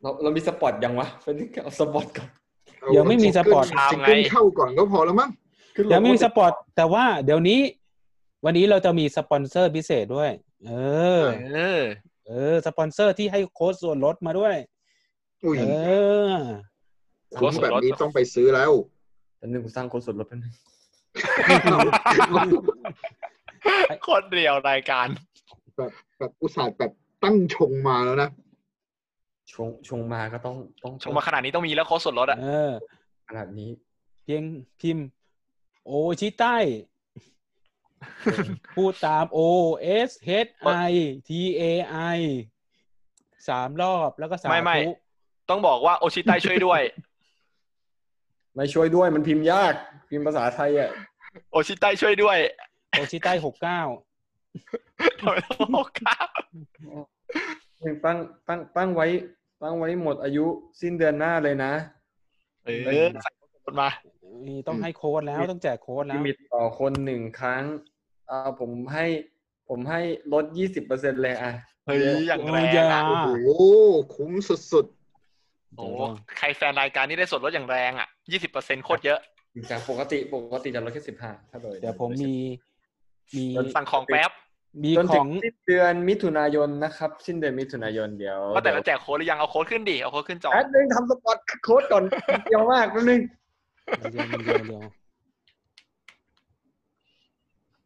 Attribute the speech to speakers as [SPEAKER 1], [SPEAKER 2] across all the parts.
[SPEAKER 1] เราเรามีสปอตยังวะเป็นเอาสปอตก่อน
[SPEAKER 2] เดี๋ยวไม่มีสปอร์ต
[SPEAKER 3] เอา
[SPEAKER 4] ซิง
[SPEAKER 3] ไง
[SPEAKER 4] เกิลเข้าก่อนก็พอแล้วมั้ง
[SPEAKER 1] ขึ้นลง
[SPEAKER 2] เดี๋ยวไม่มีสปอร์ตแต่ว่าเดี๋ยวนี้ วันนี้เราจะมีสปอนเซอร์พิเศษด้วย เออ
[SPEAKER 3] เออ
[SPEAKER 2] เออ สปอนเซอร์ที่ให้โค้ดส่วนลดมาด้วย
[SPEAKER 4] อุ้ย
[SPEAKER 2] เออ
[SPEAKER 4] คุ้มแบบนี้ต้องไปซื้อแล้ว
[SPEAKER 1] แป๊บนึงกูสร้างโค้ดส่วนลดแป๊บนึง
[SPEAKER 3] คนเรียวรายการ
[SPEAKER 4] แบบอุตส่าห์แบบตั้งชงมาแล้วนะ
[SPEAKER 1] ชงชงมาก็ต้องต้อง
[SPEAKER 3] ชมมาขนาดนี้ต้องมีแล้วโค้ชส่วนลดอ่ะ
[SPEAKER 2] เออ
[SPEAKER 1] ขนาดนี้
[SPEAKER 2] เพียงพิมพ์ โอชิใต้ พูดตาม O S H I T A I สามรอบแล้วก็สาม
[SPEAKER 3] ไม่ไม่ ต้องบอกว่าโอชิไตช่วยด้วย
[SPEAKER 1] ไม่ช่วยด้วยมันพิมพ์ยาก พิมพ์ภาษาไทยอ่ะ
[SPEAKER 3] โอชิไตช่วยด้วย
[SPEAKER 2] โอชิใต้หกเก้า
[SPEAKER 3] ทำไมต้องบอกครับ
[SPEAKER 1] ยังตั้งตั้งตั้งไว้ ตั้งไว้หมดอายุสิ้นเดือนหน้าเลยนะ
[SPEAKER 3] เออใส่โค้ชส่วนลดมา
[SPEAKER 2] นี่ต้องให้โค้ดแล้วต้องแจกโค้ดแล้
[SPEAKER 1] ลิ
[SPEAKER 2] ว
[SPEAKER 1] มิตต่อคนหนึ่งครั้งเอ่าผมให้ผมให้ลดยี่สิบเปอร์เซ็นเลยอ่ะ
[SPEAKER 3] เฮ้ยอย่างแร
[SPEAKER 2] โอ้ย
[SPEAKER 3] ง
[SPEAKER 2] ยา
[SPEAKER 3] อะ
[SPEAKER 4] โอ้โหคุ้มสุด
[SPEAKER 3] โอ้โหใครแฟนรายการนี่ได้ส่วนลดอย่างแรงอ่ะยี่สิบเปอร์เซ็นโคตรเยอะ
[SPEAKER 1] จากปกติปกติจะลดแค่สิบห้าถ้าโดย
[SPEAKER 2] เดี๋ยวผมมีมี
[SPEAKER 3] สั่งของแป๊บ
[SPEAKER 2] มี
[SPEAKER 1] จน
[SPEAKER 2] ข
[SPEAKER 1] ถึ
[SPEAKER 2] อง ง
[SPEAKER 1] สิ้นเดือนมิถุนายนนะครับ สิ้นเดือนมิถุนายนเดี๋ยว
[SPEAKER 3] ก็แต่เราแจกโค้ดหรือยังเอาโค้ดขึ้นดิเอาโค้ดขึ้นจอ
[SPEAKER 1] แอดนึงทำสปอตโค้ดก่อนเดียวมากแป๊บนึง
[SPEAKER 2] เดียวเดียวเดียว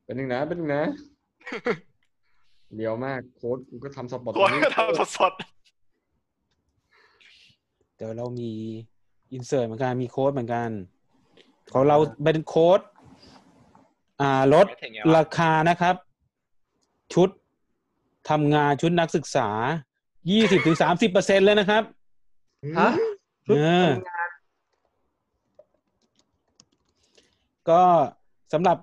[SPEAKER 1] เป็นหนึ่งนะเป็นหนึ่งนะเดียวมากโค้ดกูก็ทำสปอต
[SPEAKER 3] โค้ดก็ทำสดสด
[SPEAKER 2] เดี๋ยวเรามีอินเสิร์ตเหมือนกันมีโค้ดเหมือนกันของเราเป็นโค้ดอ่าลด
[SPEAKER 3] ๆอย่างเงี้ยวะ
[SPEAKER 2] ราคานะครับ ชุดทำงานชุดนักศึกษา 20ถึง30เปอร์เซ็นเลยนะครับ
[SPEAKER 4] ๆ
[SPEAKER 1] ฮะ ชุด
[SPEAKER 2] เออ
[SPEAKER 1] ทำงาน
[SPEAKER 2] ก็สำหรับ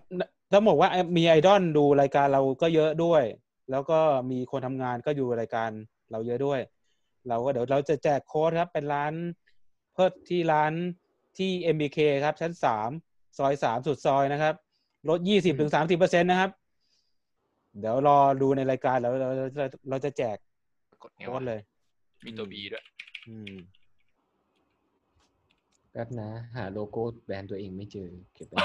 [SPEAKER 2] ต้องบอกว่ามีไอดอลดูรายการเราก็เยอะด้วย แล้วก็มีคนทำงานก็ดูรายการเราเยอะด้วย เราก็เดี๋ยวเราจะแจกโค้ดครับ เป็นร้านเพิ่มที่ร้านที่ MBK ครับ ชั้นสามซอยสามสุดซอยนะครับ ลดยี่สิบถึงสามสิบเปอร์เซ็นต์นะครับ เดี๋ยวรอดูในรายการแล้วเราเราเราจะแจก
[SPEAKER 3] กดเงี้ย
[SPEAKER 2] โค้
[SPEAKER 3] วะ
[SPEAKER 2] ดเลย
[SPEAKER 3] มีตัวบีด้วย
[SPEAKER 2] อืม
[SPEAKER 1] แป๊บนะ หาโลโก้แบรนด์ตัวเองไม่เจอเก็บไว้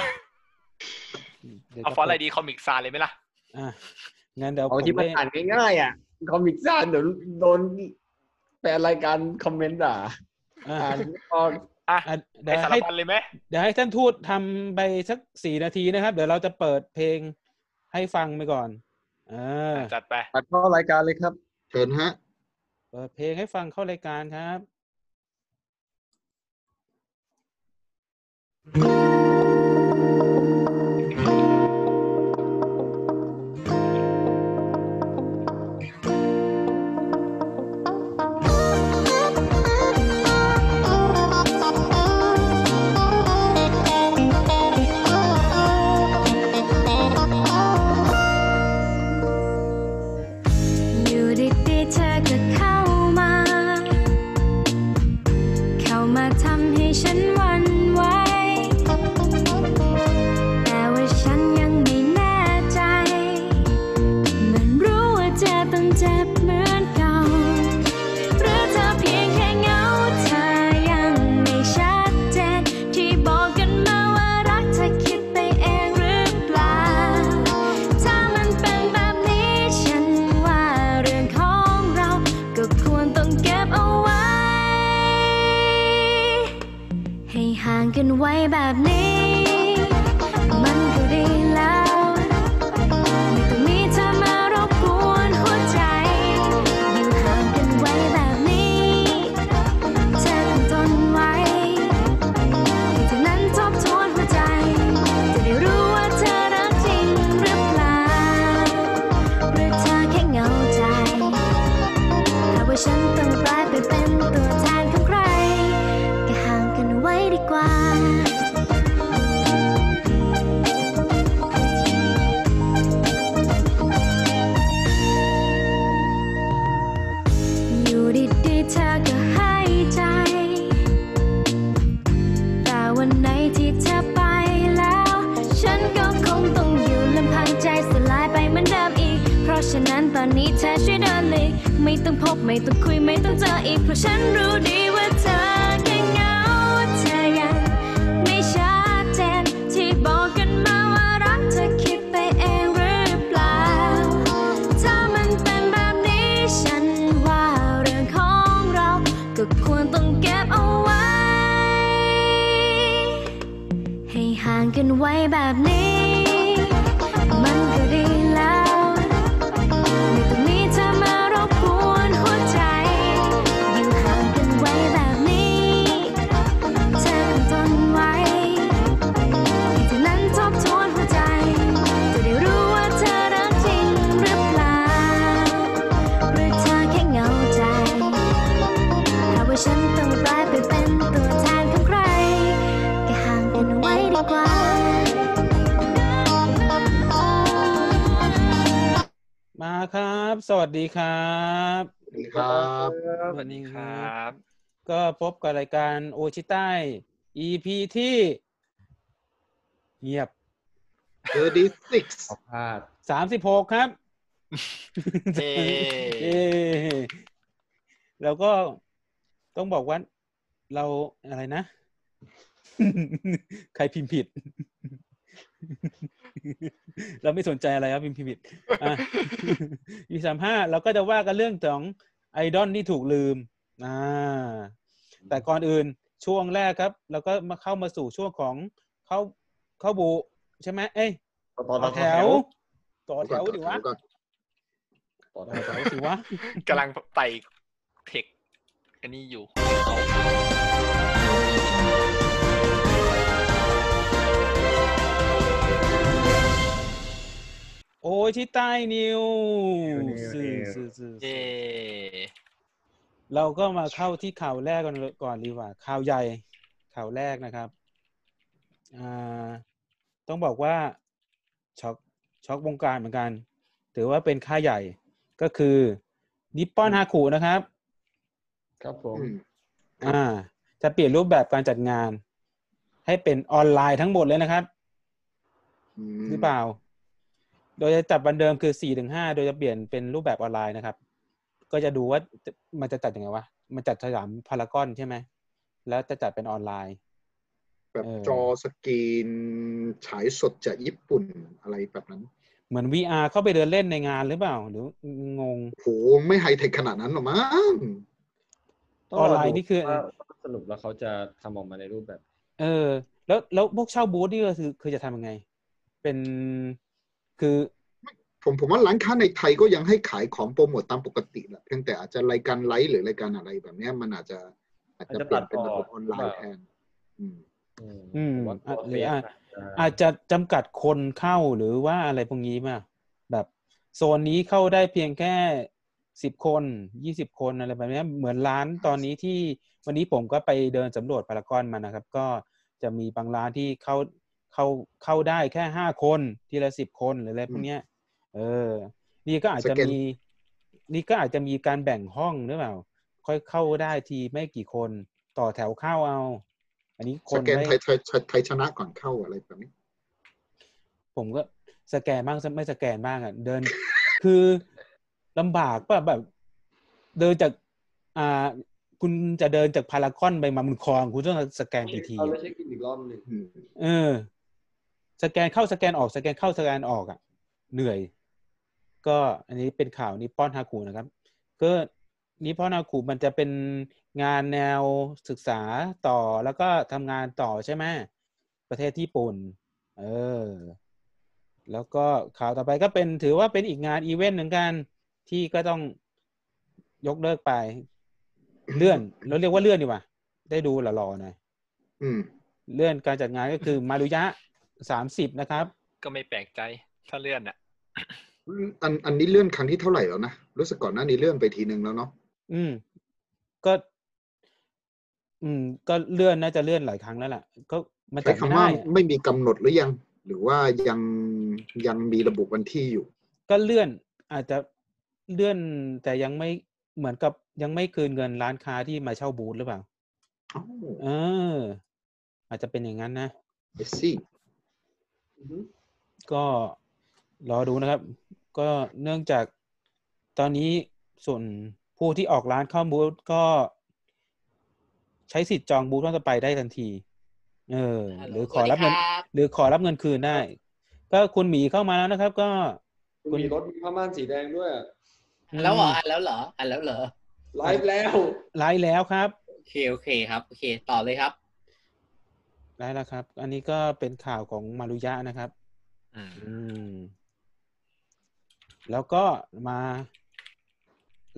[SPEAKER 2] ดี๋ยว
[SPEAKER 3] เอา
[SPEAKER 2] จ
[SPEAKER 3] ฟอนต์อะไรดีคอมิกซาเลยไหมล่ะ
[SPEAKER 2] อ่ะงั้นเดี๋ยวผ
[SPEAKER 1] เอา
[SPEAKER 2] ม
[SPEAKER 1] ที่มัน
[SPEAKER 2] เล่น
[SPEAKER 1] อ่านง่ายๆอ่ะคอมิกซ่านเดี๋ยวโดนแปลรายการคอมเมนต์ด่า
[SPEAKER 2] อ่ะ
[SPEAKER 1] อ่านไม่ออก
[SPEAKER 2] อ่ะเดี๋ยว
[SPEAKER 3] ไอสาร
[SPEAKER 2] ให้
[SPEAKER 3] พันเลยไหม
[SPEAKER 2] เดี๋ยวให้ท่านทูตทำไปสักสี่นาทีนะครับ เดี๋ยวเราจะเปิดเพลงให้ฟังไปก่อนอ่า
[SPEAKER 3] จัดไป
[SPEAKER 1] ตัดเข้ารายการเลยครับ
[SPEAKER 4] เชิญฮะ
[SPEAKER 2] เปิดเพลงให้ฟังเข้ารายการครับ
[SPEAKER 5] อยู่ดีๆเธอก็เข้ามา เข้ามาทำให้ฉันหวั่นไหว แต่ว่าฉันยังไม่แน่ใจ เหมือนรู้ว่าเธอต้องเจ็บเหมือนเก่า หรือเธอเพียงแค่เหงาเธอยังไม่ชัดเจน ที่บอกกันมาว่ารักเธอคิดไปเองหรือเปล่า ถ้ามันเป็นแบบนี้ฉันว่าเรื่องของเรา ก็ควรต้องเก็บเอาไว้ ให้ห่างกันไว้แบบนี้ มันก็ดีแล้ว ไม่ต้องมีเธอมารบกวนหัวใจ อยู่ห่างกันไว้แบบนี้ เธอคงทนไว้ให้เธอนั้นทบทวนหัวใจ จะได้รู้ว่าเธอรักจริงหรือเปล่า หรือเธอแค่เหงาใจ หากว่าฉันต้องกลายไปเป็นตัวแทนของใคร ก็ห่างกันไว้ดีกว่า อยู่ดีๆเธอก็ให้ใจ แต่วันไหนที่เธอไปแล้ว ฉันก็คงต้องอยู่ลำพังใจสลายไปเหมือนเดิมอีก เพราะฉะนั้นตอนนี้เธอช่วยเดินหลีก ไม่ต้องพบไม่ต้องคุยไม่ต้องเจออีกเพราะฉันรู้ดีว่าเธอแค่เหงาเธอยังไม่ชัดเจนที่บอกกันมาว่ารักเธอคิดไปเองหรือเปล่า ถ้ามันเป็นแบบนี้ฉันว่าเรื่องของเราก็ควรต้องเก็บเอาไว้ ให้ห่างกันไว้แบบนี้ มันก็ดีแล้ว ไม่ต้องมีเธอมารบกวนหัวใจ อยู่ห่างกันไว้แบบนี้ เธอคงทนไว้ที่เธอนั้นทบทวนหัวใจ จะได้รู้ว่าเธอรักจริงหรือเปล่า หรือเธอแค่เหงาใจ หากว่าฉันต้องกลายไปเป็นตัวแทนของใคร ก็ห่างกันไว้ดีกว่า
[SPEAKER 2] มาครับ สวัสดีครับ
[SPEAKER 4] สวัสดีครับ
[SPEAKER 3] สวัสดีครับ
[SPEAKER 2] ก็พบกับรายการโอชิใต้ EP ที่ เงียบ
[SPEAKER 4] Dirty Six
[SPEAKER 1] ขอพลาด
[SPEAKER 2] สามสิบหกครับ
[SPEAKER 3] เย้
[SPEAKER 2] เย้แล้วก็ต้องบอกว่าเราอะไรนะ ใครพิมพ์ผิด เราไม่สนใจอะไร ครับพิมพ์ผิดอีสามห้าเราก็จะว่ากันเรื่องของไอดอลที่ถูกลืมอ่าแต่ก่อนอื่นช่วงแรกครับ เราก็มาเข้ามาสู่ช่วงของเข้าเข้าบุใช่ไหมเอ้ย
[SPEAKER 1] ต่อ
[SPEAKER 2] ต่อ
[SPEAKER 1] ต่อ
[SPEAKER 2] แถ
[SPEAKER 1] แถว
[SPEAKER 2] วต่อแถวดิวะ
[SPEAKER 4] ก่อน
[SPEAKER 1] ต่อแถ
[SPEAKER 2] ต่อ
[SPEAKER 1] ว
[SPEAKER 2] แถวสิวะ
[SPEAKER 3] กำลังไต่เทคอันนี้อยู่
[SPEAKER 2] โอ้ยที่ใต้นิว
[SPEAKER 1] นิว
[SPEAKER 2] สื่อ
[SPEAKER 1] นิว
[SPEAKER 2] สื่อสื่อ
[SPEAKER 3] เย้
[SPEAKER 2] เราก็มาเข้าที่ข่าวแรกกันเลยก่อนดีกว่า ข่าวใหญ่ ข่าวแรกนะครับอ่าต้องบอกว่าช็อกช็อกวงการเหมือนกัน ถือว่าเป็นค่ายใหญ่ก็คือ นิปปอนฮาคุนะครับ
[SPEAKER 1] ครับผม
[SPEAKER 4] อืม
[SPEAKER 2] อ่า จะเปลี่ยนรูปแบบการจัดงาน ให้เป็นออนไลน์ทั้งหมดเลยนะครับ หรือเปล่า โดยจะจัดวันเดิมคือสี่ถึงห้า โดยจะเปลี่ยนเป็นรูปแบบออนไลน์นะครับ ก็จะดูว่าจะมันจะจัดยังไงวะ มันจัดสยามพารากอนใช่ไหม แล้วจะจัดเป็นออนไลน์
[SPEAKER 4] แบบ
[SPEAKER 2] เออ
[SPEAKER 4] จอสกรีนฉายสดจากญี่ปุ่นอะไรแบบนั้น
[SPEAKER 2] เหมือน VR เข้าไปเดินเล่นในงานหรือเปล่า หรืองง
[SPEAKER 4] โหไม่ไฮเทคขนาดนั้นหรอกมั้ง
[SPEAKER 1] ต้อง
[SPEAKER 2] ออน
[SPEAKER 1] ร
[SPEAKER 2] ไลน์นี่คือ
[SPEAKER 1] ว่าสรุปแล้วเขาจะทำออกมาในรูปแบบ
[SPEAKER 2] เออ แล้วแล้วพวกเช่าบูธนี่ก็คือคือจะทำยังไง เป็นคือ
[SPEAKER 4] ผมผมว่าร้านค้าในไทยก็ยังให้ขายของโปรโมทตามปกติแหละเพียงแต่อาจจะรายการไลฟ์หรือรายการอะไรแบบเนี้ยมันอาจจะอาจจะเปลี่ยนเป็นระบบออนไลน์แทนอืม
[SPEAKER 1] อืม
[SPEAKER 2] อืม
[SPEAKER 1] ผมว่าตัว
[SPEAKER 2] อ่ะหรื
[SPEAKER 1] เฟซ
[SPEAKER 2] ออ่ะ
[SPEAKER 1] อาจจะ
[SPEAKER 2] อาจจะจำกัดคนเข้าหรือว่าอะไรพวกนี้มาแบบโซนนี้เข้าได้เพียงแค่สิบคนยี่สิบคนอะไรแบบเนี้ยเหมือนร้านตอนนี้ที่วันนี้ผมก็ไปเดินสำรวจพารากอนมานะครับ ก็จะมีบางร้านที่เข้าเข้าเข้าได้แค่ห้าคนทีละสิบคนหรืออะไรพวกเนี้ย เออ นี่ก็อาจจะ
[SPEAKER 4] สเก็ต
[SPEAKER 2] มี นี่ก็อาจจะมีการแบ่งห้องหรือเปล่า ค่อยเข้าได้ทีไม่กี่คนต่อแถวเข้าเอา อันนี้ค
[SPEAKER 4] ส
[SPEAKER 2] น
[SPEAKER 4] แกน
[SPEAKER 2] ไม่
[SPEAKER 4] ไทยไทยไทยไทยชนะก่อนเข้าอะไรแบบนี้
[SPEAKER 2] ผมก็สแกนบ้างไม่สแกนบ้างอ่ะ เดิน คือลำบากป่ะแบบ เดินจาก อ่า คุณจะเดินจากพารากอนไปมามุนคลอง คุณต้องสแกนกี่ที
[SPEAKER 1] เอาไป
[SPEAKER 2] อะ
[SPEAKER 1] เช็คอินอีกรอบหนึ่ง
[SPEAKER 4] อืม
[SPEAKER 2] เออ สแกนเข้าสแกนออกสแกนเข้าสแกนออกอ่ะ เหนื่อย ก็อันนี้เป็นข่าวนิปปอนฮาคุนะครับ ก็นิปปอนฮาคุมันจะเป็นงานแนวศึกษาต่อแล้วก็ทำงานต่อใช่ไหมประเทศญี่ปุ่น เออ แล้วก็ข่าวต่อไปก็เป็นถือว่าเป็นอีกงานอีเวนต์เหมือนกัน ที่ก็ต้องยกเลิกไป เลื่อนเราเรียกว่าเลื่อนดีกว่า ได้ดูหล่อๆหน่อย
[SPEAKER 4] อืม
[SPEAKER 2] เลื่อนการจัดงานก็คือมารุยะสามสิบนะครับ
[SPEAKER 3] ก็ไม่แปลกใจถ้าเลื่อนอ่ะ
[SPEAKER 4] อันอันนี้เลื่อนครั้งที่เท่าไหร่แล้วนะรู้สึกก่อนหน้านี้เลื่อนไปทีนึงแล้วเนาะ
[SPEAKER 2] อืม ก็ อืม ก็เลื่อนน่าจะเลื่อนหลายครั้งแล้วล่ะ ก็มัน
[SPEAKER 4] ใช้
[SPEAKER 2] จัด
[SPEAKER 4] คำ
[SPEAKER 2] ไม่
[SPEAKER 4] ว่า
[SPEAKER 2] ได้อะ
[SPEAKER 4] ไม่มีกำหนดหรือยัง หรือว่ายังยังมีระบุวันที่อยู่
[SPEAKER 2] ก็เลื่อนอาจจะเลื่อนแต่ยังไม่เหมือนกับยังไม่คืนเงินร้านค้าที่มาเช่าบูธหรือเปล่า
[SPEAKER 4] อ้าว
[SPEAKER 2] เออ อาจจะเป็นอย่างนั้นนะ
[SPEAKER 4] เอสซี่
[SPEAKER 1] อือฮึ
[SPEAKER 2] ก็รอดูนะครับ ก็เนื่องจากตอนนี้ ส่วนผู้ที่ออกร้านเข้าบูธก็ ใช้สิทธิ์จองบูธต่อไปได้ทันที เออ หรือขอรับเงิน หรือขอรับเงินคืนได้ ก็คุณหมีเข้ามาแล้วนะครับ ก็
[SPEAKER 1] คุณมีรถมีผ้าม่านสีแดงด้วยอะ
[SPEAKER 6] อ่านแล้วเหรออ่านแล้วเหรออ่านแล้วเหรอ
[SPEAKER 1] ไลฟ์แล้ว
[SPEAKER 2] ไลฟ์แล้วครับ
[SPEAKER 6] โอเคโอเคครับโอเคต่อเลยครับ
[SPEAKER 2] ไลฟ์แล้วครับ อันนี้ก็เป็นข่าวของมารุยะนะครับ
[SPEAKER 3] อืม
[SPEAKER 2] อืม แล้วก็มา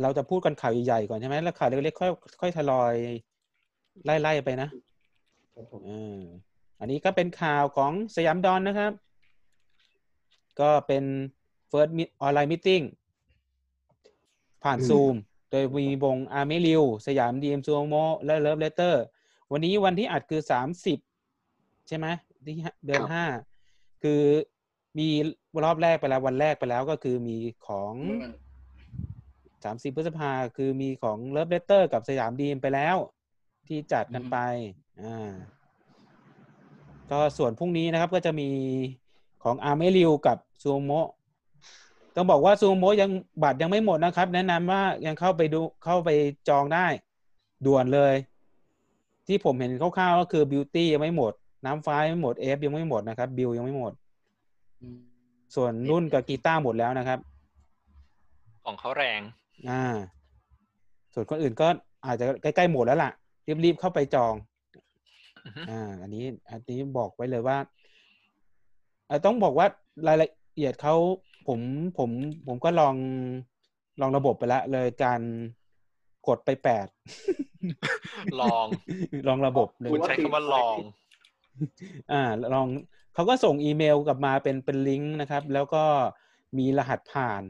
[SPEAKER 2] เราจะพูดกันข่าวใหญ่ๆก่อนใช่ไหมแล้วข่าวเล็กๆค่อยค่อยทลอย ไล่ๆไปนะครับ
[SPEAKER 1] ผม
[SPEAKER 2] เอออันนี้ก็เป็นข่าวของสยามดอนนะครับ ก็เป็นเฟิร์สออนไลน์มิ g ผ่าน
[SPEAKER 4] อืม
[SPEAKER 2] ซูม โดยมีวงอาร์เมริวสยามดีเอ็มซูโมและเลิฟเลเตอร์ วันนี้วันที่อัดคือสามสิบใช่ไหมที่ห้าเดือน
[SPEAKER 4] ครับ
[SPEAKER 2] ห้าคือมีรอบแรกไปแล้ววันแรกไปแล้วก็คือมีของสามสิบพฤษภาคือมีของเลิฟเลเตอร์กับสยามดีมไปแล้ว ที่จัดกันไปอ่าก็ส่วนพรุ่งนี้นะครับก็จะมีของอาร์เมริวกับซูโมต้องบอกว่าซูโมยังบัตรยังไม่หมดนะครับ แนะนำว่ายังเข้าไปดูเข้าไปจองได้ ด่วนเลย ที่ผมเห็นคร่าวๆก็คือบิวตี้ยังไม่หมด น้ำฟ้ายังไม่หมดเอฟยังไม่หมดนะครับบิวยังไม่หมด
[SPEAKER 6] อืม
[SPEAKER 2] ส่วนรุ่นกับกีตาร์หมดแล้วนะครับ
[SPEAKER 3] ของเขาแรง
[SPEAKER 2] อ่า ส่วนคนอื่นก็อาจจะใกล้ๆหมดแล้วล่ะ รีบๆเข้าไปจอง
[SPEAKER 3] อือฮึ
[SPEAKER 2] อ่า อันนี้ อันนี้บอกไว้เลยว่าเอ่อต้องบอกว่ารายละเอียดเขาผมผม ผมก็ลองลองระบบไปละเลยการกดไปแปด
[SPEAKER 3] ลอง
[SPEAKER 2] ลองระบบเลย
[SPEAKER 1] คุ
[SPEAKER 3] คุณ
[SPEAKER 1] ณ
[SPEAKER 3] ใช้คำว่าลอง
[SPEAKER 2] อ่าลองเขาก็ส่งอีเมลกลับมาเป็นเป็นลิงก์นะครับ แล้วก็มีรหัสผ่าน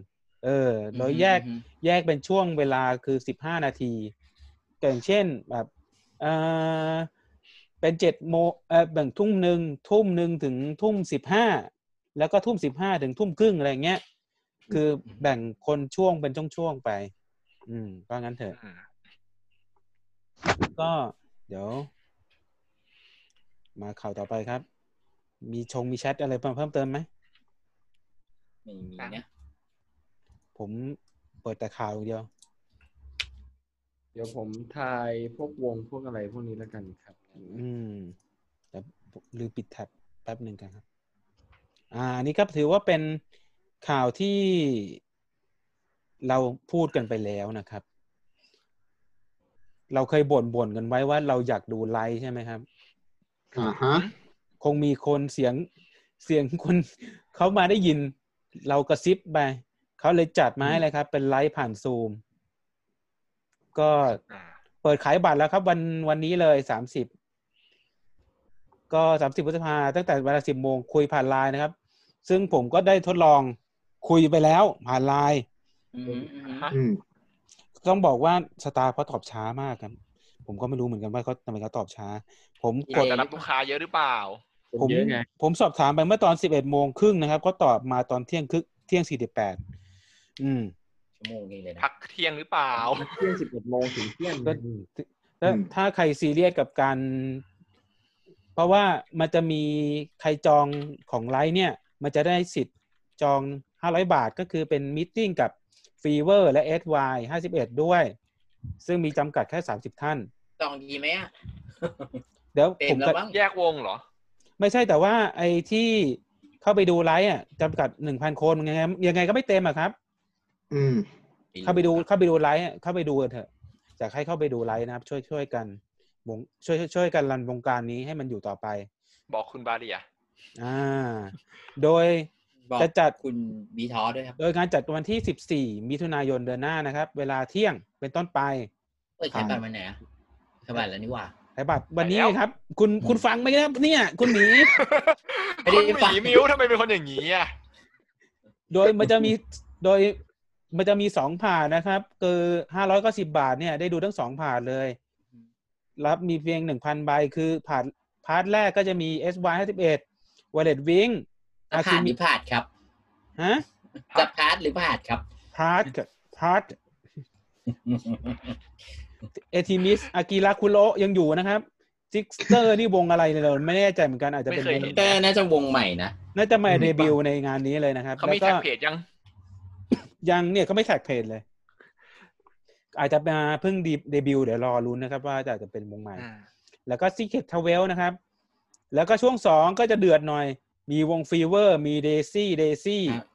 [SPEAKER 2] เออโดยแยก
[SPEAKER 6] อืมอืม
[SPEAKER 2] แยกเป็นช่วงเวลาคือสิบห้านาทีอย่างเช่นแบบเออเป็นเจ็ดโมเออแบ่งทุ่มหนึ่งทุ่มหนึ่งถึงทุ่มสิบห้าแล้วก็ทุ่มสิบห้าถึงทุ่มครึ่งอะไรอย่างเงี้ยคือแบ่งคนช่วงเป็นช่วงๆไป อืมก็งั้นเถอะ
[SPEAKER 3] อืม
[SPEAKER 2] ก็เดี๋ยว มาข่าวต่อไปครับ มีชงมีแชทอะไรเพิ่มเติมไหม
[SPEAKER 6] ไม่มีนะ
[SPEAKER 2] ผมเปิดแต่ข่าวอย่างเดียว
[SPEAKER 1] เดี๋ยวผมทายพวกวงพวกอะไรพวกนี้แล้วกันครับ
[SPEAKER 2] อืมแต่ลืมปิดแท็บแป๊บหนึ่งกันครับ อ่าอันนี้ก็ถือว่าเป็นข่าวที่เราพูดกันไปแล้วนะครับ เราเคยบ่นบ่นกันไว้ว่าเราอยากดูไลฟ์ใช่ไหมครับ
[SPEAKER 4] อ่าฮะ
[SPEAKER 2] คงมีคนเสียงเสียงคน เขามาได้ยิน เรากระซิบไปเขาเลยจัดมาให้เลยครับ เป็นไลฟ์ผ่านซูม ก็
[SPEAKER 3] อ่า
[SPEAKER 2] เปิดขายบัตรแล้วครับ วันวันนี้เลยสามสิบก็สามสิบพฤษภาตั้งแต่เวลาสิบโมงคุยผ่านไลน์นะครับ ซึ่งผมก็ได้ทดลองคุยไปแล้วผ่านไลน์
[SPEAKER 6] อืมอืมอืม
[SPEAKER 3] ฮะ
[SPEAKER 4] อืม
[SPEAKER 2] ต้องบอกว่าสตาร์เขาตอบช้ามากครับ ผมก็ไม่รู้เหมือนกันว่าเขาทำไมเขาตอบช้า ผมก
[SPEAKER 3] กด
[SPEAKER 2] ด
[SPEAKER 3] จะรับลูกค้าเยอะหรือเปล่า
[SPEAKER 1] ค
[SPEAKER 2] ผ
[SPEAKER 1] น
[SPEAKER 2] ม
[SPEAKER 1] เยอะไง
[SPEAKER 2] ผมสอบถามไปเมื่อตอนสิบเอ็ดโมงครึ่งนะครับ ก็ตอบมาตอนเที่ยงครึ่งเที่ยงสี่สิบแปดอืม
[SPEAKER 6] ชั่วโมงนี้เลยนะ
[SPEAKER 3] พักเที่ยงหรือเปล่า
[SPEAKER 1] เที่ยงสิบเอ็ดโมงถึงเที่ยง
[SPEAKER 2] ก็
[SPEAKER 1] อืม
[SPEAKER 2] แล้ว
[SPEAKER 4] อืม
[SPEAKER 2] ถ้าใครซีเรียสกับการ เพราะว่ามันจะมีใครจองของไลฟ์เนี่ย มันจะได้สิทธิ์จอง 500 บาทก็คือเป็นมิทติ้งกับฟีเวอร์และ SY 51 ด้วย ซึ่งมีจำกัดแค่ 30 ท่าน
[SPEAKER 6] จองดีไหมอ่ะ
[SPEAKER 2] เดี๋ยว
[SPEAKER 6] เต็
[SPEAKER 2] ผม ม
[SPEAKER 6] แล้
[SPEAKER 2] จะ
[SPEAKER 6] วบ้าง
[SPEAKER 3] แยกวงเหรอ
[SPEAKER 2] ไม่ใช่แต่ว่าไอ้ที่เข้าไปดูไลฟ์อ่ะจำกัด 1,000 คนยังไงยังไงก็ไม่เต็มอะครับ
[SPEAKER 4] อืม
[SPEAKER 2] เข้าไปดูเข้าไปดูไลฟ์อะเข้าไปดูกันเถอะอยากให้เข้าไปดูไลฟ์นะครับ ช่วยช่วยกันวงช่วยช่วยช่วยกันรันวงการนี้ให้มันอยู่ต่อไป
[SPEAKER 3] บอกคุณบาเรีย
[SPEAKER 2] อ่า โดย
[SPEAKER 6] บอก
[SPEAKER 2] จะจัด
[SPEAKER 6] คุณบีทอด้วยครับ
[SPEAKER 2] โดยการจัดวันที่ 14 มิถุนายนเดือนหน้านะครับ เวลาเที่ยงเป็นต้นไป
[SPEAKER 6] เปิดขายบัตรวันไหนอ่ะขายบัตรแล้วนี่หว่า
[SPEAKER 2] ไอ้บัตรวันนี้
[SPEAKER 3] ไปแล้ว
[SPEAKER 2] ครับ คุณคุณฟังไหมครับเนี่ย คุณหมี
[SPEAKER 6] ไม่
[SPEAKER 3] คุณ
[SPEAKER 6] ได้
[SPEAKER 3] ห
[SPEAKER 6] ฟั
[SPEAKER 3] มี
[SPEAKER 6] ง
[SPEAKER 3] มิวทำไมเป็นคนอย่างนี้อ่ะ
[SPEAKER 2] โดยมันจะมีโดยมันจะมีสองผ่านนะครับ คือห้าร้อยก็สิบาทเนี่ยได้ดูทั้งสองผ่านเลย รับมีเพียงหนึ่งพันใบคือผ่านพาร์ทแรกก็จะมี S Y ห้าสิบเอ็ดวอลเล็ตวิง
[SPEAKER 6] จะผ่านหรือผ่านครับ
[SPEAKER 2] ฮะ
[SPEAKER 6] จะพาร์ทหรือผ่านครับ
[SPEAKER 2] พาร์ทพาร์ทเอทิมิสอากิระคุโรยังอยู่นะครับซิกเตอร์นี่วงอะไรเนี่ยเราไม่แน่ใจเหมือนกันอาจจะเป็นวง
[SPEAKER 6] เตอร์น่าจะวงใหม่นะ
[SPEAKER 2] น่าจะมาเดบิวต์ในงานนี้เลยนะครับ
[SPEAKER 3] เขา
[SPEAKER 2] แล้ว
[SPEAKER 3] มี
[SPEAKER 2] ก็
[SPEAKER 3] แท็กเพจยัง
[SPEAKER 2] ยังเนี่ยเขาไม่แท็กเพจเลย อาจจะมาเพิ่งดีเดบิวต์เดี๋ยวรอลุ้นนะครับ ว่าจะจะเป็นวงใหม่
[SPEAKER 3] อืม
[SPEAKER 2] แล้วก็ Secret t r a v e l นะครับ แล้วก็ช่วงสองก็จะเดือดหน่อย มีวง Fever มี Daisy Daisy
[SPEAKER 6] ครับ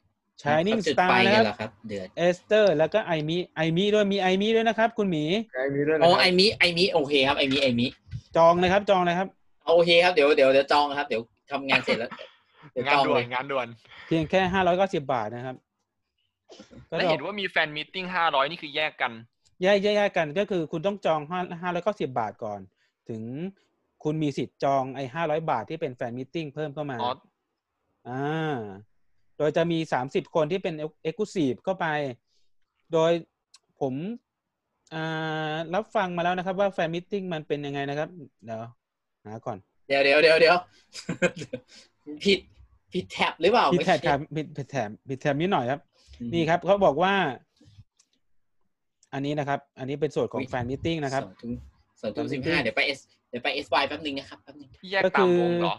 [SPEAKER 2] Shining
[SPEAKER 6] จุด
[SPEAKER 2] Star
[SPEAKER 6] ไป
[SPEAKER 2] นะ
[SPEAKER 6] กัน
[SPEAKER 2] ค
[SPEAKER 6] เหร
[SPEAKER 2] รับ
[SPEAKER 6] อครับ เดือด
[SPEAKER 2] เอสเตอร์ แล้วก็ไอมิไอมิด้วยมีไอมิด้วยนะครับ คุณหมี
[SPEAKER 1] ไอมีด้วยนะ
[SPEAKER 6] โอ้
[SPEAKER 1] ครับ
[SPEAKER 6] ไอมิไอมิโอเคครับไอมิไอมิ
[SPEAKER 2] จองนะครับจองนะครับ
[SPEAKER 6] โอเคครับเดี๋ยวเดี๋ยวเดี๋ยวจองครับเดี๋ยวทำงานเสร็จแล้วเดี๋ยว
[SPEAKER 3] งา
[SPEAKER 6] จ
[SPEAKER 3] น
[SPEAKER 6] อง
[SPEAKER 3] ด่ว
[SPEAKER 6] เล
[SPEAKER 3] น
[SPEAKER 6] ย
[SPEAKER 3] งานด่วน
[SPEAKER 2] เพียงแค่ห้าร้อยเก้าสิบาทนะครับก็
[SPEAKER 3] แล้ว
[SPEAKER 2] จะ
[SPEAKER 3] เห็นว่ามีแฟนมีตติ้งห้าร้อยนี่คือแยกกัน
[SPEAKER 2] แยกแยกๆกันก็คือคุณต้องจองห้าห้าร้อยเก้าสิบาทก่อน ถึงคุณมีสิทธิ์จองไอห้าร้อยบาทที่เป็นแฟนมิทติ้งเพิ่มเข้ามา
[SPEAKER 3] อ๋อ
[SPEAKER 2] อ่าโดยจะมีสามสิบคนที่เป็นเอ็กซ์คลูซีฟเข้าไป โดยผมอ่ารับฟังมาแล้วนะครับว่าแฟนมิทติ้งมันเป็นยังไงนะครับ เดี๋ยวหาก่อน
[SPEAKER 6] เดี๋ยวเดี๋ยวเดี๋ยวเดี๋ ยวผิดผิดแท็บหรือเปล่า
[SPEAKER 2] ผิดแถบครับ
[SPEAKER 6] ไม่ใช่
[SPEAKER 2] ผิดแถบผิดแถบนิดหน่อยครับ นี่ครับเขาบอกว่า อันนี้นะครับ อันนี้เป็นส่วนของแฟนมิทติ้งนะครับ
[SPEAKER 6] สองทุ่มสองทุ่มสิบห้าเดี๋ยวไปเอสเดี๋ยวไปเอสวแป๊บนึงนะครับแป๊บนึง
[SPEAKER 3] แยก
[SPEAKER 2] ก็
[SPEAKER 3] ตา
[SPEAKER 2] คื
[SPEAKER 3] ม
[SPEAKER 2] อ
[SPEAKER 3] วงเหรอ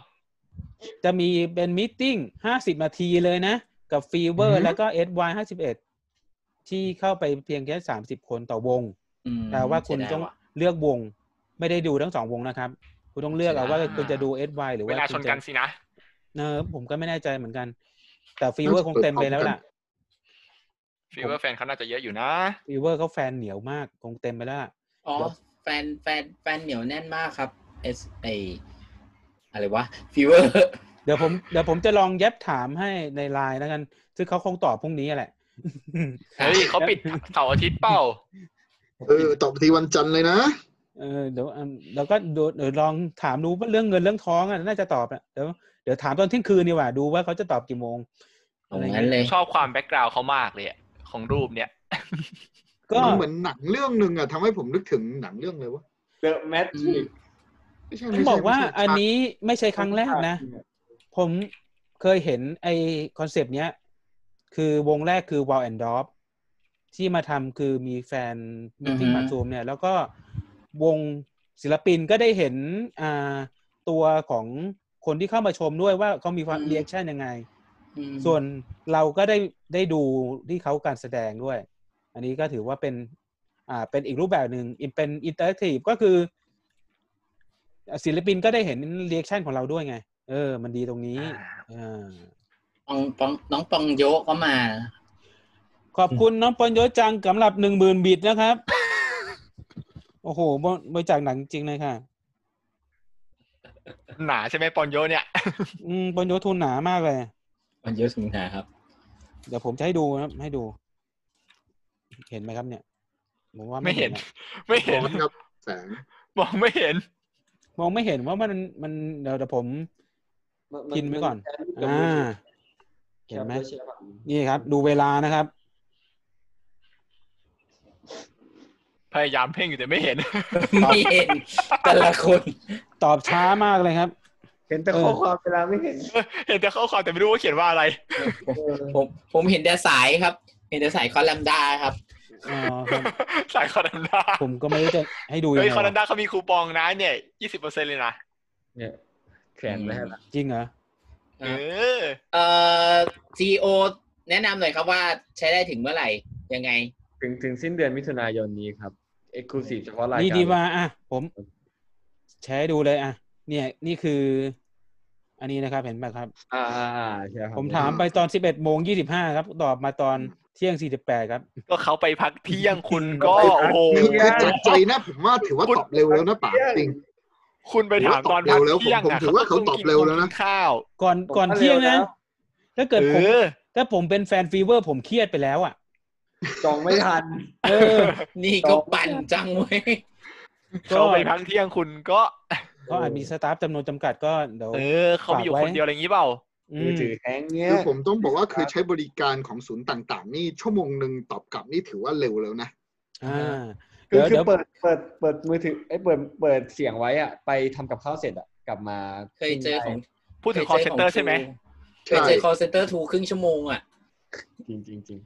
[SPEAKER 2] จะมีเป็นมิทติ้งห้าสิบนาทีเลยนะ กับฟีเวอ
[SPEAKER 6] อือ
[SPEAKER 2] ร์
[SPEAKER 6] ฮึ
[SPEAKER 2] แล้วก็เอสวห้าสิบเอ็ดที่เข้าไปเพียงแค่สามสิบคนต่อวง
[SPEAKER 6] อืม
[SPEAKER 2] แต่ว่าคุณ
[SPEAKER 6] เสียดย
[SPEAKER 2] ต้อง
[SPEAKER 6] ว่ะ
[SPEAKER 2] เลือกวง ไม่ได้ดูทั้งสองวงนะครับ คุณต้องเลือกเอา
[SPEAKER 6] เสียดาย
[SPEAKER 2] ว่าคุณจะดูเอสวหรือ
[SPEAKER 3] เว
[SPEAKER 2] ว่า
[SPEAKER 3] ลาช
[SPEAKER 2] คุณ
[SPEAKER 3] น
[SPEAKER 2] จะ
[SPEAKER 3] กันสินะ
[SPEAKER 2] เนอะผมก็ไม่แน่ใจเหมือนกัน แต่ฟีเวอร์คงเต็มไปแล้วล่ะ
[SPEAKER 3] ฟีเวอร์แฟนเขาน่าจะเยอะอยู่นะ
[SPEAKER 2] ฟีเวอร์เขาแฟนเหนียวมากคงเต็มไปแล้วล่ะ
[SPEAKER 6] อ๋อแฟนแฟนแฟนเหนียวแน่นมากครับเอสไออะไรวะฟีเวอร์
[SPEAKER 2] เดี๋ยวผมเดี๋ยวผมจะลองแยบถามให้ในไลน์แล้วกัน ซึ่งเขาคงตอบพรุ่งนี้แหละ
[SPEAKER 3] เฮ้ยเขาปิดเสาร์อาทิตย์เปล่า
[SPEAKER 4] เออตอบทีวันจันทร์เลยนะ
[SPEAKER 2] เออเดี๋ยวอันเราก็ดูเดี๋ยวลองถามดูว่าเรื่องเงินเรื่องท้องอ่ะน่าจะตอบอ่ะเดี๋ยวเดี๋ยวถามตอนเที่ยงคืนดีกว่าดูว่าเขาจะตอบกี่โมง
[SPEAKER 6] ตรงนั้นเลย
[SPEAKER 3] ชอบความแบ็กกราวด์เขามากเลยอะของรูปเนี่ย
[SPEAKER 2] ก็
[SPEAKER 4] มันเหมือนหนังเรื่องหนึ่งอะทำให้ผมนึกถึงหนังเรื่องเลยวะ
[SPEAKER 1] เดอะแมทริก
[SPEAKER 4] ไม่ใช่
[SPEAKER 2] ต้
[SPEAKER 4] ไม่
[SPEAKER 2] อง
[SPEAKER 4] ใช่
[SPEAKER 2] บอกว่า
[SPEAKER 4] ไม่ใช่
[SPEAKER 2] อันนี้ไม่ใช่ครั้งแรกนะ ผมเคยเห็นไอคอนเซปต์เนี้ย คือวงแรกคือ w o w and d o p ที่มาทำคือมีแฟนมิทติ้ง
[SPEAKER 6] อือฮึ
[SPEAKER 2] มาซูมเนี่ย แล้วก็วงศิลปินก็ได้เห็นอ่าตัวของคนที่เข้ามาชมด้วยว่าเขามีความเรีแอคชั่นยังไง
[SPEAKER 6] อืม
[SPEAKER 2] ส่วนเราก็ได้ได้ดูที่เขาการแสดงด้วย อันนี้ก็ถือว่าเป็น อ่า เป็นอีกรูปแบบหนึ่งอินเป็นอินเตอร์แอคทีฟก็คือศิลปินก็ได้เห็นเรีแอคชั่นของเราด้วยไง เออ มันดีตรงนี้อ่า
[SPEAKER 6] ปองปองน้องปองโยะก็มา
[SPEAKER 2] ขอบคุณน้องปอนยศจังสำหรับหนึ่งหมื่นบิตนะครับ โอ้โหบริจากหนังจริงเลยค่ะ
[SPEAKER 3] หนาใช่ไหมปอนโยเนี่ย
[SPEAKER 2] อืมปอนยศทุนหนามากเลย
[SPEAKER 6] ปองโยะสิงหาครับ
[SPEAKER 2] เดี๋ยวผมจะให้ดูนะครับ ให้ดู เห็นไหมครับเนี่ยผมว่า
[SPEAKER 3] ไม่
[SPEAKER 2] ไม่เห็
[SPEAKER 3] เห็น
[SPEAKER 2] นอะ
[SPEAKER 3] ไม่เห็น
[SPEAKER 4] ร้อนครับแสง
[SPEAKER 3] มองไม่เห็น
[SPEAKER 2] มองไม่เห็นว่ามันมันเดี๋ยวเดี๋ยวผม พินไว้ก่อน อ่า เห็นไหมนี่ครับ ดูเวลานะครับ
[SPEAKER 3] พยายามเพ่งอยู่แต่ไม่เห็น
[SPEAKER 6] ไม่ เห็นแต่ละคน
[SPEAKER 2] ตอบช้ามากเลยครับ
[SPEAKER 1] เห็นแต่ข้อความเวลาไม่เห็น
[SPEAKER 3] เห็นแต่ข้อความแต่ไม่รู้ว่าเขียนว่าอะไร
[SPEAKER 6] ผมผมเห็นแต่สายครับ เห็นแต่สายคอลัมน์ดาครับ
[SPEAKER 2] อ๋อครับ
[SPEAKER 3] สายคอนันดา
[SPEAKER 2] ผมก็ไม่รู้จะให้ดูยัง
[SPEAKER 3] เฮ้ย
[SPEAKER 2] ไง
[SPEAKER 3] คอนัน
[SPEAKER 2] วะ
[SPEAKER 3] ดาเขามีคูปองนะเนี่ยยี่สิบเปอร์เซ็นเลยนะ
[SPEAKER 1] เนี่ยแขวนไว้ให้ละ
[SPEAKER 2] จริงเหรอ
[SPEAKER 6] ค
[SPEAKER 3] เออ
[SPEAKER 6] รับเอ่อซีโอแนะนำหน่อยครับว่าใช้ได้ถึงเมื่อไหร่ ยังไง
[SPEAKER 1] ถึงถึงสิ้นเดือนมิถุนายนนี้ครับ เอ็กซ์คลูซีฟเฉพาะรายการ
[SPEAKER 2] นี่ดีว่า อ่ะ ผมแชร์ให้ดูเลยอ่ะ เนี่ย นี่คือ อันนี้นะครับ เห็นไหมครับ
[SPEAKER 1] อ่าๆๆใช่ครับ
[SPEAKER 2] ผมถามไปตอน 11โมง25ครับ ตอบมาตอนเที่ยง 48 ครับ
[SPEAKER 3] ก็เขาไปพักเที่ยงคุณก็
[SPEAKER 4] ไปพัก
[SPEAKER 3] โอ้โห
[SPEAKER 4] คือคือจับใจนะผมว่าถือว่าตอบเร็วแล้วนะป่าจริง
[SPEAKER 3] คุณไปถามตอนพักเที่ยง
[SPEAKER 4] ผม
[SPEAKER 3] อะ
[SPEAKER 4] ถือว่าเขาตอบเร็วแล้วนะ
[SPEAKER 3] ขาก็พิ่งกิข้าว
[SPEAKER 2] ก่อนก่อนเที่ยงนะ ถ้าเกิดผม
[SPEAKER 3] เออ
[SPEAKER 2] ถ้าผมเป็นแฟนฟีเวอร์ ผมเครียดไปแล้วอ่ะ
[SPEAKER 1] จองไม่ทัน
[SPEAKER 2] เออ
[SPEAKER 6] นี่ก็ปั่นจังเว้ย
[SPEAKER 3] เขาไปพักเที่ยงคุณก็
[SPEAKER 2] เขาอาจมีสตาฟจำนวนจำกัดก็เดี๋ยว
[SPEAKER 3] เออเขามีอยู่
[SPEAKER 2] ฝากไว้
[SPEAKER 3] คนเดียวอะไรอย่างนี้เปล่า
[SPEAKER 2] อื
[SPEAKER 1] มือ
[SPEAKER 2] ม
[SPEAKER 1] ถือแท้งเงี้ย
[SPEAKER 4] คือผมต้องบอกว่าเคยใช้บริการของศูนย์ต่าง ๆ นี่ชั่วโมงหนึ่งตอบกลับนี่ถือว่าเร็วแล้วนะ
[SPEAKER 2] อ่า
[SPEAKER 1] คือคือ
[SPEAKER 2] เดี๋ยวเดี๋ยว
[SPEAKER 1] เปิดเปิดเปิดมือถือไอ้ยเปิดเปิดเสียงไว้อ่ะ ไปทำกับข้าวเสร็จอ่ะ กลับมา
[SPEAKER 6] เคยเจอของ
[SPEAKER 3] พูดถึงคอนเซนเตอร์ใช่ไหม
[SPEAKER 6] เคยเจอ call center ทูครึ่งชั่วโมงอ่ะ
[SPEAKER 1] จริงจริงจริง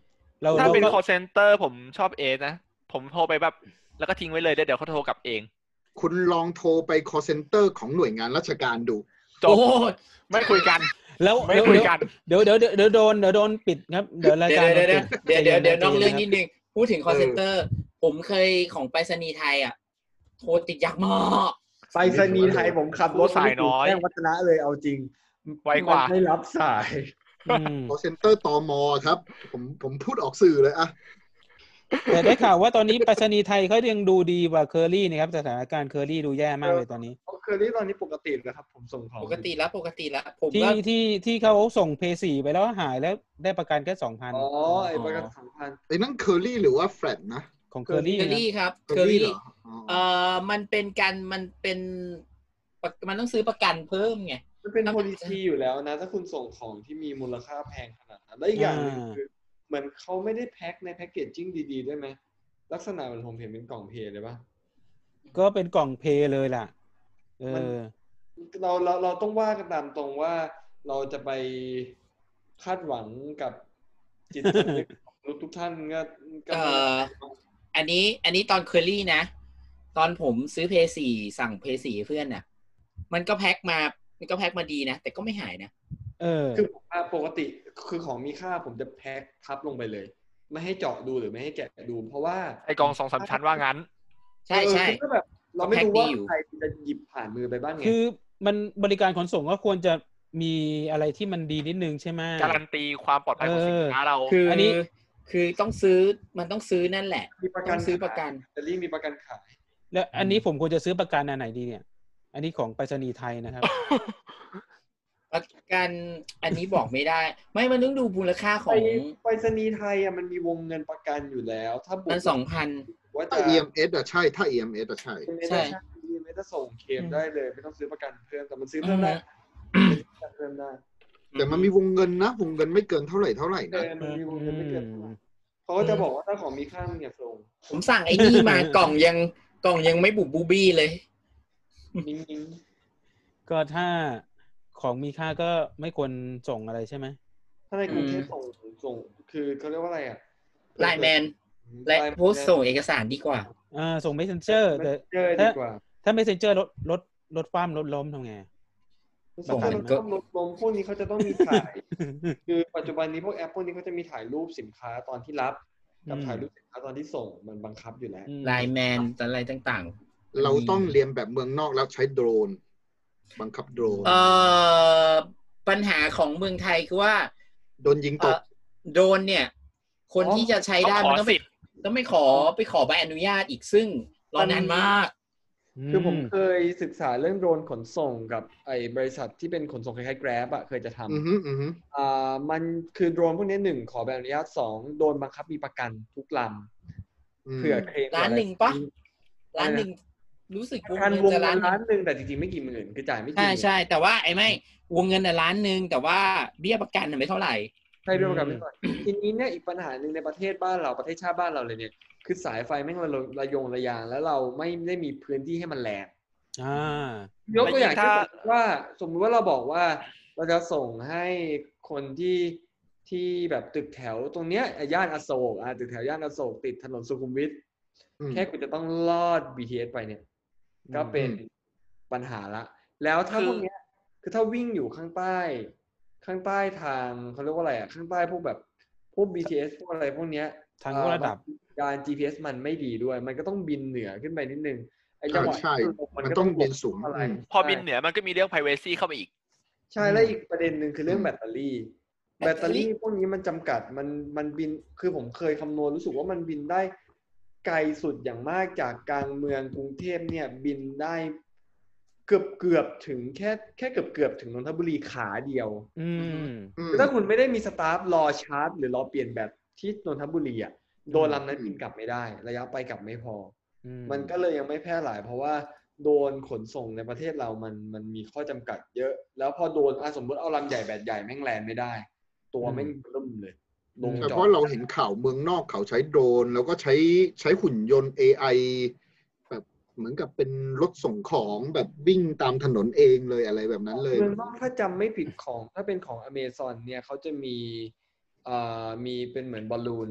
[SPEAKER 2] เรา
[SPEAKER 3] ถ้า
[SPEAKER 2] เรา
[SPEAKER 3] เป็น
[SPEAKER 2] ก็
[SPEAKER 3] คอเซนเตอร์ผมชอบเอสนะ ผมโทรไปแบบ แล้วก็ทิ้งไว้เลยเดี๋ยวเดี๋ยวเขาโทรกลับเอง
[SPEAKER 4] คุณลองโทรไป call center ของหน่วยงานราชการดู
[SPEAKER 3] จบ
[SPEAKER 6] โอ้โห
[SPEAKER 3] ไม่คุยกัน
[SPEAKER 2] แล้ว
[SPEAKER 3] ไม่
[SPEAKER 2] เดี๋ยว
[SPEAKER 3] คุยกัน
[SPEAKER 2] เดี๋ยวเดี๋ยวเดี๋ยวเดี๋ยวโดนเดี๋ยวโดนปิดครับ เดี๋ยวราย
[SPEAKER 6] เดี๋ย
[SPEAKER 2] การ
[SPEAKER 6] วเดี๋ยว
[SPEAKER 2] ปิ
[SPEAKER 6] เดี๋ยวเดี๋ยวเดี๋ยวเดี๋ยวน
[SPEAKER 2] ใจ
[SPEAKER 6] อกเรื่อง
[SPEAKER 2] ย็ะคบ
[SPEAKER 6] นิดนึง พูดถึง call center ผมเคยของไปรษณีย์ไทยอ่ะโทรติดยากมาก
[SPEAKER 1] ไปสนีย์ไทยผมขับรถ
[SPEAKER 3] สายน้อย
[SPEAKER 1] แจ้งวัฒนะเลยเอาจริง
[SPEAKER 3] ไวกว่า
[SPEAKER 1] นไม่รับสาย
[SPEAKER 2] อืม
[SPEAKER 4] คอเซ็นเตอร์ตมครับ ผมผมพูดออกสื่อเลยอะ
[SPEAKER 2] แต่ได้ข่าวว่าตอนนี้ไปรษณีย์ไทยเขายังดูดีกว่าเคอรี่นะครับสถานการณ์เคอรี่ดูแย่มากเลยตอนนี้
[SPEAKER 1] เพราะเคอรี่ตอนนี้ปกติแล้วครับ ผมส่งของ
[SPEAKER 6] ปกติแล้วปกติแล้ว ผม
[SPEAKER 2] ที่
[SPEAKER 6] ก็
[SPEAKER 2] ที่ที่เขาส่งเพย์สี่ไปแล้วหายแล้วได้ประกันแค่สองพัน
[SPEAKER 1] อ๋อไอ้ประกันสำคัญ
[SPEAKER 4] ไอ้นั่นเคอรี่หรือว่าแฟลตนะ
[SPEAKER 2] ของเคอรี่
[SPEAKER 6] เคอรี่ครับเคอ
[SPEAKER 4] เหร
[SPEAKER 6] รี่
[SPEAKER 4] ออ๋อ
[SPEAKER 6] เอ่อมันเป็นการมันเป็นประมันต้องซื้อประกันเพิ่มไง
[SPEAKER 1] มันเป็น
[SPEAKER 6] แล้ว
[SPEAKER 1] policy อยู่แล้วนะ ถ้าคุณส่งของที่มีมูลค่าแพงขนาดนั้น แล้วอีกอย่างหนึงคือเหมือนเขาไม่ได้แพ็คในแพ็กเกจจิ้งดีๆ ด้วยไหมลักษณะเหมือนผมเห็นเป็นกล่องเพลเลยปะ
[SPEAKER 2] ก็เป็นกล่องเพย์เลยล่ะ เอ
[SPEAKER 1] มัน
[SPEAKER 2] อ
[SPEAKER 1] เราเราเราต้องว่ากันตามตรงว่าเราจะไปคาดหวังกับจิตสำนึกของ มนุษย์ทุกท่านก็ก็
[SPEAKER 6] เอ่ออันนี้อันนี้ตอนเคอรี่นะ ตอนผมซื้อเพย์สี่สั่งเพย์สี่เพื่อนน่ะ มันก็แพ็คมา มันก็แพ็คมาดีนะ แต่ก็ไม่หายนะ
[SPEAKER 2] เออ
[SPEAKER 1] คือผมว่าปกติคือของมีค่าผมจะแพ็คทับลงไปเลย ไม่ให้เจาะดูหรือไม่ให้แกะดู เพราะว่า
[SPEAKER 3] ไอ้กองสองสามชั้นว่างั้น
[SPEAKER 6] ใช่ใช่
[SPEAKER 1] เออคือก็แบบเราไม่รู้ว่า
[SPEAKER 6] แพ็คดีอยู่
[SPEAKER 1] ใครจะหยิบผ่านมือไปบ้างไง
[SPEAKER 2] คือมันบริการขนส่งก็ควรจะมีอะไรที่มันดีนิดนึงใช่ไหม
[SPEAKER 3] การันตีความปลอดภัยของสินค้าเรา
[SPEAKER 6] คือ
[SPEAKER 2] อั
[SPEAKER 6] อั
[SPEAKER 2] นนี้
[SPEAKER 6] คือต้องซื้อมันต้องซื้อนั่นแหละ
[SPEAKER 1] มีประกัน
[SPEAKER 6] ต้องซื้อประกัน
[SPEAKER 1] แต่รีบมีประกันขาย
[SPEAKER 2] แล้วอันนี้ผมควรจะซื้อประกันอันไหนดีเนี่ย อันนี้ของไปรษณีย์ไทยนะครับ
[SPEAKER 6] ประกันอันนี้บอกไม่ได้ ไม่มันต้องดูมูลค่าข
[SPEAKER 1] ไป
[SPEAKER 6] อง
[SPEAKER 1] ไปรษณีย์ไทยอะมันมีวงเงินประกันอยู่แล้ว ถ้าบว
[SPEAKER 6] มัน
[SPEAKER 1] ก
[SPEAKER 6] สองพัน
[SPEAKER 1] ว่าจะ
[SPEAKER 4] ถ้า EMS อะใช่ ถ้า EMS อะใช่
[SPEAKER 6] ใช่
[SPEAKER 1] ใช่ไม่ได้ส่งเคลมได้เลย ไม่ต้องซื้อประกันเพิ่มแต่มันซื้อเพิ่มได้ซื้อประกันเพิ่มได้
[SPEAKER 4] แต่มันมีวงเงินนะ วงเงินไม่เกินเท่าไหร่เท่าไหร่
[SPEAKER 1] เอ
[SPEAKER 4] นะ
[SPEAKER 1] อมันมีวงเงินไม่เกินเท่าไหร่เขาก็จะบอกว่าถ้าของมีค่ามึงอย่าส่ง
[SPEAKER 6] ผมสั่งไอ้นี่มา กล่องยังกล่องยังไม่บุบบูบี้เลย
[SPEAKER 1] นิ่ง
[SPEAKER 2] ก็ถ้าของมีค่าก็ไม่ควรส่งอะไรใช่ไหม
[SPEAKER 1] ๆถ้าในกรุงเทพส่งส่ง คือเขาเรียกว่าอะไรอ่ะ
[SPEAKER 6] ไลน์แมน และ
[SPEAKER 1] ไน์มน
[SPEAKER 6] โพสต์ส่งเอกสารดีกว่า
[SPEAKER 2] อ่าส่ง messenger
[SPEAKER 1] เม
[SPEAKER 2] แต่
[SPEAKER 1] สเซนเจอร์ดีกว่า
[SPEAKER 2] ถ้า messenger ลดลดลดความลดล้มทำไง
[SPEAKER 1] ส่งให้มันต้องลดลงพวกนี้เขาจะต้องมีถ่าย คือปัจจุบันนี้พวกแอปพวกนี้เขาจะมีถ่ายรูปสินค้าตอนที่รับกับ
[SPEAKER 2] อืม
[SPEAKER 1] ถ่ายรูปสินค้าตอนที่ส่งมันบังคับอยู่แล้ว
[SPEAKER 2] อืม
[SPEAKER 6] ไลน์แมนอะไรต่างๆ
[SPEAKER 4] เราต้องเรียนแบบเมืองนอกแล้วใช้โดรน บังคับโดรน
[SPEAKER 6] เอ่อปัญหาของเมืองไทยคือว่า
[SPEAKER 4] โดนยิงต
[SPEAKER 6] เอ่
[SPEAKER 4] ก
[SPEAKER 6] อโดรนเนี่ย คนที่จะใช้ได้
[SPEAKER 3] ต้องข
[SPEAKER 6] มั
[SPEAKER 3] อน
[SPEAKER 6] ต้องไป
[SPEAKER 3] สิทธิ์
[SPEAKER 6] ต้องไปขอไปขอใบอนุญาตอีกซึ่งรอนานมาก
[SPEAKER 1] คือผมเคยศึกษาเรื่องโดรนขนส่งกับไอ้บริษัทที่เป็นขนส่งคล้ายๆ Grab อะเคยจะท
[SPEAKER 4] อือฮึอือฮึ
[SPEAKER 1] ำอ่ามันคือโดรนพวกนี้หนึ่งขอใบอนุญาตสองโดรนบังคับมีประกันทุกล
[SPEAKER 4] อื
[SPEAKER 1] ำ
[SPEAKER 4] ม
[SPEAKER 1] เผื่อเคลม
[SPEAKER 6] ร้าน
[SPEAKER 1] อะไร
[SPEAKER 6] หนึ่งปะ
[SPEAKER 1] ะ
[SPEAKER 6] ร้า
[SPEAKER 1] ไรนะ
[SPEAKER 6] นหนึ่งรู้สึก
[SPEAKER 1] ประกันวง
[SPEAKER 6] จะ
[SPEAKER 1] เงิน
[SPEAKER 6] ห
[SPEAKER 1] ล้าน
[SPEAKER 6] ง
[SPEAKER 1] หนึ่งแต่จริงๆไม่กี่หมื่นคือจ่ายไม่กี่
[SPEAKER 6] ใช่
[SPEAKER 1] หมื่น
[SPEAKER 6] ใช่แต่ว่าไอ้ไม่วงเงินน่ะล้านหนึ่งแต่ว่าเบี้ยประกันน่ะไม่เท่าไหร่
[SPEAKER 1] ใช่เรื่องประกันไม่ก่อนทีนี้เนี่ยอีกปัญหาหนึ่งในประเทศบ้านเราประเทศชาติบ้านเราเลยเนี่ยคือสายไฟแม่งระโลงระยงระยางแล้วเราไม่ได้มีพื้นที่ให้มันแลน
[SPEAKER 2] อ่า
[SPEAKER 1] ยกตัวอย่าง
[SPEAKER 3] ไม่ใช่
[SPEAKER 1] ที่
[SPEAKER 3] ถ้า
[SPEAKER 1] สมมติว่าสมมุติว่าเราบอกว่าเราจะส่งให้คนที่ที่แบบตึกแถวตรงเนี้ยย่านอโศกอ่ะตึกแถวย่านอโศกติดถนนสุขุมวิท
[SPEAKER 4] อืม
[SPEAKER 1] แค่คุณจะต้องลอด BTS ไปเนี่ย ก็เป็นปัญหาละ แล้วถ้าพวกเนี้ยคือถ้าวิ่งอยู่ข้างใต้ ข้างใต้ทางเขาเรียกว่าอะไรอ่ะข้างใต้พวกแบบพวก BTS พวกอะไรพวกเนี้ย
[SPEAKER 2] ทาง
[SPEAKER 1] เอ่อย
[SPEAKER 2] กระดับ
[SPEAKER 1] มันการ GPS มันไม่ดีด้วย มันก็ต้องบินเหนือขึ้นไปนิดนึงไอ้จังหวะ
[SPEAKER 4] อ่าใช่
[SPEAKER 1] ที่ล
[SPEAKER 4] มันต้องบินสูง
[SPEAKER 1] อะไร
[SPEAKER 4] อืม
[SPEAKER 3] พอบินเหนือมันก็มีเรื่อง privacy เข้ามาอีก
[SPEAKER 1] ใช่แล้วอีกประเด็นหนึ่งคือเรื่องแบตเตอรี่ แบ
[SPEAKER 6] แบ
[SPEAKER 1] ต
[SPEAKER 6] ต
[SPEAKER 1] เต
[SPEAKER 6] เต
[SPEAKER 1] อ
[SPEAKER 6] อรี่
[SPEAKER 1] รี่พวกนี้มันจำกัดมันมันบินคือผมเคยคำนวณรู้สึกว่ามันบินได้ไกลสุดอย่างมากจากกลางเมืองกรุงเทพเนี่ยบินได้เกือบเกือบถึงแค่แค่เกือบเกือบถึงนนทบุรีขาเดียว
[SPEAKER 2] อืม
[SPEAKER 4] อืม
[SPEAKER 1] ถ้าคุณไม่ได้มีสตาฟรอชาร์จ หรือรอเปลี่ยนแบตที่นนทบุรีอ่ะโดนลำนั้นบินกลับไม่ได้ ระยะไปกลับไม่พอ
[SPEAKER 2] อื
[SPEAKER 1] มันก็เลยยังไม่แพร่หลาย เพราะว่าโดนขนส่งในประเทศเรามันมันมีข้อจำกัดเยอะ แล้วพอโดนอ่ะสมมติเอาลำใหญ่แบดใหญ่แม่งแลนไม่ได้ ตัวแม่งล่มเลยลง
[SPEAKER 4] แต่
[SPEAKER 1] จ
[SPEAKER 4] เพ
[SPEAKER 1] อด
[SPEAKER 4] ราะเราเห็นข่าวเมืองนอกเขาใช้โดรน แล้วก็ใช้ใช้หุ่นยนต์ AI แบบเหมือนกับเป็นรถส่งของแบบวิ่งตามถนนเองเลยอะไรแบบนั้นเลย
[SPEAKER 1] เมืองนอกถ้าจำไม่ผิดของ ถ้าเป็นของอเมซอนเนี่ยเขาจะมีเอ่อมีเป็นเหมือนบอลลูน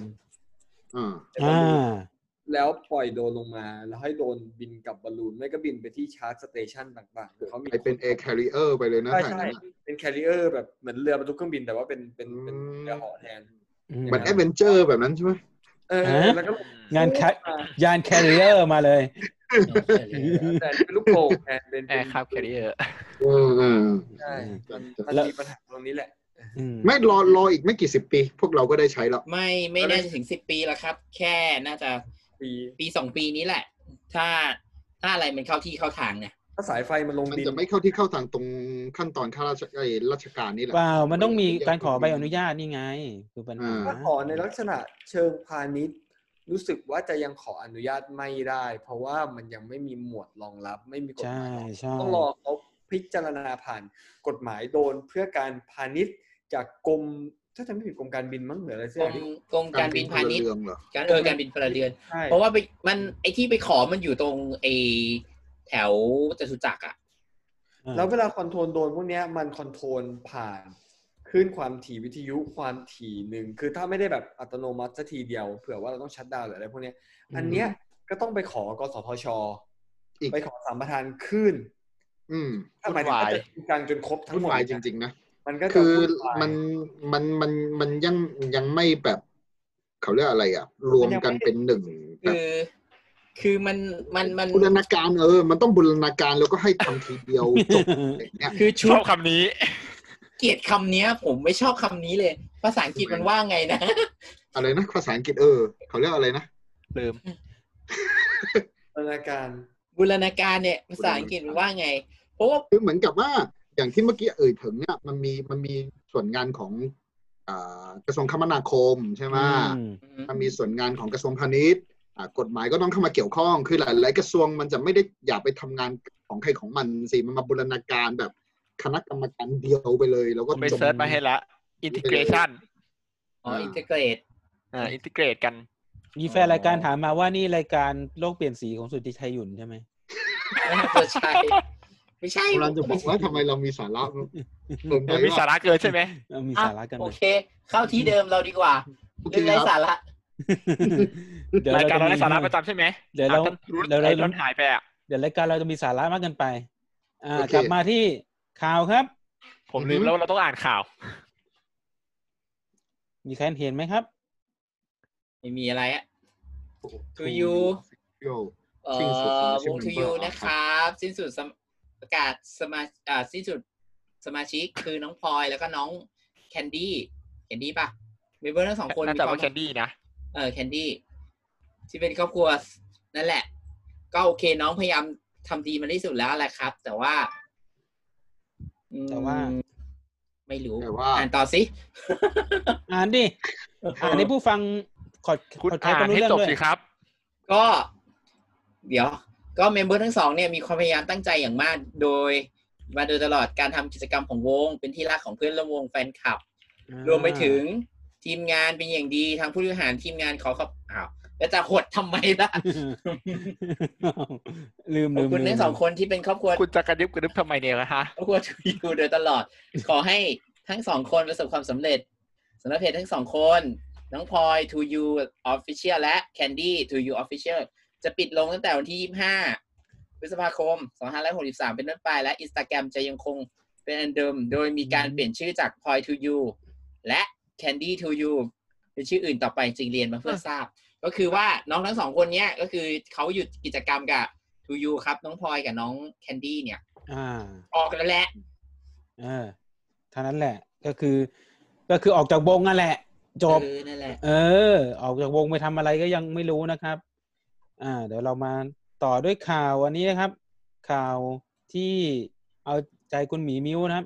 [SPEAKER 4] อ่า
[SPEAKER 1] เป็นบอล
[SPEAKER 2] อ่า
[SPEAKER 1] ลูน แล้วปล่อยโดรนลงมา แล้วให้โดรนบินกับบอลลูนไม่ก็บินไปที่ชาร์จสเตชันต่างๆเขามี
[SPEAKER 4] ไปเป็น air carrier ไปเลยนะ
[SPEAKER 1] ใช่
[SPEAKER 4] แบบ
[SPEAKER 1] ใช่
[SPEAKER 4] นั้นอะ
[SPEAKER 1] เป็นแคริเออร์แบบเหมือนเรือบรรทุกเครื่องบินแต่ว่าเป็นเป็นเป็นเรือเหอแทน
[SPEAKER 4] เหมือน adventure แบบนั้นใช่ไหม
[SPEAKER 7] เออ
[SPEAKER 2] ฮะ
[SPEAKER 7] แล้วก็
[SPEAKER 2] งานแคยานแคริเออร์มาเลย
[SPEAKER 7] แต่อันนี้เป็นลูกโป่งแทนเป็น
[SPEAKER 3] แอร์ครับแคริเออร์
[SPEAKER 4] เออเออ
[SPEAKER 7] ใช่มันมัน
[SPEAKER 2] แล้ว
[SPEAKER 7] มีปัญหาตรงนี้แหละ
[SPEAKER 2] อืม
[SPEAKER 4] ไม่รอรออีกไม่กี่สิบปี พวกเราก็ได้ใช้แล้ว
[SPEAKER 6] ไม่ไม่น่าจะถึงสิบปีแล้วครับ แค่น่าจะ
[SPEAKER 7] ปี
[SPEAKER 6] ปีสองปีนี้แหละ ถ้าถ้าอะไรมันเข้าที่เข้าทางเนี่ย
[SPEAKER 7] ถ้าสายไฟมันลง
[SPEAKER 4] มัน
[SPEAKER 7] ดิน
[SPEAKER 4] จะไม่เข้าที่เข้าทางตรงขั้นตอนข้าราชการราชการนี่แหละ
[SPEAKER 2] เปล่ามันต้องมีการขอใบอนุญาตนี่ไง คือปัญหา
[SPEAKER 7] ถ้าขอในลักษณะเชิงพาณิชย์ รู้สึกว่าจะยังขออนุญาตไม่ได้ เพราะว่ามันยังไม่มีหมวดรองรับ ไม่มีกฎห
[SPEAKER 2] ใช่
[SPEAKER 7] มายรองรับ
[SPEAKER 2] ใช่
[SPEAKER 7] ต้องรอเขาพิจารณาผ่านกฎหมายโดนเพื่อการพาณิชย์จากกรมถ้าจำไม่ผิดกรมการบินมั้งหรืออะไรสัก
[SPEAKER 6] กร
[SPEAKER 7] อย่า
[SPEAKER 6] ม
[SPEAKER 7] งที่
[SPEAKER 6] กรมการบินพาณิชย์
[SPEAKER 4] เรื่องเหรอ
[SPEAKER 6] การเออการบินพลเรือน
[SPEAKER 7] ใช่
[SPEAKER 6] เพราะว่าไปมันไอที่ไปขอมันอยู่ตรงไอแถวจตุจักรอ่ะ
[SPEAKER 7] แล้วเวลาคอนโทรลโดนพวกเนี้ยมันคอนโทรลผ่านคลื่นความถี่วิทยุความถี่หนึ่งคือถ้าไม่ได้แบบอัตโนมัติสักทีเดียวเผื่อว่าเราต้องชัดดาวน์หรืออะไรพวกเนี้ย อันเนี้ยก็ต้องไปขอกสทช
[SPEAKER 4] อีก
[SPEAKER 7] ไปขอสัมปทานขึ้น
[SPEAKER 4] อืม
[SPEAKER 7] ถ้าหมายถึงว่าจะจริงจังจนครบทั้ง
[SPEAKER 4] วุ่น
[SPEAKER 7] หมด
[SPEAKER 4] วายจริง ๆ นะ
[SPEAKER 7] มันก็จะ
[SPEAKER 4] คือ
[SPEAKER 7] วุ่วาย
[SPEAKER 4] มันมันมันมันยังยังไม่แบบเขาเรียกอะไรอ่ะ รวมกันเป็นหนึ่งแบ
[SPEAKER 6] คื
[SPEAKER 4] บ
[SPEAKER 6] อ คือมันมันมัน
[SPEAKER 4] บูรณาการเออ มันต้องบูรณาการแล้วก็ให้ทำทีเดี ยวจบอะไรเงี้ย
[SPEAKER 6] คือ
[SPEAKER 3] ช
[SPEAKER 6] ชุ
[SPEAKER 3] อ
[SPEAKER 6] ด
[SPEAKER 3] บคำนี้
[SPEAKER 6] เกลียดคำเนี้ย ผมไม่ชอบคำนี้เลย ภาษาอังกฤษมันว่าไงนะ
[SPEAKER 4] อะไรนะภาษาอังกฤษเออเขาเรียกอะไรนะ
[SPEAKER 3] ลืม
[SPEAKER 7] สถานการณ์
[SPEAKER 6] บูรณาการเนี่ย ภาษาอังกฤษมันว่าไง เพราะว่า
[SPEAKER 4] คือเหมือนกับว่าอย่างที่เมื่อกี้เอ่ยถึงเนี่ยมันมีมันมีส่วนงานของอ่ากระทรวงคมนาคมใช่ไหม
[SPEAKER 2] อืม
[SPEAKER 4] มันมีส่วนงานของกระทรวงพาณิชย์อ่ากฎหมายก็ต้องเข้ามาเกี่ยวข้องคือหลาย ๆ กระทรวงมันจะไม่ได้อยากไปทำงานของใครของมันสิมันมาบูรณาการแบบคณะกรรมการเดียวไปเลย แล้วก็
[SPEAKER 3] ผมไป
[SPEAKER 4] จบ
[SPEAKER 3] เซิร์ชมาให้ละ integration
[SPEAKER 6] อ๋อ
[SPEAKER 4] อ่า
[SPEAKER 6] อินเทเกรต
[SPEAKER 3] อ่า integrate กัน
[SPEAKER 2] มีแฟนรายการถามมาว่านี่รายการโลกเปลี่ยนสีของสุทธิชัยหยุ่นใช่ไหม
[SPEAKER 6] ไม่น่าจะใช่ไม่ใช่
[SPEAKER 4] กำลังจะบอกว่าทำไมเรามีสา ระเกินไป
[SPEAKER 3] มีสาระเกินใช่ไหม
[SPEAKER 2] เออมี
[SPEAKER 6] อ่ะ
[SPEAKER 2] สาระกันไห
[SPEAKER 6] โอ
[SPEAKER 2] ม
[SPEAKER 6] เค เข้าที่เดิมเราดีกว่า
[SPEAKER 4] โอเค
[SPEAKER 6] เรื่องไร้
[SPEAKER 4] ครับ
[SPEAKER 6] สาระ
[SPEAKER 3] รายการเราได้
[SPEAKER 2] จ
[SPEAKER 3] สาระประจำใช่ไหม
[SPEAKER 2] เดี๋ยวเรา
[SPEAKER 3] อ่ะท่นรู้
[SPEAKER 2] เดี๋ยวเรา
[SPEAKER 3] ไอ้ต้นหายไปอ่ะ
[SPEAKER 2] เดี๋ยวรายการเราจะมีสาระมากเกินไป อ่า
[SPEAKER 4] โอเค
[SPEAKER 2] กลับมาที่ข่าวครับ
[SPEAKER 3] ผมลืมแล้วว่าเราต้องอ่านข่าว
[SPEAKER 2] มีใครเห็นไหมครับ
[SPEAKER 6] ไม่มีอะไรอะ To you
[SPEAKER 4] โย
[SPEAKER 6] เอ่
[SPEAKER 4] สิ้นสุด
[SPEAKER 6] อ
[SPEAKER 4] membership
[SPEAKER 6] วงทูยู
[SPEAKER 4] member
[SPEAKER 6] นะครับ สิ้นสุดสมประกาศสมาอ่าสิ้นสุดสมาชิกคือน้องพลอยแล้วก็น้องแคนดี้แคนดี้ปะเมมเบอร์ทั้งสองคน
[SPEAKER 3] น่า
[SPEAKER 6] มี
[SPEAKER 3] จะ
[SPEAKER 6] ควา
[SPEAKER 3] ว่าม แคนดี้นะ
[SPEAKER 6] เออแคนดี้ที่เป็นครอบครัวนั่นแหละ ก็โอเคน้องพยายามทำดีมาที่สุดแล้วแหละครับ แต่ว่าอืม
[SPEAKER 2] แต่ว่า
[SPEAKER 6] ไม่รู้
[SPEAKER 4] แต่ว่า
[SPEAKER 6] อ่านต่อสิ
[SPEAKER 2] อ่านดิ อ่านให้ผู้ฟังขอด
[SPEAKER 3] คุณ
[SPEAKER 2] ขอดแคส
[SPEAKER 3] อ่า
[SPEAKER 2] กัน
[SPEAKER 3] น
[SPEAKER 2] รู้
[SPEAKER 3] ให้
[SPEAKER 2] เรื่อง
[SPEAKER 3] จบ
[SPEAKER 2] ด้วย
[SPEAKER 3] สิครับ
[SPEAKER 6] ก็ เดี๋ยว ก็เมมเบอร์ทั้งสองเนี่ยมีความพยายามตั้งใจอย่างมาก โดยมาโดยตลอดการทำกิจกรรมของวง เป็นที่รักของเพื่อนร่วมวงแฟนคลับ
[SPEAKER 2] อ่าร
[SPEAKER 6] วมไปถึงทีมงานเป็นอย่างดีทางผู้บริหารทีมงานขอขอบอ้าวแล้วจะหดทำไมล่ะ
[SPEAKER 2] ลืม
[SPEAKER 6] ขอ
[SPEAKER 2] ลื
[SPEAKER 6] บ
[SPEAKER 2] ม
[SPEAKER 6] คุณ
[SPEAKER 2] ลืม
[SPEAKER 6] ทั้งสองคนที่เป็นครอบครัว
[SPEAKER 3] คุณจะกระดึบกระดึบทำไมเนี่ยนะฮะ
[SPEAKER 6] ครอบครัวทูยูโดยตลอด ขอให้ทั้งสองคนประสบความสำเร็จสำหรับเพจทั้งสองคน น้องพลอยทูยูออฟฟิเชียลและแคนดี้ทูยูออฟฟิเชียลจะปิดลงตั้งแต่วันที่ 25 พฤษภาคม 2563 เป็นต้นไป และอินสตาแกรมจะยังคงเป็นอันเดิม โดยมีการเปลี่ยนชื่อจากพลอยทูยูและแคนดี้ทูยูเป็นชื่ออื่นต่อไปจริงเรียนมาเพื่อทราบ ก็คือว่าน้องทั้งสองคนเนี้ยก็คือเขาหยุดกิจกรรมกับทูยูครับน้องพลอยกับน้องแคนดี้เนี่ย
[SPEAKER 2] อ่า
[SPEAKER 6] ออกแล้วแหละ
[SPEAKER 2] เออเท่านั้นแหละ ก็คือ ก็คือออกจากวงนั่นแหละ จบ
[SPEAKER 6] เออนั่นแหละ
[SPEAKER 2] เออ ออกจากวงไปทำอะไรก็ยังไม่รู้นะครับ อ่า เดี๋ยวเรามาต่อด้วยข่าวอันนี้นะครับ ข่าวที่เอาใจคุณหมีมิ้วนะครับ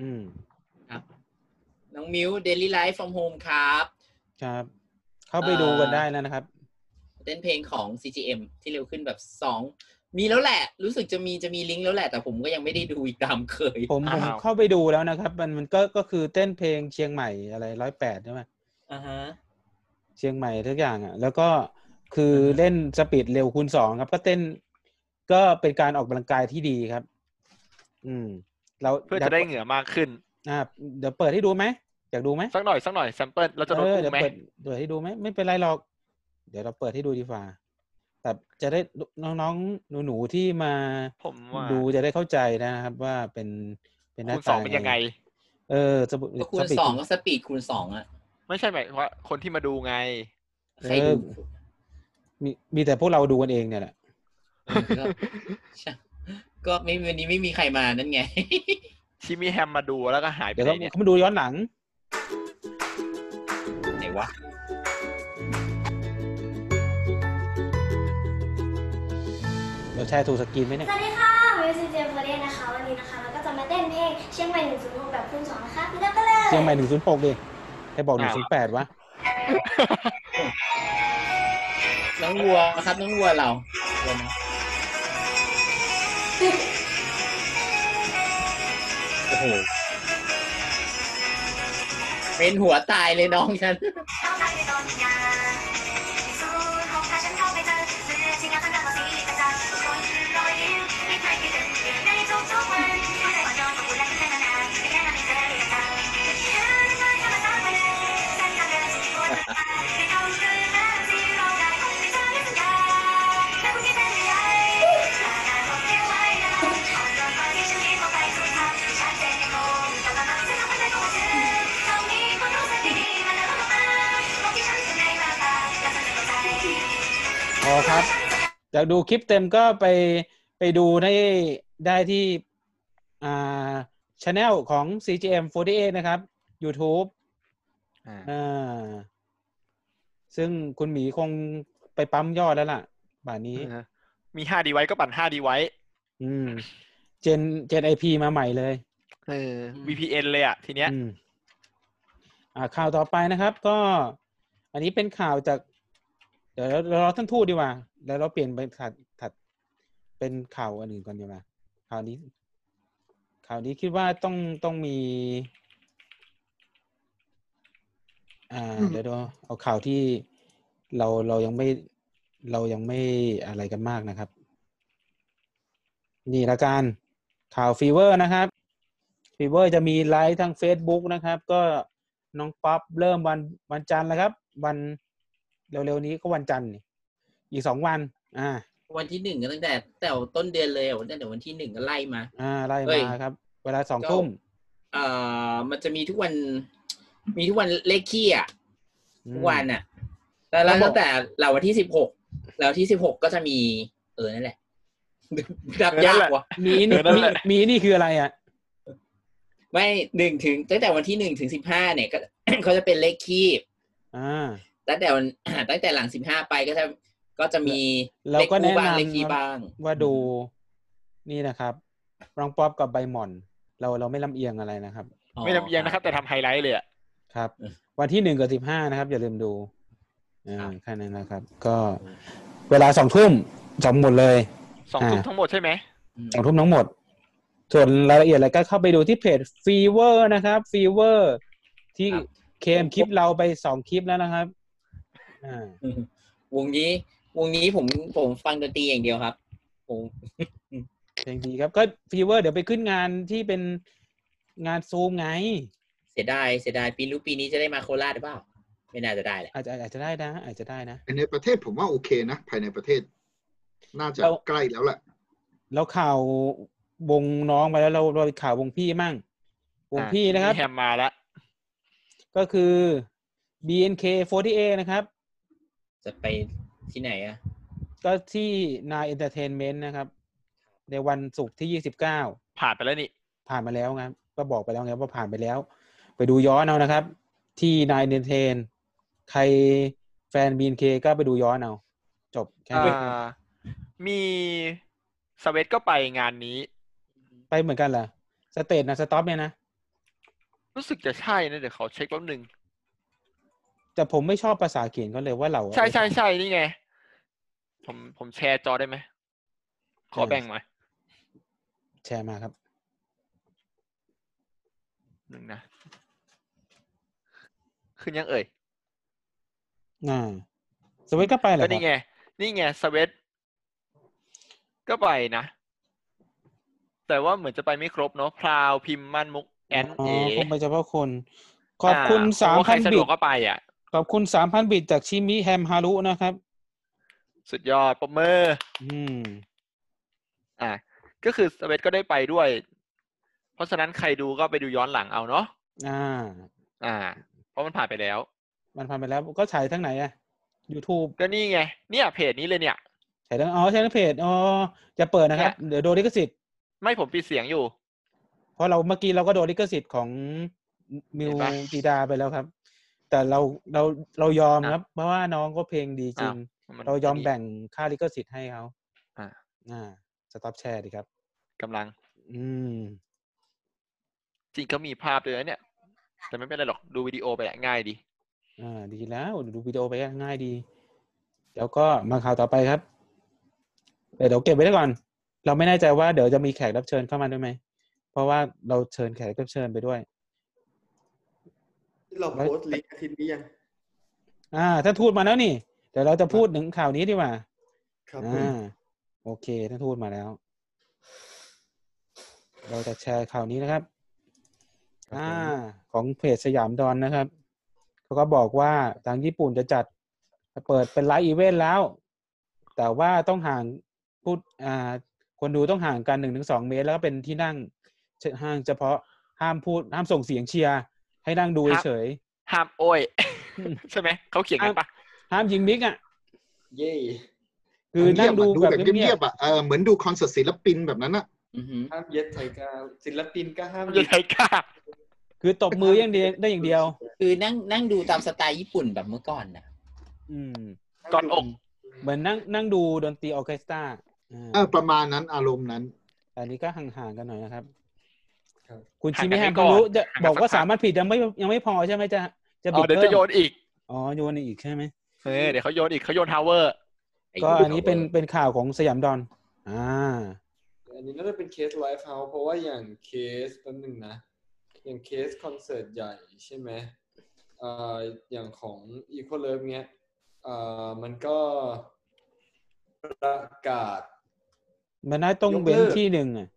[SPEAKER 2] อืม
[SPEAKER 6] น้องมิว Daily Life from Home ครับ
[SPEAKER 2] ครับ เข้าไปดูกันได้แล้วนะครับ
[SPEAKER 6] เต้นเพลงของ CGM ที่เร็วขึ้นแบบสองมีแล้วแหละ รู้สึกจะมีจะมีลิงก์แล้วแหละ แต่ผมก็ยังไม่ได้ดูอีกตามเคย
[SPEAKER 2] ผมผม
[SPEAKER 3] อ้าว
[SPEAKER 2] เข้าไปดูแล้วนะครับ มันมันก็ก็คือเต้นเพลงเชียงใหม่อะไรร้อยแปดใช่ไหม
[SPEAKER 6] อ่าฮะ
[SPEAKER 2] เชียงใหม่ทุกอย่างอ่ะ แล้วก็คือเล่นสปีดเร็วคูณสองครับ ก็เต้นก็เป็นการออกกำลังกายที่ดีครับ อืม เรา
[SPEAKER 3] เพื่อจะได้เหงื่อมากขึ้น
[SPEAKER 2] อ่าเดี๋ยวเปิดให้ดูไหมอยากดูไหม
[SPEAKER 3] สักหน่อยสักหน่อยแซมเปิลเราจะลด
[SPEAKER 2] เออ
[SPEAKER 3] กุ้
[SPEAKER 2] เดี๋ยว
[SPEAKER 3] งไหม
[SPEAKER 2] เปิดเปิดให้ดูไหมไม่เป็นไรหรอก เดี๋ยวเราเปิดให้ดูดีกว่าแต่จะได้น้องๆหนูๆที่มา
[SPEAKER 3] ผมว่า
[SPEAKER 2] ดูจะได้เข้าใจนะครับ ว่าเป็นเป็นหน้า
[SPEAKER 3] คุณสอ
[SPEAKER 2] ตาง
[SPEAKER 3] เป็นยังไง
[SPEAKER 2] เออสปีด
[SPEAKER 6] ก็คูณ
[SPEAKER 2] สปีด
[SPEAKER 6] สองก็สปีดคูณสองอะ
[SPEAKER 3] ไม่ใช่หมายว่าคนที่มาดูไง
[SPEAKER 6] ใครดู
[SPEAKER 2] มีมีแต่พวกเราดูกันเองเนี่ยแหละ
[SPEAKER 6] ก็ใช่ก็ไม่วันนี้ไม่มีใครมานั่นไง
[SPEAKER 3] ชิมิแฮมมาดูแล้วก็หายไป
[SPEAKER 2] เดี๋ยวเขา
[SPEAKER 3] ไหนเนี่ย
[SPEAKER 2] เขามาดูย้อนหลัง
[SPEAKER 6] ไหนวะ
[SPEAKER 2] เดี๋ยวแชร์ถูกสกรีนไหมเนี่ย
[SPEAKER 5] สวัสดีค่ะวิวซีเจมโฟเรียนะคะ วันนี้นะคะ เราก็จะมาเต้นเพลงเชียงใหม่106แบบคุณสองนะคะเริ่มกันเลย
[SPEAKER 2] เชียงใหม่หนึ่งศูนย์หกดิใครบอกหนึ่งศูนย์แปดวะ
[SPEAKER 6] น้องวัวครับน้องวัวเราวัวนะโอ้โหเป็นหัวตายเลยน้องฉัน
[SPEAKER 2] พอครับ อยากดูคลิปเต็มก็ไปไปดูได้ได้ที่อ่าช anel ของ CGM48 นะครับ YouTube
[SPEAKER 3] อ่า
[SPEAKER 2] อ่าซึ่งคุณหมีคงไปปั๊มยอดแล้วล่ะบ่านนี้
[SPEAKER 3] มีห้าดีไว้ก็ปั่นห้าดีไว้
[SPEAKER 2] อืม เจนเจนไอพีมาใหม่เลย
[SPEAKER 3] เออ VPN เลยอ่ะ ทีเนี้ย
[SPEAKER 2] อืมอ่าข่าวต่อไปนะครับ ก็ อันนี้เป็นข่าวจาก เดี๋ยวเราเราท่านทูตดีกว่า แล้วเราเปลี่ยนไปถัดถัดเป็นข่าวอันอื่นก่อนดีกว่าข่าวนี้ ข่าวนี้คิดว่าต้องต้องมี อ่า เดี๋ยวเราเอาข่าวที่เราเรายังไม่เรายังไม่อะไรกันมากนะครับ นี่ละกันข่าวฟีเวอร์นะครับฟีเวอร์จะมีไลฟ์ทาง Facebook นะครับ ก็น้องป๊อปเริ่มวันวันจันทร์แล้วครับ วันเร็วๆนี้ก็วันจันทร์นี่อีกสองวัน อ่า
[SPEAKER 6] วันที่หนึ่งก็ตั้งแต่แต่ต้นเดือนเลยอ่ะตั้งแต่วันที่หนึ่งก็ไล่มา
[SPEAKER 2] อ่าไล่
[SPEAKER 6] เอ้ย
[SPEAKER 2] มาครับ เวลาสองทุ่ม
[SPEAKER 6] เอ่อมันจะมีทุกวัน มีทุกวันเลขขี้อ่ะ
[SPEAKER 2] อืม
[SPEAKER 6] ทุกวันอ่ะ แล้วแล้วตั้งแต่เราวันที่สิบหกเราที่สิบหกก็จะมี เออนั่นแหละรับยากว่ะ
[SPEAKER 2] มีนี่
[SPEAKER 3] เออนั่น
[SPEAKER 2] มี
[SPEAKER 3] แหละ
[SPEAKER 2] มีนี่คืออะไรอ่ะ
[SPEAKER 6] ไม่หนึ่งถึงตั้งแต่วันที่หนึ่งถึงสิบห้าเนี่ยก็ เขาจะเป็นเลขคีบ
[SPEAKER 2] อ่า
[SPEAKER 6] ตั้งแต่วัน ตั้งแต่หลังสิบห้าไปก็จะก็จะมี
[SPEAKER 2] เรา
[SPEAKER 6] เลข
[SPEAKER 2] ก็
[SPEAKER 6] คู่
[SPEAKER 2] แนะ
[SPEAKER 6] บ้าง
[SPEAKER 2] นำ
[SPEAKER 6] เลขคีบ้าง
[SPEAKER 2] ว่าดูนี่นะครับน้องป๊อปกับใบหม่อน เราเราไม่ลำเอียงอะไรนะครับ
[SPEAKER 3] ไม่ลำเอียงนะครับ แต่ทำไฮไลท์เลยอ่ะ
[SPEAKER 2] ครับ
[SPEAKER 6] เออ
[SPEAKER 2] วันที่หนึ่งกับสิบห้านะครับ อย่าลืมดูอ่า
[SPEAKER 6] ครับ
[SPEAKER 2] แค่นั้นนะครับ ก็เวลาสองทุ่มสองหมดเลย
[SPEAKER 3] สองทุ่มทั้งหมดใช่ไหม
[SPEAKER 6] อืม
[SPEAKER 2] สองทุ่มทั้งหมด ส่วนรายละเอียดอะไรก็เข้าไปดูที่เพจฟีเวอร์นะครับฟีเวอร์ที่
[SPEAKER 6] ครับ
[SPEAKER 2] เคมคลิปเราไปสองคลิปแล้วนะครับอ่าว
[SPEAKER 6] งนี้ วงนี้ผมผมฟังดนตรีอย่างเดียวครับ ผม
[SPEAKER 2] เพลงดีครับก็ฟีเวอร์เดี๋ยวไปขึ้นงานที่เป็นงานซูมไง
[SPEAKER 6] เสียดายเสียดายปีรู้ปีนี้จะได้มาโคราชหรือเปล่า ไม่น่าจะได้แหละ
[SPEAKER 2] อาจจะอาจจะได้นะ อาจจะได้นะ
[SPEAKER 4] ภายในประเทศผมว่าโอเคนะ ภายในประเทศ น่าจะ
[SPEAKER 2] เรา
[SPEAKER 4] ใกล้แล้วแหละ
[SPEAKER 2] แล้วข่าววงน้องไปแล้วเราเราไปข่าววงพี่มั่งวง
[SPEAKER 3] อ่า
[SPEAKER 2] พี่นะครับ
[SPEAKER 3] มีแฮมมาละ
[SPEAKER 2] ก็คือ BNK48 นะครับ
[SPEAKER 6] จะไปที่ไหนอ่ะ
[SPEAKER 2] ก็ที่ Nine Entertainment นะครับ ในวันศุกร์ที่ 29
[SPEAKER 3] ผ่านไปแล้วนี่
[SPEAKER 2] ผ่านมาแล้วครับก็บอกไปแล้วไงว่าผ่านไปแล้ว ไปดูย้อนเอานะครับ ที่ Nine Entertain ใครแฟน BNK ก็ไปดูย้อนเอา จบแค่นี้
[SPEAKER 3] อ่า มีสเวตก็ไปงานนี้
[SPEAKER 2] ไปเหมือนกันเหรอสเตทนะสต็อปเนี่ยนะ
[SPEAKER 3] รู้สึกจะใช่นะ เดี๋ยวเขาเช็คแป๊บหนึ่ง
[SPEAKER 2] แต่ผมไม่ชอบภาษาเขียนเขาเลยว่าเรา
[SPEAKER 3] ใช่ใช่ใช่นี่ไง ผมผมแชร์จอได้ไหม ขอ
[SPEAKER 2] ได้
[SPEAKER 3] แบ่งหน่อย
[SPEAKER 2] แชร์มาครับ
[SPEAKER 3] หนึ่งนะ ขึ้นยังเอ่ย
[SPEAKER 2] อ่าสวิตก็ไปเหรอค
[SPEAKER 3] ก็
[SPEAKER 2] รับ
[SPEAKER 3] นี่ไง นี่ไงสเวตก็ไปนะ แต่ว่าเหมือนจะไปไม่ครบเนาะพราวพิมพ์มั่นมุกแอน
[SPEAKER 2] อ๋อ
[SPEAKER 3] เอ
[SPEAKER 2] คงไปเฉพาะคน ขอบคุณ
[SPEAKER 3] อ่
[SPEAKER 2] สาม
[SPEAKER 3] เพระว่ใค
[SPEAKER 2] พั
[SPEAKER 3] ร
[SPEAKER 2] น
[SPEAKER 3] สะด
[SPEAKER 2] บิ
[SPEAKER 3] ว
[SPEAKER 2] ต
[SPEAKER 3] กก็ไปอ่ะ
[SPEAKER 2] ขอบคุณสามพันบิตจากชิมิแฮมฮารุนะครับ
[SPEAKER 3] สุดยอดปรบมือ
[SPEAKER 2] อืม
[SPEAKER 3] อ่ะก็คือสเวตก็ได้ไปด้วย เพราะฉะนั้นใครดูก็ไปดูย้อนหลังเอาเนาะ
[SPEAKER 2] อ่า
[SPEAKER 3] อ่า เพราะมันผ่านไปแล้ว
[SPEAKER 2] มันผ่านไปแล้วก็ฉายทั้งไหนอะ YouTube
[SPEAKER 3] ก็นี่ไง เนี่ยเพจนี้เลยเนี่ย
[SPEAKER 2] ฉายทั้งอ๋อใช่ทั้งเพจอ๋อจะเปิดนะครับ เดี๋ยวโดนลิขสิทธิ์
[SPEAKER 3] ไม่ผมปิดเสียงอยู่
[SPEAKER 2] เพราะเราเมื่อกี้เราก็โดนลิขสิทธิ์ของมิว
[SPEAKER 3] เห็นปะ
[SPEAKER 2] จีดาไปแล้วครับ แต่เราเราเรายอม
[SPEAKER 3] อ่ะ
[SPEAKER 2] ครับ เพราะว่าน้องก็เพลงดีจริง
[SPEAKER 3] อ้าว น
[SPEAKER 2] เรายอมแบ่งค่าลิขสิทธิ์ให้เขา
[SPEAKER 3] อ่ะ
[SPEAKER 2] อ่าสต็อปแชร์ดีครับ
[SPEAKER 3] กำลัง
[SPEAKER 2] อืม
[SPEAKER 3] จริงเขามีภาพด้วยนะเนี่ย แต่ไม่เป็นไรหรอกดูวิดีโอไปแหละง่ายดี
[SPEAKER 2] อ่าดีแล้วดูวิดีโอไปก็ง่ายดี แล้วก็มาข่าวต่อไปครับเดี๋ยวเดี๋ยวเก็บไว้ได้ก่อน เราไม่แน่ใจว่าเดี๋ยวจะมีแขกรับเชิญเข้ามาด้วยไหม เพราะว่าเราเชิญแขกรับเชิญไปด้วย
[SPEAKER 1] ที่เราโพสต์ลิงก์อาทิตย์นี้ยัง
[SPEAKER 2] อ่า ถ้าทูตมาแล้วนี่ เดี๋ยวเราจะพูดถึงข่าวนี้ดีกว่า
[SPEAKER 1] ครับผม
[SPEAKER 2] อ่าโอเคถ้าทูตมาแล้ว เราจะแชร์ข่าวนี้นะครับ อ่า ของเพจสยามดอนนะครับ เขาก็บอกว่าทางญี่ปุ่นจะจัดเปิดเป็นไลฟ์อีเวนต์แล้ว แต่ว่าต้องห่างพูดอ่า คนดูต้องห่างกันหนึ่งถึงสองเมตร แล้วก็เป็นที่นั่งเฉห้างเฉพาะห้ามพูดห้ามส่งเสียงเชียร์ให้นั่งดู
[SPEAKER 3] ครับ
[SPEAKER 2] เฉย
[SPEAKER 3] ห้ามโอ้ย
[SPEAKER 2] อืม
[SPEAKER 3] ใช่ไหม เขาเขียนกันปะ
[SPEAKER 2] ห้ามยิงบิ๊กอ่ะ
[SPEAKER 1] เย่
[SPEAKER 2] คือนั่งดู
[SPEAKER 4] ดู
[SPEAKER 2] แบ
[SPEAKER 4] แบบ บ
[SPEAKER 2] เงี
[SPEAKER 4] เงี
[SPEAKER 2] ย
[SPEAKER 4] ย
[SPEAKER 2] บบ
[SPEAKER 4] ๆอ่ะเออเหมือนดูคอนเสิร์ตศิลปินแบบนั้นอ่ะ
[SPEAKER 6] อือหือ
[SPEAKER 1] ห้ามเย็ดใส่กาศิลปินก็ห้าม
[SPEAKER 3] มันจะใช้กล้า
[SPEAKER 2] ๆคือตบมืออย่างเดียวได้อย่างเดียว
[SPEAKER 6] คือนั่งนั่งดูตามสไตล์ญี่ปุ่นแบบเมื่อก่อนนะ
[SPEAKER 2] อืม
[SPEAKER 3] กอดอก
[SPEAKER 2] เหมือนนั่งนั่งดูดนตรีออร์เคสตราอ่า
[SPEAKER 4] เออประมาณนั้นอารมณ์นั้น
[SPEAKER 2] แต่อันนี้ก็ห่างๆกันหน่อยนะครับ
[SPEAKER 1] ครับ
[SPEAKER 2] คุณชิมิแฮมคุณรู้จะบอกว่าสามารถผิดยังไม่ยังไม่พอใช่ไหมจะจะ
[SPEAKER 3] อ๋
[SPEAKER 2] บิ
[SPEAKER 3] อ
[SPEAKER 2] ด
[SPEAKER 3] เดี๋ยวจะ
[SPEAKER 2] เพิ่
[SPEAKER 3] โย
[SPEAKER 2] ม
[SPEAKER 3] นอีก
[SPEAKER 2] อ๋อโยนอีกใช่ไหม
[SPEAKER 3] เออเดี๋ยวเขาโยนอีกเขาโยนทาวเวอร์
[SPEAKER 6] ไอ้
[SPEAKER 2] ก็
[SPEAKER 6] ญี่
[SPEAKER 2] อันนี้เป็น
[SPEAKER 6] ขา
[SPEAKER 2] เป็นข่าวของสยามดอน อ่า
[SPEAKER 1] อันนี้น่าจะเป็นเคสไลฟ์เฮาส์เพราะว่าอย่างเคสแป๊บหนึ่งนะ อย่างเคสคอนเสิร์ตใหญ่ใช่ไหมเอ่ออย่างของ e q u a l Love เนี้ยเอ่อมันก็ประกาศ
[SPEAKER 2] มันน่าต้องเว้นที่หนึ่งอ่ะ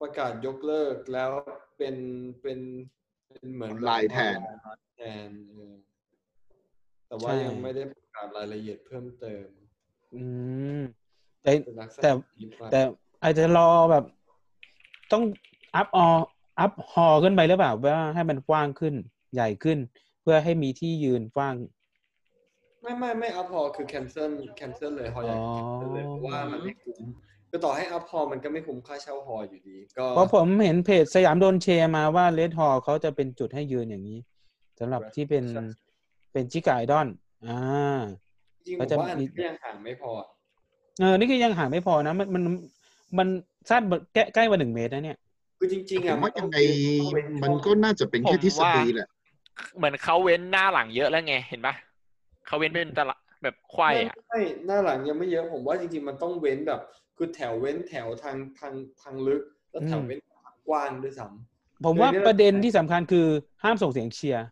[SPEAKER 1] ประกาศยกเลิกแล้วเป็นเป็นเป็นเหมือน
[SPEAKER 4] ออนไลน์แทน
[SPEAKER 1] แทนเออแต่ว่า
[SPEAKER 2] ใช่
[SPEAKER 1] ยังไม่ได้ประกาศรายละเอียดเพิ่มเติม
[SPEAKER 2] อืม แต่
[SPEAKER 1] เป็นลักษณะ
[SPEAKER 2] แต่
[SPEAKER 1] นี้ไป
[SPEAKER 2] แต่อาจจะรอแบบ ต้องอัพออัพฮอขึ้นไปหรือเปล่าว่าให้มันกว้างขึ้นใหญ่ขึ้น เพื่อให้มีที่ยืนกว้าง
[SPEAKER 1] ไม่ไม่ไม่อัพพอคือ cancel cancel เลยฮอลล์ใหญ่
[SPEAKER 2] อ๋อ
[SPEAKER 1] cancel เลยเพราะว่ามันไม่คุ้มก็ต่อให้อัพพอมันก็ไม่คุ้มค่าเช่าฮอลล์อยู่ดี ก็
[SPEAKER 2] เพราะผมเห็นเพจสยามโดนเชร์มาว่าเลดฮอเขาจะเป็นจุดให้ยืนอย่างนี้สำหรับที่เป็นเป็นจิกาไอดอน อ่า
[SPEAKER 1] จริงๆผ
[SPEAKER 2] ก็
[SPEAKER 1] ม
[SPEAKER 2] จะ
[SPEAKER 1] ว่าอัน
[SPEAKER 2] มี
[SPEAKER 1] นี้ก็ยังห่างไม่พอ
[SPEAKER 2] เออนี่ก็ยังหาไม่พอนะมันมันมันสั้นแก้ใกล้กว่าหนึ่งเมตรนะเนี่ย
[SPEAKER 1] คือจริงๆ
[SPEAKER 4] ผ
[SPEAKER 1] อ่ะ
[SPEAKER 4] มว่ายังไง
[SPEAKER 1] ต้องเป็น
[SPEAKER 4] มันก็น่าจะเป็นแค่ทฤษฎีแหละ
[SPEAKER 3] เหมือนเขาเว้นหน้าหลังเยอะแล้วไง เห็นปะเขาเว้นเป็นตละแบบควายอ่ะ
[SPEAKER 1] ไม่หน้าหลังยังไม่เยอะผมว่าจริงๆมันต้องเว้นแบบ คือแถวเว้นแถวทางทางทางลึก แล้วแถว
[SPEAKER 2] อืม
[SPEAKER 1] เว้นทางกว้างด้วยซ้ำ
[SPEAKER 2] ผมว่า
[SPEAKER 1] คือเนี่ย
[SPEAKER 2] ประเด็นที่สำคัญคือห้ามส่งเสียงเชียร์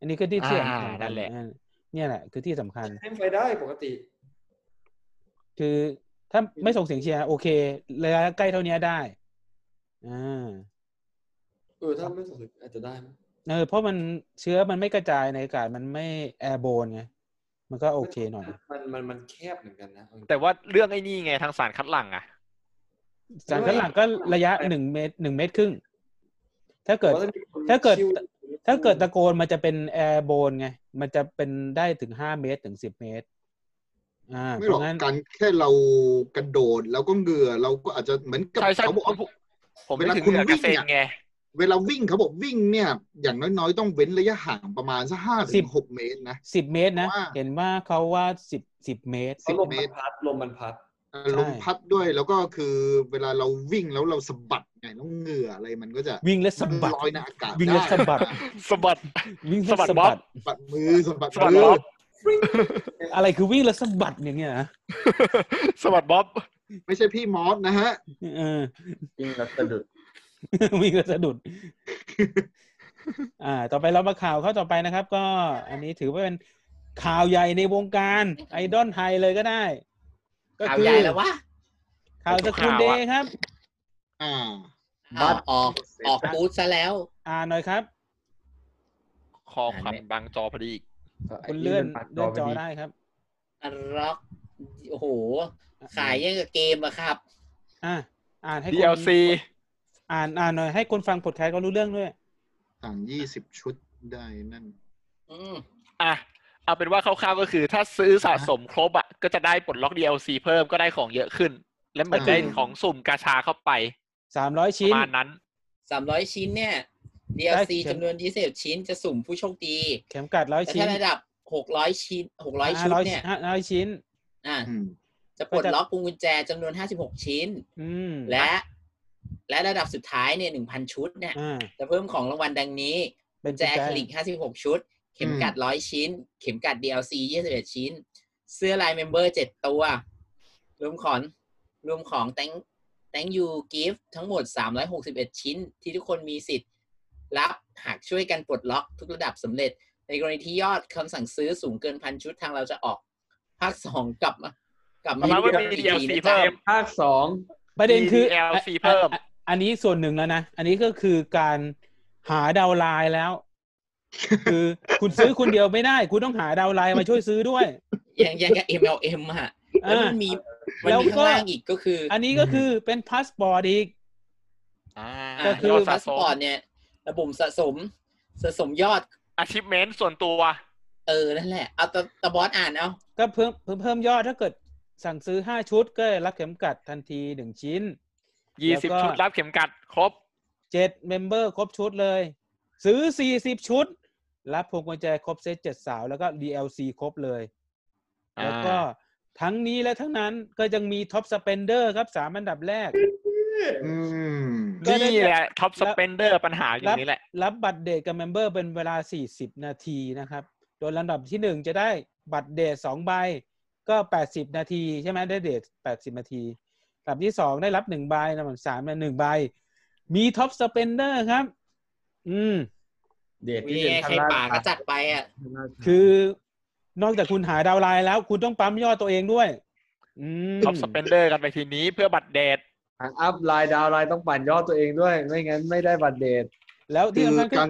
[SPEAKER 2] อันนี้ก็ที่ที่สำคัญ
[SPEAKER 3] อ่านั่นแหละ
[SPEAKER 2] อ่าเนี่ยแหละ คือที่สำคัญ
[SPEAKER 1] ให้ไฟได้ปกติ
[SPEAKER 2] คือถ้าไม่ส่งเสียงเชียร์โอเคระยะใกล้เท่านี้ได้อ่า
[SPEAKER 1] เออถ้าไม่สงสัยอาจจะได้มั้ย
[SPEAKER 2] เออเพราะมันเชื้อมันไม่กระจายในอากาศมันไม่แอร์โบนไงมันก็โอเคหน่อย
[SPEAKER 1] มันมันมันแคบเหมือนกันนะเอาจริง
[SPEAKER 3] แต่ว่าเรื่องไอ้นี่ไงทางสารคัดหลั่งอ่ะ
[SPEAKER 2] สารคัดหลังก็ระยะหนึ่งเมตรหนึ่งเมตรครึ่ง ถ้าเกิด
[SPEAKER 1] พระมีคน
[SPEAKER 2] ถ้าเกิด
[SPEAKER 1] ชิ่ว
[SPEAKER 2] ถ้าเกิดตะโกนมันจะเป็นแอร์โบนไง มันจะเป็นได้ถึงห้าเมตรถึงสิบเมตร อ่า
[SPEAKER 4] ไม่
[SPEAKER 2] เพ
[SPEAKER 4] หรอก
[SPEAKER 2] ราะงั้น
[SPEAKER 4] การแค่เรากระโดดแล้วก็เหงื่อเราก็อาจจะเหมือนกับ
[SPEAKER 3] ใช่ใช่
[SPEAKER 4] เขาบอก
[SPEAKER 3] ผม
[SPEAKER 4] ว่าเว
[SPEAKER 3] ผมไม่
[SPEAKER 4] ลา
[SPEAKER 3] ถึง
[SPEAKER 4] คุณ
[SPEAKER 3] เหนือก
[SPEAKER 4] วิ่
[SPEAKER 3] ระ
[SPEAKER 4] ง
[SPEAKER 3] เซ็น
[SPEAKER 4] เนี่ย
[SPEAKER 3] ไง
[SPEAKER 4] เวลาวิ่งเขาบอกวิ่งเนี่ย อย่างน้อยๆ ต้องเว้นระยะห่างประมาณสักห้าถึงหกเมตรนะ
[SPEAKER 2] สิบเมตรนะ
[SPEAKER 4] ว่า
[SPEAKER 2] เห็นว่าเขาว่าสิบสิบเมตร
[SPEAKER 1] เพราะลม
[SPEAKER 4] เม
[SPEAKER 1] มัน
[SPEAKER 4] ตร
[SPEAKER 1] พัดลมมันพัด
[SPEAKER 4] เออลมพัดด้วยแล้วก็คือเวลาเราวิ่งแล้วเราสะบัดไงแล้วเหงื่ออะไรมันก็จะ
[SPEAKER 2] วิ่งและสะบัด
[SPEAKER 4] ลอยในอากาศ
[SPEAKER 2] วิ่งและ
[SPEAKER 4] ได้
[SPEAKER 2] สะบัด
[SPEAKER 3] สะบัด
[SPEAKER 2] วิ่งและ
[SPEAKER 3] สะบัด
[SPEAKER 2] สะ
[SPEAKER 3] บ๊อ
[SPEAKER 2] บั
[SPEAKER 3] บ
[SPEAKER 2] ด
[SPEAKER 4] สะบัดมือสะบัด
[SPEAKER 3] สะบัด
[SPEAKER 4] มือ
[SPEAKER 3] บ๊ อบ
[SPEAKER 2] อะไรคือวิ่งและสะบัดอย่างเงี้ยนะ
[SPEAKER 3] สะบัดบ๊อบ
[SPEAKER 4] ไม่ใช่พี่มอสนะฮะ
[SPEAKER 2] เออ
[SPEAKER 8] ยิ่งรัดสะดุด
[SPEAKER 2] วิ่งและสะดุด อ่า ต่อไปเรามาข่าวเข้าต่อไปนะครับ ก็ อันนี้ถือว่าเป็นข่าวใหญ่ในวงการไอดอลไทยเลยก็ได้ ก็
[SPEAKER 6] ว
[SPEAKER 2] คือ
[SPEAKER 6] ใหญ่แล้ววะ
[SPEAKER 2] ข่าวสกุลเดย์ครับ
[SPEAKER 4] อ่า
[SPEAKER 6] อ้าวออกออกบูธซะแล้ว
[SPEAKER 2] อ่านหน่อยครับ
[SPEAKER 3] คอความบังจอพอดีอีก
[SPEAKER 2] คุณเลื่อนเลื่อนจอได้ครับ
[SPEAKER 6] ร็อกโอ้โห ขายยังกับเกมอะครับ
[SPEAKER 2] อ่าอ่านให้คน
[SPEAKER 3] DLC
[SPEAKER 2] อ่านอ่านหน่อยให้คนฟังพอดแคสต์ก็รู้เรื่องด้วย
[SPEAKER 4] สามยี่สิบชุดได้นั่น
[SPEAKER 6] อืม
[SPEAKER 3] อ่ะเอาเป็นว่าคร่าวๆก็คือถ้าซื้อสะสมครบอ่ะก็จะได้ปลดล็อก DLC เพิ่มก็ได้ของเยอะขึ้น และเหมือนได้ของสุ่มกาชาเข้าไป
[SPEAKER 2] สามร้อย
[SPEAKER 3] ป
[SPEAKER 2] ชิ้น
[SPEAKER 3] ระมาณนั้น
[SPEAKER 6] สามร้อยชิ้นเนี่ย
[SPEAKER 2] ได้
[SPEAKER 6] DLC
[SPEAKER 2] เข็ม
[SPEAKER 6] จำนวนยี่สิบชิ้นจะสุ่มผู้โชคดี
[SPEAKER 2] เข็มกลัดร้อย
[SPEAKER 6] แต่
[SPEAKER 2] ชิ้น
[SPEAKER 6] ถ้าระดับหกร้อยชิ้นหกร้อย
[SPEAKER 2] ห้า
[SPEAKER 6] ชุด
[SPEAKER 2] ร้อย
[SPEAKER 6] เนี่ย
[SPEAKER 2] ห้าร้อยชิ้น
[SPEAKER 6] อ่า
[SPEAKER 4] อืม
[SPEAKER 6] จะปลดล็อกกุญแจจำนวนห้าสิบหกชิ้น
[SPEAKER 2] อืม
[SPEAKER 6] และ และระดับสุดท้ายเนี่ยหนึ่งพันชุดเนี่ย
[SPEAKER 2] อ่า
[SPEAKER 6] จะเพิ่มของรางวัลดังนี้
[SPEAKER 2] เป็น
[SPEAKER 6] แจ
[SPEAKER 2] กุญ
[SPEAKER 6] ก
[SPEAKER 2] แจ
[SPEAKER 6] คลิก 56 ชุด เข็มกัด 100 ชิ้น เข็มกัด DLC 21 ชิ้น เสื้อลายเมมเบอร์ 7 ตัว รวมของ รวมของ thank thank you gift ทั้งหมด 361 ชิ้น ที่ทุกคนมีสิทธิ์ รับหากช่วยกันปลดล็อกทุกระดับสำเร็จ ในกรณีที่ยอดคำสั่งซื้อสูงเกินพันชุดทางเราจะออก ภาคสองกลับมากลับ
[SPEAKER 3] ป
[SPEAKER 6] มา
[SPEAKER 3] ระมาณว่า
[SPEAKER 6] ให้
[SPEAKER 3] มี
[SPEAKER 6] ดูกันอีก
[SPEAKER 3] DLC
[SPEAKER 6] ทีนะ
[SPEAKER 3] เพิ่
[SPEAKER 6] จ๊ะ
[SPEAKER 3] ม
[SPEAKER 7] ภาคสอง
[SPEAKER 2] ประเด็นคือ
[SPEAKER 3] DLC
[SPEAKER 2] อ่ะ
[SPEAKER 3] เพิ่ม
[SPEAKER 2] อ่ะอันนี้ส่วนหนึ่งแล้วนะ อันนี้ก็คือการหาดาวน์ไลน์แล้ว คือคุณซื้อคนเดียวไม่ได้ คุณต้องหาดาวน์ไลน์มาช่วยซื้อด้วย
[SPEAKER 6] อย่างอย่างกับ MLM อะแล้วมันมีมันมีข้างล่างอีกก็คืออ
[SPEAKER 2] อันนี้ก็คือเป็นพาสปอร์ตอีก
[SPEAKER 3] อ่า
[SPEAKER 2] ก็คื
[SPEAKER 6] คือ อ
[SPEAKER 3] ด
[SPEAKER 6] พา
[SPEAKER 3] สะ
[SPEAKER 6] ส
[SPEAKER 3] สม
[SPEAKER 6] ปอร์ตเนี่ย ระบบสะสมสะสมยอด
[SPEAKER 3] achievement ส่วนตัว
[SPEAKER 6] เออ นั่นแหละ เอาตะตะบอสอ่านเอา
[SPEAKER 2] ก็เพิ่มเพิ่มเพิ่มยอดถ้าเกิดสั่งซื้อห้าชุดก็รับเข็มกัดทันทีหนึ่งชิ้น
[SPEAKER 3] ยี่
[SPEAKER 2] แล้ว
[SPEAKER 3] สิบ
[SPEAKER 2] ก็
[SPEAKER 3] ชุดรับเข็มกัดครบ
[SPEAKER 2] เจ็ดเมมเบอร์ครบชุดเลย ซื้อสี่สิบชุด รับพวงกุญแจครบเซตเจ็ดสาว แล้วก็ DLC ครบเลย
[SPEAKER 3] อ่า
[SPEAKER 2] แล้วก็ทั้งนี้และทั้งนั้นก็ยังมีท็อปสเปนเดอร์ครับสามอันดับแรก
[SPEAKER 4] อืม
[SPEAKER 2] ก็ได้
[SPEAKER 3] นี่แหละท็อปส
[SPEAKER 2] รับ
[SPEAKER 3] เปนเดอร์ปัญหาอยู่
[SPEAKER 2] รับ
[SPEAKER 3] นี่แหละ
[SPEAKER 2] รับบัตรเดทกับเมมเบอร์เป็นเวลา 40 นาทีนะครับ โดยลำดับที่หนึ่งจะได้บัตรเดทสองใบก็ 80 นาทีใช่ไหมได้เดท80 นาทีลำดับที่สองได้รับหนึ่งใบลำดับสามเนี่ยหนึ่งใบ มีท็อปสเปนเดอร์ครับ อืม
[SPEAKER 1] เดท
[SPEAKER 6] มี
[SPEAKER 1] ที่เป็น
[SPEAKER 6] ใครป่าก็จัดไปอ่ะ
[SPEAKER 2] คือนอกจากคุณหาดาวน์ไลน์แล้ว คุณต้องปั๊มยอดตัวเองด้วย อืม
[SPEAKER 3] ท็อปสเปนเดอร์กันไปทีนี้เพื่อบัตรเดท
[SPEAKER 7] ทางอัพไลน์ดาวไลน์ต้องปั่นยอดตัวเองด้วย ไม่งั้นไม่ได้บัตรเดท
[SPEAKER 2] แล้ว
[SPEAKER 4] คื
[SPEAKER 2] ที่
[SPEAKER 4] อ
[SPEAKER 2] สำคัญก็
[SPEAKER 4] การ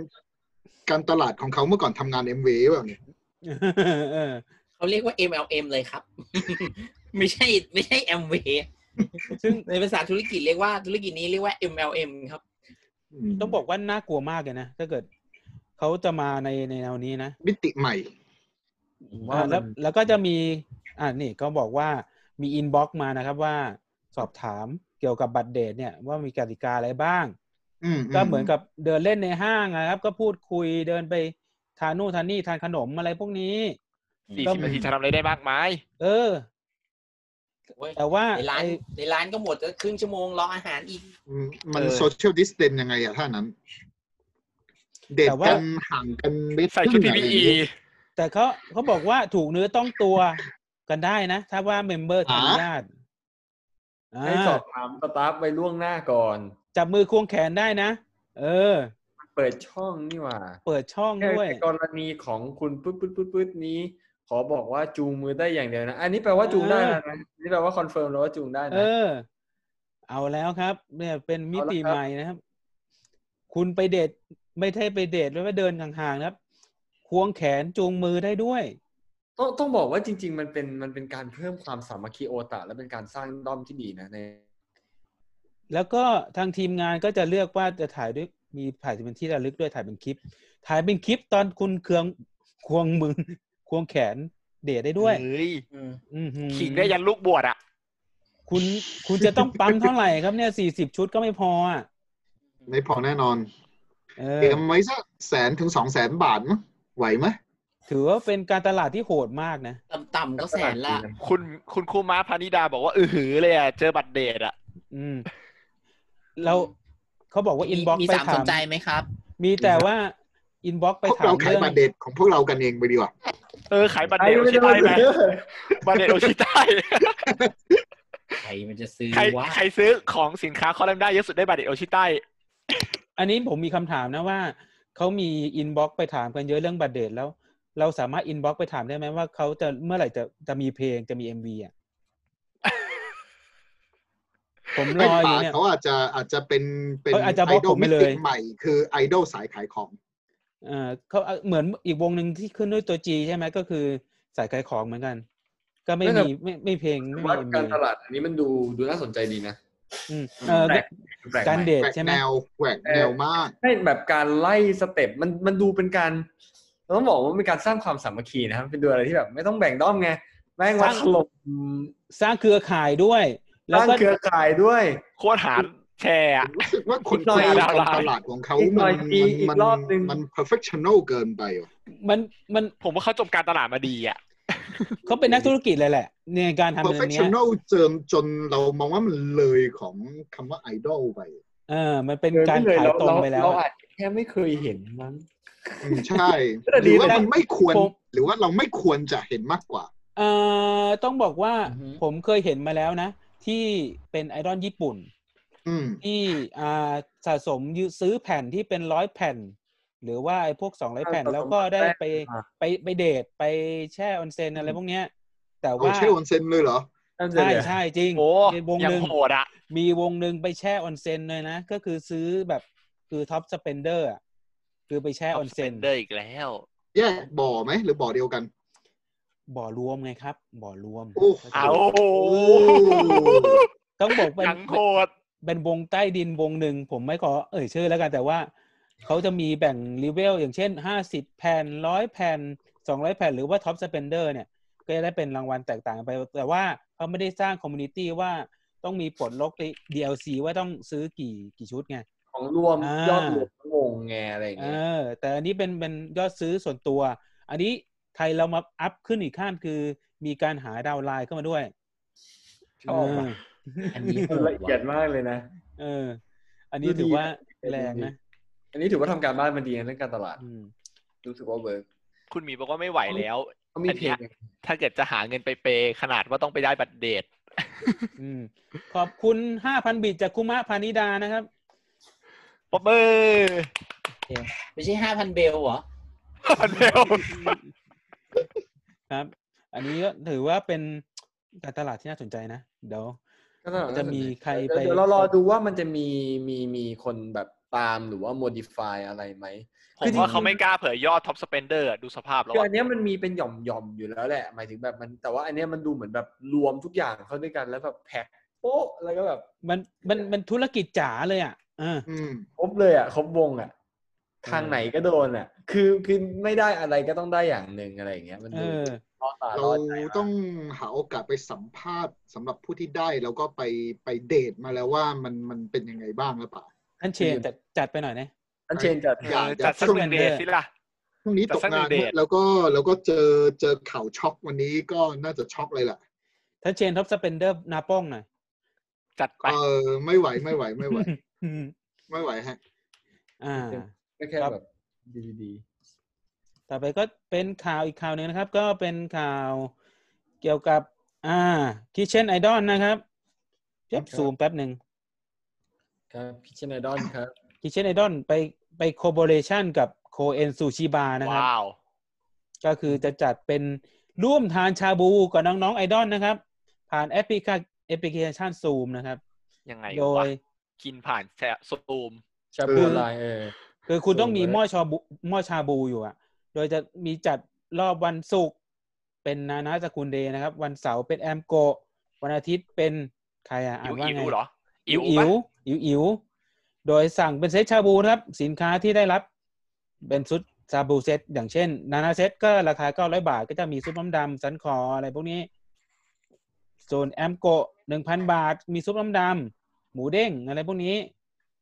[SPEAKER 4] การตลาดของเขาเมื่อก่อนทำงานเอ็มวีแบบเนี่ย
[SPEAKER 2] เออ
[SPEAKER 6] เขาเรียกว่า MLM เลยครับ ไม่ใช่ไม่ใช่ MV
[SPEAKER 2] ซึ่ง
[SPEAKER 6] ในภาษาธุรกิจเรียกว่าธุรกิจนี้เรียกว่า MLM ครับ
[SPEAKER 2] ต้องบอกว่าน่ากลัวมากเลยนะ ถ้าเกิดเขาจะมาในในแนวนี้นะ
[SPEAKER 4] มิติใหม่
[SPEAKER 7] ผมว่า
[SPEAKER 2] อ่าแล้ว
[SPEAKER 7] มัน
[SPEAKER 2] แล้วก็จะมีอ่านี่ก็บอกว่ามีอินบ็อกมานะครับว่าสอบถามเกี่ยวกับบัตรเดทเนี่ยว่ามีกติกาอะไรบ้าง
[SPEAKER 4] อืม
[SPEAKER 2] ก็เหมือนกับเดินเล่นในห้างนะครับ ก็พูดคุยเดินไปทานนู่นทานนี่ทานขนมอะไรพวกนี้
[SPEAKER 3] สี่
[SPEAKER 2] ก็
[SPEAKER 3] สิบนาทีจะทำอะไรได้มากมาย
[SPEAKER 2] เออ
[SPEAKER 6] โอ้ย
[SPEAKER 2] แต่ว่า
[SPEAKER 6] ในร้าน
[SPEAKER 2] ไอ้
[SPEAKER 6] ในร้านก็หมดแล้วครึ่งชั่วโมงรออาหารอีก
[SPEAKER 4] อืมมัน
[SPEAKER 3] เออ
[SPEAKER 4] โซเชียลดิสเทนยังไงอะท่านั้น เดทกันห่างกันเมตร
[SPEAKER 3] ใส่ชุด
[SPEAKER 4] ครึ่งอะไรอย่า
[SPEAKER 3] PPE
[SPEAKER 4] งงี้
[SPEAKER 2] แต่เขาเขาบอกว่าถูกเนื้อต้องตัวกันได้นะ ถ้าว่าเมมเบอร์ทาง
[SPEAKER 4] หา
[SPEAKER 2] ญาติอ่า
[SPEAKER 7] ให้สอบถามสตาฟไว้ล่วงหน้าก่อน
[SPEAKER 2] จับมือควงแขนได้นะ เออ
[SPEAKER 7] เปิดช่องนี่หว่า
[SPEAKER 2] เปิดช่อง
[SPEAKER 7] แค่
[SPEAKER 2] ด้วย
[SPEAKER 7] ในกรณีของคุณปึ๊ดปึ๊ดปึ๊ดปึ๊ดนี้ ขอบอกว่าจูงมือได้อย่างเดียวนะ อันนี้แปลว่าจูงได้แล้วนะอันนี่แปลว่าคอนเฟิร์มแล้วว่าจูงได้
[SPEAKER 2] เอ
[SPEAKER 7] นะ
[SPEAKER 2] อ เอาแล้วครับ เนี่ยเป็นมิติ
[SPEAKER 7] เอาแล้วครับ
[SPEAKER 2] ใหม่นะครับ คุณไปเดทไม่ใช่ไปเดทแล้วว่าเดินห่างๆนะครับ ควงแขนจูงมือได้ด้วย
[SPEAKER 7] ต้องต้องบอกว่าจริง ๆ มันเป็นมันเป็นการเพิ่มความสามัคคีโอตะ และเป็นการสร้างด้อมที่ดีนะใน
[SPEAKER 2] แล้วก็ทางทีมงานก็จะเลือกว่าจะถ่ายด้วยมีถ่ายเป็นที่ระลึกด้วยถ่ายเป็นคลิป ถ่ายเป็นคลิปตอนคุณเครืองควงมือ ควงแขนเดทได้ด้วย
[SPEAKER 3] เฮ้ย
[SPEAKER 6] อืม
[SPEAKER 2] อือหือ
[SPEAKER 3] ขิงได้ยันลูกบวชอ่ะ
[SPEAKER 2] คุณคุณจะต้องปั๊มเท่าไหร่ครับเนี่ยสี่สิบชุดก็ไม่พออ่ะ
[SPEAKER 4] ไม่พอแน่นอน
[SPEAKER 2] เอ
[SPEAKER 4] เตรี
[SPEAKER 2] อ
[SPEAKER 4] ยมไว้สักแสนถึงสองแสนบาทมั้งไหวไหมย
[SPEAKER 2] ถือว่าเป็นการตลาดที่โหดมากนะ
[SPEAKER 6] ต่ำๆก็แสนละ
[SPEAKER 3] คุณคุณครูม้าพานิดาบอกว่าอือหือเลยอ่ะ เจอบัตรเดทอ่ะ
[SPEAKER 2] อืม เราเขาบอกว่าอินบ็อก
[SPEAKER 6] มี
[SPEAKER 2] ไป
[SPEAKER 6] สาม
[SPEAKER 2] ถา
[SPEAKER 6] สน
[SPEAKER 2] ม
[SPEAKER 6] ใจไหมครับ
[SPEAKER 2] มีแต่ว่าอินบ็อกไป
[SPEAKER 4] พวก
[SPEAKER 2] ถา
[SPEAKER 4] เรา
[SPEAKER 2] ม
[SPEAKER 4] ขาย
[SPEAKER 2] เรื่อง
[SPEAKER 4] บัตรเดทของพวกเรากันเองไปดีกว่า
[SPEAKER 3] เออขายบัตรเดทโอชิไต้ไหมบัตรเดทโอชิไต้
[SPEAKER 6] ใครมันจะซื้อ
[SPEAKER 3] ใคร
[SPEAKER 6] ว่า
[SPEAKER 3] ใครซื้อของสินค้าคอลัมน์ได้เยอะสุดได้บัตรเดทโอชิไต้
[SPEAKER 2] อันนี้ผมมีคำถามนะว่าเขามีอินบ็อกไปถามกันเยอะเรื่องบัตรเดทแล้ว เราสามารถอินบ็อกไปถามได้ไหมว่าเขาจะเมื่อไหร่จะจะมีเพลงจะมีเอ็มวีอ่ะ ผมร
[SPEAKER 4] ไม่
[SPEAKER 2] ออ
[SPEAKER 4] ป่า
[SPEAKER 2] ยู่เนี่ย
[SPEAKER 4] เขาอาจจะอาจจะเป็นเป็น
[SPEAKER 2] เขาอาจจะบล็อกผมไปเลย
[SPEAKER 4] ติใหม่ คือไอดอลสายขายของ
[SPEAKER 2] เออเขาเหมือนอีกวงหนึ่งที่ขึ้นด้วยตัวจีใช่ไหมก็คือสายขายของเหมือนกัน ก็ไม่
[SPEAKER 7] นั่น
[SPEAKER 2] มี
[SPEAKER 7] น่ะ
[SPEAKER 2] ไม่ไม่เพลงไม่
[SPEAKER 7] ว่า
[SPEAKER 2] มีเอ็ม
[SPEAKER 7] การ
[SPEAKER 2] วี
[SPEAKER 7] ตลาดอันนี้มันดูดูน่าสนใจดีนะ
[SPEAKER 2] เออก็
[SPEAKER 7] แปลก
[SPEAKER 2] การ
[SPEAKER 7] ใหม่
[SPEAKER 2] เดท
[SPEAKER 4] แหวก
[SPEAKER 2] ใช่ไหม
[SPEAKER 4] แนวแหวกแนวมาก
[SPEAKER 7] ใช่แบบการไล่สเต็ปมันมันดูเป็นการ ต้องบอกว่าเป็นการสร้างความสามัคคีนะครับเป็นดูอะไรที่แบบไม่ต้องแบ่งด้อมไงแม่งมาถล่ม
[SPEAKER 2] สร้างเครือข่ายด้วย
[SPEAKER 7] ส
[SPEAKER 2] แล้ว
[SPEAKER 7] ร้าง
[SPEAKER 2] ก็
[SPEAKER 7] เครือข่ายด้วย
[SPEAKER 3] โคตรหาแชร์อะ
[SPEAKER 4] รู้สึกว่าคน
[SPEAKER 3] อีกหน่อย
[SPEAKER 4] คน
[SPEAKER 3] ดาวน์ไลน์
[SPEAKER 4] ตลาดของเขา
[SPEAKER 7] อีกหน่
[SPEAKER 4] มั
[SPEAKER 7] อย
[SPEAKER 4] น
[SPEAKER 7] ปีอีก
[SPEAKER 4] มัน
[SPEAKER 7] รอบนึง
[SPEAKER 4] มัน perfectional เกินไปว่ะ
[SPEAKER 2] มันมัน
[SPEAKER 3] ผมว่าเขาจบการตลาดมาดีอ่ะ
[SPEAKER 2] เขาเป็นนักธุรกิจเลยแหละ ในการทำแบบเนี้ย
[SPEAKER 4] perfectional เจิมจนเรามองว่ามันเลยของคำว่าไอดอลไป
[SPEAKER 2] เออ มันเป็นการขายตรงไปแล้ว
[SPEAKER 7] เรา
[SPEAKER 2] อะ
[SPEAKER 7] อาจจะแค่ไม่เคยเห็นมั้ง
[SPEAKER 4] อืมใช่
[SPEAKER 7] แต่
[SPEAKER 4] หรื
[SPEAKER 7] ดี
[SPEAKER 4] อ
[SPEAKER 7] แต่
[SPEAKER 4] ว่ามันไม่ควร หรือว่าเราไม่ควรจะเห็นมากกว่า
[SPEAKER 2] เออต้องบอกว่า
[SPEAKER 6] อือฮึ
[SPEAKER 2] ผมเคยเห็นมาแล้วนะ ที่เป็นไอดอลญี่ปุ่น
[SPEAKER 4] อืม
[SPEAKER 2] ที่อ่าสะสมยืซื้อแผ่นที่เป็นร้อยแผ่น หรือว่าไอ้พวกสองร้อยแผ่น
[SPEAKER 7] สะสม
[SPEAKER 2] แล้วก็ได้ไป
[SPEAKER 7] แผ่นมา
[SPEAKER 2] ไปไปเดทไปแช่ออนเซนอะไรพวกเนี้ย แต่
[SPEAKER 4] เอา
[SPEAKER 2] ว่า
[SPEAKER 4] เช่ออนเซ็นเลยเหรอ
[SPEAKER 2] ใช่ใช่จริง
[SPEAKER 3] โอ้
[SPEAKER 2] มีวงห
[SPEAKER 3] ยัง
[SPEAKER 2] นึ่ง
[SPEAKER 3] โหดอ่ะ
[SPEAKER 2] มีวงหนึ่งไปแช่ออนเซนเลยนะ ก็คือซื้อแบบคือท็อปสเปนเดอร์อะคือไปแช่ออนเซน
[SPEAKER 3] Top spender อีกแล้ว
[SPEAKER 4] แยกบ่อไหม หรือบ่อเดียวกัน
[SPEAKER 2] บ่อรวมไงครับ บ่อรวม
[SPEAKER 4] โอ้โห
[SPEAKER 3] เอาโห
[SPEAKER 2] ต้องบอกเป็น
[SPEAKER 3] ยังโหด
[SPEAKER 2] เป็นวงใต้ดินวงหนึ่ง ผมไม่ขอเอ่ยชื่อแล้วกันแต่ว่า เขาจะมีแบ่งรีเวลอย่างเช่นห้าสิบแผ่นร้อยแผ่นสองร้อยแผ่นหรือว่าท็อปสเปนเดอร์เนี่ย ก็จะได้เป็นรางวัลแตกต่างกันไป แต่ว่าเขาไม่ได้สร้างคอมมูนิตี้ว่าต้องมีปลดล็อก DLC ว่าต้องซื้อกี่กี่ชุดไง
[SPEAKER 7] ของรวม
[SPEAKER 2] อ่า
[SPEAKER 7] ยอดรวมทั้งวงไงอะไรอย่าง
[SPEAKER 2] เอ
[SPEAKER 7] เงี้ย
[SPEAKER 2] อ แต่อันนี้เป็นเป็นยอดซื้อส่วนตัว อันนี้ไทยเรามาอัพขึ้นอีกขั้นคือมีการหาดาวน์ไลน์เข้ามาด้วย
[SPEAKER 3] ชอบอะ
[SPEAKER 2] เ
[SPEAKER 6] อันนี้โหด
[SPEAKER 7] ละเอีย
[SPEAKER 6] ว่ะ
[SPEAKER 7] ดมากเลยนะ
[SPEAKER 2] เออ อันนี้
[SPEAKER 7] ดูดี
[SPEAKER 2] ถือว่า
[SPEAKER 7] นะ
[SPEAKER 2] แรง
[SPEAKER 7] ดูดี
[SPEAKER 2] นะ
[SPEAKER 7] อันนี้ถือว่าทำการบ้านมาดีนะเรื่องการตลาด
[SPEAKER 2] อืม
[SPEAKER 7] รู้สึกว่าเวิร์ก
[SPEAKER 3] คุณหมีบอกว่าไม่ไหวแล้ว
[SPEAKER 7] เขามี
[SPEAKER 3] อัน
[SPEAKER 7] เพ
[SPEAKER 3] เนี้
[SPEAKER 7] จ
[SPEAKER 3] ย ถ้าเกิดจะหาเงินไปเปย์ขนาดว่าต้องไปได้บัตรเดท
[SPEAKER 2] อืมขอบคุณห้าพันบิตจากคุมะพานิดานะครับ
[SPEAKER 3] ป๊อบเบอ ร์
[SPEAKER 6] ไม่ใช่ห้าพันเบลเหรอ
[SPEAKER 3] เร็ว
[SPEAKER 2] ครับ อันนี้ก็ถือว่าเป็นการตลาดที่น่าสนใจนะ เดี๋ยว
[SPEAKER 7] ก็ตลาดน่าสน
[SPEAKER 2] จะมีใครไป
[SPEAKER 7] เดี๋ยวเรารอดูว่ามันจะมีมีมีคนแบบตามหรือว่า modify อะไรไหม
[SPEAKER 3] ผมว่าเขาไม่กล้าเผยยอดท็อปสเปนเดอร์ดูสภาพแล้ว
[SPEAKER 7] คือ
[SPEAKER 3] อะ
[SPEAKER 7] อันเนี้ยมันมีเป็นหย่อมหย่อมๆอยู่แล้วแหละ หมายถึงแบบมันแต่ว่าอันเนี้ยมันดูเหมือนแบบรวมทุกอย่างเข้าด้วยกันแล้วแบบแพ็คโป๊ะแล้วก็แบบ
[SPEAKER 2] มันมันมันธุรกิจจ๋าเลยอ่ะเออ
[SPEAKER 4] อืม
[SPEAKER 7] ครบเลยอ่ะครบวงอ่ะทางไหนก็โดนอ่ะ คือคือไม่ได้อะไรก็ต้องได้อย่างหนึ่งอะไรอย่างเงี้ยมัน
[SPEAKER 2] เอ
[SPEAKER 7] ดู
[SPEAKER 2] อ
[SPEAKER 7] ล่อตา
[SPEAKER 4] เรา
[SPEAKER 7] ล่อใจ
[SPEAKER 4] ต้องหาโอกาสไปสัมภาษณ์สำหรับผู้ที่ได้แล้วก็ไปไปเดทมาแล้วว่ามันมันเป็นยังไงบ้างหรือเปล่า
[SPEAKER 2] ท่านเชนจัดจัดไปหน่อยนะ
[SPEAKER 7] อันเชนจัด
[SPEAKER 4] อยาก
[SPEAKER 3] เออ
[SPEAKER 4] จะ
[SPEAKER 3] จัดสัก
[SPEAKER 4] ช่วง
[SPEAKER 3] หนึ่งเดทสิล่ะ
[SPEAKER 4] ช่วงนี้ตกงาน
[SPEAKER 3] แต่สักหนึ่งเดท
[SPEAKER 4] แล้วก็แล้วก็เจอเจอข่าวช็อกวันนี้ก็น่าจะช็อกเลยแหละ
[SPEAKER 2] ท่านเชนท็อปสเปนเดอร์นาป้องหน่อย
[SPEAKER 3] จัดไป
[SPEAKER 4] เออไม่ไหวไม่ไหวไม่ไหว
[SPEAKER 2] อืม
[SPEAKER 4] ไม่ไหวฮะ
[SPEAKER 2] อ่า
[SPEAKER 7] ก็แค่แบบดีดี
[SPEAKER 2] ต่อไปก็เป็นข่าวอีกข่าวหนึ่งนะครับ ก็เป็นข่าวเกี่ยวกับ อ่าคิเช่นไอดอลนะครับเจ็บซูมแป๊บหนึ่ง
[SPEAKER 7] ๆครับพิชเนดอนครับ
[SPEAKER 2] คิเช่นไอดอลไปไปโคโบเ a ชันกับโคเอนซูชิบานะครับ
[SPEAKER 3] ว้าว
[SPEAKER 2] ก็คือจะจัดเป็นร่วมทานชาบูกับน้องๆไอดอลนะครับ ผ่านแอปพลิเคแอปพลิเคชันซูมนะครับ
[SPEAKER 3] ยังไง
[SPEAKER 2] โด
[SPEAKER 3] วะ
[SPEAKER 2] ย
[SPEAKER 3] กินผ่านแชร์ซูม
[SPEAKER 7] ชาบู
[SPEAKER 2] คือ
[SPEAKER 7] ไลน์เออ
[SPEAKER 2] คือคุณต้องมี
[SPEAKER 7] ซูม
[SPEAKER 2] ห
[SPEAKER 7] ไว้
[SPEAKER 2] ม้อชาบูหม้อชาบูอยู่อะโดยจะมีจัดรอบวันศุกร์เป็นนานาสกุลเดย์นะครับ วันเสาร์เป็นแอมโกะวันอาทิตย์เป็นใครอะอ่า
[SPEAKER 3] อิ
[SPEAKER 2] น
[SPEAKER 3] ว
[SPEAKER 2] ว่า
[SPEAKER 3] อิ
[SPEAKER 2] ไง
[SPEAKER 3] วเหรอ
[SPEAKER 2] อิ
[SPEAKER 3] อิ
[SPEAKER 2] วอิ
[SPEAKER 3] วปะ
[SPEAKER 2] วอิวอิวโดยสั่งเป็นเซตชาบูนะครับ สินค้าที่ได้รับ เป็นชุดชาบูเซตอย่างเช่น นานาเซตก็ราคา 900 บาท ก็จะมีซุปน้ำดำสันคออะไรพวกนี้ ส่วนแอมโกะ1,000 บาท มีซุปน้ำดำหมูเด้งอะไรพวกนี้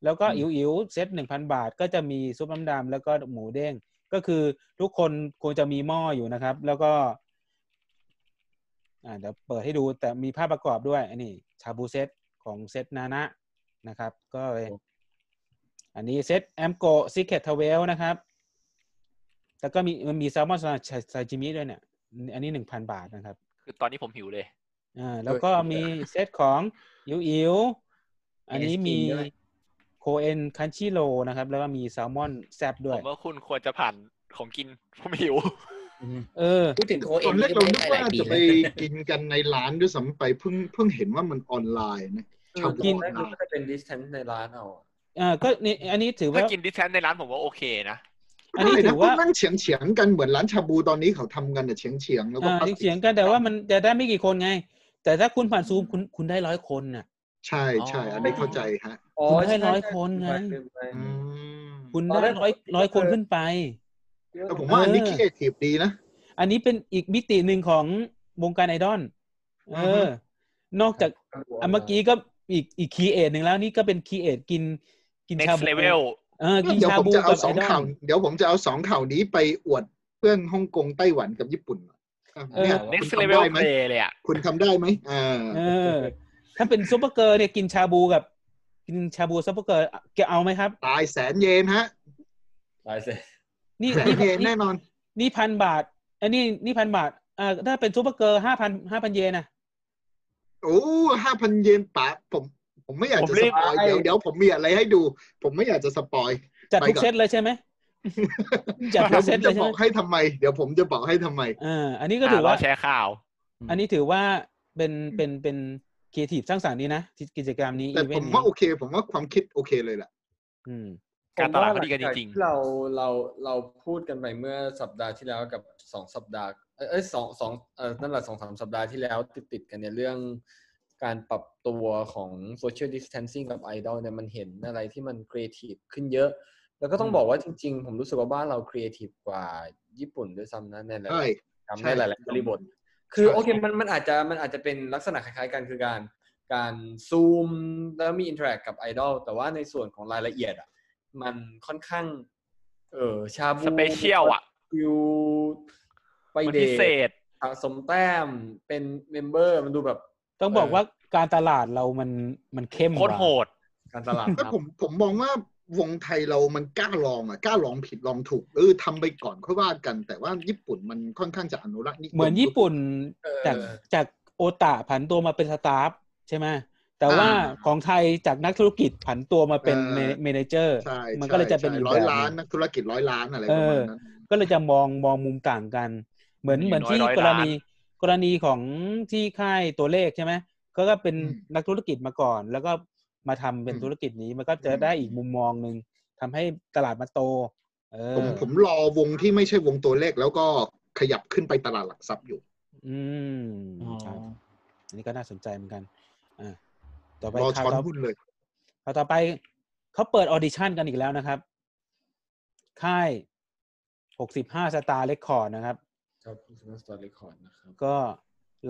[SPEAKER 2] แล้วก็อิ๋วอิ๋วเซตหนึ่งพันบาทก็จะมีซุปน้ำดำแล้วก็หมูเด้ง ก็คือทุกคนควรจะมีหม้ออยู่นะครับ แล้วก็ อ่าเดี๋ยวเปิดให้ดูแต่มีภาพประกอบด้วยอันนี้ชาบูเซตของเซตนานะนะครับ ก็เลยอันนี้เซตแอมโกซิกเก็ตทเวลนะครับ แล้วก็มีมันมีแซลมอนซาจิมิด้วยเนี่ย อันนี้หนึ่งพันบาทนะครับ
[SPEAKER 3] คือตอนนี้ผมหิวเลย
[SPEAKER 2] อ่าแล้วก็มีเซตของอิ๋วอิ๋วอันนี้มี
[SPEAKER 7] เอสกินด้วย
[SPEAKER 2] โคเอนคันชิโรนะครับ แล้วก็มีแซลมอนแซบด้
[SPEAKER 3] ผ
[SPEAKER 2] วย
[SPEAKER 3] มว่าคุณควรจะผ่านของกิน ผมหิว
[SPEAKER 2] เออ
[SPEAKER 6] พูดถึงโค
[SPEAKER 4] ต
[SPEAKER 6] เอ็
[SPEAKER 4] อนนแรก
[SPEAKER 6] นี่
[SPEAKER 4] เรานึก
[SPEAKER 6] ก็ไม่ได้ห
[SPEAKER 4] ว่า
[SPEAKER 6] ลายปี
[SPEAKER 4] จะไป
[SPEAKER 6] แล้ว
[SPEAKER 4] กินกันในร้านด้วยซ้ำไปเพิ่งเพิ่งเห็นว่ามันออนไลน์นะชาว
[SPEAKER 2] กิ
[SPEAKER 4] กิ
[SPEAKER 2] น
[SPEAKER 4] น
[SPEAKER 7] แรกก็จะเป็น distance ในร้านเอาอะ
[SPEAKER 2] อ่าก็นี่อันนี้ถือ
[SPEAKER 3] ถ้า
[SPEAKER 2] ว่า
[SPEAKER 3] กินดิสแทนในร้านผมว่าโอเคนะ
[SPEAKER 2] อันนี้ถือ
[SPEAKER 4] ก็
[SPEAKER 2] ว่า
[SPEAKER 4] นั่งเฉียงเฉียงๆกันเหมือนร้านชาบูตอนนี้เขาทำกันแต่เฉียงเฉียงๆแล้วก็
[SPEAKER 2] อ่า
[SPEAKER 4] พลาส
[SPEAKER 2] เสียงกันแต่ว่ามันจะได้ไม่กี่คนไง แต่ถ้าคุณผ่านซูมคุณคุณได้ร้อยคนน่ะ
[SPEAKER 4] ใช่ใช่อันนี้เข้าใจฮะ
[SPEAKER 2] คุณให้ร้อยคนไง
[SPEAKER 7] ลืมไป
[SPEAKER 4] อืม
[SPEAKER 2] คุณ
[SPEAKER 7] ตอนแร
[SPEAKER 2] ได้
[SPEAKER 7] ก
[SPEAKER 2] ร้อยร้อยคนขึ้นไป
[SPEAKER 4] แต่ผมว่าอันนี้
[SPEAKER 2] เออ
[SPEAKER 4] คิดเอทีฟดีนะ
[SPEAKER 2] อันนี้เป็นอีกมิติหนึ่งของวงการไอดอลเอ
[SPEAKER 4] อฮึ
[SPEAKER 2] อ นอกจากอันเมื่อกี้ก็อีกอีกคีเอทหนึ่งแล้วนี่ก็เป็นคีเอทกินกินชา
[SPEAKER 3] next
[SPEAKER 2] บู
[SPEAKER 3] level
[SPEAKER 2] เออกิน
[SPEAKER 4] เดี๋ยว
[SPEAKER 2] ชา
[SPEAKER 4] ผม
[SPEAKER 2] บู
[SPEAKER 4] จะเอา
[SPEAKER 2] กับ
[SPEAKER 4] ส
[SPEAKER 2] ไอ
[SPEAKER 4] อง
[SPEAKER 2] ดอ
[SPEAKER 4] ข่า
[SPEAKER 2] ล
[SPEAKER 4] วเดี๋ยวผมจะเอาสองข่าวนี้ไปอวดเพื่อนฮ่องกงไต้หวันกับญี่ปุ่นอ่ะ
[SPEAKER 2] เออ
[SPEAKER 4] เนี่ย
[SPEAKER 3] next
[SPEAKER 4] คุณทำ
[SPEAKER 3] level
[SPEAKER 4] ได้ไหม
[SPEAKER 3] play เลยอะ
[SPEAKER 4] คุณทำได้ไหมอ่า
[SPEAKER 2] เอ อ ถ้าเป็นซูเปอร์เกอร์ลเนี่ยกินชาบูกับ กินชาบูซูเปอร์เกอร์ลแกเอาไหมครับ
[SPEAKER 4] ตายแสนเยนฮะ
[SPEAKER 7] ตายเสร็จ
[SPEAKER 2] นี่
[SPEAKER 4] แสน
[SPEAKER 2] นี่
[SPEAKER 4] เยน
[SPEAKER 2] นี่
[SPEAKER 4] แน่นอน
[SPEAKER 2] นี่พันบาทอันนี้นี่พันบาทอ่าถ้าเป็นซูเปอร์เกอร์ห้าพันห้าพันเยนนะ
[SPEAKER 4] โอ้ห้าพันเยนปะผม ผมไม่อยาก
[SPEAKER 3] ผม
[SPEAKER 4] จะ
[SPEAKER 3] รี
[SPEAKER 4] ส
[SPEAKER 3] บ
[SPEAKER 4] ปอยเดี๋ยวเดี๋ยวผมมีอะไรให้ดู ผมไม่อยากจะสปอย
[SPEAKER 2] จัด
[SPEAKER 4] ไป
[SPEAKER 2] ทุก
[SPEAKER 4] ก่อน
[SPEAKER 2] เซตเลยใช่ไหมจัดทุ
[SPEAKER 4] เดี๋ยวผ
[SPEAKER 2] กเซต
[SPEAKER 4] ม
[SPEAKER 2] เล
[SPEAKER 4] จะ
[SPEAKER 2] ยใช่
[SPEAKER 4] บ
[SPEAKER 2] ไห
[SPEAKER 4] อ
[SPEAKER 2] ม
[SPEAKER 4] กให้ทำไม เดี๋ยวผมจะบอกให้ทำไม
[SPEAKER 2] เอ่าอันนี้ก็
[SPEAKER 3] อ่ะ
[SPEAKER 2] ถือว่า
[SPEAKER 3] เรแชร์ข่าว
[SPEAKER 2] อันนี้ถือว่าเป็นเป็นเป็นครีเอทีฟสร้างสรรค์ดีนะที่กิจกรรมนี้
[SPEAKER 4] แต่
[SPEAKER 2] อีเว
[SPEAKER 4] ผ
[SPEAKER 2] น
[SPEAKER 4] ม
[SPEAKER 2] ต์
[SPEAKER 4] ว่า
[SPEAKER 2] นี้
[SPEAKER 4] โอเค ผมว่าความคิดโอเคเลยแหละ
[SPEAKER 2] อืม
[SPEAKER 3] การตลาดเขาดีกันจริงๆ
[SPEAKER 1] ๆเราเราเราพูดกันไปเมื่อสัปดาห์ที่แล้วกับสองสัปดาห์เอ้ยเอ้ยสองสองเออนั่นแหละสองสามสัปดาห์ที่แล้วติดติดๆกันเนี่ยเรื่องการปรับตัวของ social distancing กับ idol เนี่ยมันเห็นอะไรที่มัน creative ขึ้นเยอะ แล้วก็ต้องบอกว่าจริง ๆ ผมรู้สึกว่าบ้านเรา creative กว่าญี่ปุ่นด้วยซ้ำนะในหลายๆก
[SPEAKER 4] ใช่
[SPEAKER 1] รรม
[SPEAKER 4] ใช่
[SPEAKER 1] ในหลายๆบริบท คือโอเคมันมันอาจจะมันอาจจะเป็นลักษณะคล้ายๆกันคือการการซูมแล้วมีอินเทอร์แอคกับไอดอลแต่ว่าในส่วนของรายละเอียดอ่ะมันค่อนข้าง เออชาบู
[SPEAKER 3] สเปเชียลอ่ะ
[SPEAKER 1] ฟิวไป
[SPEAKER 3] มัน
[SPEAKER 1] เด
[SPEAKER 3] พิเศ
[SPEAKER 1] ท
[SPEAKER 3] ษ
[SPEAKER 1] สะสมแต้มเป็นเมมเบอร์มันดูแบบ
[SPEAKER 2] ต้องบอก
[SPEAKER 1] เออ
[SPEAKER 2] ว่าการตลาดเรามันมันเข้ม
[SPEAKER 3] โคต
[SPEAKER 2] ก
[SPEAKER 3] ร
[SPEAKER 2] ว่า
[SPEAKER 3] โหด
[SPEAKER 1] การตลาด ค
[SPEAKER 4] ถ้า
[SPEAKER 1] รับ
[SPEAKER 4] ผมผมมองว่าวงไทยเรามันกล้าลองอ่ะกล้าลองผิดลองถูกเออทำไปก่อนค่อยว่ากัน แต่ว่าญี่ปุ่นมันค่อนข้างจะอนุรักษ์นิยม
[SPEAKER 2] เหมือนญี่ปุ่น
[SPEAKER 1] เออ
[SPEAKER 2] จากจากโอตาผันตัวมาเป็นสตาฟใช่ไหมแต่ว่า
[SPEAKER 4] อ่า
[SPEAKER 2] ของไทยจากนักธุรกิจผันตัวมาเป็น
[SPEAKER 4] เออ
[SPEAKER 2] เมเมเนเจอร์
[SPEAKER 4] ใช่
[SPEAKER 2] มันก็เลยจะเป็น
[SPEAKER 4] ใช่
[SPEAKER 2] อีก
[SPEAKER 4] ร้อ
[SPEAKER 2] แบ
[SPEAKER 4] ย
[SPEAKER 2] บ
[SPEAKER 4] ล้าน
[SPEAKER 2] หนึ่ง
[SPEAKER 4] นักธุรกิจร้อยล้านอะไรประมาณนั้น
[SPEAKER 2] ก็เลยจะมองมองมุมต่างกัน เหมือน
[SPEAKER 3] มี
[SPEAKER 2] เหมือน
[SPEAKER 3] น้อย
[SPEAKER 2] ที่
[SPEAKER 3] ร้อย
[SPEAKER 2] กร
[SPEAKER 3] ล้าน
[SPEAKER 2] ณีกรณีของที่ค่ายตัวเลขใช่ไหมก็ก็เป็น
[SPEAKER 4] อืม
[SPEAKER 2] นักธุรกิจมาก่อน แล้วก็มาทำเป็น
[SPEAKER 4] อืม
[SPEAKER 2] ธุรกิจนี้มันก็จะ
[SPEAKER 4] อืม
[SPEAKER 2] ได้อีกมุมมองหนึ่งทำให้ตลาดมันโต เออ
[SPEAKER 4] ผมผมรอวงที่ไม่ใช่วงตัวเลขแล้วก็ขยับขึ้นไปตลาดหลักทรัพย์อยู่
[SPEAKER 2] อืมครับ อันนี้ก็น่าสนใจเหมือนกันอ่าต่อไป
[SPEAKER 4] รอ
[SPEAKER 2] ข่าว
[SPEAKER 4] ช้อน
[SPEAKER 2] ต่อ
[SPEAKER 4] หุ้นเลย
[SPEAKER 2] ข่าวต่อไปเขาเปิดออดิชั่นกันอีกแล้วนะครับ ค่ายหกสิบห้าสตาร์เรคคอร์ดนะครับ
[SPEAKER 1] ครับสมาร์ทสตอร์เรคคอร์ดนะครับ
[SPEAKER 2] ก็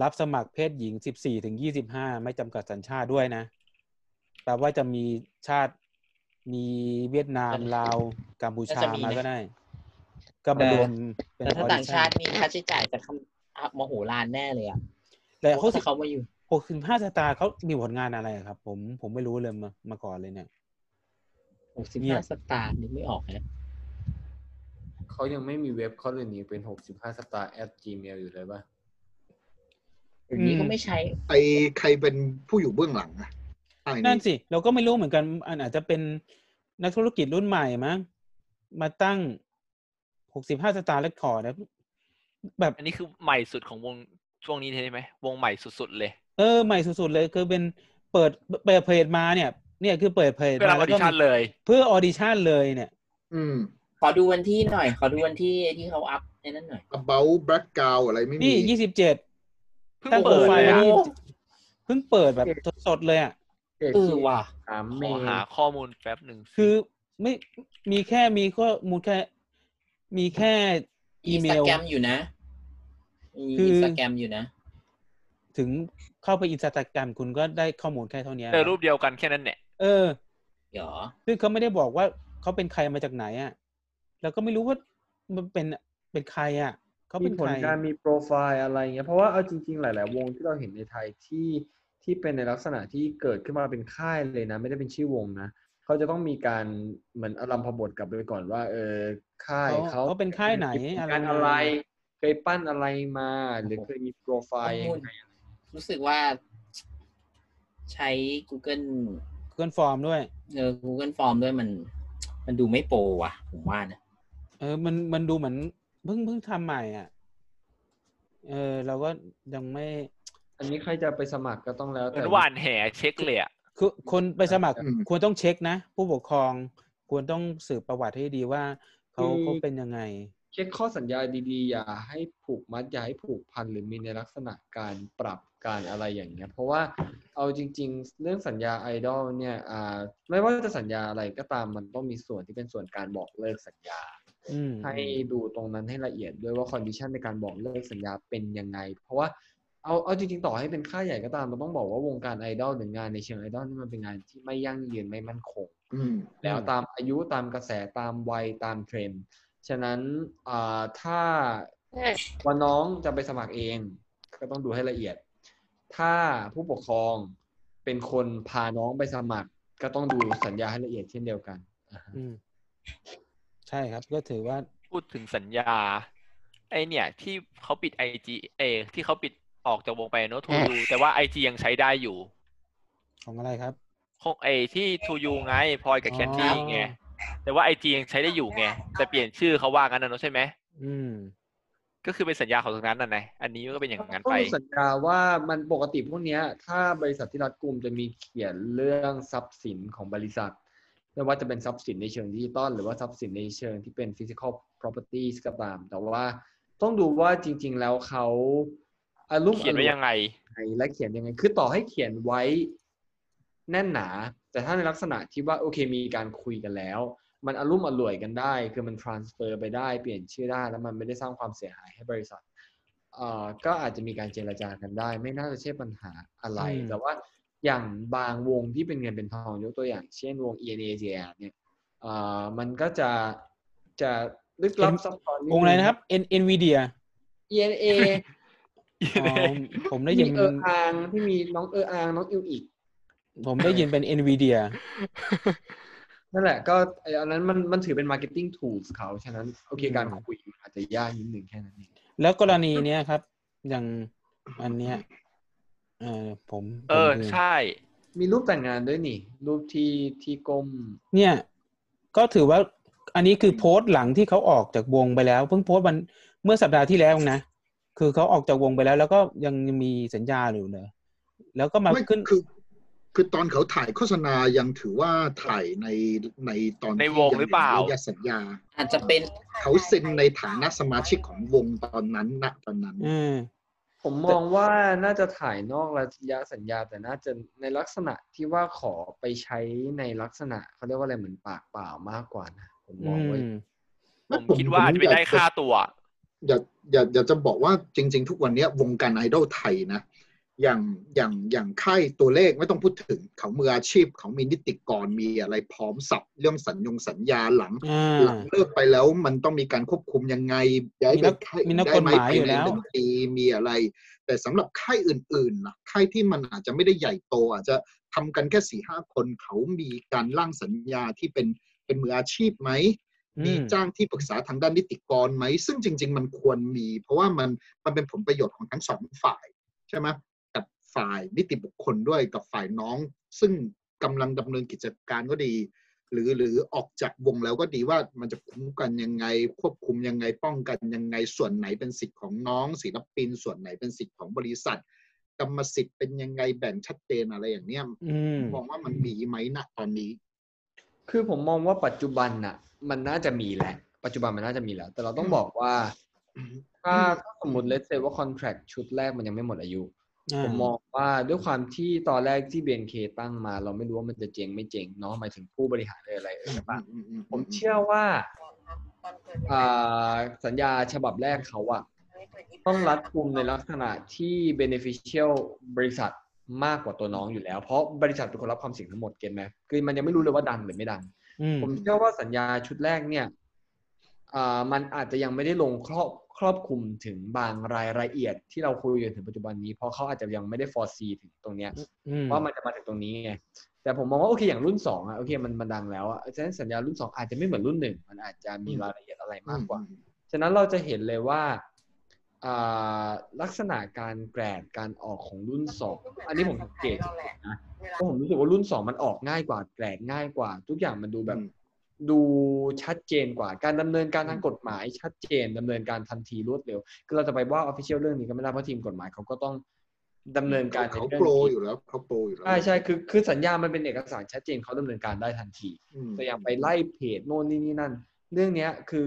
[SPEAKER 2] รับสมัครเพศหญิงสิบสี่ถึงยี่สิบห้าไม่จำกัดสัญชาติด้วยนะ แปลว่าจะมีชาติมีเวียดนาม ลาว กัมพูชา
[SPEAKER 6] น่าจะมีนะ
[SPEAKER 2] มาก็ได้ ก็มารวมเป็น
[SPEAKER 6] แล้ว
[SPEAKER 2] อ
[SPEAKER 6] ถ้า
[SPEAKER 2] อ
[SPEAKER 6] ต่า
[SPEAKER 2] ดิ
[SPEAKER 6] ง
[SPEAKER 2] ชั่
[SPEAKER 6] ชาน ตินี่ค่าใช้จ่ายจะคำอ่ะมโหฬารแน่เลยอ่ะ
[SPEAKER 2] แต่หก
[SPEAKER 6] ถ้า
[SPEAKER 2] สิบ
[SPEAKER 6] เขามาอยู่
[SPEAKER 2] หกสิบห้าสตาร์เขามีผลงานอะไรอะครับ ผมผมไม่รู้เลยมามาก่อนเลยเนี่ย
[SPEAKER 6] หกสิบ
[SPEAKER 2] เงีย
[SPEAKER 6] ห้า
[SPEAKER 2] บ
[SPEAKER 6] สตางค์นึกไม่ออกนะ
[SPEAKER 1] เขายังไม่มีเว็บเขาเลยหนีเป็น 65 star at gmail อยู่เลยป่ะ
[SPEAKER 6] เดี๋ยวนี้
[SPEAKER 2] อืม
[SPEAKER 6] เขาไม่ใช้
[SPEAKER 4] ไอใครเป็นผู้อยู่เบื้องหลังอะไอ้
[SPEAKER 2] นั่นสิเราก็ไม่รู้เหมือนกันอันอาจจะเป็นนักธุรกิจรุ่นใหม่มั้งมาตั้งหกสิบห้าสตาร์เรคคอร์ดนะแบบ
[SPEAKER 3] อันนี้คือใหม่สุดของวงช่วงนี้ใช่ไหมวงใหม่สุดๆเลย
[SPEAKER 2] เออใหม่สุดๆเลยคือเป็นเปิดเปิดเพจมาเนี่ย เนี่ยคือเปิดเพจ
[SPEAKER 3] เพื่อ
[SPEAKER 2] มา
[SPEAKER 3] รับออดิชั่น
[SPEAKER 2] มี
[SPEAKER 3] เลย
[SPEAKER 2] เพื่อออดิชั่นเลยเนี่ย
[SPEAKER 4] อืม
[SPEAKER 6] ขอดูวันที่หน่อย ขอดูวันที่ที่เขาอัพในนั้นหน่อย
[SPEAKER 4] about black gown อะไรไม่มี
[SPEAKER 2] นี่ยี่สิบเจ็ด
[SPEAKER 3] เพิ่ง
[SPEAKER 2] ตั้ง
[SPEAKER 3] เปิ
[SPEAKER 2] โปร
[SPEAKER 3] ด
[SPEAKER 2] ไฟล์มา
[SPEAKER 3] เลยอะ
[SPEAKER 2] นี่เพิ่งเปิดแบบสดๆเลยอ่ะ
[SPEAKER 1] เอก
[SPEAKER 6] เออ
[SPEAKER 1] ที่
[SPEAKER 6] ว่ะ
[SPEAKER 1] สาม
[SPEAKER 3] ข
[SPEAKER 1] เม
[SPEAKER 3] อ
[SPEAKER 1] ย์
[SPEAKER 3] หาข้อมูลแป๊บหนึ่งสิ
[SPEAKER 2] คือไม่มีแค่มีข้อมูลแค่ มีแค่
[SPEAKER 6] อี
[SPEAKER 2] อี
[SPEAKER 6] ส
[SPEAKER 2] เม
[SPEAKER 6] ตา
[SPEAKER 2] ล
[SPEAKER 6] แกรมอยู่นะมี
[SPEAKER 2] คือ
[SPEAKER 6] อี
[SPEAKER 2] อี
[SPEAKER 6] สตาแกรมอยู่นะ
[SPEAKER 2] ถึงเข้าไปอินสตาแกรมคุณก็ได้ข้อมูลแค่เท่านี้
[SPEAKER 3] เจอรูปเดียวกันแค่นั้นแหละ
[SPEAKER 2] เออ
[SPEAKER 6] เดี๋ยว
[SPEAKER 2] ซึ่งเขาไม่ได้บอกว่าเขาเป็นใครมาจากไหนอะ่ะ แล้วก็ไม่รู้ว่ามันเป็นเป็นใครอะ่ะ เขา
[SPEAKER 1] มี
[SPEAKER 2] เป็น
[SPEAKER 1] ผ
[SPEAKER 2] ใคร
[SPEAKER 1] ลงานมีโปรไฟล์อะไรเงี้ยเพราะว่าเอาจริง ๆ หลาย ๆ วงที่เราเห็นในไทยที่ที่เป็นในลักษณะที่เกิดขึ้นมาเป็นค่ายเลยนะ ไม่ได้เป็นชื่อวงนะเขาจะต้องมีการเหมือนอารมพบทกลับไปก่อนว่า เออค่าย
[SPEAKER 2] เขา
[SPEAKER 1] เขา
[SPEAKER 2] เขาเป็นค่ายไหน
[SPEAKER 1] มีผล
[SPEAKER 2] อะไร
[SPEAKER 1] งานอะไร เคยปั้นอะไรมา หรือเคยมีโปรไฟ
[SPEAKER 6] ข้อ
[SPEAKER 1] ล์ยัง
[SPEAKER 6] มูล
[SPEAKER 1] ไง
[SPEAKER 6] รู้สึกว่า ใช้ Google
[SPEAKER 2] เกินฟอร์มด้วย
[SPEAKER 6] เออ Google Form ด้วยมัน มันดูไม่โปรว่ะ ผมว่านะ
[SPEAKER 2] เออ มันมันดูเหมือนเพิ่งเพิ่งทำใหม่อะ่ะ เออ เราก็ยังไม่
[SPEAKER 1] อันนี้ใครจะไปสมัครก็ต้องแล้ว
[SPEAKER 3] เหมื
[SPEAKER 1] แต่
[SPEAKER 3] อนหวานแหเช็คเลยอะ
[SPEAKER 2] คือคนไปสมัคร
[SPEAKER 4] อืม
[SPEAKER 2] ควรต้องเช็คนะ ผู้ปกครองควรต้องสืบประวัติให้ดีว่าเขาเขาเป็นยังไง
[SPEAKER 1] เช็คข้อสัญญาดีๆ อย่าให้ผูกมัดอย่าให้ผูกพันหรือมีในลักษณะการปรับการอะไรอย่างเงี้ยเพราะว่าเอาจริง ๆ เรื่องสัญญาไอดอลเนี่ยอ่าไม่ว่าจะสัญญาอะไรก็ตามมันต้องมีส่วนที่เป็นส่วนการบอกเลิกสัญญา
[SPEAKER 2] อืม
[SPEAKER 1] ให้ดูตรงนั้นให้ละเอียดด้วยว่าคอนดิชันในการบอกเลิกสัญญาเป็นยังไง เพราะว่าเอาเอาจริงๆต่อให้เป็นค่ายใหญ่ก็ตามเราต้องบอกว่าวงการไอดอลหรืองานในเชิงไอดอลนี่มันเป็นงานที่ไม่ยั่งยืนไม่มั่นคง
[SPEAKER 4] อืม
[SPEAKER 1] แล้วตามอายุตามกระแสตามวัยตามเทรนด์ฉะนั้นอ่าถ้าว่าน้องจะไปสมัครเอง ก็ต้องดูให้ละเอียด ถ้าผู้ปกครองเป็นคนพาน้องไปสมัคร ก็ต้องดูสัญญาให้ละเอียดเช่นเดียวกัน
[SPEAKER 2] อืมใช่ครับก็ถือว่า
[SPEAKER 3] พูดถึงสัญญา ไอเนี่ย ที่เขาปิดไอจีเออที่เขาปิดออกจากวงไปเนอะทูยูแต่ว่าไอจียังใช้ได้อยู่
[SPEAKER 2] ของอะไรครับ
[SPEAKER 3] คงไอที่ทูยูไงพลอยกับแคนดี้
[SPEAKER 2] อ๋อ
[SPEAKER 3] ไงแต่ว่าไอจียังใช้ได้อยู่ไงแต่เปลี่ยนชื่อเขาว่ากันนะเนอะใช่ไหม
[SPEAKER 2] อืม
[SPEAKER 3] ก็คือเป็นสัญญาของตรงนั้นน่ะไงอันนี้ก็เป็นอย่างนั้น
[SPEAKER 1] ต้
[SPEAKER 3] ไป
[SPEAKER 1] องสัญญาว่ามันปกติพวกเนี้ย ถ้าบริษัทที่รัดกุมจะมีเขียนเรื่องทรัพย์สินของบริษัท ไม่ว่าจะเป็นทรัพย์สินในเชิงดิจิตอลหรือว่าทรัพย์สินในเชิงที่เป็น physical properties ก็ตาม แต่ว่าต้องดูว่าจริง ๆ แล้วเขาอารมณ์
[SPEAKER 3] เขียนไว้ยังไง
[SPEAKER 1] และเขียนยังไง คือต่อให้เขียนไว้แน่นหนา แต่ถ้าในลักษณะที่ว่าโอเคมีการคุยกันแล้ว มันอารมณ์อร่วยกันได้ คือมัน transfer ไปได้ เปลี่ยนชื่อได้ แล้วมันไม่ได้สร้างความเสียหายให้บริษัทเอ่อก็อาจจะมีการเจรจากันได้ ไม่น่าจะใช่ปัญหาอะไร
[SPEAKER 2] อืม
[SPEAKER 1] แต่ว่าอย่างบางวงที่เป็นเงินเป็นทองยกตัวอย่าง เช่นวง e n a g r เนี่ยเอ่อมันก็จะจะลึกลับซับซ้อนด
[SPEAKER 2] วงอะไรนะครับ N Nvidia
[SPEAKER 1] e n a
[SPEAKER 2] อ๋อผมได้
[SPEAKER 1] ที่
[SPEAKER 2] ยิ
[SPEAKER 1] มี
[SPEAKER 2] น
[SPEAKER 1] เอออางที่มีน้องเอออางน้องอิวอีก
[SPEAKER 2] ผมได้ยินเป็น Nvidia
[SPEAKER 1] นั่นแหละก็ไอ้อันนั้นมันมันถือเป็น marketing tools เขา ฉะนั้นโอเคการคุยมันอาจจะยากนิดหนึ่งแค่นั้นเอง
[SPEAKER 2] แล้วกรณีเนี้ยครับ อย่างอันเนี้ยเออผม
[SPEAKER 3] เออ
[SPEAKER 2] ผมลืม
[SPEAKER 3] ใช่
[SPEAKER 1] มีรูปแต่งงานด้วยนี่ รูปที่ที่ก้ม
[SPEAKER 2] เนี่ย ก็ถือว่าอันนี้คือโพสต์หลังที่เขาออกจากวงไปแล้วเพิ่งโพสต์วันเมื่อสัปดาห์ที่แล้วนะ คือเขาออกจากวงไปแล้ว แล้วก็ยังมีสัญญาอยู่เนอะแล้วก็มา
[SPEAKER 4] ไม่
[SPEAKER 2] ขึ้น
[SPEAKER 4] คือ คือตอนเขาถ่ายโฆษณายังถือว่าถ่ายในในตอน
[SPEAKER 3] ใน
[SPEAKER 4] ที่
[SPEAKER 3] วง
[SPEAKER 4] ยั
[SPEAKER 3] หรือเปล่า
[SPEAKER 4] ไม่ได้สัญญา
[SPEAKER 6] อาจจะเป็น
[SPEAKER 4] เขาเซ็นในฐานะสมาชิกของวงตอนนั้นณตอนนั้น
[SPEAKER 2] อืม
[SPEAKER 1] ผมมองว่าน่าจะถ่ายนอกระยะสัญญา แต่น่าจะในลักษณะที่ว่าขอไปใช้ในลักษณะเขาเรียกว่าอะไรเหมือนปากเปล่ามากกว่านะ ผมม
[SPEAKER 2] อื
[SPEAKER 1] อง
[SPEAKER 2] ม
[SPEAKER 1] ไว้
[SPEAKER 3] ผมคิดว่าอาจจะไปได้ค่าตัว
[SPEAKER 4] อย่าอย่าอย่าจะบอกว่าจริง ๆ ทุกวันเนี้ยวงการไอดอลไทยนะ อย่างอย่างอย่างค่ายตัวเลขไม่ต้องพูดถึงเขามืออาชีพเขามีนิติกรมีอะไรพร้อมสับเรื่องสัญญงสัญญาหลัง
[SPEAKER 2] อ่
[SPEAKER 4] หลั
[SPEAKER 2] า
[SPEAKER 4] งเลิกไปแล้วมันต้องมีการควบคุมยังไงย้าย
[SPEAKER 2] มี
[SPEAKER 4] ไป
[SPEAKER 2] นัก
[SPEAKER 4] ค่าย
[SPEAKER 2] มีนัก
[SPEAKER 4] ได้ไห
[SPEAKER 2] กฎหมายอยู่แล้ว
[SPEAKER 4] ไปในดนตรีมีอะไร แต่สำหรับค่ายอื่นๆนะค่ายที่มันอาจจะไม่ได้ใหญ่โต อาจจะทำกันแค่สี่ห้าคนเขามีการร่างสัญญาที่เป็นเป็นมืออาชีพไหม
[SPEAKER 2] อื
[SPEAKER 4] มี
[SPEAKER 2] ม
[SPEAKER 4] จ้างที่ปรึกษาทางด้านนิติกรไหม ซึ่งจริง ๆ มันควรมี เพราะว่ามันมันเป็นผลประโยชน์ของทั้งสองฝ่ายใช่ไหมกับฝ่ายนิติบุคคลด้วยกับฝ่ายน้อง ซึ่งกำลังดำเนินกิจการก็ดี หรือหรือออกจากวงแล้วก็ดีว่ามันจะคุ้มกันยังไง ควบคุมยังไงป้องกันยังไงส่วนไหนเป็นสิทธิ์ของน้องศิลปิน ส่วนไหนเป็นสิทธิ์ของบริษัท กรรมสิทธิ์เป็นยังไงแบ่งชัดเจนอะไรอย่างเนี้ย
[SPEAKER 2] อืม
[SPEAKER 4] มองว่ามันมีไหมนะตอนนี้
[SPEAKER 1] คือผมมองว่าปัจจุบันน่ะ มันน่าจะมีแหละ ปัจจุบันมันน่าจะมีแล้ว แต่เราต้องบอกว่า ถ้าถ้าสมมติเลสเซว่าคอนแทรคชุดแรกมันยังไม่หมดอายุ ผมมองว่าด้วยความที่ตอนแรกที่ BNK ตั้งมา เราไม่รู้ว่ามันจะเจ๊งไม่เจ๊งเนาะหมายถึงผู้บริหารเลยอะไรเอ่ยต่างๆผมเชื่อว่าอ่าสัญญาฉบับแรกเขาอะต้องรัดกุมในลักษณะที่ beneficial บริษัทมากกว่าตัวน้องอยู่แล้ว เพราะบริษัทเป็นคนรับความเสี่ยงทั้งหมดเก็ตไหมคือมันยังไม่รู้เลยว่าดังหรือไม่ดัง
[SPEAKER 2] อืม
[SPEAKER 1] ผมเชื่อว่าสัญญาชุดแรกเนี่ยอ่ามันอาจจะยังไม่ได้ลงครอบครอบคลุมถึงบางรายละเอียดที่เราคุยกันถึงปัจจุบันนี้เพราะเขาอาจจะยังไม่ได้ foresee ถึงตรงเนี้ย
[SPEAKER 2] อืม
[SPEAKER 1] ว่ามันจะมาถึงตรงนี้ไงแต่ผมมองว่าโอเคอย่างรุ่นสองอะโอเคมันมันดังแล้วอะฉะนั้นสัญญารุ่นสองอาจจะไม่เหมือนรุ่นหนึ่งมันอาจจะมีรายละเอียดอะไรมากกว่า ฉะนั้นเราจะเห็นเลยว่าอ่าลักษณะการแกรดการออกของรุ่นสองอันนี้ผมสังเกตนะเพราะผมรู้สึกว่ารุ่นสองมันออกง่ายกว่าแกรดง่ายกว่า ทุกอย่างมันดูแบบ
[SPEAKER 4] อืม
[SPEAKER 1] ดูชัดเจนกว่าการดำเนินการทางกฎหมาย ชัดเจนดำเนินการทันทีรวดเร็วคือเราจะไปว่าออฟฟิเชียลเรื่องนี้ก็ไม่ได้เพราะทีมกฎหมายเขาก็ต้องดำเนินการใน
[SPEAKER 4] เขา
[SPEAKER 1] เรื่
[SPEAKER 4] โปร
[SPEAKER 1] นี้
[SPEAKER 4] อยู่แล้วเขาโปรอยู่แล้ว
[SPEAKER 1] ใช่ใช่คือคือสัญญามันเป็นเอกสารชัดเจนเขาดำเนินการได้ทันที
[SPEAKER 4] อืม
[SPEAKER 1] แต่อย่างไปไล่เพจโน่นนี่นี่นั่น เรื่องเนี้ยคือ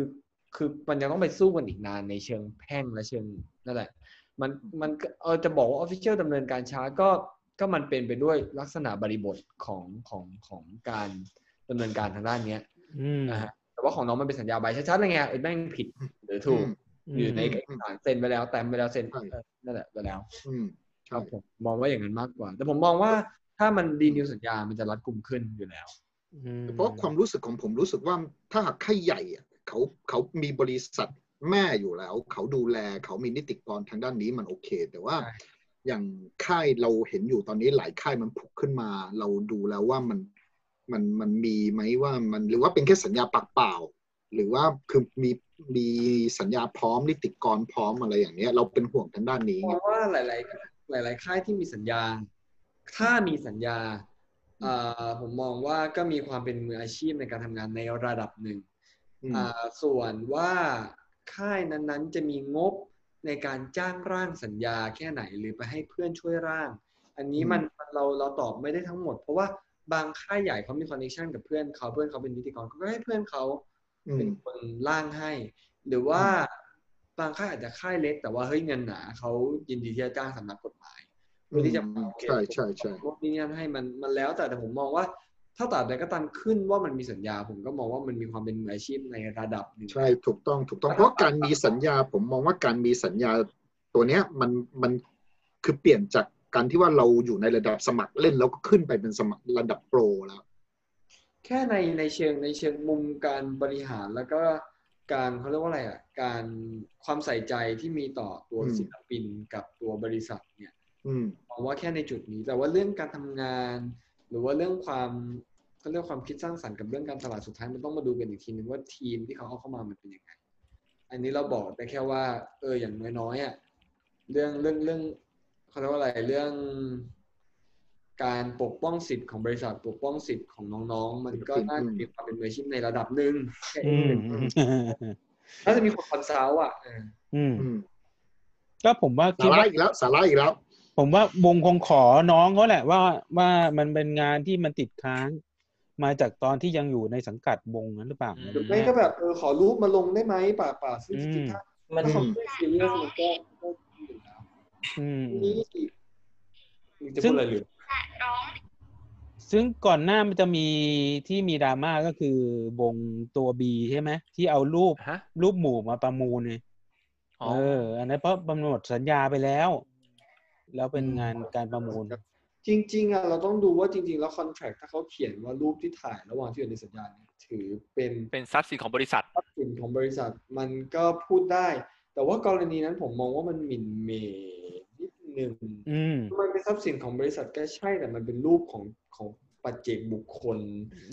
[SPEAKER 1] คือมันยังต้องไปสู้กันอีกนานในเชิงแพ่งและเชิงนั่นแหละ มันมันก็เออจะบอกว่าออฟฟิเชียลดำเนินการช้าก็ก็มันเป็นไปด้วยลักษณะบริบทของของของการดำเนินการทางด้านเนี้ย
[SPEAKER 2] อืม
[SPEAKER 1] นะฮะแต่ ว่าของน้องมันเป็นสัญญาใบชัดๆเลยไงไอ้แม่งผิดหรือถูก
[SPEAKER 4] อืม
[SPEAKER 1] หรือใน
[SPEAKER 4] อื
[SPEAKER 1] เอ
[SPEAKER 4] ม
[SPEAKER 1] กสารเซ็นไปแล้วแต้มไปแล้วเซ็น
[SPEAKER 4] ใช่
[SPEAKER 1] เออนั่นแหละไปแล้ว
[SPEAKER 4] อืม
[SPEAKER 1] ครับผมมองว่าอย่างนั้นมากกว่า แต่ผมมองว่าถ้ามันดีนิวสัญญา มันจะรัดกลุ่มขึ้นอยู่แล้ว
[SPEAKER 2] อืม
[SPEAKER 4] เพราะความรู้สึกของผมรู้สึกว่าถ้าหากค่ายใหญ่อะเขาเขามีบริษัทแม่อยู่แล้ว เขาดูแลเขามีนิติกรทางด้านนี้มันโอเค แต่ว่า
[SPEAKER 1] ใช่
[SPEAKER 4] อย่างค่ายเราเห็นอยู่ตอนนี้หลายค่ายมันผุกขึ้นมา เราดูแล้วว่ามันมันมันมีไหมว่ามันหรือว่าเป็นแค่สัญญาปากเปล่า หรือว่าคือมีมีสัญญาพร้อมนิติกรพร้อมอะไรอย่างเนี้ย เราเป็นห่วงทางด้านนี้
[SPEAKER 1] มองว่าหลาย ๆ หลาย ๆ ค่ายที่มีสัญญา ถ้ามีสัญญาเอ่อผมมองว่าก็มีความเป็นมืออาชีพในการทำงานในระดับหนึ่ง
[SPEAKER 4] อืม
[SPEAKER 1] อ่าส่วนว่าค่ายนั้น ๆ จะมีงบในการจ้างร่างสัญญาแค่ไหนหรือไปให้เพื่อนช่วยร่าง อันนี้มันมันเราเราตอบไม่ได้ทั้งหมด เพราะว่าบางค่ายใหญ่เขามีคอนเนคชันกับเพื่อนเขาเพื่อนเขาเป็นนิติกรเขาก็ให้เพื่อนเขา
[SPEAKER 4] อื
[SPEAKER 1] เป็น
[SPEAKER 4] ม
[SPEAKER 1] คนร่างให้ หรือว่าบางค่ายอาจจะค่ายเล็ก แต่ว่าเฮ้ยเงินหนาเขายินดีที่จะจ้างสำนักกฎหมายเพื่อที่จะมา
[SPEAKER 4] อืม
[SPEAKER 1] โอเค
[SPEAKER 4] ใช่ใช่ใช่
[SPEAKER 1] พวกนี้นั่นให้มันมันแล้วแต่แต่ผมมองว่าถ้าตราบใดก็ตามขึ้นว่ามันมีสัญญา ผมก็มองว่ามันมีความเป็นมืออาชีพในระดับหนึ่ง
[SPEAKER 4] ใช่ถูกต้องถูกต้อง
[SPEAKER 1] นะครับ
[SPEAKER 4] เพราะการมีสัญญาผมมองว่าการมีสัญญาตัวเนี้ยมันมันคือเปลี่ยนจากการที่ว่าเราอยู่ในระดับสมัครเล่นแล้วก็ขึ้นไปเป็นสมัครระดับโปรแล้ว
[SPEAKER 1] แค่ในในเชิงในเชิงมุมการบริหารแล้วก็การเขาเรียกว่าอะไรอ่ะการความใส่ใจที่มีต่อตัว
[SPEAKER 4] อืม
[SPEAKER 1] ศิลปินกับตัวบริษัทเนี่ย
[SPEAKER 4] อืม
[SPEAKER 1] มองว่าแค่ในจุดนี้แต่ว่าเรื่องการทำงาน หรือว่าเรื่องความเขาเรียกความคิดสร้างสรรค์กับเรื่องการตลาดสุดท้ายมันต้องมาดูกันอีกทีนึงว่าทีมที่เขาเอาเข้ามามันเป็นยังไง อันนี้เราบอกได้แค่ว่า เอออย่างน้อยๆอ่ะเรื่องเรื่องเรื่องเขาเรียกว่าอะไรเรื่อง การปกป้องสิทธิ์ของบริษัทปกป้องสิทธิ์ของน้องๆ มันก็น่าจะมีความเป็นมืออาชีพในระดับหนึ่งแค่
[SPEAKER 2] อื
[SPEAKER 1] นี้
[SPEAKER 2] ม
[SPEAKER 1] เลยน่าจะมีคนคอนซัลท์อ่ะเออ
[SPEAKER 2] อืม
[SPEAKER 4] อืม
[SPEAKER 2] ก็ผมว่า
[SPEAKER 4] สา
[SPEAKER 2] คิด
[SPEAKER 4] ระ
[SPEAKER 2] ว่า
[SPEAKER 4] อีกแล้วสาระอีกแล้ว
[SPEAKER 2] ผมว่าวงคงขอน้องเขาแหละว่าว่ามันเป็นงานที่มันติดค้าง มาจากตอนที่ยังอยู่ในสังกัดวงนั้นหรือเปล่า
[SPEAKER 3] อืม
[SPEAKER 1] หรือไม่ก็แบบเออขอรูปมาลงได้ไหมป่าป่าซึ่งจริงๆถ้า
[SPEAKER 6] มัน
[SPEAKER 1] ถ้าเขาไม่ซีเรียสมันก็ก็ดีอยู่แล้ว
[SPEAKER 2] อืม
[SPEAKER 1] นี่จะ
[SPEAKER 2] ซึ่
[SPEAKER 1] พูด
[SPEAKER 2] ง
[SPEAKER 1] อะไรหรือ
[SPEAKER 2] ซึ่งก่อนหน้ามันจะมีที่มีดราม่าก็คือวงตัวบีใช่ไหมที่เอารูป
[SPEAKER 3] ฮะ
[SPEAKER 2] รูปหมู่มาประมูลเนี่ย
[SPEAKER 3] อ๋อ
[SPEAKER 2] เออ อันนั้นเพราะมันหมดสัญญาไปแล้ว แล้วเป็นงานการประมูล
[SPEAKER 1] จริง ๆอ่ะเราต้องดูว่าจริง ๆ แล้วคอนแทรคถ้าเขาเขียนว่ารูปที่ถ่ายระหว่างที่อยู่ในสัญญาเนี่ยถือเป็น
[SPEAKER 3] เป็นทรัพย์สินของบริษัท
[SPEAKER 1] ทรัพย์สินของบริษัทมันก็พูดได้ แต่ว่ากรณีนั้นผมมองว่ามันหมิ่นเหมนิดนึง
[SPEAKER 2] อืม
[SPEAKER 1] มันเป็นทรัพย์สินของบริษัทก็ใช่แต่มันเป็นรูปของของปัจเจกบุคคล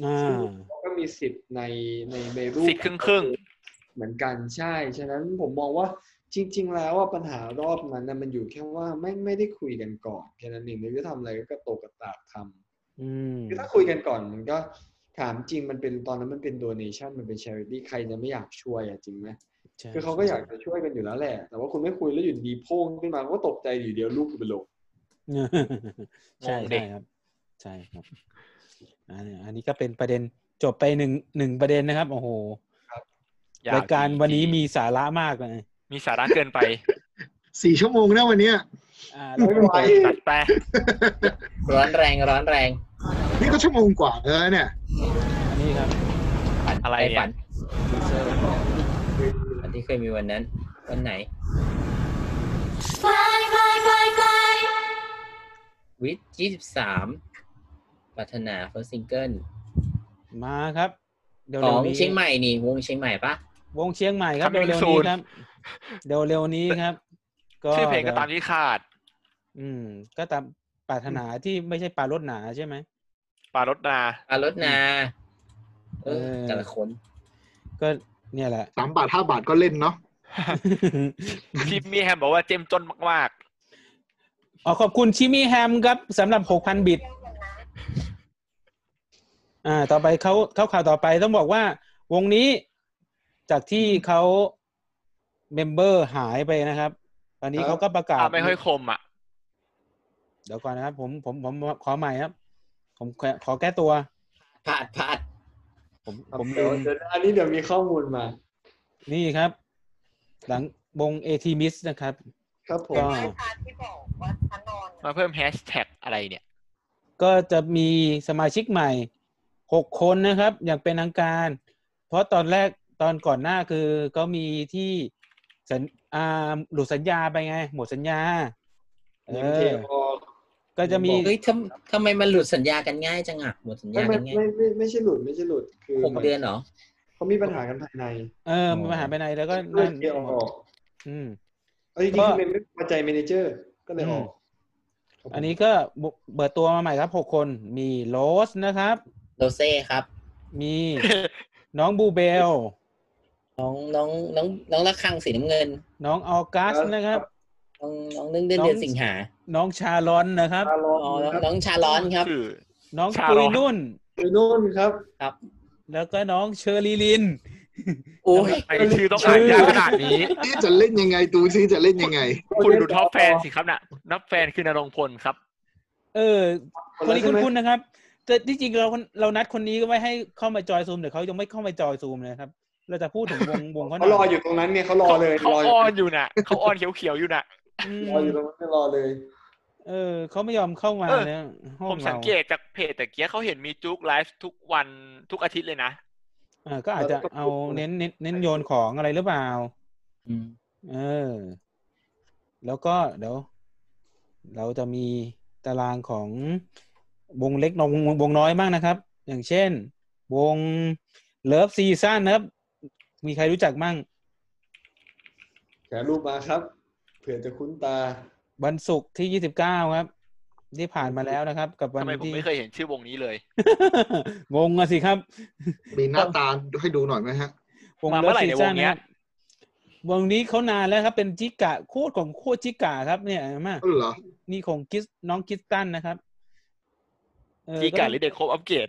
[SPEAKER 2] อ่า
[SPEAKER 1] ก็มีสิทธิ์ในในในรูป
[SPEAKER 3] สิทธิ์ครึ่ง
[SPEAKER 1] เหมือนกันใช่ ฉะนั้นผมมองว่าจริง ๆ แล้วว่าปัญหารอบนั้นนะมันอยู่แค่ว่าไม่ไม่ได้คุยกันก่อนแค่นั้นเองหรือจะทำอะไรก็กระโตกกระตากท
[SPEAKER 2] อืม
[SPEAKER 1] ำคือถ้าคุยกันก่อนมันก็ถามจริงมันเป็นตอนนั้นมันเป็น donation มันเป็น charity ใครจะไม่อยากช่วยอะจริงไหม
[SPEAKER 2] ใช่
[SPEAKER 1] คือเขาก็อยากจะช่วยกันอยู่แล้วแหละ แต่ว่าคุณไม่คุยแล้วอยู่ดีโพ่งขึ้นมาก็ตกใจอยู่เดียวลูกคุณไปลง
[SPEAKER 2] ใช่
[SPEAKER 3] งงดิ
[SPEAKER 2] ใช่ครับ ใช่ครับอันนี้อันนี้ก็เป็นประเด็นจบไปหนึ่งหนึ่งประเด็นนะครับ โอ้โห
[SPEAKER 3] อว
[SPEAKER 2] รายการวันนี้มีสาระมากเลย
[SPEAKER 3] มีสาระเกินไป
[SPEAKER 4] สี่ชั่วโมงนะวันเนี้ย
[SPEAKER 2] อ่า
[SPEAKER 1] ไม่เป็นไร
[SPEAKER 3] ตัดแปะ
[SPEAKER 6] ร้อนแรงร้อนแรง
[SPEAKER 4] นี่ก็ชั่วโมงกว่าแล้วเนี่ย
[SPEAKER 2] อันนี้ครับ
[SPEAKER 6] ฝัน
[SPEAKER 3] อะไร
[SPEAKER 6] ป
[SPEAKER 3] เนี่
[SPEAKER 6] ฝั
[SPEAKER 3] ย
[SPEAKER 6] ฝันที่เคยมีวันนั้น วันไหน
[SPEAKER 5] ไกลไกลไกลไกล
[SPEAKER 6] วิทยี่สิบสามปรารถนา first single
[SPEAKER 2] มาครับ เดี๋ยว
[SPEAKER 6] ขอ
[SPEAKER 2] เร็ว
[SPEAKER 6] ง
[SPEAKER 2] นี้
[SPEAKER 6] เชียงใหม่นี่ วงเชียงใหม่ปะ
[SPEAKER 2] วงเชียงใหม่ครับเดี๋ยว
[SPEAKER 3] Coming
[SPEAKER 2] เร็วนี้ครับ เดี๋ยวเร็วนี้ครับ ก็
[SPEAKER 3] ชื่อเพลงก็ตามที่คาด
[SPEAKER 2] อืม ก็ตามปรารถนาที่ไม่ใช่ปลารถหนาใช่ไหม
[SPEAKER 3] ปารถนา
[SPEAKER 6] อารถนา เออ
[SPEAKER 2] เออ
[SPEAKER 6] แต่ละคน
[SPEAKER 2] ก็เนี่ยแหละ
[SPEAKER 4] สามบาทห้าบาทก็เล่นเนาะ
[SPEAKER 3] พิมมี่แฮมบอกว่าเจมจนมาก
[SPEAKER 2] อ๋อขอบคุณชิมี่แฮมครับสำหรับ 6,000 บิต อ่า ต่อไปเขาเขาข่าวต่อไปต้องบอกว่า วงนี้จากที่เขาเมมเบอร์หายไปนะครับ ตอนนี้เขาก็ประ
[SPEAKER 3] ๆ
[SPEAKER 2] กาศ
[SPEAKER 3] ภาพไม่ค่อยคมอ่ะ
[SPEAKER 2] เดี๋ยวก่อนนะครับ ผมผมผมขอใหม่ครับ ผมขอขอแก้ตัว
[SPEAKER 6] พาดพาด
[SPEAKER 2] ผมผม
[SPEAKER 1] เดี๋ย
[SPEAKER 2] ลื
[SPEAKER 1] ว
[SPEAKER 2] ม
[SPEAKER 1] เดี๋ยวอันนี้เดี๋ยวมีข้อมูลมา
[SPEAKER 2] นี่ครับ หลังวงเอทีมิสนะครับ
[SPEAKER 1] ครับผม
[SPEAKER 2] ก็
[SPEAKER 3] มาเพิ่มแฮชแท็กอะไรเนี่ย
[SPEAKER 2] ก็จะมีสมาชิกใหม่หกคนนะครับ อย่างเป็นทางการ เพราะตอนแรกตอนก่อนหน้าคือก็มีที่สัญอ่าหลุดสัญญาไปไง หมดสัญญาเอ
[SPEAKER 7] นิมเท
[SPEAKER 2] อ
[SPEAKER 7] ออก
[SPEAKER 2] ก็จะมี
[SPEAKER 7] บอก
[SPEAKER 6] เฮ้ยทำทำไมมันหลุดสัญญากันง่ายจังอะหมดสัญ
[SPEAKER 7] ไม่
[SPEAKER 6] ญา
[SPEAKER 7] ไม่
[SPEAKER 6] กันง่าย
[SPEAKER 7] ไม่ไม่ไม่ใช่หลุดไม่ใช่หลุดคือ
[SPEAKER 6] หกเดือนเหรอ
[SPEAKER 7] เขามีปัญหากันภายใน
[SPEAKER 2] เออมีปัญหาไปไหนแล้วก็
[SPEAKER 7] ก็เล
[SPEAKER 2] นั่
[SPEAKER 7] ย
[SPEAKER 2] น
[SPEAKER 7] เคลียร์ออก
[SPEAKER 2] อืม
[SPEAKER 7] เอาจริงๆ
[SPEAKER 2] ก็
[SPEAKER 7] คือมันไม่พอใจเมเนเจอร์ก็เลยออก
[SPEAKER 2] อื อันนี้ก็เปิดตัวมาใหม่ครับหกคนมีโรสนะครับ
[SPEAKER 6] โรเซ่ครับ
[SPEAKER 2] มีน้องบูเบล
[SPEAKER 6] น้องน้องน้องน้องระฆังสีน้ำเงิน
[SPEAKER 2] น้องออกัสนะครับ
[SPEAKER 6] น้องน้องนึ่งเดือน
[SPEAKER 2] น้อง
[SPEAKER 6] เดือนสิงหา
[SPEAKER 2] น้องชาลอนนะครับ
[SPEAKER 7] ล
[SPEAKER 6] อ๋
[SPEAKER 7] อ
[SPEAKER 6] อน้อง
[SPEAKER 7] งครับ
[SPEAKER 6] น้องชาร้อนครับ
[SPEAKER 3] ชื่อ
[SPEAKER 2] น้อง
[SPEAKER 3] ชา
[SPEAKER 2] ปุ
[SPEAKER 3] ล
[SPEAKER 2] ย
[SPEAKER 3] อน
[SPEAKER 2] นุ่น
[SPEAKER 7] ไปนู่นครับ
[SPEAKER 6] ครับ
[SPEAKER 2] แล้วก็น้องเชอรีลิน
[SPEAKER 6] โอ้ย
[SPEAKER 3] ไอชื่อต้องอ่านยากขนาดนี้
[SPEAKER 4] นี่จะเล่นยังไงดูซิจะเล่นยังไง
[SPEAKER 3] คุณดูท็อปแฟนสิครับน่ะนับแฟนคือนรงพลครับ
[SPEAKER 2] เออ คนนี้คุ้นๆนะครับ แต่ที่จริงเราเรานัดคนนี้ก็ไว้ให้เข้ามาจอยซูมเดี๋ยวเขายังไม่เข้ามาจอยซูมเลยครับ เราจะพูดถึงว ง วงเขาห
[SPEAKER 7] เขาร
[SPEAKER 2] น่
[SPEAKER 7] อ
[SPEAKER 2] อย
[SPEAKER 7] อยู่ตรงนั้นเนี่ยเขารอเลย
[SPEAKER 3] เขา
[SPEAKER 7] รอ
[SPEAKER 3] ออนอยู่น่ะเขาออนเขียวๆอยู่น่ะ
[SPEAKER 2] อืม
[SPEAKER 7] รออยู่ตรงนั้นเนี่ยรอเลย
[SPEAKER 2] เออเขาไม่ยอมเข้ามา
[SPEAKER 3] เออ
[SPEAKER 2] เนี่ยห้อ
[SPEAKER 3] ผม
[SPEAKER 2] งเรา
[SPEAKER 3] สังเกตจากเพจแต่เกียเขาเห็นมีจุกไลฟ์ทุกวันทุกอาทิตย์เลยนะ
[SPEAKER 2] เออก็อาจจะเอาเน้นเน้นเน้นโยนของอะไรหรือเปล่า
[SPEAKER 6] อืม
[SPEAKER 2] เออ แล้วก็เดี๋ยว เราจะมีตารางของวงเล็กนวงวงน้อยมากนะครับ อย่างเช่น วงเลิฟซีซั่นนะครับ มีใครรู้จักมั่ง
[SPEAKER 7] แขนรูปมาครับ เผื่อจะคุ้นตา
[SPEAKER 2] วันศุกร์ที่ยี่สิบเก้าครับ ที่ผ่านมาแล้วนะครับ กับวัน
[SPEAKER 3] ทำไมผม
[SPEAKER 2] ที่
[SPEAKER 3] ไม่เคยเห็นชื่อวงนี้เลย
[SPEAKER 2] งงอะสิครับ
[SPEAKER 4] มีหน้าตาให้ดูหน่อยไหมฮะ
[SPEAKER 2] วง
[SPEAKER 3] มา
[SPEAKER 2] เลิฟ
[SPEAKER 3] เมื่อไหร่
[SPEAKER 2] ซี
[SPEAKER 3] ในวง
[SPEAKER 2] ซั่น
[SPEAKER 3] เนี้
[SPEAKER 2] นะค
[SPEAKER 3] ย
[SPEAKER 2] รับวงนี้เขานานแล้วครับ เป็นจิกะโคตรของโคตรจิกะครับเนี่ยเห็นไหมา
[SPEAKER 4] ก็เหรอ
[SPEAKER 2] นี่ของกิสน้องกิสตันนะครับเออ
[SPEAKER 3] กีการหรือเด็กครบอัปเกรด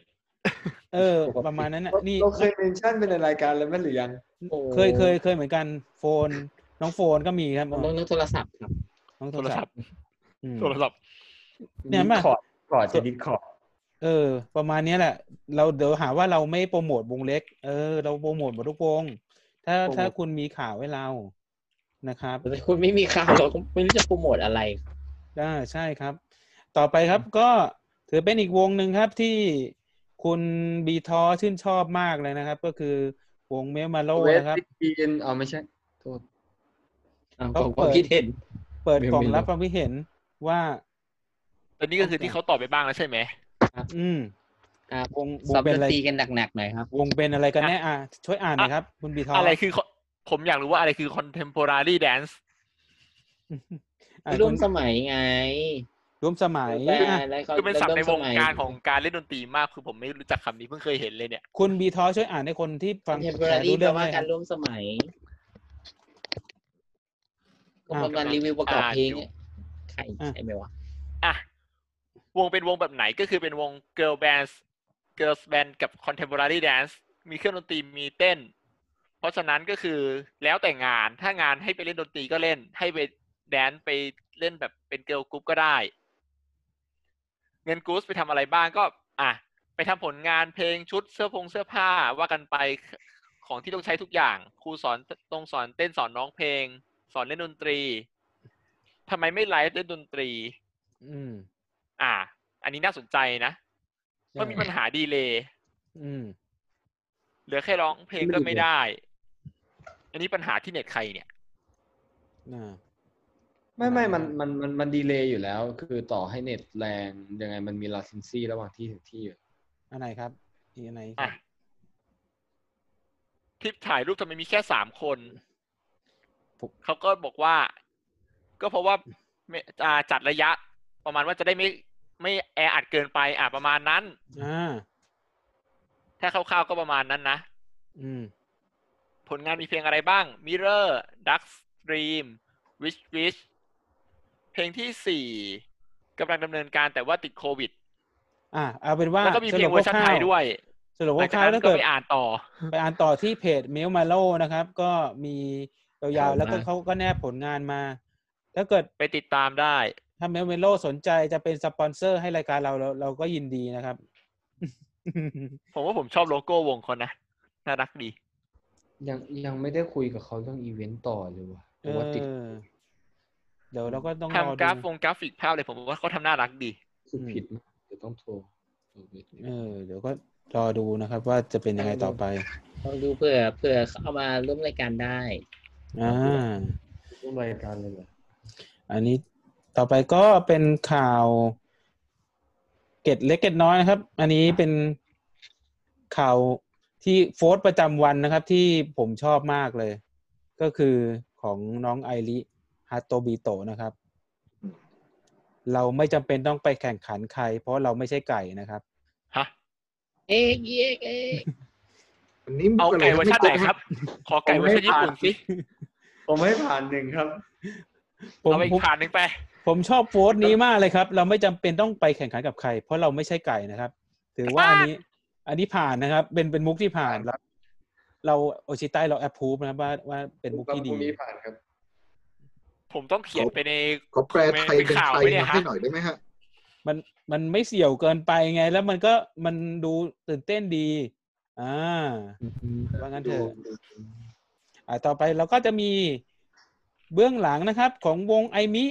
[SPEAKER 2] เออประมาณนั้นนะนี่
[SPEAKER 7] เราเคยเมนชั่นเป็นในรายการแล้วไหมหรือยัง
[SPEAKER 6] โอ้
[SPEAKER 2] เคยเคยเคยเหมือนกันโฟน น้องโฟนก็มีครับ
[SPEAKER 6] น้องน้องโทรศัพท์ครับ
[SPEAKER 2] น้องโท
[SPEAKER 3] โท
[SPEAKER 2] ร
[SPEAKER 3] ร
[SPEAKER 2] ศั
[SPEAKER 3] ศั
[SPEAKER 2] พ
[SPEAKER 3] พ
[SPEAKER 2] ท์
[SPEAKER 3] ท์
[SPEAKER 2] อืม
[SPEAKER 3] โทรศัพท์
[SPEAKER 2] เนี่ยมา
[SPEAKER 1] Discord ก่อนจะดิสคอร์ด
[SPEAKER 2] เออ ประมาณเนี้ยแหละ เราเดี๋ยวหาว่าเราไม่โปรโมทวงเล็ก เออ เราโปรโมทหมดทุกวง ถ้า
[SPEAKER 6] โปรโมท
[SPEAKER 2] ถ้าคุณมีข่าวให้เรานะครับ
[SPEAKER 6] แต่คุณไม่มีข่าวเราก็ไม่รู้จะโปรโมทอะไร
[SPEAKER 2] ได้ใช่ครับ ต่อไปครับก็ถือเป็นอีกวงหนึ่งครับที่คุณบีทอชื่นชอบมากเลยนะครับ ก็คือวงเมลมาโล
[SPEAKER 1] เวส
[SPEAKER 2] นะครับ
[SPEAKER 1] ติกีนเอาไม่ใช่โทษ
[SPEAKER 6] อ่ะ
[SPEAKER 2] ต้อง
[SPEAKER 6] ผม
[SPEAKER 2] เปิด
[SPEAKER 6] คิดเห็น
[SPEAKER 2] เปิดกล่อง
[SPEAKER 6] ไม่รู้
[SPEAKER 2] รับความคิดเห็นว่า
[SPEAKER 3] แต่นี่ก็คือที่เขาตอบไปบ้างแล้วใช่ไหม
[SPEAKER 2] อืม
[SPEAKER 6] ครับ
[SPEAKER 2] วงวง
[SPEAKER 6] ซ้อม
[SPEAKER 2] เป็น
[SPEAKER 6] ดน
[SPEAKER 2] อะไร
[SPEAKER 6] ตรีกันหนักๆหน่อยครับ
[SPEAKER 2] วงเป็นอะไรกันแน่อ่ะช่วยอ่านหน่อยครับ คุณบีทอ
[SPEAKER 3] อะ
[SPEAKER 2] อะไร
[SPEAKER 3] คือ co- ผมอยากรู้ว่าอะไรคือ contemporary dance
[SPEAKER 6] ร่วมสมัยไง
[SPEAKER 2] ร่วมสมัย
[SPEAKER 6] แต่
[SPEAKER 2] อ่ะ
[SPEAKER 6] อะไรเขา
[SPEAKER 3] คือเป็นศัพท์ในวง
[SPEAKER 6] ร่มสมัย
[SPEAKER 3] การของการเล่นดนตรีมากคือผมไม่รู้จักคำนี้เพิ่งเคยเห็นเลยเนี่ย
[SPEAKER 2] คุณบีทอช่วยอ่านให้คนที่ฟัง
[SPEAKER 6] contemporary
[SPEAKER 2] รู้
[SPEAKER 6] แปล
[SPEAKER 2] เรื่องไหม
[SPEAKER 6] ว่ากา
[SPEAKER 2] คั
[SPEAKER 6] รร
[SPEAKER 2] บ
[SPEAKER 6] ร่วมสมัย ก็
[SPEAKER 2] อ่า
[SPEAKER 6] เป็นการรีวิวประกอบเพลง
[SPEAKER 3] อ่าอยู่
[SPEAKER 6] ใครใช่ไหมวะ
[SPEAKER 3] อ่ะวงเป็นวงแบบไหนก็คือเป็นวง girl band girls band กับ contemporary dance มีเครื่องดนตรีมีเต้น เพราะฉะนั้นก็คือแล้วแต่งานถ้างานให้ไปเล่นดนตรีก็เล่น ให้ไปแดนซ์ไปเล่นแบบเป็น girl group ก็ได้ เงินกู๊สไปทำอะไรบ้างก็ อ่ะ ไปทำผลงานเพลงชุดเสื้อพงเสื้อผ้าว่ากันไปของที่ต้องใช้ทุกอย่าง ครูสอนตรงสอนเต้นสอนร้องเพลง สอนเล่นดนตรีทำไมไม่ไลฟ์เล่นดนตรี
[SPEAKER 2] อืม
[SPEAKER 3] อ่า อันนี้น่าสนใจนะ
[SPEAKER 2] ใช่
[SPEAKER 3] มันมีปัญหาดีเลย์
[SPEAKER 2] อืม
[SPEAKER 3] เหลือแค่ร้องเพลงก็ไม่ได้ อันนี้ปัญหาที่เน็ตใครเนี่ย
[SPEAKER 2] อ่า
[SPEAKER 1] ไม่ไม่มัน
[SPEAKER 2] อ่ามั
[SPEAKER 1] มันมันมันดีเลย์อยู่แล้ว คือต่อให้เน็ตแรงยังไงมันมีลาเซนซี่ระหว่างที่ถึงที่อยู่
[SPEAKER 2] อันไหนครับอีกอันไหนครั
[SPEAKER 3] อ่ะ
[SPEAKER 2] บ
[SPEAKER 3] คลิปถ่ายรูปทำไมมีแค่สามคน
[SPEAKER 2] ผม
[SPEAKER 3] เขาก็บอกว่า ก็เพราะว่าไม่อ่าจัดระยะ ประมาณว่าจะได้ไม่ไม่แออัดเกินไป อ่ะประมาณนั้น
[SPEAKER 2] อ่า
[SPEAKER 3] ถ้าคร่าวๆก็ประมาณนั้นนะ
[SPEAKER 2] อืม
[SPEAKER 3] ผลงานมีเพลงอะไรบ้าง Mirror Dark Stream Wish Wish เพลงที่สี่กำลังดำเนินการแต่ว่าติดโควิด
[SPEAKER 2] อ่าเอาเป็นว่า
[SPEAKER 3] แล้วก็มีเพลงเวอร์ชันไทยด้วย
[SPEAKER 2] สรุป
[SPEAKER 3] หลัง
[SPEAKER 2] ค
[SPEAKER 3] จาก
[SPEAKER 2] ร่าว
[SPEAKER 3] นั้
[SPEAKER 2] ๆถ้าน
[SPEAKER 3] ก็
[SPEAKER 2] เกิด
[SPEAKER 3] ไปอ่านต่อ
[SPEAKER 2] ไปอ่านต่อที่เพจเมลมาโลนะครับ ก็มียาวๆแล้วก็
[SPEAKER 6] ครับ
[SPEAKER 2] เขาก็แนบผลงานมา ถ้าเกิด
[SPEAKER 3] ไปติดตามได้
[SPEAKER 2] ถ้าเมลเมโลสนใจจะเป็นสปอนเซอร์ให้รายการเราเราเราก็ยินดีนะครับ
[SPEAKER 3] ผมว่าผมชอบโลโก้วงเขานะ น่ารักดี
[SPEAKER 1] ยังยังไม่ได้คุยกับเขาเรื่องอีเวนต์ต่อเลยว่ะ
[SPEAKER 2] เอ
[SPEAKER 1] แต่ว่าติด
[SPEAKER 2] อ เดี๋ยวเราก็ต้องรอ
[SPEAKER 3] ทำก
[SPEAKER 2] ดู
[SPEAKER 3] ราฟวงกราฟิกภาพเลยผมว่าเขาทำน่ารักดี
[SPEAKER 1] คือผิดมากเดี๋ยวต้องโทรโทรไป
[SPEAKER 2] เออเดี๋ยวก็รอดูนะครับ ว่าจะเป็นยังไงต่อไป
[SPEAKER 6] ลองดูเผื่อเผื่อเขาเอามาร่วมรายการได้
[SPEAKER 2] อ่า
[SPEAKER 1] ร่วมรายการเลยเหรอ
[SPEAKER 2] อันนี้ต่อไปก็เป็นข่าว เกร็ดเล็กเกร็ดน้อยนะครับ อันนี้เป็นข่าวที่โฟร์ประจำวันนะครับ ที่ผมชอบมากเลย ก็คือของน้องไอริฮาโตบิโตะนะครับ
[SPEAKER 4] อืม
[SPEAKER 2] เราไม่จำเป็นต้องไปแข่งขันใคร เพราะเราไม่ใช่ไก่นะครับ
[SPEAKER 3] ฮะ
[SPEAKER 6] เอกเอกเอก
[SPEAKER 4] อันนี้
[SPEAKER 3] เอา
[SPEAKER 4] มุะ
[SPEAKER 3] ไก่เวอร์ชันไหนครับ ขอไก่เวอร์ชันญี่ปุ่นสิ
[SPEAKER 7] ผมให้ผ่านหนึ่งครับ
[SPEAKER 2] ผม
[SPEAKER 3] เอาไปอี
[SPEAKER 2] ผ
[SPEAKER 3] ก
[SPEAKER 2] ม
[SPEAKER 3] ผ่านหนึ่งไป
[SPEAKER 2] ผมชอบโฟร์นี้มากเลยครับ เราไม่จำเป็นต้องไปแข่งขันกับใคร เพราะเราไม่ใช่ไก่นะครับ ถือว่าอันนี้ อันนี้ผ่านนะครับ เป็นเป็นมุกที่ผ่านแล้วเราโอชิไตเราแอปพูฟนะครับว่าว่าเป็นมุกที่
[SPEAKER 7] พ
[SPEAKER 2] ดี
[SPEAKER 7] รุ่งนี้ผ่านครับ
[SPEAKER 3] ผมต้องเขียนไปใน
[SPEAKER 4] ขอแปลไทยเป็น
[SPEAKER 3] ข่าว
[SPEAKER 4] ไทย
[SPEAKER 3] ไว้เนี่ย
[SPEAKER 4] มา
[SPEAKER 3] ฮะ
[SPEAKER 4] ให้หน่อยได้ไหมฮะ
[SPEAKER 2] มันมันไม่เสี่ยวเกินไปไง แล้วมันก็มันดูตื่นเต้นดีอ่าว่างั้นเถอะอ่าต่อไปเราก็จะมีเบื้องหลังนะครับ ของวงไอมิ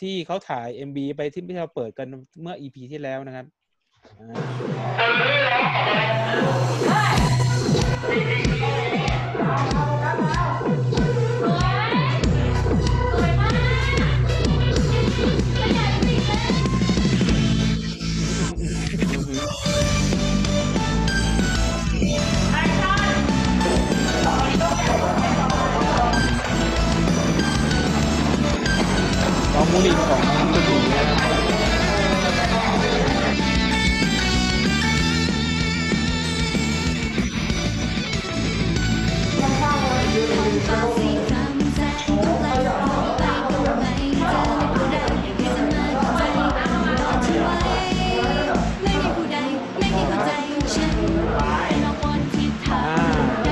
[SPEAKER 2] ที่เขาถ่าย MB ไปที่ที่เราเปิดกันเมื่อ EP ที่แล้วนะครับอ่าน้องมูลินของคุณหมีนะครับอ่า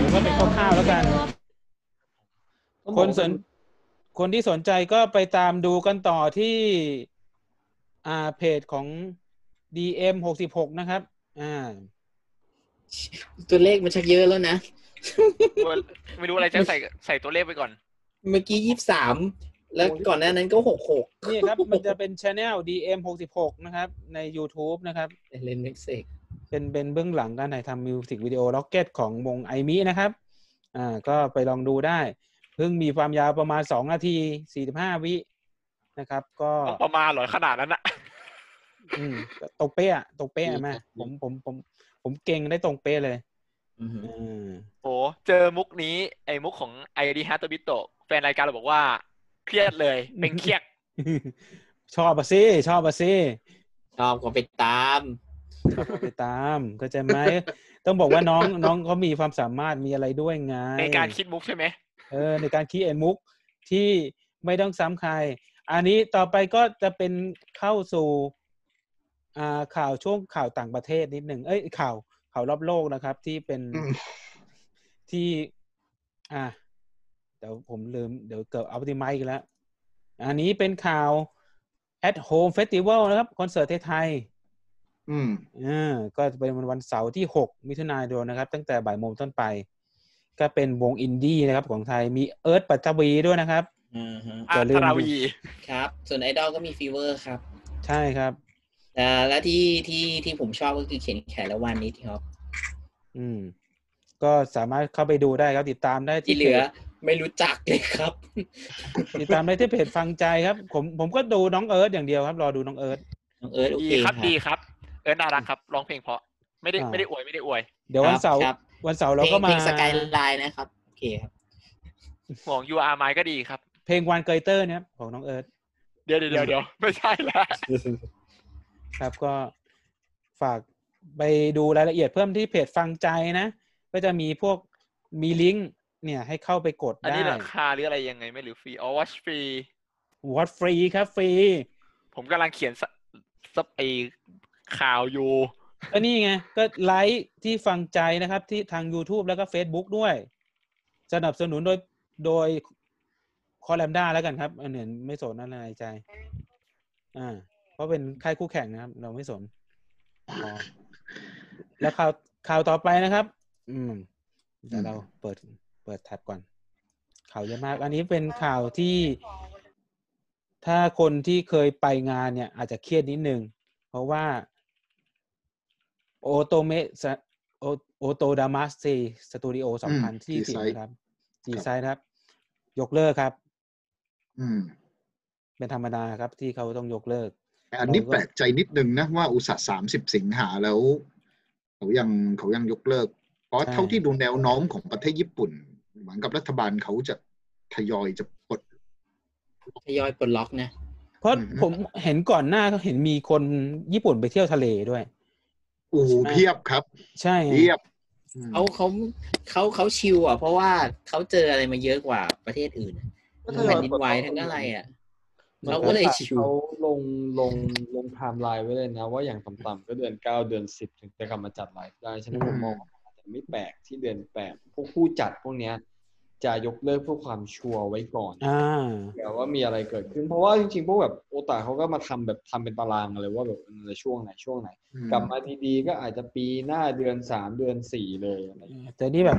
[SPEAKER 2] เดี๋ยวก็เป็นคร่าวๆแล้วกัน คนสนคนที่สนใจก็ไปตามดูกันต่อที่อ่าเพจของ DM หกสิบหกนะครับ อ่า
[SPEAKER 6] ตัวเลขมันชักเยอะแล้วนะ
[SPEAKER 3] ไม่รู้อะไรจะใส่ใส่ตัวเลขไปก่อน
[SPEAKER 6] เมื่อกี้ยี่สามแล้วก่อนหน้านั้นก็หกหก
[SPEAKER 2] นี่ครับ มันจะเป็นช anel DM หกสิบหกนะครับ ใน YouTube นะครับ
[SPEAKER 6] เล่นเม็กเซก
[SPEAKER 2] เป็นเป็นเบื้องหลังการถ่ายทำมิวสิกวิดีโอ r o c k e t ของวงไอมินะครับ อ่า ก็ไปลองดูได้ เพิ่งมีความยาวประมาณสองนาทีสี่สิบห้าวินะครับ ก็
[SPEAKER 3] ต้องประมาณเหรอขนาดนั้นอะ
[SPEAKER 2] อืมก็ตรงเป๊ะอะตรงเป๊ะอะมาผมผมผม ผมเก่งได้ตรงเป๊ะเลยอ่า
[SPEAKER 3] โอ้เจอมุกนี้ ไอ้มุกของไอดีฮัตโตบิโตะแฟนรายการเราบอกว่า เครียดเลย เป็นเครียด
[SPEAKER 2] ชอบปะซิชอบปะซิ
[SPEAKER 6] ชอบก็ไปตาม
[SPEAKER 2] ชอบไปตามเข้าใจไหม ต้องบอกว่าน้องน้องเขามีความสามารถมีอะไรด้วยไง
[SPEAKER 3] ในการคิดมุกใช่ไหม
[SPEAKER 2] เออในการคิดเอ็นมุกที่ไม่ต้องซ้ำใคร อันนี้ต่อไปก็จะเป็นเข้าสู่อ่าข่าวช่วงข่าวต่างประเทศนิดหนึ่งเอ้ยข่าวข่าวรอบโลกนะครับ ที่เป็น
[SPEAKER 4] อืม
[SPEAKER 2] ที่ อ่าเดี๋ยวผมลืมเดี๋ยวเกิดเอาไปที่ไมค์อีกแล้ว อันนี้เป็นข่าว at home festival นะครับ คอนเสิร์ตไทยๆ
[SPEAKER 4] อืม
[SPEAKER 2] อ่าก็จะเป็นวันเสาร์ที่ 6 มิถุนายนนะครับ ตั้งแต่บ่ายโมงต้นไป ก็เป็นวงอินดี้นะครับของไทยมีเอิร์ธปัตวีด้วยนะครับ
[SPEAKER 6] อ่าฮะ
[SPEAKER 3] อา
[SPEAKER 2] จะเริ่ม
[SPEAKER 3] ตราวี
[SPEAKER 6] ครับ ส่วนไอดอลก็มีฟีเวอร์ครับ
[SPEAKER 2] ใช่ครับ
[SPEAKER 6] อ่าและที่ที่ที่ผมชอบก็คือเขียนแขนและวันนี้ที่ครับ
[SPEAKER 2] อืม ก็สามารถเข้าไปดูได้ครับ ติดตามได้
[SPEAKER 6] ที่
[SPEAKER 2] ที่
[SPEAKER 6] เหลือไม่รู้จักเลยครับ
[SPEAKER 2] เพจติดตามได้ที่เพจฟังใจครับ ผมผมก็ดูน้องเอิร์ธอย่างเดียวครับ รอดูน้องเอิร์ธ
[SPEAKER 6] น้องเอิร์ธโอ
[SPEAKER 3] ดี
[SPEAKER 6] เค
[SPEAKER 3] ค
[SPEAKER 6] ค
[SPEAKER 3] รั
[SPEAKER 6] รั
[SPEAKER 3] บบ ดีครับ เออน่ารักครับ ร้องเพลงเพราะ ไม่ได้
[SPEAKER 2] อ่า
[SPEAKER 3] ไม่ได้อวยไม่ได้อวย
[SPEAKER 2] เดี๋ยววันเสาร์
[SPEAKER 6] ครับ
[SPEAKER 2] วันเสาร์เราก็มา
[SPEAKER 6] เพลงสกายไลน์นะครับ โอเคครับ
[SPEAKER 3] ห่วง U R ไม้ก็ดีครับ
[SPEAKER 2] เพลงวันเกยเตอร์นะครับของน้องเอิร์ธ
[SPEAKER 3] เดี๋ยวเดี๋ยวเดี๋ยวเดี๋ยวไม่ใช่ละ
[SPEAKER 2] ครับก็ฝากไปดูรายละเอียดเพิ่มที่เพจฟังใจนะ ก็จะมีพวกมีลิงก์เนี่ยให้เข้าไปกด
[SPEAKER 3] อัน
[SPEAKER 2] ได้
[SPEAKER 3] นี้ราคาหรืออะไรยังไงไม่หรือฟรีอ๋อวอชฟรี
[SPEAKER 2] วอตฟรีครับฟรี
[SPEAKER 3] ผมกำลังเขียนสสไอข่าวอยู่
[SPEAKER 2] ก็นี่ไง ก็ไลค์ที่ฟังใจนะครับ ที่ทาง YouTube แล้วก็ Facebook ด้วย สนับสนุนโดยโดยคอแลมด้าแล้วกันครับ อันอื่นไม่สนอะไรใจ อ่า เพราะเป็นค่ายคู่แข่งนะครับ เราไม่สนพอแล้วข่าวข่าวต่อไปนะครับ อืมเดี๋ยวเราเปิดเปิดแท็บก่อน ข่าวเยอะมาก อันนี้เป็นข่าวที่ ถ้าคนที่เคยไปงานเนี่ย อาจจะเครียดนิดนึง เพราะว่า โอโตเมะ โอโตดามัสซีสตูดิโอสองพันที่สิบ
[SPEAKER 4] G-Side
[SPEAKER 2] นะครับจีไซนะครับ ยกเลิกครับ
[SPEAKER 4] อืม
[SPEAKER 2] เป็นธรรมดาครับที่เขาต้องยกเลิก
[SPEAKER 4] แต่อันนี้
[SPEAKER 2] เราก็
[SPEAKER 4] แปลกใจนิดนึงนะว่าอุตสาห์สามสิบสิงหาแล้ว เขายังเขายังยกเลิก เพราะเท่าที่ดูแนวโน้มของประเทศญี่ปุ่น เหมือนกับรัฐบาลเขาจะทยอยจะปลด
[SPEAKER 6] ทยอยปลดล็อกนะ
[SPEAKER 2] เพราะ
[SPEAKER 4] อืม
[SPEAKER 2] ผมเห็นก่อนหน้าก็เห็นมีคนญี่ปุ่นไปเที่ยวทะเลด้วย
[SPEAKER 4] อู
[SPEAKER 2] ใช่
[SPEAKER 4] เพียบครับ
[SPEAKER 2] ใช่
[SPEAKER 4] เพียบม
[SPEAKER 6] เขาเขาเขาเขาชิวอ่ะ เพราะว่าเขาเจออะไรมาเยอะกว่าประเทศอื่นอะ
[SPEAKER 7] ก็ท
[SPEAKER 6] ทั้ง
[SPEAKER 7] ยอ
[SPEAKER 6] แผ่
[SPEAKER 7] ย
[SPEAKER 6] นดิน
[SPEAKER 7] ปลด
[SPEAKER 6] ไหว
[SPEAKER 7] ล็อก
[SPEAKER 6] ทั้งอะไรอ่ะ
[SPEAKER 1] มัน
[SPEAKER 6] เราก็เลยชิว
[SPEAKER 1] เขาลงลงลงไทม์ไลน์ไว้เลยนะ ว่าอย่างต่ำๆก็เดือนเก้าเดือนสิบถึงจะกลับมาจัดไลฟ์ได้ฉะนั้นผมมองว่าอาจจะไม่แปลกที่เดือนแปดพวกผู้จัดพวกเนี้ย จะยกเลิกเพื่อความชัวร์ไว้ก่อน
[SPEAKER 2] อ่า
[SPEAKER 1] เดี๋ยวว่ามีอะไรเกิดขึ้น เพราะว่าจริงๆพวกแบบโอตาเขาก็มาทำแบบทำเป็นตารางมาเลยว่าแบบเออในช่วงไหนช่วงไหน
[SPEAKER 4] อืม
[SPEAKER 1] กลับมาดีๆก็อาจจะปีหน้าเดือนสามเดือนสี่เลยอะไรอย่างเงี้ย
[SPEAKER 2] แต่นี่แบบ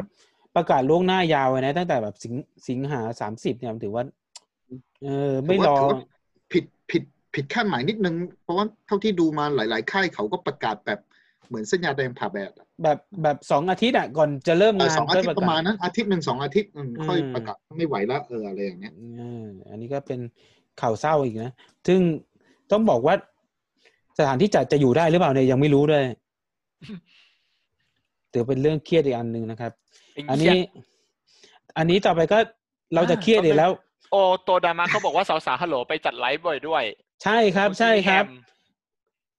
[SPEAKER 2] ประกาศล่วงหน้ายาวเลยนะ ตั้งแต่แบบสิงสิงหาสามสิบเนี่ยมันถือว่า เออ ไม่รอ
[SPEAKER 4] ถืว่าผิดผิดผิดคาดหมายนิดนึง เพราะว่าเท่าที่ดูมาหลาย ๆ ค่ายเขาก็ประกาศแบบเหมือนสัญญาแดงผ่าแบบอะ
[SPEAKER 2] แบบแบบสองอาทิตย์อ่ะ ก่อนจะเริ่
[SPEAKER 4] เออง
[SPEAKER 2] มาน
[SPEAKER 4] สองอา
[SPEAKER 2] ค่
[SPEAKER 4] ทิต
[SPEAKER 2] ป
[SPEAKER 4] ย์
[SPEAKER 2] ก
[SPEAKER 4] ประมาณนั้นอาทิตย์หนึ่งสองอาทิตย์อืมค่อยประกาศไม่ไหวละเอออะไรอย่างเงี้ย
[SPEAKER 2] เอออันนี้ก็เป็นข่าวเศร้าอีกนะ ซึ่งต้องบอกว่า สถานที่จัดจะอยู่ได้หรือเปล่าเนี่ยยังไม่รู้ ด้วยถือเป็นเรื่องเครียดอีกอันหนึ่งนะครับ อันนี้ อันนี้ต่อไปก็เราจะเครียดอีกแล้ว
[SPEAKER 3] โอโตดามาเขาบอกว่าสาวๆฮัลโหลไปจัดไลฟ์บ่อยด้วย
[SPEAKER 2] ใช่ครับ
[SPEAKER 3] ณชิ
[SPEAKER 2] ใช่
[SPEAKER 3] มิ
[SPEAKER 2] ค
[SPEAKER 3] แฮ
[SPEAKER 2] รับ
[SPEAKER 3] ม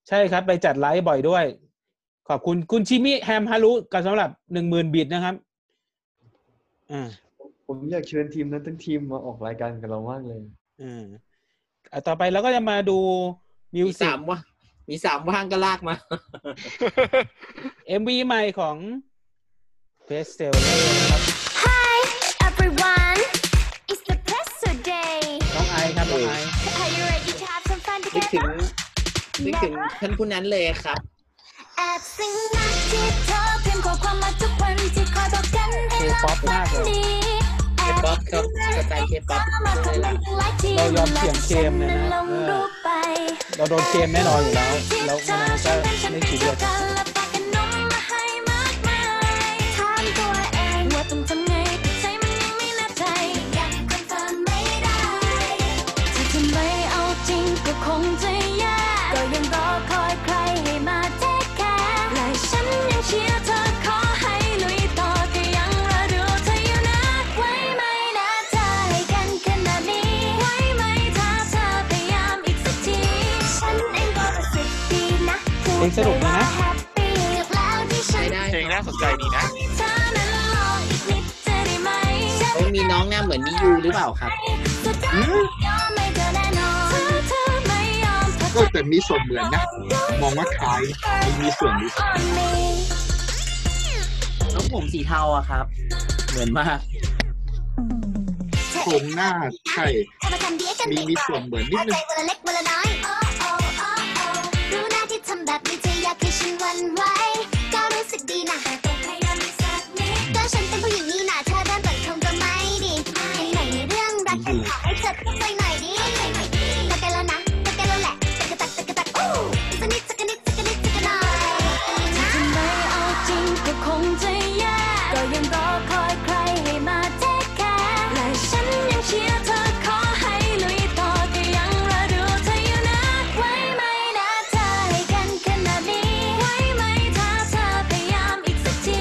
[SPEAKER 2] ใช่ครับ ไปจัดไลฟ์บ่อยด้วย ขอบคุณคุณชิมิแฮมฮารุกับสำหรับหนึ่งหมื่นบิตนะครับอ่า
[SPEAKER 1] ผมอยากเชิญทีมนั้นทั้งทีมมาออกรายการกับเรามากเลย
[SPEAKER 2] อ่าอ่ะต่อไปเราก็จะมาดูมิว
[SPEAKER 6] มี
[SPEAKER 2] สิก
[SPEAKER 6] สามว่า มีสามว่างก็ลากมา
[SPEAKER 2] เอ็มวีใหม่ของเพสเซลครับ
[SPEAKER 5] Hi everyone it's the presto day
[SPEAKER 2] น้องไอซ์ครับน้องไอซ์
[SPEAKER 5] are you ready to have some fun
[SPEAKER 6] นึกถึง
[SPEAKER 5] together
[SPEAKER 6] นึกถึงท่านผู้นั้นเลยครับ
[SPEAKER 5] แอบซึ้งนักที่เธอพิมพ์ข้อความมาทุกวันที่คอยบอกกันให้รักวันนี้แอบซึ้งนักที่เธอมาทุกวันที่ไลค์ที่
[SPEAKER 2] เรายอมเสี่ยงเกมเลยนะ
[SPEAKER 5] ลงรูปไป
[SPEAKER 2] เราโดนเกมแน่นอนอยู่แล้วแล้ว
[SPEAKER 5] เรา
[SPEAKER 2] มันก็ไม่คิดเลย
[SPEAKER 5] คงจะยากก็ยังรอคอยใครให้มาเทคแคร์และฉันยังเชียร์เธอขอให้ลุยต่อก็ยังรอดูเธออยู่นะ ไว้ไหมนะเธอให้กันขนาดนี้ ไว้ไหมถ้าเธอพยายามอีกสักที ฉันเองก็รู้สึกดีนะพูดไปว่าแฮปปี้กับแล้วที่ฉัน
[SPEAKER 6] ไม่ได้
[SPEAKER 3] เพลงน่าสนใจดีนะ
[SPEAKER 5] ให้เธอนั้นลองอีกนิดจะได้ไหมฉัน
[SPEAKER 6] เขามีน้องหน้าเหมือนมิยูหรือเปล่าครับ
[SPEAKER 5] สุดท้ายไม่ยอมไม่เธอแน่นอนเธอเธอไม่ยอมเธอ
[SPEAKER 4] ก็แต่มีส่วนเหมือนนะ มองว่าคล้ายมีส่วนมีส่วน
[SPEAKER 5] อ่อนมี
[SPEAKER 6] น้องผมสีเทาอะครับ เหมือนมาก
[SPEAKER 4] โครงหน้าใช่
[SPEAKER 5] เธอมาทำดีให้ฉัน
[SPEAKER 4] มี
[SPEAKER 5] ดี
[SPEAKER 4] มี
[SPEAKER 5] กว่า
[SPEAKER 4] ส่วนเหมือนนิด
[SPEAKER 5] เอา
[SPEAKER 4] นึ
[SPEAKER 5] ใจ
[SPEAKER 4] ง
[SPEAKER 5] วันละเล็กวันละน้อยโอ้โอ้โอ้โอ้รู้หน้าที่ทำแบบนี้เธออยากให้ฉันหวันไหวก็รู้สึกดีนะหากต้องพยายามอีกสักนิดก็ฉันเป็นผู้หญิงนี่นะเธอเดินเปิดคงก็ไม่ดีไหนๆเรื่องรักฉันขอให้เธอเข้าใจหน่อยดิรักกันแล้วนะรักกันแล้วแหละตะกะตักตะกะตักอู้อีกสักนิดสักนิดสักนิดสักหน่อยนะ ไม่เอาจริงก็คงจะแย่ก็ยังรอคอยใครให้มาเทคแคร์และฉันยังเชียร์เธอขอให้ลุยต่อก็ยังรอดูเธออยู่นะ ไว้ไหมนะเธอให้กันขนาดนี้ ไว้ไหมถ้าเธอพยายามอีกสักที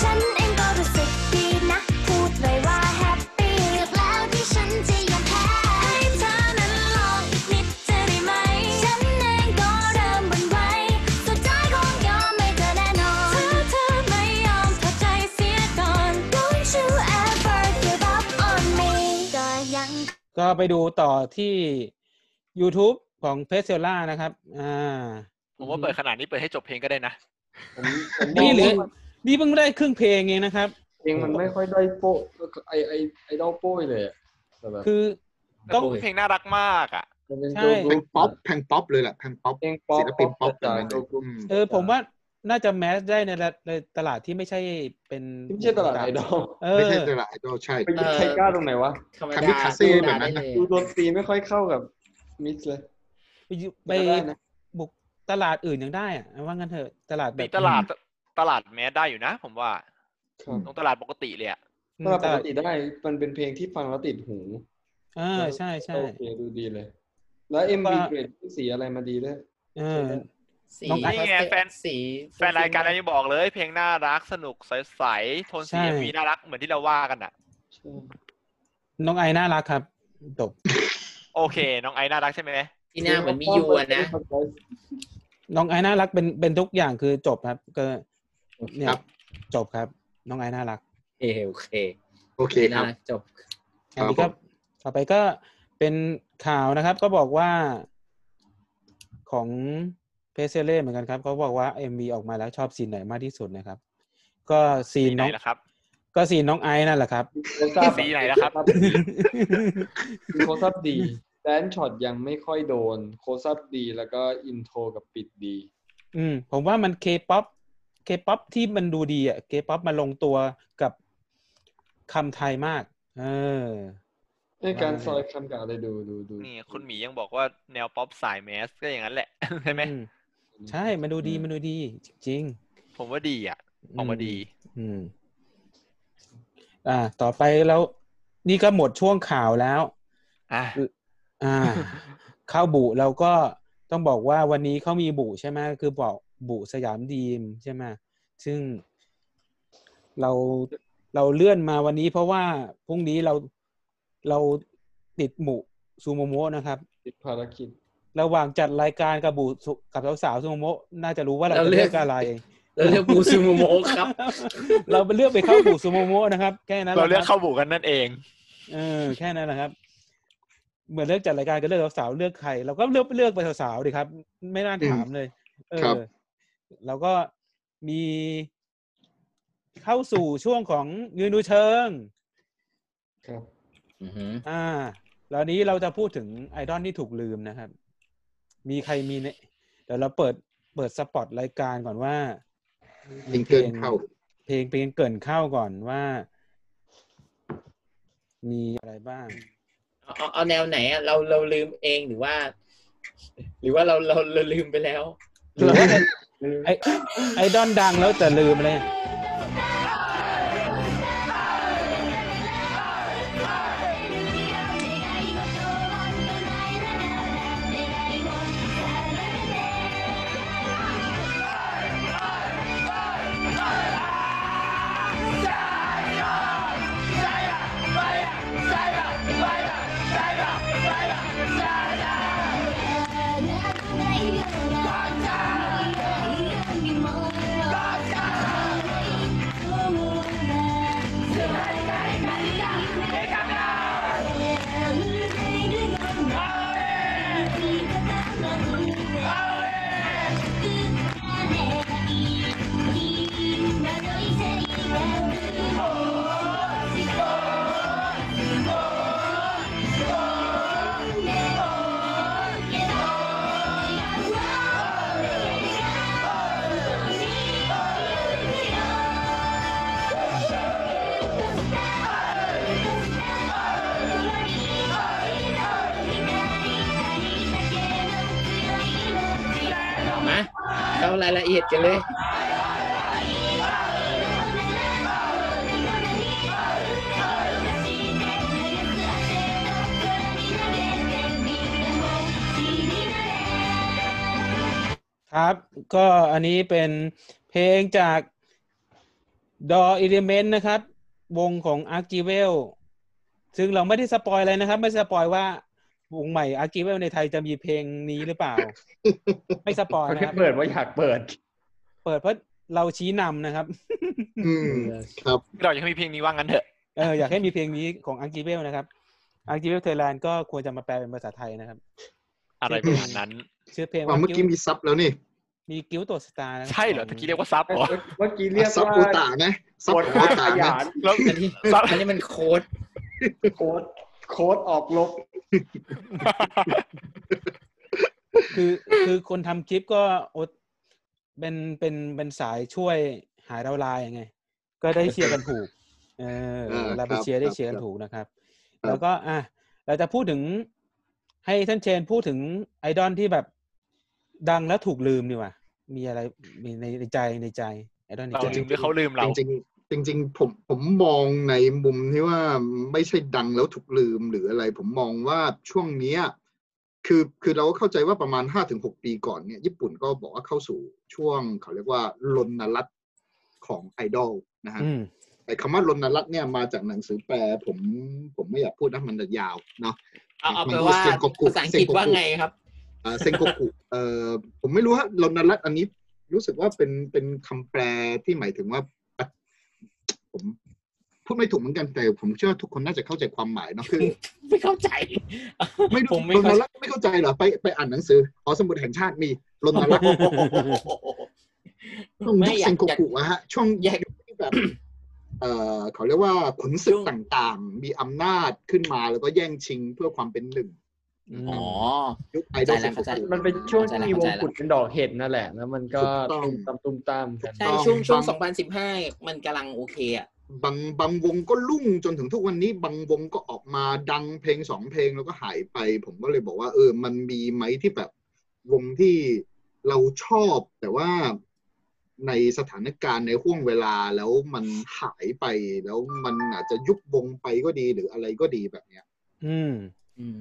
[SPEAKER 5] ฉันเองก็รู้สึกดีนะ พูดเลยว่าแฮปปี้เลือกแล้วที่ฉันจะยอมแพ้ให้เธอนั้นลองอีกนิดจะได้ไหม ฉันเองก็เริ่มหวั่นไหว สุดท้ายคงยอมไม่เธอแน่นอนเธอเธอไม่ยอมเข้าใจเสียก่อน Don't you ever give up on me ก็ยัง
[SPEAKER 2] ก็ไปดูต่อที่ YouTube ของเพสเซล่านะครับอ่า
[SPEAKER 3] ผมว่าเปิดขนาดนี้เปิดให้จบเพลงก็ได้นะ
[SPEAKER 1] ผมผมม
[SPEAKER 2] นี่
[SPEAKER 1] อง
[SPEAKER 2] เหลือ
[SPEAKER 1] ว่า
[SPEAKER 2] นี่เพิ่งได้ครึ่งเพลงเองนะครับ
[SPEAKER 1] เพลงมันไม่ค่อยได้โป้ไอไอไอดอลโป้ยเลยอะแต่แบบ
[SPEAKER 2] คือ
[SPEAKER 3] แต่
[SPEAKER 2] ต้อง
[SPEAKER 3] เพลงน่ารักมากอ่ะ
[SPEAKER 1] มันเป็น
[SPEAKER 2] ใช่
[SPEAKER 1] เกิร์ลก
[SPEAKER 4] แพ
[SPEAKER 1] รุ๊
[SPEAKER 4] ง
[SPEAKER 1] ป
[SPEAKER 4] ป๊อปแพงป๊อปเลยแหละแพงป๊อป
[SPEAKER 1] เพลงป๊อป
[SPEAKER 4] ศิลปินป๊อป
[SPEAKER 1] จ๋า
[SPEAKER 4] แบบนั้น
[SPEAKER 1] เกิร์ลกรุ๊ป
[SPEAKER 4] อืม
[SPEAKER 2] เออผมว่าน่าจะแมสได้ในระในตลาดที่ไม่ใช่เป็น
[SPEAKER 1] ที่ไม่ใช่ตลาดไอดอล
[SPEAKER 2] เออ
[SPEAKER 4] ไม่ใช่ตลาดไอดอลใช่
[SPEAKER 1] ไปยึดไทก้าตรงไหนวะ
[SPEAKER 6] ธรรม
[SPEAKER 4] คา
[SPEAKER 6] ดา
[SPEAKER 4] มิคาเซ่
[SPEAKER 6] สู้
[SPEAKER 4] แบบนั้นนะ
[SPEAKER 6] ได้เลย
[SPEAKER 1] ดูดนตรีไม่ค่อยเข้ากับมิกซ์เลย
[SPEAKER 2] ไปอยู่ไป
[SPEAKER 1] ไม่ได้นะ
[SPEAKER 2] บุกตลาดอื่นยังได้อะว่างั้นเถอะตลาดแบ
[SPEAKER 3] ตี
[SPEAKER 2] บ
[SPEAKER 3] ตลาดต ตลาดแมสได้อยู่นะ ผมว่า
[SPEAKER 7] ครับ
[SPEAKER 3] ตรงตลาดปกติเลยอะ
[SPEAKER 2] อืม
[SPEAKER 7] ถ้าเราปก
[SPEAKER 2] แต่
[SPEAKER 7] ติได้มันเป็นเพลงที่ฟังแล้วติดหู
[SPEAKER 2] อ่าใช่ใช่
[SPEAKER 7] โอเคดูดีเลย แล้วเอ็มบี
[SPEAKER 2] ว่า
[SPEAKER 7] เกรดสีอะไรมาดีด้วย
[SPEAKER 2] เออ
[SPEAKER 6] สี
[SPEAKER 2] น้อง
[SPEAKER 3] นี่ไงแฟน
[SPEAKER 6] สี
[SPEAKER 3] แฟนรายการเรายังบอกเลย เพลงน่ารักสนุกใสๆโทน
[SPEAKER 2] ใช่
[SPEAKER 3] สีมีน่ารักเหมือนที่เราว่ากันอะ
[SPEAKER 2] น้องไอน่ารักครับจบ
[SPEAKER 3] โอเค น้องไอซ์น่ารักใช่ไหม
[SPEAKER 6] ที่หน้าเหมือนมิยูอะนะ
[SPEAKER 2] น้องไอน่ารักเป็นเป็นทุกอย่างคือจบครับ ก็เนี่ย
[SPEAKER 4] ครับ
[SPEAKER 2] จบครับ น้องไอน่ารัก
[SPEAKER 6] เออโอเค
[SPEAKER 4] โอเคค
[SPEAKER 6] น่า
[SPEAKER 4] รับ
[SPEAKER 6] รักจบ
[SPEAKER 2] อันนี้
[SPEAKER 4] ครั
[SPEAKER 2] ก็
[SPEAKER 4] บผม
[SPEAKER 2] ต่อไปก็เป็นข่าวนะครับ ก็บอกว่าของเพเซเล่เหมือนกันครับเขาบอกว่า MV ออกมาแล้วชอบซีนไหนมากที่สุดนะครับ ก็ซีน
[SPEAKER 3] สีไหน
[SPEAKER 2] น้อง
[SPEAKER 3] ล่ะครับ
[SPEAKER 2] ก็ซีนน้องไอซ์นั่นแหละครับ
[SPEAKER 3] สีไหนล่ะครับ
[SPEAKER 7] โคซับดีแดนช็อตยังไม่ค่อยโดน โคซับดีแล้วก็อินโทรกับปิดดี
[SPEAKER 2] อืมผมว่ามันเคป๊อปเคป๊อปที่มันดูดีอ่ะเคป๊อปมาลงตัวกับคำไทยมาก เออ
[SPEAKER 7] ในการซอยคำกับอะไรดูดูดู
[SPEAKER 3] นี่คุณหมียังบอกว่าแนวป๊อปสายแมสก็อย่างนั้นแหละ ใช่ไหม
[SPEAKER 2] อืใช่มันดูดีมันดูดี จริง
[SPEAKER 3] ผมว่าดีอ่ะ
[SPEAKER 2] ๆ
[SPEAKER 3] ออกมาดี
[SPEAKER 2] อืม อ่า ต่อไปแล้ว นี่ก็หมดช่วงข่าวแล้ว
[SPEAKER 3] อ่ะ
[SPEAKER 2] อ่า เข้าบุเราก็ต้องบอกว่าวันนี้เขามีบุใช่ไหมคือบอกบุสยามดีมใช่ไหมซึ่งเราเราเลื่อนมาวันนี้เพราะว่าพรุ่งนี้เราเราติดหมุซูโมโมะนะครับ
[SPEAKER 7] ติดภารกิจ
[SPEAKER 2] ระหว่างจัดรายการกับบุสุกับสาวๆซูโมโมะน่าจะรู้ว่าเรา
[SPEAKER 6] เรา
[SPEAKER 2] จะ
[SPEAKER 6] เลื
[SPEAKER 2] เลื
[SPEAKER 6] อ
[SPEAKER 2] อก กอะไร
[SPEAKER 6] แล้วเรียกบูซูโมโมครับ
[SPEAKER 2] เราเลือกไปเข้าบุซูโมโมะนะครับแค่นั้นแห
[SPEAKER 3] เรา
[SPEAKER 2] ละคบ
[SPEAKER 3] เลือกเข้าบุกันนั่นเอง
[SPEAKER 2] เออแค่นั้นแหละครับ เหมือนเลือกจัดรายการก็เลือกสาวๆเลือกใครเราก็เลือกเลือกไปสาวๆดีครับ ไม่น่าถามเลย เอ
[SPEAKER 4] ครับ
[SPEAKER 2] อแล้วก็มีเข้าสู่ช่วงของยืนดูเชิง
[SPEAKER 7] ครับ
[SPEAKER 6] อือหือ
[SPEAKER 2] อ่าแล้วนี้เราจะพูดถึงไอดอลที่ถูกลืมนะครับ มีใครมีเนี่ยเดี๋ยวเราเปิดเปิดสปอตรายการก่อนว่า
[SPEAKER 4] ลิงเกินเข้า
[SPEAKER 2] เพลงเพลงเกรินเข้าก่อนว่า มีอะไรบ้าง
[SPEAKER 6] เอาเอาเอาแนวไหนอะเราเราลืมเองหรือว่า หรือว่าเราเราเราลืมไปแล้ว
[SPEAKER 2] ไอไอดอนดังแล้วแต่ลืมเลย
[SPEAKER 6] มาเข้ารายละเอียดกันเลย
[SPEAKER 2] ครับ ก็อันนี้เป็นเพลงจาก Door Element นะครับ วงของ a r c h i v e l ซึ่งเราไม่ได้สปอยอะไรนะครับ ไม่สปอยว่าวงใหม่ a r c h i v e l ในไทยจะมีเพลงนี้หรือเป ล่า ไม่สปอย
[SPEAKER 1] เขา
[SPEAKER 2] นะ
[SPEAKER 1] แค่
[SPEAKER 2] ครับ
[SPEAKER 1] เปิดว่าอยากเปิด
[SPEAKER 2] เปิดเพราะเราชี้นำนะครับ
[SPEAKER 4] อืม ครับ
[SPEAKER 3] เรายังมีเพลงนี้ว่างั้นเถอะ
[SPEAKER 2] เอออยากให้มีเพลงนี้ของ a r c h i v e l นะครับ a r c h i v e l Thailand ก็ควรจะมาแปลเป็นภาษาไทยนะครับ
[SPEAKER 3] อะไรประมาณนั้น
[SPEAKER 2] ชื่อเพลง
[SPEAKER 4] ว่า
[SPEAKER 2] ว่า
[SPEAKER 4] เมื่อกี้มีซับแล้วนี่
[SPEAKER 2] มีกิ้วตัวสตาร์นะคบ
[SPEAKER 3] ใช่เหรอ
[SPEAKER 2] ขง
[SPEAKER 3] ตะกี้เรียกว่าซับเหรอ
[SPEAKER 7] เมื่อกี้เรียก
[SPEAKER 4] ซับ
[SPEAKER 7] ว่า
[SPEAKER 4] โอตาไงซับ
[SPEAKER 7] ปวด
[SPEAKER 4] โอ
[SPEAKER 7] ขา
[SPEAKER 4] ตา
[SPEAKER 7] ข
[SPEAKER 4] ไง
[SPEAKER 7] ยาน
[SPEAKER 3] แล้ว
[SPEAKER 6] อันนี้
[SPEAKER 3] ครับ
[SPEAKER 6] อันนี้มันโค้ด
[SPEAKER 7] โค้ดโค้ดออกลบ
[SPEAKER 2] คือคือคนทำคลิปก็อดเป็นเป็นเป็นสายช่วยหายเราวลายไง ก็ได้เชียร์กันถูก เออ
[SPEAKER 4] เออ
[SPEAKER 2] เราไป
[SPEAKER 4] ครับ
[SPEAKER 2] เชียร์ได้
[SPEAKER 4] ครับ
[SPEAKER 2] เชียร์กัน
[SPEAKER 4] ครับ
[SPEAKER 2] ถูกนะครับ
[SPEAKER 4] ครับ
[SPEAKER 2] แล้วก็อ่ะเราจะพูดถึงให้ท่านเชนพูดถึงไอดอลที่แบบดังแล้วถูกลืมดีกว่า มีอะไรมีในในใจในใจ ไอดอลนิ
[SPEAKER 3] เรา
[SPEAKER 2] นจา
[SPEAKER 3] ลืมหรือเขาลืมเรา
[SPEAKER 4] จริงๆจริง ๆ ผมผมมองในมุมที่ว่าไม่ใช่ดังแล้วถูกลืมหรืออะไร ผมมองว่าช่วงเนี้ยคือคือเราก็เข้าใจว่าประมาณ 5-6 ปีก่อนเนี่ยญี่ปุ่นก็บอกว่าเข้าสู่ช่วงเขาเรียกว่าลนรัตน์ของไอดอลนะฮะ
[SPEAKER 2] อืม
[SPEAKER 4] ไอ้คำว่ารณรัตน์เนี่ยมาจากหนังสือแปลผมผมไม่อยากพูดนะมันจะยาวเนาะ
[SPEAKER 6] เอาเอาแปลว่า
[SPEAKER 4] เซ็งโกกุ
[SPEAKER 6] ภาษาอังกฤษว่าไงครับ
[SPEAKER 4] เอ่อเซนโกกุเอ่อผมไม่รู้ฮะรณรัตน์อันนี้รู้สึกว่าเป็นเป็นคำแปลที่หมายถึงว่าปัดผมพูดไม่ถูกเหมือนกันแต่ผมเชื่อว่าทุกคนน่าจะเข้าใจความหมายเนาะคือ
[SPEAKER 6] ไม่เข้าใจ
[SPEAKER 4] ไม่รู้
[SPEAKER 6] ผมไม่
[SPEAKER 4] รณ
[SPEAKER 6] เข้าใจ
[SPEAKER 4] รัตน์ไม่เข้าใจเหรอไปไปอ่านหนังสือหอสมุดแห่งชาติมีรณรัตน์ ต้อง
[SPEAKER 6] ไม่
[SPEAKER 4] ยุค
[SPEAKER 6] อยา
[SPEAKER 4] เซ
[SPEAKER 6] ก
[SPEAKER 4] นโก
[SPEAKER 6] อยาก
[SPEAKER 4] กุอะฮะช่วง
[SPEAKER 6] อยาก
[SPEAKER 4] ยุคที่แบบ เอ่อเขาเรียกว่าขุนศึ
[SPEAKER 6] ช่
[SPEAKER 4] ก
[SPEAKER 6] วง
[SPEAKER 4] ต่างๆ มีอำนาจขึ้นมาแล้วก็แย่งชิงเพื่อความเป็นหนึ่ง
[SPEAKER 6] อ๋อ
[SPEAKER 4] ยุคไอดอลเซนโก
[SPEAKER 6] เข้าใจ
[SPEAKER 4] กุ
[SPEAKER 6] แล้ว
[SPEAKER 1] มัน
[SPEAKER 6] ข้าใจ
[SPEAKER 1] เป็นช่วง
[SPEAKER 6] เข้า
[SPEAKER 1] ที่
[SPEAKER 6] ใจละ
[SPEAKER 1] มีวง
[SPEAKER 6] เข้าใจละ
[SPEAKER 1] กุดเป็นดอกเห็ดนั่นแหละ แล้วมันก็
[SPEAKER 4] ถูกต้อง
[SPEAKER 1] ตุ้มตามตุ้มตามกัน
[SPEAKER 6] ใช่ช่วงช่วง
[SPEAKER 4] บาง
[SPEAKER 6] 2015 มันกำลังโอเคอ่ะ
[SPEAKER 4] บางบางวงก็รุ่งจนถึงทุกวันนี้บางวงก็ออกมาดังเพลงสองเพลงแล้วก็หายไป ผมก็เลยบอกว่า เออ มันมีไหมที่แบบวงที่เราชอบ แต่ว่าในสถานการณ์ในห่วงเวลาแล้วมันหายไปแล้วมันอาจจะยุบวงไปก็ดีหรืออะไรก็ดีแบบเนี้ย
[SPEAKER 2] อืม
[SPEAKER 6] อืม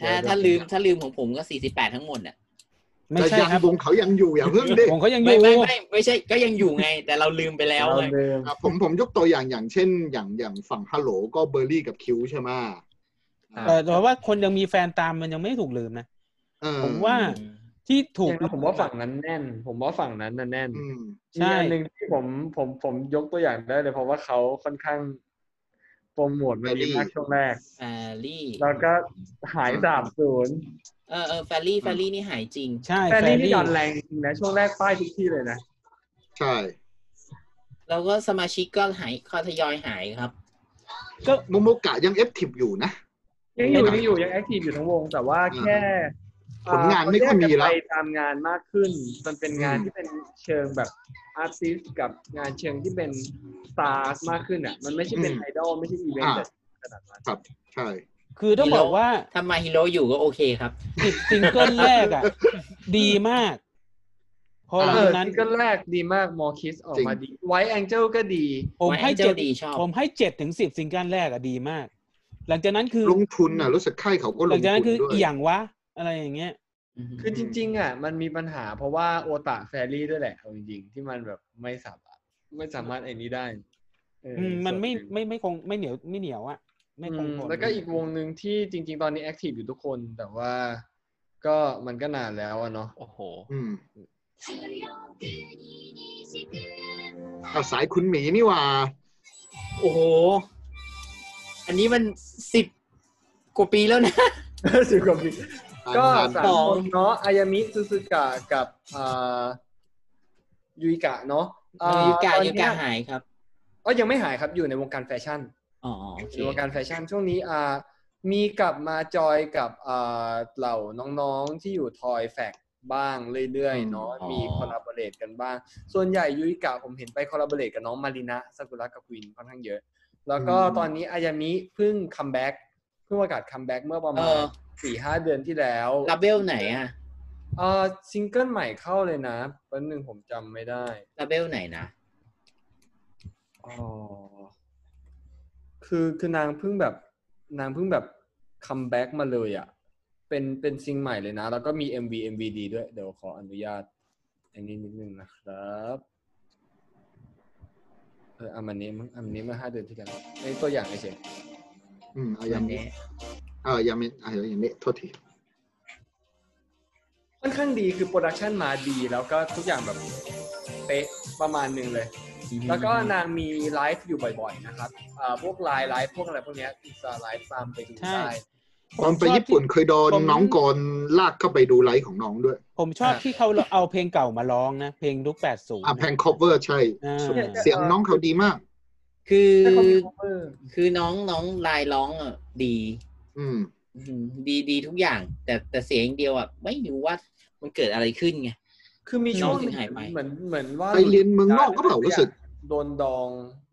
[SPEAKER 6] ถ้าถ้าลืมถ้าลืมของผมก็ 48 ทั้งหมดอ่ะ
[SPEAKER 2] ไม่
[SPEAKER 4] แต่
[SPEAKER 2] ใช่
[SPEAKER 4] ยัง
[SPEAKER 2] ครับ
[SPEAKER 4] วงเขายังอยู่อย่าเพิ่งดิ
[SPEAKER 2] ผมเขายังอ
[SPEAKER 6] ไม่
[SPEAKER 2] ยู่
[SPEAKER 6] ไม่ไม่ไม่ใช่ก็ยังอยู่ไง แต่เราลืมไปแล้วไง
[SPEAKER 4] อ่ะผมผมยกตัวอย่างอย่างเช่น อย่างอย่างฝั่งฮัลโหลก็เบอร์รี่กับคิวใช่ไหม
[SPEAKER 2] เออแต่ว่าคนยังมีแฟนตามมันยังไม่ถูกลืมนะ
[SPEAKER 4] เออ
[SPEAKER 2] ผมว่าที่ถู
[SPEAKER 1] ถู
[SPEAKER 2] ก
[SPEAKER 1] กผมว่าฝั่งนั้นแน่น ผมว่าฝั่งนั้นน่ะแน่น
[SPEAKER 4] อืม
[SPEAKER 2] ใช่
[SPEAKER 1] มีอันหนึ่งที่ผมผมผมยกตัวอย่างได้เลย เพราะว่าเขาค่อนข้างโปรโมทมาดีมากช่วงแรก
[SPEAKER 6] แฟรี่
[SPEAKER 1] แล้วก็หายสามศูนย์
[SPEAKER 6] เออเออแฟรี่แฟรี่นี่หายจริง
[SPEAKER 2] ใช่
[SPEAKER 1] แฟนนี่
[SPEAKER 2] ฟ
[SPEAKER 1] นี่ดอนแรงจริงนะ ช่วงแรกป้ายทุกที่เลยนะ
[SPEAKER 4] ใช่
[SPEAKER 6] แล้วก็สมาชิกก็หายก็ทยอยหายครับ
[SPEAKER 2] ก็
[SPEAKER 4] โมโมกะยังเอฟทิฟอยู่นะ
[SPEAKER 1] ยังอยู่ยังอยู่ยังแอคทีฟอยู่ทั้งวง แต่ว่าแค่
[SPEAKER 4] ผลงานไม่ค่อยมีละ
[SPEAKER 1] เขแยกกันไปตามงานมากขึ้น มันเป็นงานที่เป็นเชิงแบบอาร์ติสกับงานเชิงที่เป็นสตาร์มากขึ้นอ่ะ มันไม่ใช่เป็น
[SPEAKER 4] อืม
[SPEAKER 1] ไอดอลไม่ใช่อีเวนต์
[SPEAKER 4] อ่า
[SPEAKER 1] ขนาดนั้น
[SPEAKER 4] ครับ ใช่
[SPEAKER 2] คือต้องบอกว่า
[SPEAKER 6] ถ้ามาฮิโร่อยู่ก็โอเคครับ
[SPEAKER 2] สิบซิงเกิลแรกอ่ะ ดีมาก พอหลัง
[SPEAKER 1] เอ
[SPEAKER 2] จา
[SPEAKER 1] อก
[SPEAKER 2] นั้น
[SPEAKER 1] ซิงเกิลแรกดีมากมอคิสออกมาดีไวแองเจิลก็ดี
[SPEAKER 2] ผมให้
[SPEAKER 6] White
[SPEAKER 2] เจ็ด
[SPEAKER 6] Angel ดีชอบ
[SPEAKER 2] ผมให้เจ็ดถึงสิบซิงเกิลแรกอ่ะดีมาก หลังจากนั้นคือ
[SPEAKER 4] ลงทุนน่ะรู้สึกค่ายเขาก็
[SPEAKER 2] ห
[SPEAKER 4] ล
[SPEAKER 2] ลัง
[SPEAKER 4] ง
[SPEAKER 2] จาก
[SPEAKER 4] ทุ
[SPEAKER 2] นั้น
[SPEAKER 4] น
[SPEAKER 2] คือ
[SPEAKER 4] ด้วย
[SPEAKER 2] อหย่างวะ อะไรอย่างเงี้ย
[SPEAKER 1] คือจริงๆอ่ะมันมีปัญหาเพราะว่าโอตาแฟรี่ด้วยแหละเอาจริงๆ ที่มันแบบไม่สามารถไม่สามารถไอ้นี้ได้เออ
[SPEAKER 2] อืมมันไม่
[SPEAKER 1] ส่วหง
[SPEAKER 2] ไม่ไม่คงไม่เหนียวไม่เหนียวอ่ะไม่คงท
[SPEAKER 1] อื
[SPEAKER 2] น
[SPEAKER 1] มแล้วก็อีกวงหนึ่งที่จริง ๆ ตอนนี้แอคทีฟอยู่ทุกคน แต่ว่าก็มันก็นานแล้วอะเนาะ
[SPEAKER 3] โอ้โห
[SPEAKER 4] อืมอ่ะสายคุณหมีนี่หว่า
[SPEAKER 6] โอ้โห อันนี้มันสิบกว่าปีแล้วนะ
[SPEAKER 1] สิบกว่าปีก็สาม
[SPEAKER 6] สอง
[SPEAKER 1] คนเนาะอายามิซูซูกะกับอ่ายูอิกะเนาะอ่
[SPEAKER 6] ยูกา
[SPEAKER 1] ตอน
[SPEAKER 6] ยู
[SPEAKER 1] เนี้
[SPEAKER 6] กาหายครับ
[SPEAKER 1] ก็ยังไม่หายครับอยู่ในวงการแฟชั่น
[SPEAKER 6] อ๋อโอเค
[SPEAKER 1] ในวงการแฟชั่นช่วงนี้อ่ามีกลับมาจอยกับอ่าเหล่าน้องๆที่อยู่ทอยแฟกบ้างเรื่อยๆเนาะ
[SPEAKER 6] อืม
[SPEAKER 1] มี
[SPEAKER 6] อ๋อ
[SPEAKER 1] คอลลาบอร์เรทกันบ้าง ส่วนใหญ่ยุยกะผมเห็นไปคอลลาบอร์เรทกับน้องมารินะซากุระกับควินค่อนข้างเยอะ แล้วก็
[SPEAKER 4] อืม
[SPEAKER 1] ตอนนี้อายามิเพิ่งคัมแบ็กเพิ่งประกาศคัมแบ็กเมื่อประ
[SPEAKER 6] เอ
[SPEAKER 1] มาณ
[SPEAKER 6] อ
[SPEAKER 1] สี่ห้าเดือนที่แล้ว
[SPEAKER 6] ลาเบลไหนอะ
[SPEAKER 1] เอ่อซิงเกิลใหม่เข้าเลยนะแป๊บนึงผมจำไม่ได้
[SPEAKER 6] ลาเบลไหนนะ
[SPEAKER 1] อ๋อคือคือนางเพิ่งแบบ นางเพิ่งแบบคัมแบ็กมาเลยอะ่ะ เป็นเป็นซิงใหม่เลยนะ แล้วก็มี MV MV ดีด้วย เดี๋ยวขออนุญาตอันนี้นิดนึงนะครับเอออันนี้มั้งอันนี้เมื่อห้าเดือนที่แล้วในตัวอย่างเฉย
[SPEAKER 4] อืมเอาอย่างนี้เออยังไม่เอาอย่างนี้โทษที
[SPEAKER 1] ๆค่อนข้างดีคือโปรดักชันมาดี แล้วก็ทุกอย่างแบบเป๊ะประมาณหนึงเลย แล้วก็นางมีไลฟ์อยู่บ่อยๆนะครับอ่าพวกไลน์ไลฟ์พวกอะไรพวกเนี้ยจะไลฟ์ตามไปดู
[SPEAKER 2] ใช่
[SPEAKER 1] ได้
[SPEAKER 2] ผม
[SPEAKER 4] ตอนไป
[SPEAKER 2] ชอบที่
[SPEAKER 4] ญี่ปุ่นเคยโดน
[SPEAKER 2] ผม
[SPEAKER 4] น้องกรลากเข้าไปดูไลฟ์ของน้องด้วย
[SPEAKER 2] ผมชอบ
[SPEAKER 1] อ่ะ
[SPEAKER 2] ที่เขาเอาเพลงเก่ามาร้องนะ เพลงยุคแปดศูนย์
[SPEAKER 4] อ่ะแพงคอเวอร์ใช่
[SPEAKER 2] อ่า
[SPEAKER 4] เสียงน้องเขาดีมาก
[SPEAKER 6] คือ
[SPEAKER 1] แต่เขามี cover
[SPEAKER 6] คือน้องน้องลายร้องอ่ะดี
[SPEAKER 4] อืม
[SPEAKER 6] อืมดีดีทุกอย่าง แต่แต่เสียงอย่างเดียวอ่ะไม่รู้ว่ามันเกิดอะไรขึ้นไง
[SPEAKER 1] คือมีช่วง
[SPEAKER 6] น้องถึงหายไป
[SPEAKER 1] เหมือนเหมือนว่า
[SPEAKER 4] ไปเรียนเมืองนอกก็เปล่ารู้สึก
[SPEAKER 1] โดนดอง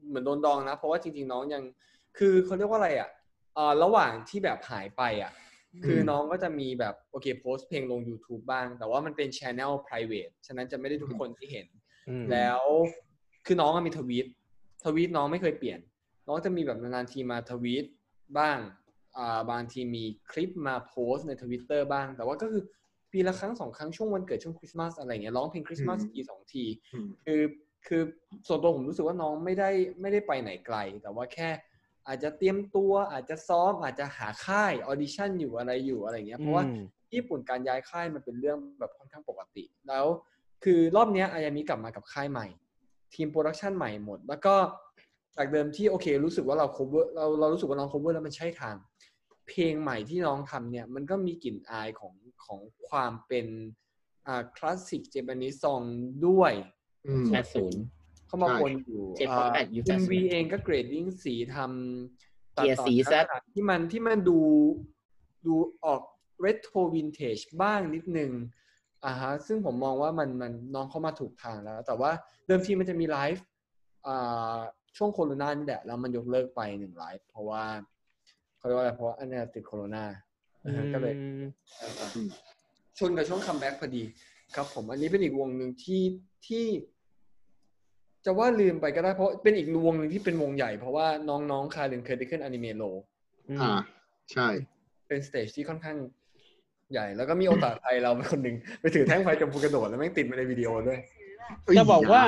[SPEAKER 1] เหมือนโดนดองนะ เพราะว่าจริง ๆ น้องยัง คือเขาเรียกว่าอะไรอ่ะเอ่อระหว่างที่แบบหายไปอ่ะ คือน้องก็จะมีแบบโอเคโพสต์เพลงลง YouTube บ้าง แต่ว่ามันเป็น Channel Private ฉะนั้นจะไม่ได้ทุกคนที่เห็น
[SPEAKER 2] อื อืม
[SPEAKER 1] แล้วคือน้องอะมีทวีตทวีตน้องไม่เคยเปลี่ยน น้องจะมีแบบนานๆทีมาทวีตบ้างอ่าบางทีมีคลิปมาโพสต์ในทวิตเตอร์บ้าง แต่ว่าก็คือปีละครั้งสองครั้งช่วงวันเกิดช่วงคริสต์มาสอะไรเงี้ยร้องเพลงคริสต์มาส
[SPEAKER 4] อืม
[SPEAKER 1] ทีสองที
[SPEAKER 4] อืม
[SPEAKER 1] คือคือส่วนตัวผมรู้สึกว่าน้องไม่ได้ไม่ได้ไปไหนไกล แต่ว่าแค่อาจจะเตรียมตัวอาจจะซ้อมอาจจะหาค่ายออดิชั่นอยู่อะไรอยู่อะไรอย่างเงี้ยเพราะว่า
[SPEAKER 2] อืม
[SPEAKER 1] ญี่ปุ่นการย้ายค่ายมันเป็นเรื่องแบบค่อนข้างปกติ แล้วคือรอบเนี้ยอายามิกลับมากับค่ายใหม่ ทีมโปรดักชันใหม่หมด แล้วก็จากเดิมที่โอเค รู้สึกว่าเรา cover เราเรารู้สึกว่าน้อง cover แล้วมันใช่ทาง เพลงใหม่ที่น้องทำเนี่ยมันก็มีกลิ่นอายของของความเป็นอ่าคลาสสิกเจแปนิสซองด้วย
[SPEAKER 4] อืม
[SPEAKER 6] แปดศูนย์
[SPEAKER 1] เข้ามา
[SPEAKER 4] ใช่
[SPEAKER 1] ปนอยู่
[SPEAKER 6] เจ็ดปอนด์แปดอยู่
[SPEAKER 1] เอ็มวี
[SPEAKER 6] 80
[SPEAKER 1] เองก็เกรดดิ้งสีทำตัด
[SPEAKER 6] เกียร์
[SPEAKER 1] ต่อ
[SPEAKER 6] สี
[SPEAKER 1] ลักษ
[SPEAKER 6] แซด
[SPEAKER 1] ณะที่มันที่มันดูดูออกเรโทรวินเทจบ้างนิดนึงอ่าฮะซึ่งผมมองว่ามันมันน้องเข้ามาถูกทางแล้ว แต่ว่าเดิมทีมันจะมีไลฟ์อ่าช่วงโควิดนี่แหละแล้วมันยกเลิกไปหนึ่งไลฟ์เพราะว่าเขาเรียกว่าอะไรเพราะว่าอันเนี้ยติดโควิดนะฮะก็เลย
[SPEAKER 2] อืม
[SPEAKER 1] ชนกับช่วงคัมแบ็กพอดีครับผมอันนี้เป็นอีกวงหนึ่งที่ที่ จะว่าลืมไปก็ได้เพราะเป็นอีกวงหนึ่งที่เป็นวงใหญ่เพราะว่าน้องๆคาเรนเคยได้ขึ้นอนิเมโล
[SPEAKER 4] อ่า ใช่
[SPEAKER 1] เป็นสเตจที่ค่อนข้างใหญ่แล้วก็มีโอตาไทยเราเป็นคนหนึ่งไปถือแท่งไฟจมพูกระโดดแล้วแม่งติดมาในวิดีโอด้วย
[SPEAKER 2] จะบอกว่า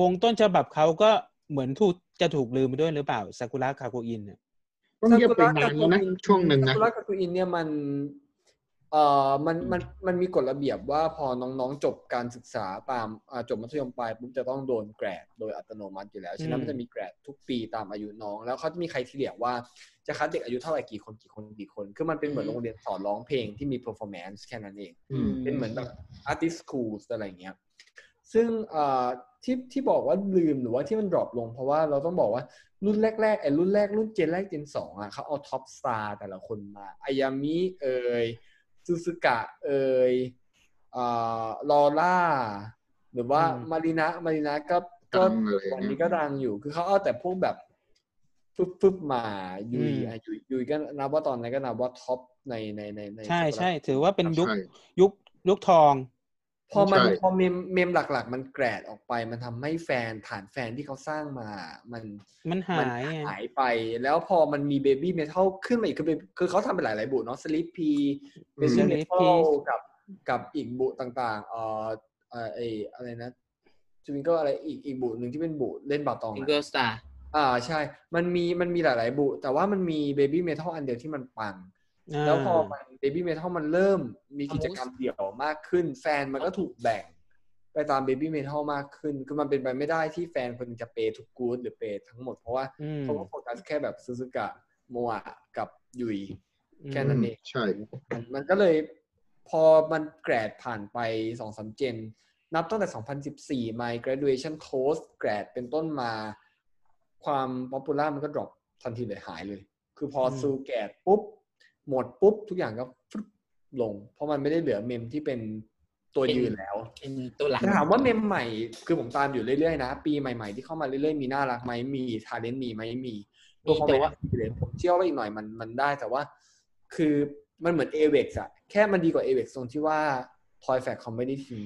[SPEAKER 2] วงต้นฉบับเขาก็เหมือนถูกจะถูกลืมไปด้วยหรือเปล่าซากุระคาโกอินเนี่ย
[SPEAKER 4] ต้องเงียบไปนานแล้วนะช่วงหนึ่งนะ
[SPEAKER 1] ซากุระกับตัวอินเนี่ยมันเอ่อมันมันมันมีกฎระเบียบว่าพอน้องๆจบการศึกษาตามอ่าจบมัธยมปลายปุ๊บจะต้องโดนแกรดโดยอัตโนมัติอยู่แล้วฉะนั้น
[SPEAKER 2] อืม
[SPEAKER 1] มันจะมีแกรดทุกปีตามอายุน้อง แล้วเขาจะมีใครที่เรียกว่าจะคัดเด็กอายุเท่าไหร่กี่คนกี่คนกี่คนคือมันเป็นเหมือนโรงเรียนสอนร้องเพลงที่มี performance แค่นั้นเอง
[SPEAKER 4] อืม
[SPEAKER 1] เป็นเหมือนแบบ artist schools อะไรอย่างเงี้ย ซึ่งเอ่อที่ที่บอกว่าลืมหรือว่าที่มันดรอปลง เพราะว่าเราต้องบอกว่ารุ่นแรกๆไอ้รุ่นแรกรุ่นเจนแรกเจนสองอ่ะเขาเอาท็อปสตาร์แต่ละคนมาอายามิเอ่ยซูซูกะเอ่ยเอ่อลอล่า หรือว่า
[SPEAKER 2] อืม
[SPEAKER 1] มารินะมารินะก็ก็
[SPEAKER 4] ดังเลยนะ
[SPEAKER 1] วันนี้ก็ดังอยู่ คือเขาเอาแต่พวกแบบฟึบฟึบๆมายุยอ่ะยุยยุยก็นับว่าตอนนั้นก็นับว่าท็อปในในในใน
[SPEAKER 2] ใช่ใช่ถือว่าเป็นยุค
[SPEAKER 4] ใช่
[SPEAKER 2] ยุคยุคทอง
[SPEAKER 1] พอมัน
[SPEAKER 4] ใช่
[SPEAKER 1] พอเมมเมมหลักๆ มันแกรดออกไป มันทำให้แฟนฐานแฟนที่เขาสร้างมา มัน
[SPEAKER 2] มัน
[SPEAKER 1] มั
[SPEAKER 2] หายไง
[SPEAKER 1] หายไป แล้วพอมันมีเบบี้เมทัลขึ้นมาอีกคือ baby- คือเขาทำไปหลายๆบุเนาะสลิปพีเบบี้เมทัลกับกับอีกบุต่างๆเอ่อเอ่อไออะไรนะจูวิงก็อะไรอีกอีกบุหนึ่งที่เป็นบุเล่นบาตอง
[SPEAKER 6] ซิง
[SPEAKER 1] อะ
[SPEAKER 6] เกิลสตาร์
[SPEAKER 1] อ่าใช่ มันมีมันมีหลาย ๆ บุ แต่ว่ามันมีเบบี้เมทัลอันเดียวที่มันปัง
[SPEAKER 2] า
[SPEAKER 1] แล้วพอมันเบบี้เมทัลมันเริ่มมีกิจกรรมเดี่ยวมากขึ้น แฟนมันก็ถูกแบ่ง ไปตามเบบี้เมทัลมากขึ้น คือมันเป็นไปไม่ได้ที่แฟนคนหนึงจะเปย์ทุกกู๊ดหรือเปย์ทั้งหมด เพราะว่า
[SPEAKER 2] อืม
[SPEAKER 1] เขาก็โฟกัสแค่แบบซูซูกะโมะกับยุย แค่นั้น เอง
[SPEAKER 4] ใช่
[SPEAKER 1] มันมันก็เลยพอมันแกรดผ่านไปสองสามเจน นับตั้งแต่ 2014 มา graduation course แกรดเป็นต้นมา ความป๊อปปูล่ามันก็ดรอปทันทีเลยหายเลย คือพออ
[SPEAKER 2] ม
[SPEAKER 1] ซูแกรดปุ๊บ หมดปุ๊บ ทุกอย่างก็ฟึบลง เพราะมันไม่ได้เหลือเมมที่เป็นตัว
[SPEAKER 6] เป็น
[SPEAKER 1] ยืนแล้ว
[SPEAKER 6] เป็นตัวหลัก
[SPEAKER 1] ถามว่าเมมใหม่คือผมตามอยู่เรื่อยๆนะ ปีใหม่ๆที่เข้ามาเรื่อยๆ มีน่ารักไหมมีทาเลนมีไหมมี
[SPEAKER 6] มีแต่ว่า
[SPEAKER 1] ตัวคอมเมนต์เลยผมเชื่อว่าอีกหน่อยมันมันได้แต่ว่า คือมันเหมือนเอเว็กอะแค่มันดีกว่าเอเว็กตรงที่ว่าทอยแฟกเขาไม่ได้ทิ้ง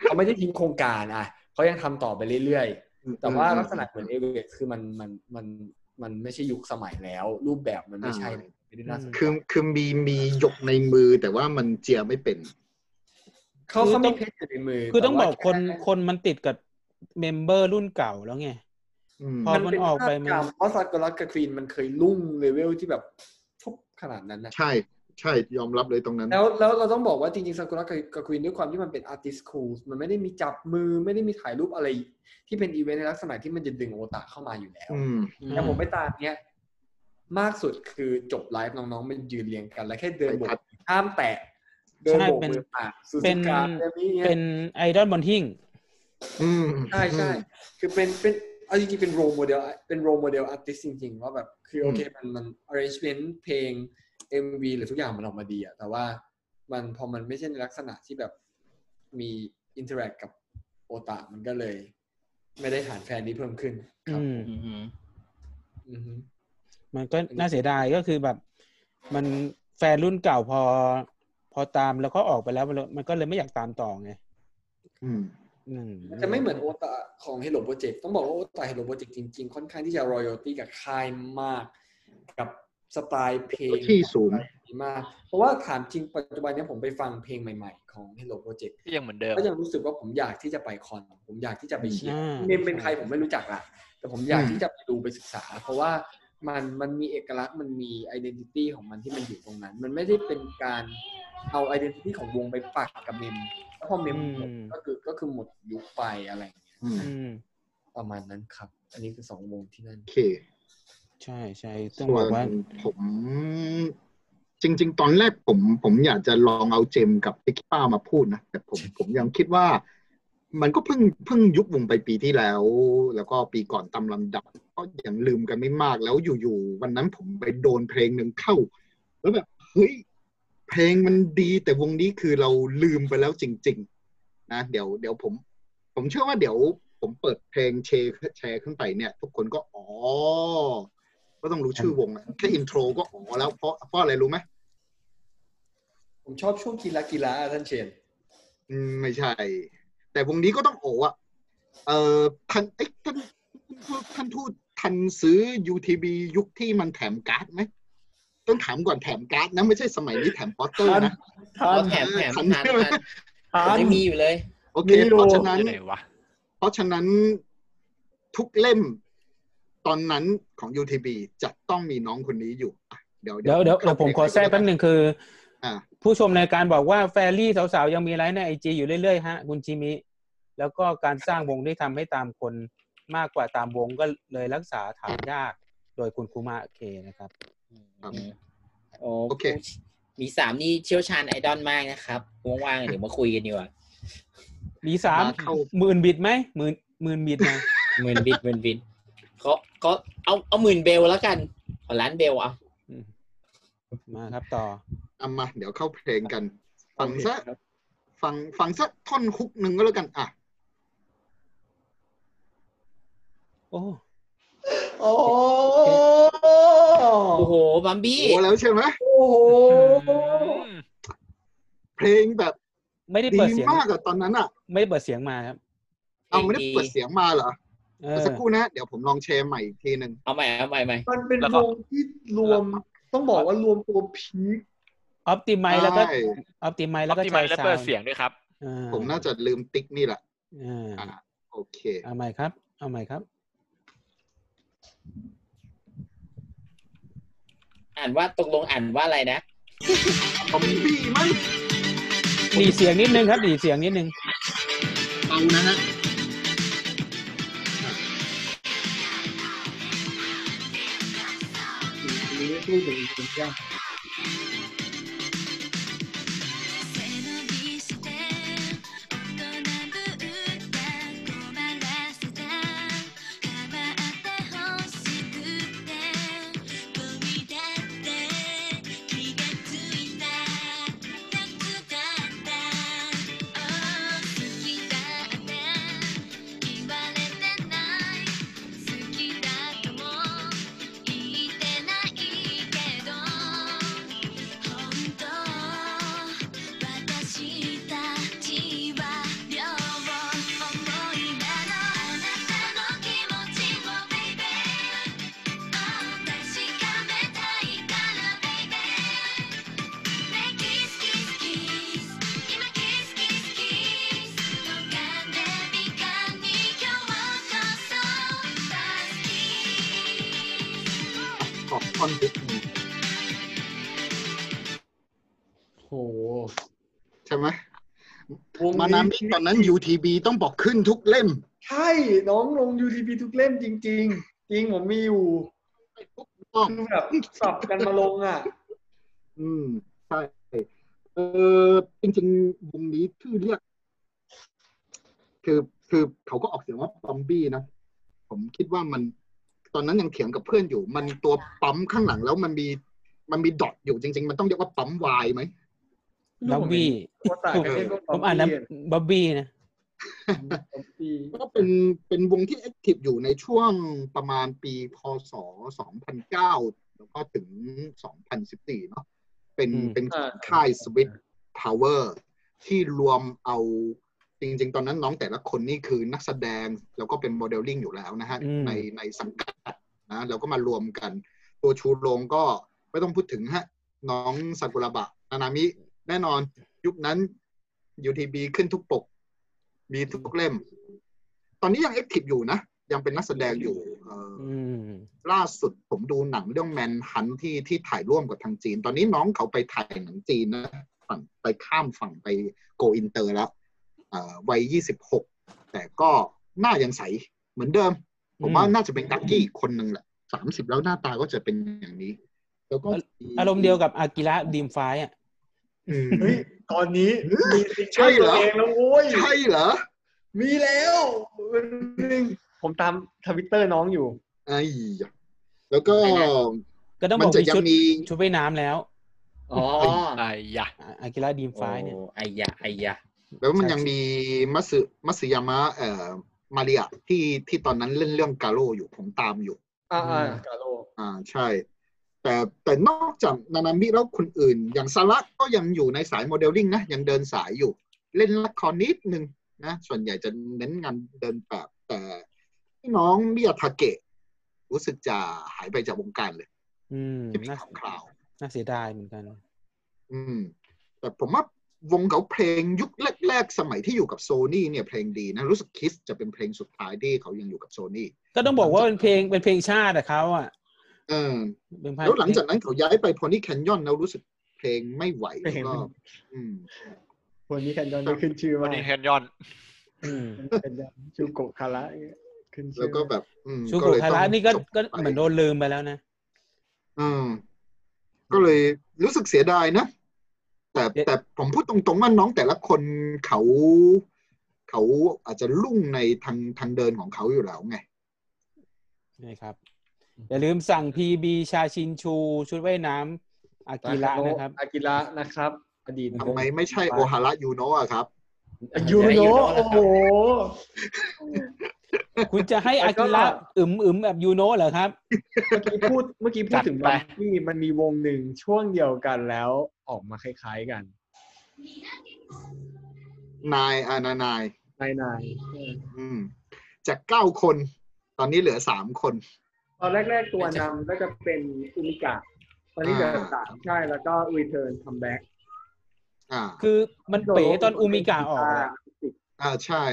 [SPEAKER 1] เขาไม่ได้ทิ้งโครงการอ่ะเขายังทำต่อไปเรื่อยๆ แต่ว่าลักษณะเหมือนเอเว็กคือมันมันมันมันไม่ใช่ยุคสมัยแล้ว รูปแบบมันไม่ใช่ไม่ได้น่าสนใจ
[SPEAKER 4] คือคือมีมีหยกในมือแต่ว่ามันเจียไม่เป็น
[SPEAKER 1] เขาเขาไม่เพชรอยู่ในมือ
[SPEAKER 2] คือต้องบอก
[SPEAKER 1] แ
[SPEAKER 2] คนคนมันติดกับเมมเบอร์รุ่นเก่าแล้วไง
[SPEAKER 4] อืม
[SPEAKER 2] พอมันออกไปมัน
[SPEAKER 1] ภาพจำเพราะซากุระกับครีนมันเคยลุ่งเลเวลที่แบบฟุบขนาดนั้นนะ
[SPEAKER 4] ใช่ใช่ยอมรับเลยตรงนั้น
[SPEAKER 1] แล้วแล้วเราต้องบอกว่าจริงๆซากุระกับครีนด้วยความที่มันเป็นอาร์ติสคูลมันไม่ได้มีจับมือไม่ได้มีถ่ายรูปอะไร ที่เป็นอีเวนต์ในลักษณะที่มันจะดึงโอตาเข้ามาอยู่แล้ว
[SPEAKER 4] อืม
[SPEAKER 1] แต่ผมไปตามเนี้ยมากสุดคือจบไลฟ์น้องๆมันยืนเรียงกัน แล้วแค่เดินโบกห้ามแตะเดินโบกมือปากซู
[SPEAKER 2] เป็
[SPEAKER 1] ซู
[SPEAKER 2] น
[SPEAKER 1] กะแบบนี้ย
[SPEAKER 2] เป็นไอดอลบอลทิ้ง
[SPEAKER 4] อืม
[SPEAKER 1] ใช่ใช่ คือเป็นเป็นเอาจริงๆ เป็นโรโมเดล เป็นโรโมเดลอาร์ติสจริงๆ ว่าแบบ คือโอเค มันมัน arrangement เพลง MV หรือทุกอย่างมันออกมาดีอะแต่ว่ามันพอมันไม่ใช่ในลักษณะที่แบบมีอินเทอร์แอคกับโอตามันก็เลย ไม่ได้ฐานแฟนที่เพิ่มขึ้นครับ
[SPEAKER 2] อืม
[SPEAKER 6] อืม
[SPEAKER 1] อือฮึ
[SPEAKER 2] มันก็น่าเสียดายก็คือแบบ มันแฟนรุ่นเก่าพอ พอตามแล้วก็ออกไปแล้วมันมันก็เลยไม่อยากตามต่อไง
[SPEAKER 4] อืม
[SPEAKER 2] อืม
[SPEAKER 7] จะไม่เหมือนโอตาของ Hello Project ต้องบอกว่าโอตา Hello Project จริง ๆ ค่อนข้างที่จะรอยัลตี้กับค่ายมาก กับสไตล์เพลง
[SPEAKER 4] ที่สูง
[SPEAKER 7] มาก เพราะว่าถามจริงปัจจุบันเนี้ผมไปฟังเพลงใหม่ๆ ของ Hello Project
[SPEAKER 3] ก็ยังเหมือนเดิม
[SPEAKER 7] ก็ยังรู้สึกว่าผมอยากที่จะไปคอน ผมอยากที่จะไปเชียร์
[SPEAKER 2] อ่า
[SPEAKER 7] เมมเป็นใครผมไม่รู้จักละแต่ผมอยากที่จะไปดูไปศึกษา เพราะว่ามันมันมีเอกลักษณ์มันมีไอดีนิตี้ของมันที่มันอยู่ตรงนั้น มันไม่ได้เป็นการเอาไอดีนิตี้ของวงไปปักกับเมมแล้วพอเมมหมด
[SPEAKER 2] อืม
[SPEAKER 7] ก็คือก็คือหมดยุคไปอะไรอย่างเงี้ย
[SPEAKER 4] อืม
[SPEAKER 2] อืม
[SPEAKER 7] ประมาณนั้นครับ อันนี้คือสองวงที่นั่น
[SPEAKER 4] โอเค
[SPEAKER 2] ใช่ใช่ต้อง
[SPEAKER 4] ส่
[SPEAKER 2] บ
[SPEAKER 4] ว
[SPEAKER 2] อน กว่า
[SPEAKER 4] ผมจริง ๆ ตอนแรกผมผมอยากจะลองเอาเจมส์กับเอ็กซ์ป้ามาพูดนะ แต่ผมผมยังคิดว่า มันก็เพิ่งเพิ่งยุบวงไปปีที่แล้ว แล้วก็ปีก่อนตามลำดับ ก็ยังลืมกันไม่มากแล้วอยู่ๆวันนั้นผมไปโดนเพลงหนึ่งเข้า แล้วแบบเฮ้ยเพลงมันดีแต่วงนี้คือเราลืมไปแล้วจริง ๆ นะ เดี๋ยวเดี๋ยวผม ผมเชื่อว่าเดี๋ยวผมเปิดเพลงเชร์แชร์ขึ้นไปเนี่ย ทุกคนก็อ๋อ ก็ต้องรู้ชื่อวงอะแค่อินโทรก็อ๋อแล้วเพราะเพราะอะไรรู้ไหม
[SPEAKER 7] ผมชอบช่วงกีฬากีฬาอะท่านเชน
[SPEAKER 4] อืมไม่ใช่ แต่วงนี้ก็ต้องโออ่ะเออท่านเอ้ยท่านท่านท่านทูตทันซื้อ UTB ยุคที่มันแถมการ์ดไหมต้องถามก่อนแถมการ์ดนะ ไม่ใช่สมัยนี้แถมพอตเตอร์นะ
[SPEAKER 6] อ๋อแถมแถม
[SPEAKER 4] ทัน
[SPEAKER 6] ทัน
[SPEAKER 4] ใช่ไหม
[SPEAKER 6] ทันผมยังมีอยู่เลย
[SPEAKER 4] โอเค
[SPEAKER 7] มีอยู่
[SPEAKER 4] เพราะฉะนั้น
[SPEAKER 3] อยู่ไหนวะ
[SPEAKER 4] เพราะฉะนั้นทุกเล่มตอนนั้นของ UTB จะต้องมีน้องคนนี้อยู่อ่ะเดี๋ยว
[SPEAKER 2] เดี๋ยวเดี๋ยวเดี๋ยวผมขอแทรกแป๊บหนึ่งคือ
[SPEAKER 4] อ่า
[SPEAKER 2] ผู้ชมในการบอกว่าแฟรี่สาวๆ ยังมีไลฟ์ในไอจอยู่เรื่อยๆ ฮะ คุณจิมิ แล้วก็การสร้างวงที่ทำให้ตามคนมากกว่าตามวงก็เลยรักษาฐานยาก โดยคุณคุมะเคนะครับ
[SPEAKER 4] ครับ
[SPEAKER 6] โอ้
[SPEAKER 4] โอเค
[SPEAKER 6] มีสามนี่เชี่ยวชาญไอดอลมากนะครับ ว่างๆเดี๋ยวมาคุยกันดีกว่า
[SPEAKER 2] มีสาม
[SPEAKER 4] มาเข้า
[SPEAKER 2] หมื่นบิดไหมหมื่นหมื่นบิดนะ
[SPEAKER 6] หมื่นบิดหมื่นบิดเขาเขาเอาเอาหมื่นเบลแล้วกันขอล้านเบลเอา
[SPEAKER 2] อืม มาครับต่อ
[SPEAKER 4] เอามาเดี๋ยวเข้าเพลงกัน ฟังซะ
[SPEAKER 7] โอเคครับ
[SPEAKER 4] ฟังฟังสักท่อนคุกหนึ่งก็แล้วกันอ่ะ
[SPEAKER 2] โอ้
[SPEAKER 7] โอ้โห
[SPEAKER 6] โอ้โห บัมบี้
[SPEAKER 4] โอ้แล้วใช่ไหม
[SPEAKER 7] โอ้โห
[SPEAKER 4] เพลงแบบ
[SPEAKER 2] ไม่ได้
[SPEAKER 4] ดี
[SPEAKER 2] เปิดเสียง
[SPEAKER 4] มากอะตอนนั้นอะ
[SPEAKER 2] ไม่ได้เปิดเสียงมาครับ
[SPEAKER 4] เอาไม่ได้เปิดเสียงมาเหรอ
[SPEAKER 2] เอ
[SPEAKER 4] เดี๋ยว
[SPEAKER 2] อ
[SPEAKER 4] สักครู่นะ เดี๋ยวผมลองแชร์ใหม่อีกทีหนึ่ง
[SPEAKER 6] เอาใหม่เอาใหม่ใหม่
[SPEAKER 7] มันเป็น
[SPEAKER 3] แล้ว
[SPEAKER 7] ว
[SPEAKER 3] ก็
[SPEAKER 7] งที่รวมต้องบอกว่ารวมตัวพีค
[SPEAKER 2] ออปติไมแล้วก็
[SPEAKER 4] ใช่
[SPEAKER 2] ออปติไม
[SPEAKER 3] อ
[SPEAKER 2] แล้ว
[SPEAKER 3] อ
[SPEAKER 2] ก็
[SPEAKER 3] ป
[SPEAKER 2] ชาม
[SPEAKER 3] ติาย ยและ
[SPEAKER 2] ซา
[SPEAKER 3] เปิ
[SPEAKER 2] ว
[SPEAKER 3] ดเสียงด้วยครับ
[SPEAKER 2] อ่
[SPEAKER 4] ผมน่าจะลืมติ๊กนี่แหละ
[SPEAKER 2] อ่า
[SPEAKER 4] อ่ะโอเค
[SPEAKER 2] เอาใหม่ครับ เอาใหม่ครับ
[SPEAKER 6] อ่านว่าตกลงอ่านว่าอะไรนะ
[SPEAKER 4] ผมบีมัน
[SPEAKER 2] ดีดเสียงนิดนึงครับ ดีดเสียงนิดนึง
[SPEAKER 4] เบานะฮะ
[SPEAKER 5] 背伸びして大人ぶった困らせた構って欲しくて恋だって気がついた夏だった好きだって言われてない好きだとも言ってないけど本当私たちは両思いなのあなたの気持ちを baby 確かめたいから baby ね kiss kiss kiss 今 kiss kiss kiss 浮かんでみかんに今日こそバス
[SPEAKER 4] ขอบ
[SPEAKER 5] キー
[SPEAKER 4] ท่อนติ๊กหนึ่ง
[SPEAKER 7] โอ้โห
[SPEAKER 4] ใช่ไหม
[SPEAKER 7] วง
[SPEAKER 4] มานามิตอนนั้น UTB ต้องบอกขึ้นทุกเล่ม
[SPEAKER 7] ใช่น้องลง UTP ทุกเล่มจริง ๆ จริงผมมีอยู่
[SPEAKER 4] ต้อง
[SPEAKER 7] คือแบบสับกันมาลงอ่ะ
[SPEAKER 4] อืมใช่เออจริงๆวงนี้ชื่อเรียก คือคือเขาก็ออกเสียงว่าปอมบี้นะ ผมคิดว่ามัน ตอนนั้นยังเถียงกับเพื่อนอยู่ มันตัวปั๊มข้างหลังแล้วมันมีมันมีดอทอยู่จริง ๆ มันต้องเรียกว่าปั๊มวายไหม
[SPEAKER 2] บับบี้
[SPEAKER 7] ว่าต่างกันเรียกว่า
[SPEAKER 2] ผมอ่านนะบับบี้นะ
[SPEAKER 7] บ๊อบบี้
[SPEAKER 4] ก็เป็นเป็นวงที่แอคทีฟอยู่ในช่วงประมาณปีพศ 2009 แล้วก็ถึง 2014 เนาะเป็น
[SPEAKER 2] อืม
[SPEAKER 4] เป็นค่ายสวิตพาวเวอร์ที่รวมเอา จริง ๆ ตอนนั้นน้องแต่ละคนนี่คือนักแสดงแล้วก็เป็นโมเดลลิ่งอยู่แล้วนะฮะ
[SPEAKER 2] อืม
[SPEAKER 4] ในในสังกัดนะเราก็มารวมกัน ตัวชูโรงก็ไม่ต้องพูดถึงฮะ น้องซากุระบะนานามิ แน่นอนยุคนั้น UTB ขึ้นทุกปก มีทุกเล่ม ตอนนี้ยังแอคทีฟอยู่นะ ยังเป็นนักแสดงอยู่เอ่อ
[SPEAKER 2] อืม
[SPEAKER 4] ล่าสุดผมดูหนังเรื่องแมนฮันที่ที่ถ่ายร่วมกับทางจีน ตอนนี้น้องเขาไปถ่ายหนังจีนนะฝั่งไปข้ามฝั่งไปโกอินเตอร์แล้วอ่าวัยยี่สิบหกแต่ก็หน้ายังใสเหมือนเดิม ผมว่า
[SPEAKER 2] อืม
[SPEAKER 4] น่าจะเป็นดักกี้คนหนึ่งแหละสามสิบแล้วหน้าตาก็จะเป็นอย่างนี้ แล้วก็
[SPEAKER 2] อารมณ์เดียวกับอากิระดีมไฟอ่ะ
[SPEAKER 4] อืม
[SPEAKER 7] เฮ้ยตอนนี้มีซิง
[SPEAKER 4] ใช่
[SPEAKER 7] เกิล
[SPEAKER 4] เหร
[SPEAKER 7] ตัว
[SPEAKER 4] อ
[SPEAKER 7] เองแล้วโว้ย
[SPEAKER 4] ใช่เหรอ
[SPEAKER 7] มีแล้วหนึ่งผมตามทวิตเตอร์น้องอยู่
[SPEAKER 4] ไอ้ยะแล้วก็
[SPEAKER 2] ก็ต้อง
[SPEAKER 4] มั
[SPEAKER 2] บ
[SPEAKER 4] น
[SPEAKER 2] อก
[SPEAKER 4] จะ
[SPEAKER 2] มี
[SPEAKER 4] ยัง
[SPEAKER 2] ชุด
[SPEAKER 4] มี
[SPEAKER 2] ชุดว่ายน้ำแล้ว
[SPEAKER 6] อ๋อ
[SPEAKER 3] ไอ้ยะ
[SPEAKER 2] อ่ะอากิระดีมไฟเนี่ย
[SPEAKER 6] โอ้ไอยะไอยะ
[SPEAKER 4] แล้วมันยังมีมัตสึมัตสึยามะเอ่อมาริอะที่ที่ตอนนั้นเล่นเรื่องกาโร่อยู่ผมตามอยู่
[SPEAKER 7] อ่า
[SPEAKER 2] อื
[SPEAKER 7] อ่าม กาโล
[SPEAKER 4] อ่าใช่ แต่แต่นอกจากนานามิแล้วคนอื่น อย่างซาระก็ยังอยู่ในสายโมเดลลิ่งนะ ยังเดินสายอยู่ เล่นละครนิดนึงนะ ส่วนใหญ่จะเน้นงานเดินแบบแต่พี่น้องมิยาทาเกะรู้สึกจะหายไปจากวงการเลย
[SPEAKER 2] อืม
[SPEAKER 4] ที่มี
[SPEAKER 2] น่า
[SPEAKER 4] ข่าวคราว
[SPEAKER 2] น่าเสียดายเหมือนกัน
[SPEAKER 4] อืม แต่ผมว่าวงเขาเพลงยุคแรกๆ สมัยที่อยู่กับโซนี่เนี่ยเพลงดีนะ รู้สึกคิสจะเป็นเพลงสุดท้ายที่เขายังอยู่กับโซนี่
[SPEAKER 2] ก็ต้องบอกว่าเป็นเพลงเป็นเพลงชาติอะเขาอ่ะ
[SPEAKER 4] เออ
[SPEAKER 2] เป็นเพง
[SPEAKER 4] แล้วหลังจากนั้นเขาย้ายไปพอนี่แคนยอนแล้วรู้สึกเพลงไม่ไหวแล้วก็อืม
[SPEAKER 7] คนนี้แคนยอนก็ขึ้นชื่อ
[SPEAKER 3] วั
[SPEAKER 7] ว่าน
[SPEAKER 3] นี้แคนยอน
[SPEAKER 7] แคนยอนชูโกะคาระขึ้นชื่อ
[SPEAKER 4] แล้วก็แบบ อืม
[SPEAKER 2] ชู
[SPEAKER 4] ก็
[SPEAKER 2] โก
[SPEAKER 4] เลย
[SPEAKER 2] คา
[SPEAKER 4] ต้อ
[SPEAKER 2] ระ
[SPEAKER 4] ง
[SPEAKER 2] นี่ก็
[SPEAKER 4] จบ
[SPEAKER 2] ก็
[SPEAKER 4] ไป
[SPEAKER 2] เหมือนโดนลืมไปแล้วนะ
[SPEAKER 4] อืมก็เลยรู้สึกเสียดายนะ แต่
[SPEAKER 2] เอ๊ะ
[SPEAKER 4] แต่ผมพูดตรงๆว่าน้องแต่ละคนเขา เขาอาจจะลุ่งในทางทางเดินของเขาอยู่แล้วไง
[SPEAKER 2] นี่ครับ อย่าลืมสั่ง PB ชาชินชู ชุดว่ายน้ำอากิระนะครับ
[SPEAKER 7] อากิระนะครับ อดีต
[SPEAKER 4] ทำไมไม่ใช่โอฮาระยูโนะอะครับ
[SPEAKER 7] ยู
[SPEAKER 6] อากิ
[SPEAKER 7] โน
[SPEAKER 6] ระ
[SPEAKER 7] โอ้
[SPEAKER 6] ยูโนะ
[SPEAKER 7] โห
[SPEAKER 2] คุณจะให้อากิระอึมอึมๆแบบยูโนะเหรอครับ
[SPEAKER 7] เมื่อกี้พูดเมื่อกี้พู
[SPEAKER 3] จั
[SPEAKER 7] ด
[SPEAKER 3] ด
[SPEAKER 7] ถึง
[SPEAKER 3] ไป
[SPEAKER 7] บังกี้มันมีวงหนึ่งช่วงเดียวกันแล้วออกมาคล้ายๆกัน
[SPEAKER 4] นายอานานาย
[SPEAKER 7] นายนาย
[SPEAKER 4] อืม จากเก้าคน ตอนนี้เหลือสามคน
[SPEAKER 7] ตอนแรกๆตัวนำก็จะเป็นอุมิกะ ตอนนี้เหลือสามใช่แล้วก็รีเทิร์นคัมแบ็ก
[SPEAKER 4] อ่า
[SPEAKER 2] คือมันเป๋ตอนอูมิกะออกอะ
[SPEAKER 4] อ่าใช่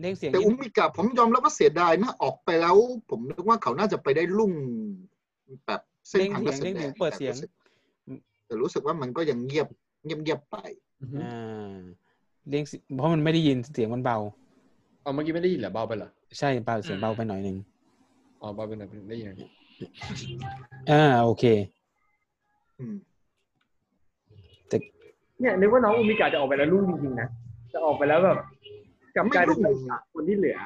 [SPEAKER 2] เรียกเสียง
[SPEAKER 4] แต่อุมิกะผมยอมรับว่าเสียดายนะออกไปแล้ว ผมนึกว่าเขาน่าจะไปได้ลุ่งแบบเส้น
[SPEAKER 2] เรียก
[SPEAKER 4] ทาง
[SPEAKER 2] เสี
[SPEAKER 4] กาย
[SPEAKER 2] ง
[SPEAKER 4] รแสด
[SPEAKER 2] เรียกเสีย
[SPEAKER 4] ง
[SPEAKER 2] งเปิดเสียง
[SPEAKER 4] แต่รู้กแต่รู้สึกว่ามันก็ยังเงียบเงียบเงียบๆไป
[SPEAKER 2] อ่าเรียกเสียงเพราะมันไม่ได้ยินเสียงมันเบา
[SPEAKER 1] เอาเมื่อกี้ไม่ได้ยินเหรอเบาไปเหรอ
[SPEAKER 2] ใช่เบาเสียงเบาไปหน่อยหนึ่ง
[SPEAKER 1] อ๋อเบาไปหน่อยได้ยิน
[SPEAKER 2] อ่าโอเค
[SPEAKER 4] อืม
[SPEAKER 7] เนี่ยนึกว่าน้องอุมิกะจะออกไปแล้วรุ่งจริงๆนะ จะออกไปแล้วแบบกลับกลายเป็นคนที่เหลือ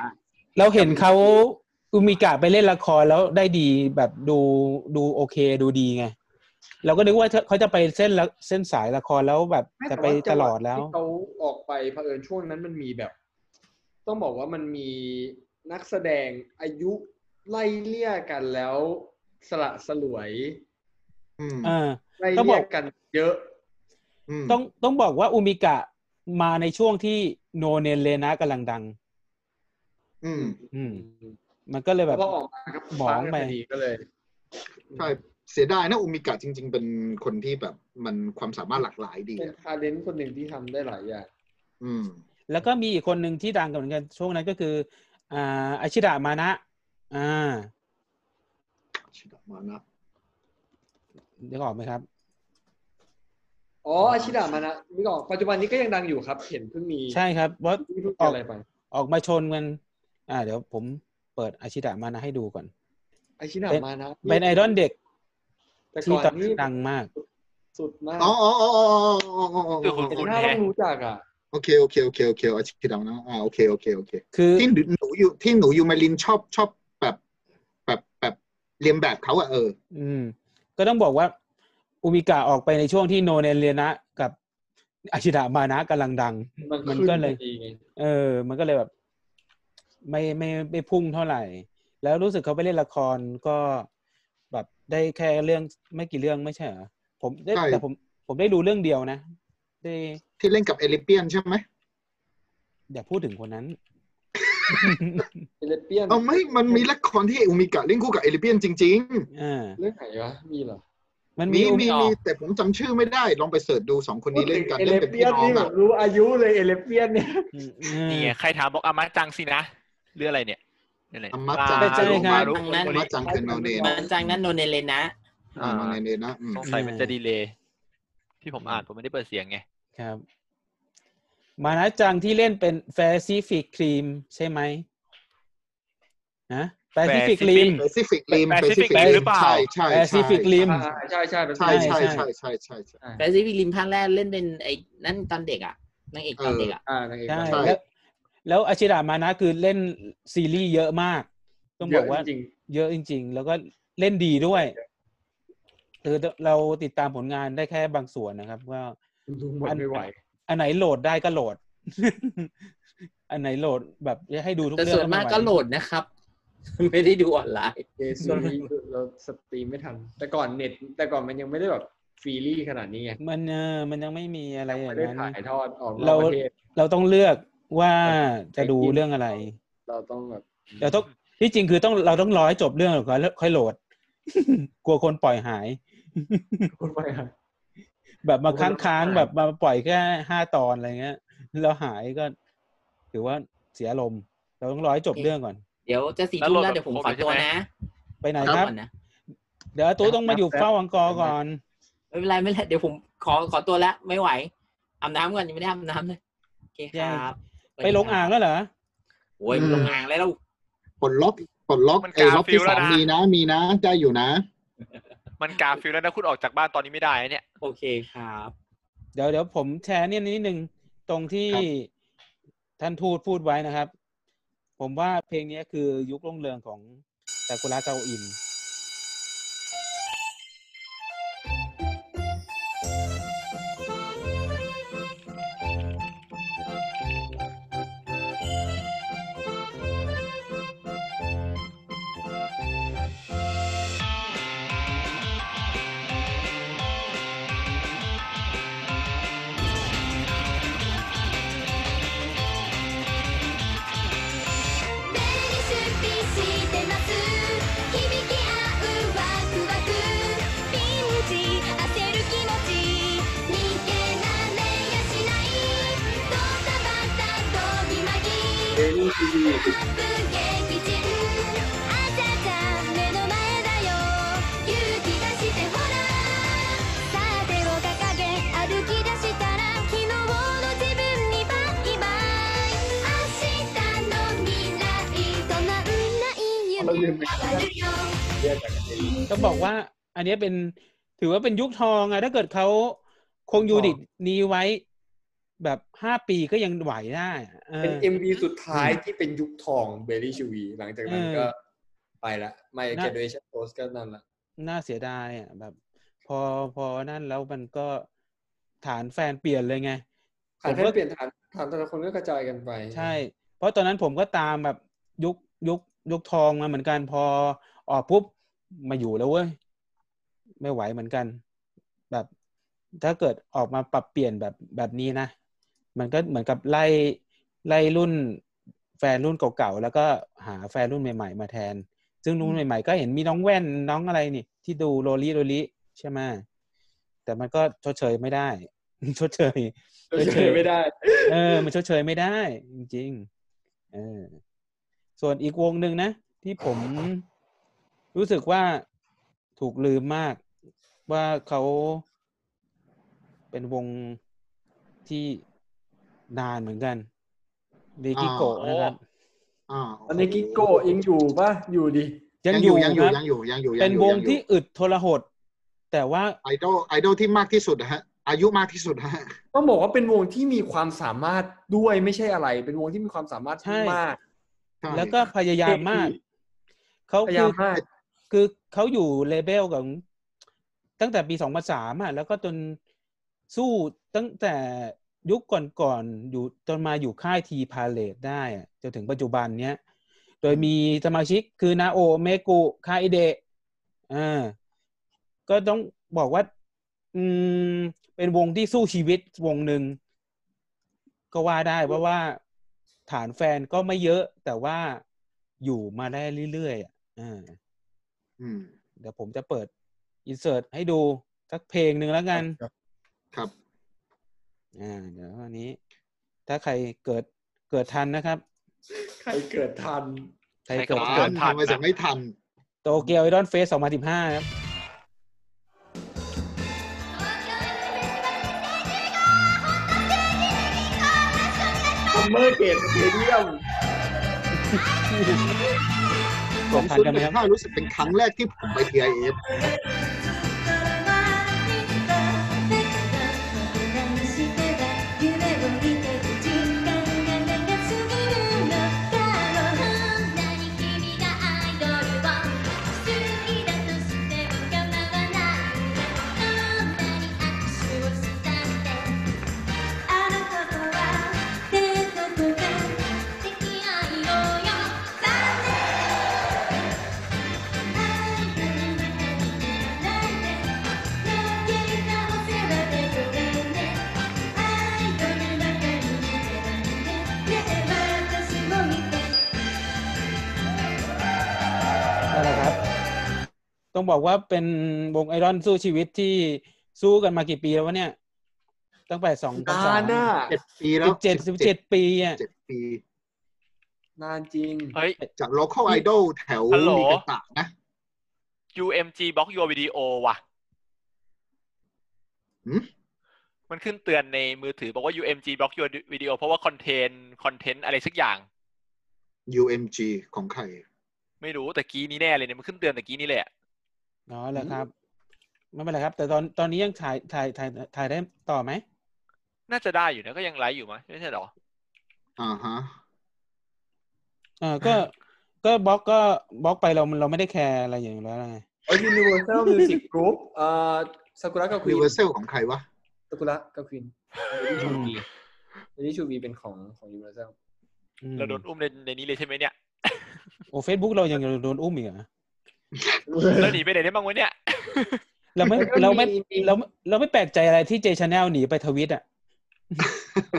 [SPEAKER 2] เราเห็นเขาอุมิกะไปเล่นละครแล้วได้ดีแบบดูดูโอเคดูดีไง เราก็นึกว่าเขาจะไปเส้นละเส้นสายละครแล้วแบบ
[SPEAKER 7] ม่
[SPEAKER 2] จะ
[SPEAKER 7] แว่า
[SPEAKER 2] ไปตลอดแล้ว
[SPEAKER 7] ที่เขาออกไปเผอิญช่วงนั้นมันมีแบบ ต้องบอกว่ามันมีนักแสดงอายุไล่เลี่ยกันแล้วสละสลวย
[SPEAKER 4] อืม
[SPEAKER 2] เออ
[SPEAKER 7] ไล่
[SPEAKER 2] ต้องบ
[SPEAKER 7] เลี่
[SPEAKER 2] อย ก
[SPEAKER 7] กันเยอะ
[SPEAKER 4] ม
[SPEAKER 2] ต้องต้องบอกว่าอุมิกะมาในช่วงที่โนเนนเลนะกำลังดัง
[SPEAKER 4] อืม
[SPEAKER 2] อืม มันก็เลยแบบ
[SPEAKER 7] พอออกมาครับ
[SPEAKER 2] หมองไป
[SPEAKER 7] ฟ้าพดีก็เลย
[SPEAKER 4] ใช่เสียดายนะอุมิกะจริง ๆ เป็นคนที่แบบมันความสามารถหลากหลายดี
[SPEAKER 7] เป็น
[SPEAKER 4] อะ
[SPEAKER 7] ทาเลนต์คนหนึ่งที่ทำได้หลายอย่าง
[SPEAKER 4] อืม
[SPEAKER 2] แล้วก็มีอีกคนหนึ่งที่ดังกันเหมือนกันช่วงนั้นก็คืออ่าอาชิดะมานะ อ่า
[SPEAKER 4] ชิดะมานะ
[SPEAKER 2] เดี๋ยวออกไหมครับ
[SPEAKER 7] อ๋ออาชิดามานะนี่ก่อนปัจจุบันนี้ก็ยังดังอยู่ครับ เห็นเพิ่งมี
[SPEAKER 2] ใช่ครับเพราะ
[SPEAKER 7] ที่เพิ่งมีอะไรไป
[SPEAKER 2] ออกมาชนกัน อ่า เดี๋ยวผมเปิดอาชิดะมานะให้ดูก่อน
[SPEAKER 7] อาชิดามานะ
[SPEAKER 2] เป็นไอดอลเด็ก
[SPEAKER 7] แต่
[SPEAKER 2] ที่
[SPEAKER 7] ก่อ
[SPEAKER 2] ต
[SPEAKER 7] น
[SPEAKER 2] อน
[SPEAKER 7] นี้
[SPEAKER 2] นี้ดังมาก
[SPEAKER 7] สุดมาก
[SPEAKER 4] อ๋ออ๋ออ๋ออ๋ออ๋ออ๋ออ๋อ
[SPEAKER 3] คือคุณ
[SPEAKER 7] แต่
[SPEAKER 3] คุณ
[SPEAKER 7] หน้า
[SPEAKER 3] แฮ
[SPEAKER 7] ต้องรู้จักอ่ะ
[SPEAKER 4] โอเคโอเคโอเคโอเคอาชิดะมานะอ่าโอเคโอเคโอเค
[SPEAKER 2] คือ
[SPEAKER 4] ที่หนูหนูอยู่ที่หนูอยู่มารินชอบชอบแบบแบบแบบเรียนแบบเขาอะเออ
[SPEAKER 2] อืม ก็ต้องบอกว่า อุมิกะออกไปในช่วงที่โนเนนเรียนะ กับอาชิดะมานะกำลังดัง
[SPEAKER 7] มัน
[SPEAKER 2] มัน
[SPEAKER 7] ขึ้น
[SPEAKER 2] ก็เลย
[SPEAKER 7] พอดีไง
[SPEAKER 2] เออ มันก็เลยแบบ ไม่ไม่ไม่พุ่งเท่าไหร่ แล้วรู้สึกเขาไปเล่นละครก็แบบได้แค่เรื่องไม่กี่เรื่องไม่ใช่เหรอผมได้
[SPEAKER 4] ใช่
[SPEAKER 2] แต่ผมผมได้ดูเรื่องเดียวนะ ได้
[SPEAKER 4] ที่เล่นกับเอลิเปียนใช่ไหม
[SPEAKER 2] อย่าพูดถึงคนนั้น
[SPEAKER 7] เอเลเปียน
[SPEAKER 4] เอาไม่มันมีละครที่เออุมิกะเล่นคู่กับเอลิเปียนจริง
[SPEAKER 2] อ่า
[SPEAKER 7] เรื่องไหนวะมีเหรอ
[SPEAKER 2] มัน
[SPEAKER 4] ๆ
[SPEAKER 2] มี
[SPEAKER 4] มี
[SPEAKER 2] อุ
[SPEAKER 4] มีมีแต่ผมจำชื่อไม่ได้ลองไปเสิร์ชดูสองคนนี้เล่นกัน
[SPEAKER 7] เอ
[SPEAKER 4] เล่น
[SPEAKER 7] เล
[SPEAKER 4] เป็น
[SPEAKER 7] เปี
[SPEAKER 4] พี่
[SPEAKER 7] ยน
[SPEAKER 4] น้อง
[SPEAKER 7] นี่แบ
[SPEAKER 4] อ่ะ
[SPEAKER 7] บรู้อายุเลยเอเลเปียนเนี่ย
[SPEAKER 3] นี่ไงใครถามบอกอามาจังสินะเรื่องอะไรเนี่ยเรื่องอะไร
[SPEAKER 4] อามาจัง
[SPEAKER 2] ไม่ใช่
[SPEAKER 4] โร
[SPEAKER 2] ค
[SPEAKER 4] มา
[SPEAKER 2] รับ
[SPEAKER 4] รุ
[SPEAKER 6] อันนั้น
[SPEAKER 4] อามาจังเป็นโนเนน
[SPEAKER 6] มันจังนั้นโนเนเลนนะ
[SPEAKER 4] อ่าโนเนนนะอืม
[SPEAKER 3] สงสัยมันจะดีเลยที่ผมอ่านผมไม่ได้เปิดเสียงไง
[SPEAKER 2] ครับ มานะจังที่เล่นเป็นแฟซิฟิกครีมใช่ไหมนะแฟซิฟิก
[SPEAKER 3] Pacific
[SPEAKER 2] ครีม
[SPEAKER 4] เปซิฟิกริม
[SPEAKER 3] Pacific Rim หรือเปล่า
[SPEAKER 4] ใช่ใช่
[SPEAKER 2] แปซิฟิกริม
[SPEAKER 7] ใช่ใช่เป็น
[SPEAKER 4] ใช่ใช่
[SPEAKER 2] ใช่
[SPEAKER 4] ใช่ใช่ใช่ใช่
[SPEAKER 6] แฟซิฟิกริมภาคแรกเล่นเป็นไอ้นั่นตอนเด็กอ่ะนางเอกตอนเด็กอ่ะ
[SPEAKER 7] อ่านางเอก
[SPEAKER 2] ใช่
[SPEAKER 4] ใช่
[SPEAKER 2] แล้วแล้วอาชิดามานะคือเล่นซีรีส์เยอะมาก ต้อง
[SPEAKER 7] เย
[SPEAKER 2] บอ
[SPEAKER 7] อะ
[SPEAKER 2] กว่า
[SPEAKER 7] จริง
[SPEAKER 2] เยอะจริง ๆ แล้วก็เล่นดีด้วยคือเราติดตามผลงานได้แค่บางส่วนนะครับ ว่า
[SPEAKER 7] ๆดูหมดไม่ไหว
[SPEAKER 2] อันไหนโหลดได้ก็โหลด อันไหนโหลดแบบให้ดูทุก
[SPEAKER 6] แต่
[SPEAKER 2] เรื่
[SPEAKER 6] ส่
[SPEAKER 2] อ
[SPEAKER 6] วน
[SPEAKER 2] ง
[SPEAKER 6] มากก็โหลดนะครับ ไม่ได้ดูออนไลน์
[SPEAKER 7] เออช่วงนี้เราสตรีมไม่ทัน แต่ก่อนเน็ต แต่ก่อนมันยังไม่ได้แบบฟรีลี่ขนาดนี้ไง
[SPEAKER 2] มันเออมันยังไม่มีอะไรอย่า
[SPEAKER 7] ไม่
[SPEAKER 2] ง
[SPEAKER 7] ได้
[SPEAKER 2] นั้น
[SPEAKER 7] ถ่ายทอดออกน
[SPEAKER 2] เรา
[SPEAKER 7] อกประเทศ
[SPEAKER 2] เราต้องเลือกว่าจะดู
[SPEAKER 7] ไปกิน
[SPEAKER 2] เรื่องอะไร
[SPEAKER 7] เราต้องแบบ
[SPEAKER 2] เราต้องที่จริงคือต้องเราต้องรอให้จบเรื่องก่อนแล้วค่อยโหลด กลัวคนปล่อยหาย
[SPEAKER 7] พูดไปอะ
[SPEAKER 2] แบบมาค้างๆแบบมาปล่อยแค่ห้าตอนอะไรเงี้ยแล้วหายก็ ถือว่าเสียลมณ์เราต้องรอให้จบเรื่องก่อน
[SPEAKER 6] เดี๋ยวจะสี่ทุ่มแล้วเดี๋ยวผมขอตัวนะ
[SPEAKER 2] ไปไหน
[SPEAKER 6] ขอ
[SPEAKER 2] ค
[SPEAKER 6] ตัว
[SPEAKER 2] รับ
[SPEAKER 6] ก่อนนะ
[SPEAKER 2] เดี๋ยวอาตู้ต้องมาอยู่เฝ้าอังกอร์ก่อน
[SPEAKER 6] ไม่เป็นไรไม่เป็นไรเดี๋ยวผมขอขอตัวแล้วไม่ไหวอาบน้ำก่อนยังไม่ได้อาบน้ำเลยโอเคครับ
[SPEAKER 2] ไปลงอ่างแล้วเหรอ
[SPEAKER 6] โอ้ยลงอ่างแล้ว
[SPEAKER 4] ปลดล็อกปลดล็อก
[SPEAKER 3] มัน
[SPEAKER 4] ไอ้
[SPEAKER 3] กา
[SPEAKER 4] ล็อกที่
[SPEAKER 3] ฟิล
[SPEAKER 4] ส
[SPEAKER 3] แล้
[SPEAKER 4] อ
[SPEAKER 3] ว
[SPEAKER 4] ง
[SPEAKER 3] นะ
[SPEAKER 4] มีนะมีนะได้อยู่นะ
[SPEAKER 3] มันกาฟิลแล้วนะคุณออกจากบ้านตอนนี้ไม่ได้นะเนี่ย
[SPEAKER 6] โอเคครับ
[SPEAKER 2] เดี๋ยวเดี๋ยวผมแชร์เนี่ยนิดนึงตรงที่
[SPEAKER 4] ครับ
[SPEAKER 2] ท่านทูตพูดไว้นะครับ ผมว่าเพลงเนี้ยคือยุครุ่งเรืองของซากุระเกาอิน
[SPEAKER 5] 便利出品してます響き合うワクワクピンチ焦る気持ち逃げられやしないドタバタ飛びま
[SPEAKER 7] เอ
[SPEAKER 5] ぎ
[SPEAKER 7] ลี่ซีดี
[SPEAKER 5] アップ撃沈朝が目の前だよ勇気出してほらさてを掲げ歩き出したら昨日の自分にバイバイ明日の未来となんない
[SPEAKER 7] เราลืม
[SPEAKER 5] 夢
[SPEAKER 7] ไป
[SPEAKER 5] 変わるよ
[SPEAKER 7] เรื่องจากเอลี่
[SPEAKER 2] ต้องบอกว่า อันเนี้ยเป็นถือว่าเป็นยุคทองอะถ้าเกิดเขาคงยูนิตนี้ไว้แบบห้าปีก็ยังไหวได้อะเออ
[SPEAKER 7] เป็นเอ็มวีสุดท้ายที่เป็นยุคทองเบลลี่ชูวีหลังจากนั้นก็ไปละไม่
[SPEAKER 2] นะ
[SPEAKER 7] เกดเวชั่นโพสก็นั่นละ
[SPEAKER 2] น่าเสียดายอ่ะแบบ พอพอนั่นแล้วมันก็ฐานแฟนเปลี่ยนเลยไง
[SPEAKER 7] ขา
[SPEAKER 2] ผม
[SPEAKER 7] ดแค่
[SPEAKER 2] ก็
[SPEAKER 7] เปลี่ยนฐานฐานแต่ละคนก็กระจายกันไป
[SPEAKER 2] ใช่ เพราะตอนนั้นผมก็ตามแบบยุคยุคยุคทองมาเหมือนกันพอออกปุ๊บมาอยู่แล้วเว้ย ไม่ไหวเหมือนกัน แบบถ้าเกิดออกมาปรับเปลี่ยนแบบแบบนี้นะ มันก็เหมือนกับไล่ไล่รุ่นแฟนรุ่นเก่าๆ แล้วก็หาแฟนรุ่นใหม่ๆ มาแทน ซึ่งรุ่นใหม่ๆ ก็เห็นมีน้องแว่นน้องอะไรนี่ ที่ดูโรลี่โรลี่ใช่ไหมแต่มันก็ชดเชยไม่ได้ ชดเชย
[SPEAKER 7] เฉยไม่ได้
[SPEAKER 2] เออ มันชดเชยไม่ได้ จริงๆ เออ ส่วนอีกวงหนึ่งนะ ที่ผมรู้สึกว่าถูกลืมมาก ว่าเขาเป็นวงที่นานเหมือนกันรีกิโกะ
[SPEAKER 3] อ๋อ
[SPEAKER 2] นะครับ
[SPEAKER 4] อ่า
[SPEAKER 7] ตอนนี้กิโก้ยังอยู่ป่ะอยู่ดิ
[SPEAKER 2] ยัง
[SPEAKER 4] ยัง
[SPEAKER 2] อ
[SPEAKER 4] อยู่
[SPEAKER 2] ยู่
[SPEAKER 4] ยังอ
[SPEAKER 2] ค
[SPEAKER 4] ยู่ยั
[SPEAKER 2] รับ
[SPEAKER 4] งอยู่ยังอยู่ยั
[SPEAKER 2] เป็น
[SPEAKER 4] อยู่
[SPEAKER 2] ว
[SPEAKER 4] ยั
[SPEAKER 2] ง
[SPEAKER 4] อยู่
[SPEAKER 2] ที่อึดทรหด แต่ว่า
[SPEAKER 4] ไอดอลไอดอลที่มากที่สุดนะฮะ อายุมากที่สุดนะฮะ
[SPEAKER 7] ต้องบอกว่าเป็นวงที่มีความสามารถด้วยไม่ใช่อะไร เป็นวงที่มีความสามารถ
[SPEAKER 2] ใช่
[SPEAKER 7] มาก
[SPEAKER 4] ใช่
[SPEAKER 2] แล้วก็พยายามมาก เขา
[SPEAKER 7] พยา
[SPEAKER 2] คื
[SPEAKER 7] ยา
[SPEAKER 2] อ
[SPEAKER 7] มมาก
[SPEAKER 2] คือเขาอยู่เลเบลกับตั้งแต่ปีสองพันสามอ่ะ แล้วก็จนสู้ตั้งแต่ยุคก่อนๆอยู่จนมาอยู่ค่ายทีพาเลตได้อะจนถึงปัจจุบันเนี้ย โดยมีสมาชิกคือนาโอเมกุคาอิเดะอ่าก็ต้องบอกว่า อืม เป็นวงที่สู้ชีวิตวงหนึ่งก็ว่าได้เพราะว่าฐานแฟนก็ไม่เยอะ แต่ว่าอยู่มาได้เรื่อยๆอะอ่า
[SPEAKER 4] อืม
[SPEAKER 2] เดี๋ยวผมจะเปิดอินเสิร์ตให้ดูสักเพลงหนึ่งแล้วกัน
[SPEAKER 9] ครับ
[SPEAKER 4] ครับ
[SPEAKER 2] อ่า เดี๋ยวอันนี้ ถ้าใครเกิดเกิดทันนะครับ
[SPEAKER 1] ใครเกิดทัน
[SPEAKER 2] ใคร
[SPEAKER 3] ใครเกิ
[SPEAKER 2] เกิ
[SPEAKER 3] ด
[SPEAKER 2] ด
[SPEAKER 3] ทั
[SPEAKER 2] ทั
[SPEAKER 4] ทั
[SPEAKER 2] น
[SPEAKER 4] นทำ
[SPEAKER 3] น
[SPEAKER 4] ไมจะไม่ทัน
[SPEAKER 2] โตเกียวไอดอนเฟสสองพันสิบห้าครับ
[SPEAKER 1] ซัมเมอร์เกตสเตเดียม
[SPEAKER 4] สองศูนย์หนึ่งห้ารู้สึกเป็นครั้งแรกที่ผมไป TIF
[SPEAKER 2] นั่นแหละครับ ต้องบอกว่าเป็นวงไอรอนสู้ชีวิตที่สู้กันมากี่ปีแล้ววะเนี่ย ตั้งแต่สองพัน
[SPEAKER 1] นา
[SPEAKER 2] สาม
[SPEAKER 1] นอ่ะ
[SPEAKER 4] เจ็ดปีแล้
[SPEAKER 2] สิ
[SPEAKER 4] ว
[SPEAKER 2] บเจ็ดสิบเจ็ดปีอ่ะ
[SPEAKER 4] เจ็ดปี
[SPEAKER 1] นานจริง
[SPEAKER 3] เฮ้ย
[SPEAKER 4] จาก local idol แถว
[SPEAKER 3] ฮัลโหล
[SPEAKER 4] นิกาตะนะ
[SPEAKER 3] UMG block your video ว่ะ
[SPEAKER 4] หืม
[SPEAKER 3] มันขึ้นเตือนในมือถือบอกว่า UMG block your video เพราะว่าคอนเทนต์คอนเทนต์อะไรสักอย่าง
[SPEAKER 4] UMG ของใคร
[SPEAKER 3] ไม่รู้แต่กี้นี้แน่เลยเนี่ยมันขึ้นเตือนแต่กี้นี่แหละ
[SPEAKER 2] อ๋อเหรอครับ ไม่เป็นไรครับ แต่ตอนตอนนี้ยังถ่ายถ่ายถ่ายถ่ายได้ต่อไหม
[SPEAKER 3] น่าจะได้อยู่นะก็ยังไลฟ์อยู่มั้ยไม่ใช่เหรอ
[SPEAKER 4] อ่าฮะ
[SPEAKER 2] เออก็ก็บล็อกก็บล็อกไปเราเราไม่ได้แคร์อะไรอย่างแล้วไง
[SPEAKER 1] เอ้ย Universal Music Group เอ่อซากุระกับควีน
[SPEAKER 4] Universal ของใครวะ
[SPEAKER 1] ซากุระกับควีนอันนี้ชูบีเป็นของของ Universal
[SPEAKER 2] อืม
[SPEAKER 3] เราโดนอุ้มในในนี้เลยใช่ไหมเนี่ย
[SPEAKER 2] โอ้เฟซบุ๊กเรายังโดนอุ้มอีกเหรอ
[SPEAKER 3] แล้วหนีไปไหนได้บ้างวะเนี่ย
[SPEAKER 2] เราไม่
[SPEAKER 1] แล้วก็มี
[SPEAKER 2] เราไม่
[SPEAKER 1] มี
[SPEAKER 2] เราไม่เราไม่แปลกใจอะไรที่เจชแนลหนีไปทวิตอ่ะ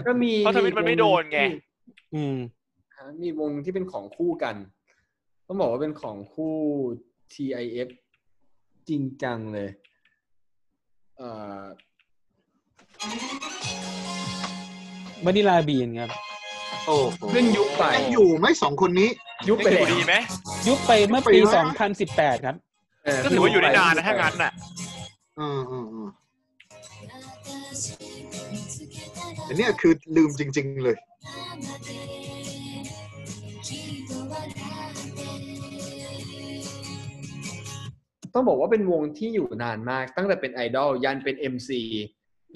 [SPEAKER 1] ก็มี
[SPEAKER 3] เพราะทวิตมันไม่โดนไง
[SPEAKER 2] อืม
[SPEAKER 1] มีวงที่เป็นของคู่กัน ต้องบอกว่าเป็นของคู่ TIF จริงจังเลยเอ่อ
[SPEAKER 2] วานิลาบีนครับ
[SPEAKER 4] โอ้โห
[SPEAKER 1] เพิ่งยุบไป
[SPEAKER 4] ยังอยู่ไหมสองคนนี้
[SPEAKER 1] ยุบไป
[SPEAKER 3] ยังอ
[SPEAKER 1] แล้ว
[SPEAKER 3] ยู่ดีไหม
[SPEAKER 2] ยุคไปเมื่อปี
[SPEAKER 4] ยุคไปวะ
[SPEAKER 2] 2018 ครับ
[SPEAKER 1] เ
[SPEAKER 3] ก็ถือว่าอยู่ได้นานนะถ้างั้นน่ะ
[SPEAKER 4] อ่าอ่าอ่าอันเนี้ยคือลืมจริง ๆ เลย
[SPEAKER 1] ต้องบอกว่าเป็นวงที่อยู่นานมาก ตั้งแต่เป็นไอดอลยันเป็น MC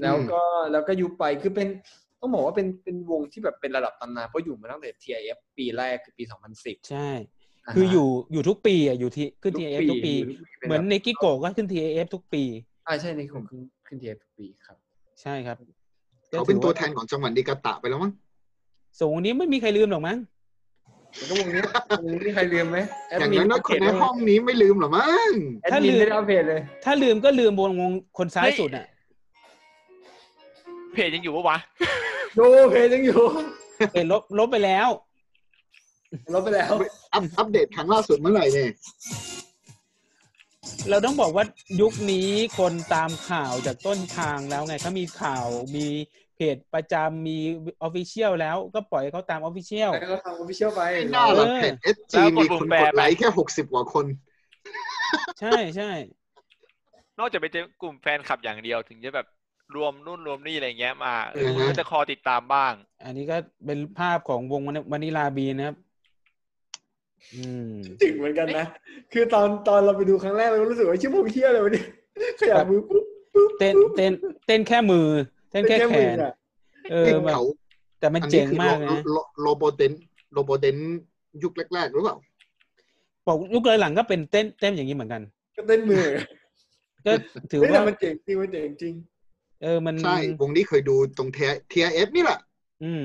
[SPEAKER 1] แล้วก็แล้วก็ยุบไปคือเป็นต้องบอกว่าเป็นเป็นวงที่แบบเป็นระดับตำนานเพราะอยู่มาตั้งแต่ TIF ปีแรกคือปี 2010
[SPEAKER 2] ใช่
[SPEAKER 1] าฮะ
[SPEAKER 2] คืออยู่อยู่ทุกปีอ่ะ อยู่ที่ขึ้น TAF ทุกปี
[SPEAKER 1] อยู่
[SPEAKER 2] เหมือน
[SPEAKER 1] แบบ
[SPEAKER 2] ในกิโกะก็ขึ้น TAF ทุกปี
[SPEAKER 1] อ่าใช่ในของขึ้นขึ้น TIF ทุกปีครับ
[SPEAKER 2] ใช่ครับ
[SPEAKER 4] เขาเป็นตัวแทน
[SPEAKER 2] ก็ถือ
[SPEAKER 4] ของจังหวัดนิกาตะไปแล้วมั้ง
[SPEAKER 2] าสูงนี้ไม่มีใครลืมหรอกมั้ง
[SPEAKER 1] แล้วก็วงนี้วงนี้ใครลืมไหมแอด
[SPEAKER 4] อย่าง
[SPEAKER 1] มิน
[SPEAKER 4] นั้นนะคนในห้องนี้ไม่ลืมหรอมั้ง
[SPEAKER 1] แอดมิน
[SPEAKER 2] ถ้าลืม
[SPEAKER 1] ไม่ได้อัปเดตเลย
[SPEAKER 2] ถ้าลืมก็ลืมวงวงคนซ้ายสุดอ่ะ
[SPEAKER 3] เพจยังอยู่ปะวะ
[SPEAKER 1] ดูเพลงยังอยู่
[SPEAKER 2] เห็นลบลบไปแล้ว
[SPEAKER 1] ลบไปแล้ว
[SPEAKER 4] อัปอัปเดตครั้งล่าสุดเมื่อไหร่เนี่ย
[SPEAKER 2] เราต้องบอกว่ายุคนี้คนตามข่าวจากต้นทางแล้วไงเขามีข่าวมีเพจประจำมีออฟฟิเชียลแล้วก็ปล่อยให้เขาตามออฟฟิเชียล
[SPEAKER 1] แล้วก็ทำออฟฟิเชียลไป
[SPEAKER 4] ไม่น่าหรอกเพจเอสจี
[SPEAKER 3] แล้วกด
[SPEAKER 4] มี
[SPEAKER 3] ปุ่
[SPEAKER 4] คน
[SPEAKER 3] มแปร
[SPEAKER 4] กดไล
[SPEAKER 3] ไป
[SPEAKER 4] ค์แค่หกสิบกว่าคน
[SPEAKER 2] ใช่ใช่
[SPEAKER 3] นอกจากไปเจอกลุ่มแฟนคลับอย่างเดียวถึงจะแบบรวมนู่นรวมนี่อะไรเงี้ยมาเออ
[SPEAKER 4] อือฮะ
[SPEAKER 3] คุณก็จะคอติดตามบ้าง
[SPEAKER 2] อันนี้ก็เป็นภาพของวงวานิลาบีนะครับ อืม
[SPEAKER 1] ถึงเหมือนกันนะ คือตอนตอนเราไปดูครั้งแรกเราก็รู้สึกว่าชื่อพวกเที่ยอะไรวะเนี่ยขยับมือปุ๊บปุ๊บ
[SPEAKER 2] เต้นเต้นเต้นแค่มือ เต้นแค่แข
[SPEAKER 1] มือน อะ
[SPEAKER 2] เออ
[SPEAKER 4] นี่
[SPEAKER 2] มัน
[SPEAKER 4] เขา
[SPEAKER 2] แต่มันเจ๋งมากนะ
[SPEAKER 4] โรโบเดนโรโบเดนยุคแรกๆหรือเปล่า
[SPEAKER 2] บอกยุคหลังๆก็เป็นเต้นเต้นอย่างนี้เหมือนกัน
[SPEAKER 1] ก็เต้นมือ
[SPEAKER 2] ก็ถือ
[SPEAKER 1] เฮ้ยแต่
[SPEAKER 2] ว่า
[SPEAKER 1] มันเจ๋งจริงมันเจ๋งจริง
[SPEAKER 2] เออมัน
[SPEAKER 4] ใช่ วงนี้เคยดูตรงเทียเอฟนี่แหละ
[SPEAKER 2] อืม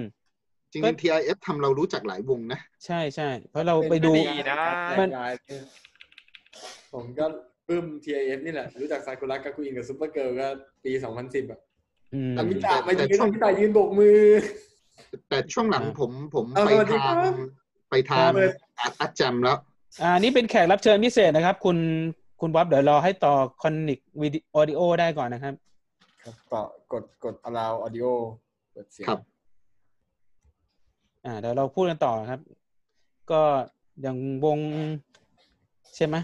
[SPEAKER 4] จริง
[SPEAKER 2] ก็
[SPEAKER 4] ๆเทียเอฟทำเรารู้จักหลายวงนะ
[SPEAKER 2] ใช่ใช่เพราะเราไปดู
[SPEAKER 3] ดีนะ
[SPEAKER 2] มัน
[SPEAKER 1] ผมก็ปลื้ม TIF นี่แหละ รู้จักซากุระกับกูอินกับซุปเปอร์เกิร์ลก็ปี 2010 อ่ะ
[SPEAKER 2] อืม
[SPEAKER 7] อมิตามาถึงก็ต้องมิตายืนโบกมือ
[SPEAKER 4] แต่ช่วงหลัง
[SPEAKER 2] อ่า
[SPEAKER 4] ผมผม
[SPEAKER 7] เอา
[SPEAKER 4] ไป
[SPEAKER 7] สวัสดี
[SPEAKER 4] ทาง
[SPEAKER 7] ครับ
[SPEAKER 4] ไปทาง
[SPEAKER 7] เปิด
[SPEAKER 4] อาร์ตอาร์ตแจมแล้ว
[SPEAKER 2] อ่านี่เป็นแขกรับเชิญพิเศษนะครับ คุณคุณบ๊อบเดี๋ยวรอให้ต่อคอนนิกวิดีโอดิโอได้ก่อนนะครับ
[SPEAKER 1] ครับก็กดกด allow audio เปิดเสียง
[SPEAKER 4] ครับ
[SPEAKER 2] อ่าเดี๋ยวเราพูดกันต่อครับ ก็อย่างวง ใช่ไหม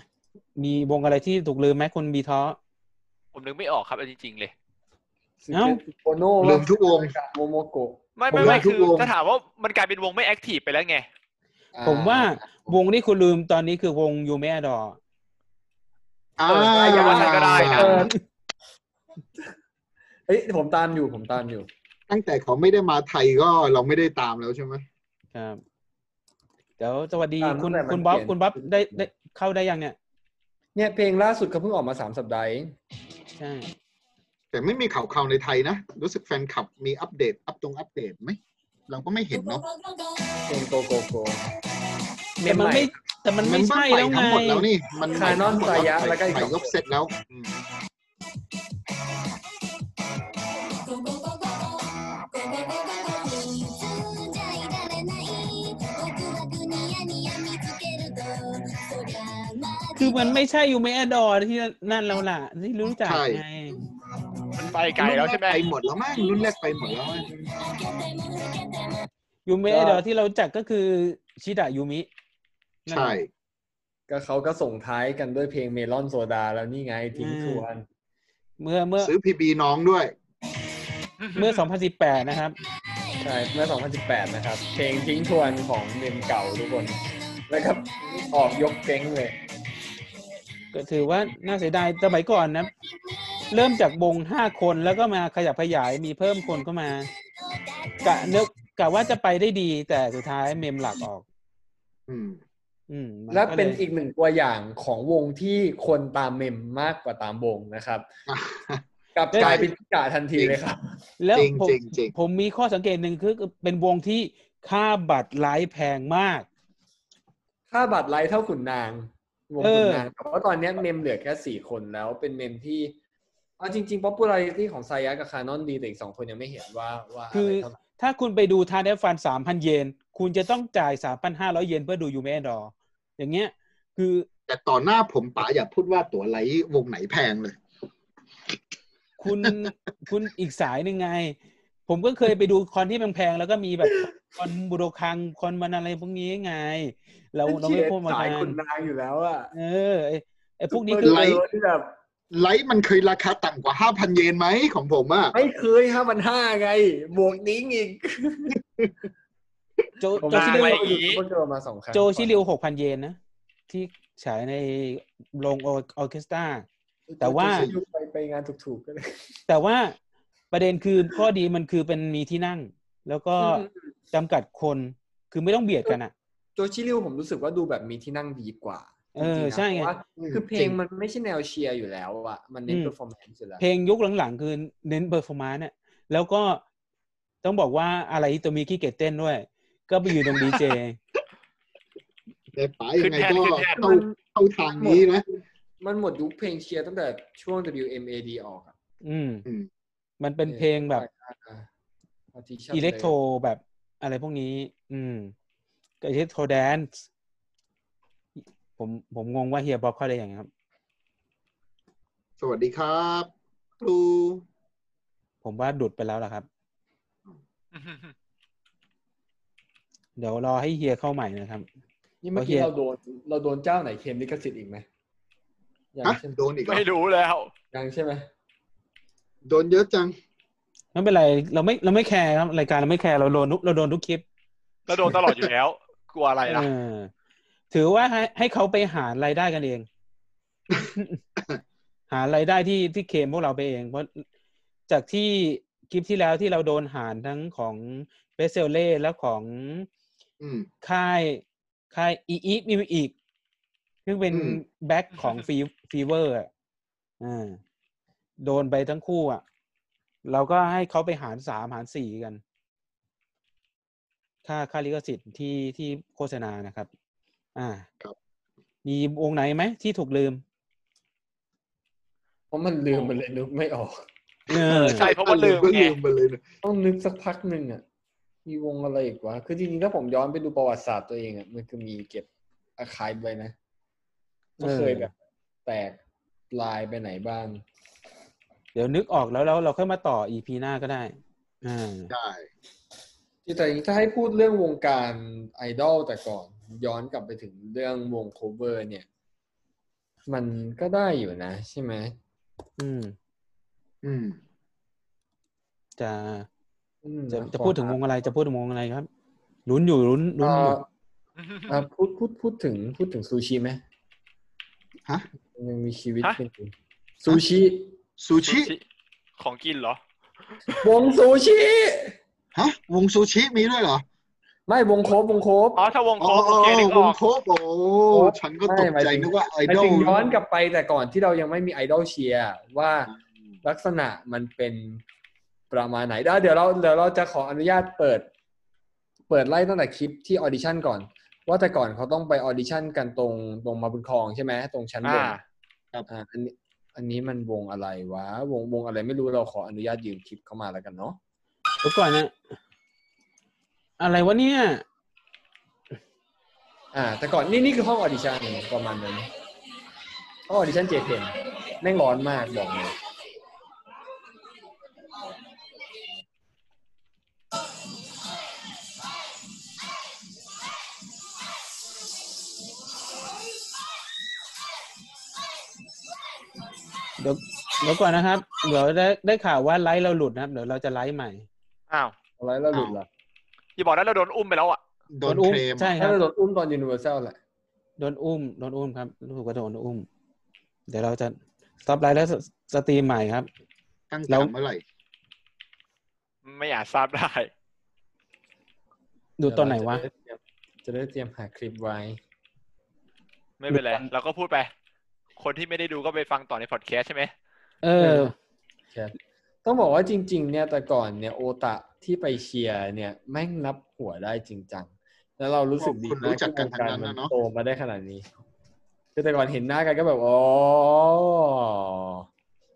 [SPEAKER 2] มีวงอะไรที่ถูกลืมไหมคุณบีท้อ
[SPEAKER 3] ผมนึกไม่ออกครับเอาจริงๆเลย
[SPEAKER 2] เอ้า
[SPEAKER 1] โอโน่
[SPEAKER 4] ลืมทุกวง
[SPEAKER 1] โมโมโกะ
[SPEAKER 3] ไม่
[SPEAKER 4] ผม
[SPEAKER 3] ไม่
[SPEAKER 4] ว่า
[SPEAKER 3] ไม่
[SPEAKER 4] ทุก
[SPEAKER 3] คือ
[SPEAKER 4] วง
[SPEAKER 3] ถ้าถามว่ามันกลายเป็นวงไม่แอคทีฟไปแล้วไง
[SPEAKER 1] อ่
[SPEAKER 2] ผมว่าวงที่คุณลืมตอนนี้คือวงยูเมะดอ
[SPEAKER 4] อ่า
[SPEAKER 3] เออได้อย่าว่าฉันก็ได้นะ
[SPEAKER 1] เออเอ้ยผมตามอยู่ผมตามอยู่
[SPEAKER 4] ตั้งแต่เขาไม่ได้มาไทยก็เราไม่ได้ตามแล้วใช่ไหม
[SPEAKER 2] ครับ เดี๋ยวสวัสดี
[SPEAKER 1] อ่า
[SPEAKER 2] คุณ
[SPEAKER 1] เมื่อไหร่มัน
[SPEAKER 2] คุณบ๊อบ
[SPEAKER 1] เปลี่ยน
[SPEAKER 2] คุณบ๊อบได้ได้เข้าได้ยังเนี่ย
[SPEAKER 1] เนี่ยเพลงล่าสุดเขาเพิ่งออกมาสามสัปดาห์เอง
[SPEAKER 2] ใช่
[SPEAKER 4] แต่ไม่มีข่าวคราวในไทยนะ รู้สึกแฟนคลับมีอัปเดต อัปตรงอัปเดตไหมเราก็ไม่เห็นเนาะ
[SPEAKER 1] เพลงโกโกโก
[SPEAKER 2] แต่มันไม่แต่มันไม่ใช่แล้วไง
[SPEAKER 4] ทั้งหมดแล้วนี่มัน
[SPEAKER 1] คานอนสายะแล้วก็อีก
[SPEAKER 4] ใหม่
[SPEAKER 1] สอง
[SPEAKER 4] ยกเสร็จแล้วอืม
[SPEAKER 2] คือมันไม่ใช่ยูเมะดอที่นั่นเราล่ะ ที่รู้จักไง
[SPEAKER 3] มันไปไกลแล้วใช่ไหม
[SPEAKER 4] ไปหมดแล้วมั้งรุ่นแรกไปหมดแล้วมั้ง
[SPEAKER 2] ยูเมะดอที่เราจักก็คือชิดะยูมินั่นแหละ
[SPEAKER 4] ใช่
[SPEAKER 1] ก็เขาก็ส่งท้ายกันด้วยเพลงเมลอนโซดาแล้วนี่ไงทิ้งทวน
[SPEAKER 2] เมื่อเมื่อ
[SPEAKER 4] ซื้อพีบีน้องด้วย
[SPEAKER 2] เมื่อ 2018 นะครับ
[SPEAKER 1] ใช่ เมื่อ 2018 นะครับ เพลงทิ้งทวนของเมมเก่าทุกคน แล้วก็ออกยกเก้งเลย
[SPEAKER 2] ก็ถือว่าน่าเสียดายสมัยก่อนนะ เริ่มจากวง 5 คนแล้วก็มาขยับขยายมีเพิ่มคนเข้ามากะนึกกะว่าจะไปได้ดีแต่สุดท้ายเมมหลักออก
[SPEAKER 4] อืม
[SPEAKER 2] อืมมั
[SPEAKER 1] และ
[SPEAKER 2] ก็ย
[SPEAKER 1] เป็นอีกหนึ่งตัวอย่างของวงที่คนตามเมมมากกว่าตามวงนะครับ กลับกลายเป็นกาทันทีเลยครับ
[SPEAKER 2] แล้ว
[SPEAKER 4] จริง
[SPEAKER 2] ผม
[SPEAKER 4] จริงจริง
[SPEAKER 2] ผมมีข้อสังเกตหนึ่งคือเป็นวงที่ค่าบัตรไลฟ์แพงมาก
[SPEAKER 1] ค่าบัตรไลท์เท่าขุนนาง วง
[SPEAKER 2] เออ
[SPEAKER 1] ขุนนาง แต่ว่าตอนเนี้ยเมมเหลือแค่สี่คนแล้วเป็นเมมที่เอาจริงๆ popularity ของไซยะกับคานอนดีแต่อีกสองคนยังไม่เห็นว่าว่าอะ
[SPEAKER 2] คือ
[SPEAKER 1] ไรเท่าไหร่
[SPEAKER 2] ถ้าคุณไปดูทาเดฟัน 3,000 เยน คุณจะต้องจ่าย 3,500 เยนเพื่อดูยูเมดออย่างเงี้ย คือ
[SPEAKER 4] แต่ต่อหน้าผมป๋าอย่าพูดว่าตั๋วไหลวงไหนแพงเลย
[SPEAKER 2] คุณ คุณอีกสายหนึ่งไง ผมก็เคยไปดูคอนที่แพงๆแล้วก็มีแบบคอนบุโรคังคอนมันอะไรพวกนี้ไง เราเราไม่พูดมา
[SPEAKER 1] สาย
[SPEAKER 2] ทา
[SPEAKER 1] ขุ
[SPEAKER 2] น
[SPEAKER 1] นนางอยู่แล้วอะ
[SPEAKER 2] เออไอ้ไอ้พวกนี้คือ
[SPEAKER 4] ไลฟ์
[SPEAKER 1] ที่แบบ
[SPEAKER 4] ไลท์มันเคยราคาต่ำกว่าห้าพันเยนไหมของผมอะ
[SPEAKER 1] ไม่เคยห้าพันห้าไง บวกนิ้งอีก
[SPEAKER 2] โจ
[SPEAKER 1] ผม
[SPEAKER 2] โจชิ
[SPEAKER 1] ได้
[SPEAKER 2] เริ
[SPEAKER 1] ไป
[SPEAKER 2] ว
[SPEAKER 1] อีกเพิ่งเจอมาสองครั้ง
[SPEAKER 2] โจชิเริวหกพันเยนนะ ที่ฉายในโรงออร์เคสตรา แต่ว่า
[SPEAKER 1] ไปไปงานถูกๆก็เลย
[SPEAKER 2] แต่ว่าประเด็นคือข้อดีมันคือเป็นมีที่นั่ง แล้วก็
[SPEAKER 1] อืม
[SPEAKER 2] จำกัดคนคือไม่ต้องเบียดกันอ่ะ
[SPEAKER 1] โจชิริวผมรู้สึกว่าดูแบบมีที่นั่งดีกว่า
[SPEAKER 2] เออ
[SPEAKER 1] จริงๆนะ
[SPEAKER 2] ใช่ไง
[SPEAKER 1] เพราะว่าคือเพล
[SPEAKER 4] จ
[SPEAKER 1] ง
[SPEAKER 4] ริ
[SPEAKER 1] มันไม่ใช่แนวเชียร์อยู่แล้วอะมันเน้นเปอร์ฟอร์แมนซ์อยู่แล้ว
[SPEAKER 2] เพลงยุคหลังๆ คือเน้นเ e อร์ฟอร์มานซ์เนี่ยแล้วก็ต้องบอกว่าอะไรที่ตัวมีขี้เกียจเต้นด้วย ก็ไปอยู่ตรงดีเจ
[SPEAKER 4] แต่ป๋ายังไงก็
[SPEAKER 3] ขึ้นแท่น
[SPEAKER 4] เข้าเข้าทางนี้นะ
[SPEAKER 1] มันหมดยุคเพลงเชียร์ตั้งแต่ช่วง WMAD ออกอะ
[SPEAKER 2] อืม
[SPEAKER 4] อืม
[SPEAKER 2] มันเป็นเพลงแบบ
[SPEAKER 1] อ่า Partition
[SPEAKER 2] อิเล็กโทรแบบอะไรพวกนี้ อืมก็อิเล็กโทรแดนซ์ผมผมงงว่าเฮียบ๊อบเข้าได้ยังไงครับ
[SPEAKER 4] สวัสดีครับครู
[SPEAKER 2] ผมว่าดุดไปแล้วล่ะครับ เดี๋ยวรอให้เฮียเข้าใหม่นะครับ
[SPEAKER 1] นี่เมื่อ
[SPEAKER 2] โอเค
[SPEAKER 1] กี้เราโดนเราโดนเจ้าไหนเคลมลิขสิทธิ์อีกไหมยัง
[SPEAKER 4] ฮะ
[SPEAKER 1] ใช่ไหม
[SPEAKER 4] โดนอีกเหรอ
[SPEAKER 3] ไม่รู้แล้ว
[SPEAKER 1] ยังใช่ไหม
[SPEAKER 4] โดนเยอะจัง
[SPEAKER 2] ไม่เป็นไรเราไม่เราไม่แคร์ครับรายการเราไม่แคร์เราโดนทุกเราโดนทุกคลิป
[SPEAKER 3] แล้วโดนตลอดอยู่แล้ว กลัวอะไรล่ะ
[SPEAKER 2] เออถือว่าให้ให้เขาไปหารายได้กันเอง หารายได้ที่ที่เคลมพวกเราไปเอง เพราะจากที่คลิปที่แล้วที่เราโดนหารทั้งของเบสเซลเล่และของ
[SPEAKER 4] อืม
[SPEAKER 2] ค่ายค่ายอีอีมีอีก ซึ่งเป็น
[SPEAKER 4] อืม
[SPEAKER 2] แบ็คของฟีฟีเวอร์อะอ่าโดนไปทั้งคู่อ่ะ เราก็ให้เขาไปหารสามหารสี่กัน ค่าค่าลิขสิทธิ์ที่ที่โฆษณานะครับ อ่า
[SPEAKER 4] ครับ
[SPEAKER 2] มีวงไหนไหมที่ถูกลืม
[SPEAKER 1] เพราะมันลืมมันเลยนึกไม่ออก
[SPEAKER 2] เออ
[SPEAKER 3] ใช่เพราะว่าลืม
[SPEAKER 4] ก็
[SPEAKER 3] ไง
[SPEAKER 4] ลืมไปเลยนะ
[SPEAKER 1] ต้องนึกสักพักหนึ่งอ่ะ มีวงอะไรอีกวะ คือจริงๆถ้าผมย้อนไปดูประวัติศาสตร์ตัวเองอ่ะ มันคือมีเก็บอาคายไว้นะก็เคยแบบ แตกลายไปไหนบ้าง
[SPEAKER 2] เดี๋ยวนึกออกแล้วแล้วเราค่อยมาต่อ EP หน้าก็ได้อ่า
[SPEAKER 4] ได้
[SPEAKER 1] ที่แต่จริงๆถ้าให้พูดเรื่องวงการไอดอลแต่ก่อน ย้อนกลับไปถึงเรื่องวงโคเวอร์เนี่ย มันก็ได้อยู่นะ ใช่ไหม
[SPEAKER 2] อืม
[SPEAKER 4] อืม
[SPEAKER 2] จะ
[SPEAKER 1] อืม
[SPEAKER 2] จะ
[SPEAKER 1] นค
[SPEAKER 2] จะพูดถึงวงอะไรจะพูดถึงวงอะไรครับลุ้นอยู่ลุ้นลุ้น
[SPEAKER 1] เอ่
[SPEAKER 2] อยู่
[SPEAKER 1] อเอ่อพูดพูดพูดถึงพูดถึงซูชิไหม
[SPEAKER 4] ฮะ
[SPEAKER 1] ยังมีชีวิต
[SPEAKER 3] ฮะ
[SPEAKER 1] เป็นอยู่ซูชิ
[SPEAKER 4] ซูชิ
[SPEAKER 3] ของกินเหรอ
[SPEAKER 1] วงซูชิ
[SPEAKER 4] ฮะ วงซูชิมีด้วยเหรอ
[SPEAKER 1] ไม่วงโคบวงโคบ
[SPEAKER 3] อ๋อ ถ้าวง
[SPEAKER 4] อ๋
[SPEAKER 3] โค
[SPEAKER 4] อ
[SPEAKER 3] ฟโอเคนึกอ
[SPEAKER 4] ว
[SPEAKER 3] อง ก
[SPEAKER 4] โคบโอ้ฉันก็ตกใจ
[SPEAKER 1] ไม่หมายถึง
[SPEAKER 4] นึกว่าไอ
[SPEAKER 1] หมาย
[SPEAKER 4] ดอล
[SPEAKER 1] ถึงย้อนกลับไปแต่ก่อนที่เรายังไม่มีไอดอลเชียร์ว่า
[SPEAKER 4] อืม
[SPEAKER 1] ลักษณะมันเป็นประมาณไหนได้เดี๋ยวเราเดี๋ยวเราจะขออนุญาตเปิด เปิดไล่ตั้งแต่คลิปที่ออดิชั่นก่อน ว่าแต่ก่อนเขาต้องไปออดิชั่นกันตรงตรงมาบุญคลองใช่ไหมตรงชั้นบน
[SPEAKER 3] อ่า
[SPEAKER 4] ครับ
[SPEAKER 1] อ่าอันนี้อันนี้มันวงอะไรวะ วงวงอะไรไม่รู้เราขออนุญาตยืมคลิปเข้ามาแล้วกันเนาะ
[SPEAKER 2] เดี๋ยวก่อนนะอะไรวะเนี่ย
[SPEAKER 1] อ่า แต่ก่อนนี่นี่คือห้องออดิชั่นประมาณนั้นห้องออดิชั่นเจเพนแม่งร้อนมากบอกเลย
[SPEAKER 2] เดี๋ยวเดี๋ยวก่อนนะครับ เดี๋ยวได้ได้ข่าวว่าไลฟ์เราหลุดนะครับ เดี๋ยวเราจะไลฟ์ใหม่
[SPEAKER 3] อ้าว
[SPEAKER 1] อะไรแล้วหลุดละ
[SPEAKER 3] อย่าบอกนะเราโดนอุ้มไปแล้วอ่ะ
[SPEAKER 4] โดน
[SPEAKER 2] อุ้
[SPEAKER 4] เค
[SPEAKER 2] ม
[SPEAKER 4] ลม
[SPEAKER 2] ใช่ครั
[SPEAKER 1] ถ้า
[SPEAKER 2] บ
[SPEAKER 1] จะโดนอุ้มตอนยูนิเวอร์แซลแหละ
[SPEAKER 2] โดนอุ้มโดนอุ้มครับรู้สึกว่าโดนอุ้ม เดี๋ยวเราจะซับไลฟ์แล้วสสตรีมใหม่ครับ
[SPEAKER 4] ตั้ง
[SPEAKER 2] แล้
[SPEAKER 4] แต่
[SPEAKER 2] ว
[SPEAKER 4] เมื่อไหร่
[SPEAKER 3] ไม่อาจทราบได้
[SPEAKER 2] ดูตอนไหนวะ
[SPEAKER 1] จะได้เตรียมหาคลิปไว้
[SPEAKER 3] ไม่เป็นไรเราก็พูดไป คนที่ไม่ได้ดูก็ไปฟังต่อในพอดแคสต์ใช่ไหม
[SPEAKER 2] เออ
[SPEAKER 1] ต้องบอกว่าจริง ๆ เนี่ยแต่ก่อนเนี่ยโอตะที่ไปเชียร์เนี่ยแม่งนับหัวได้จริงจังแล้วเรารู้สึกดี
[SPEAKER 4] คนรู้
[SPEAKER 1] มาก
[SPEAKER 4] จักกัน
[SPEAKER 1] ที่ว
[SPEAKER 4] ทั้งนั้นนะเน
[SPEAKER 1] มั
[SPEAKER 4] อะ
[SPEAKER 1] โตมาได้ขนาดนี้คือแต่ก่อนเห็นหน้ากันก็แบบอ๋อ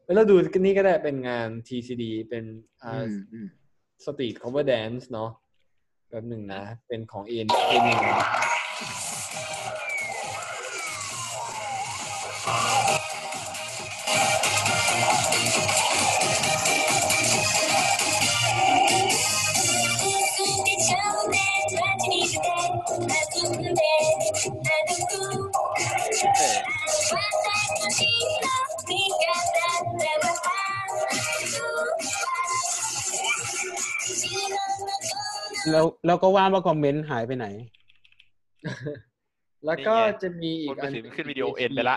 [SPEAKER 1] แล้วเราดูนี่ก็ได้เป็นงาน TCD เป็นอ่า
[SPEAKER 4] อืมอืม
[SPEAKER 1] สตรีท cover dance เนาะแบบหนึ่งนะ เป็นของเอ็นเอ็น
[SPEAKER 2] แล้วแล้วก็ว่าว่าคอมเมนต์หายไปไหน
[SPEAKER 1] แล้วก็
[SPEAKER 3] นี่ไง
[SPEAKER 1] จะมีอีกอัน
[SPEAKER 3] คนไปถึงขึ้นวิดีโอเอ็นไปละ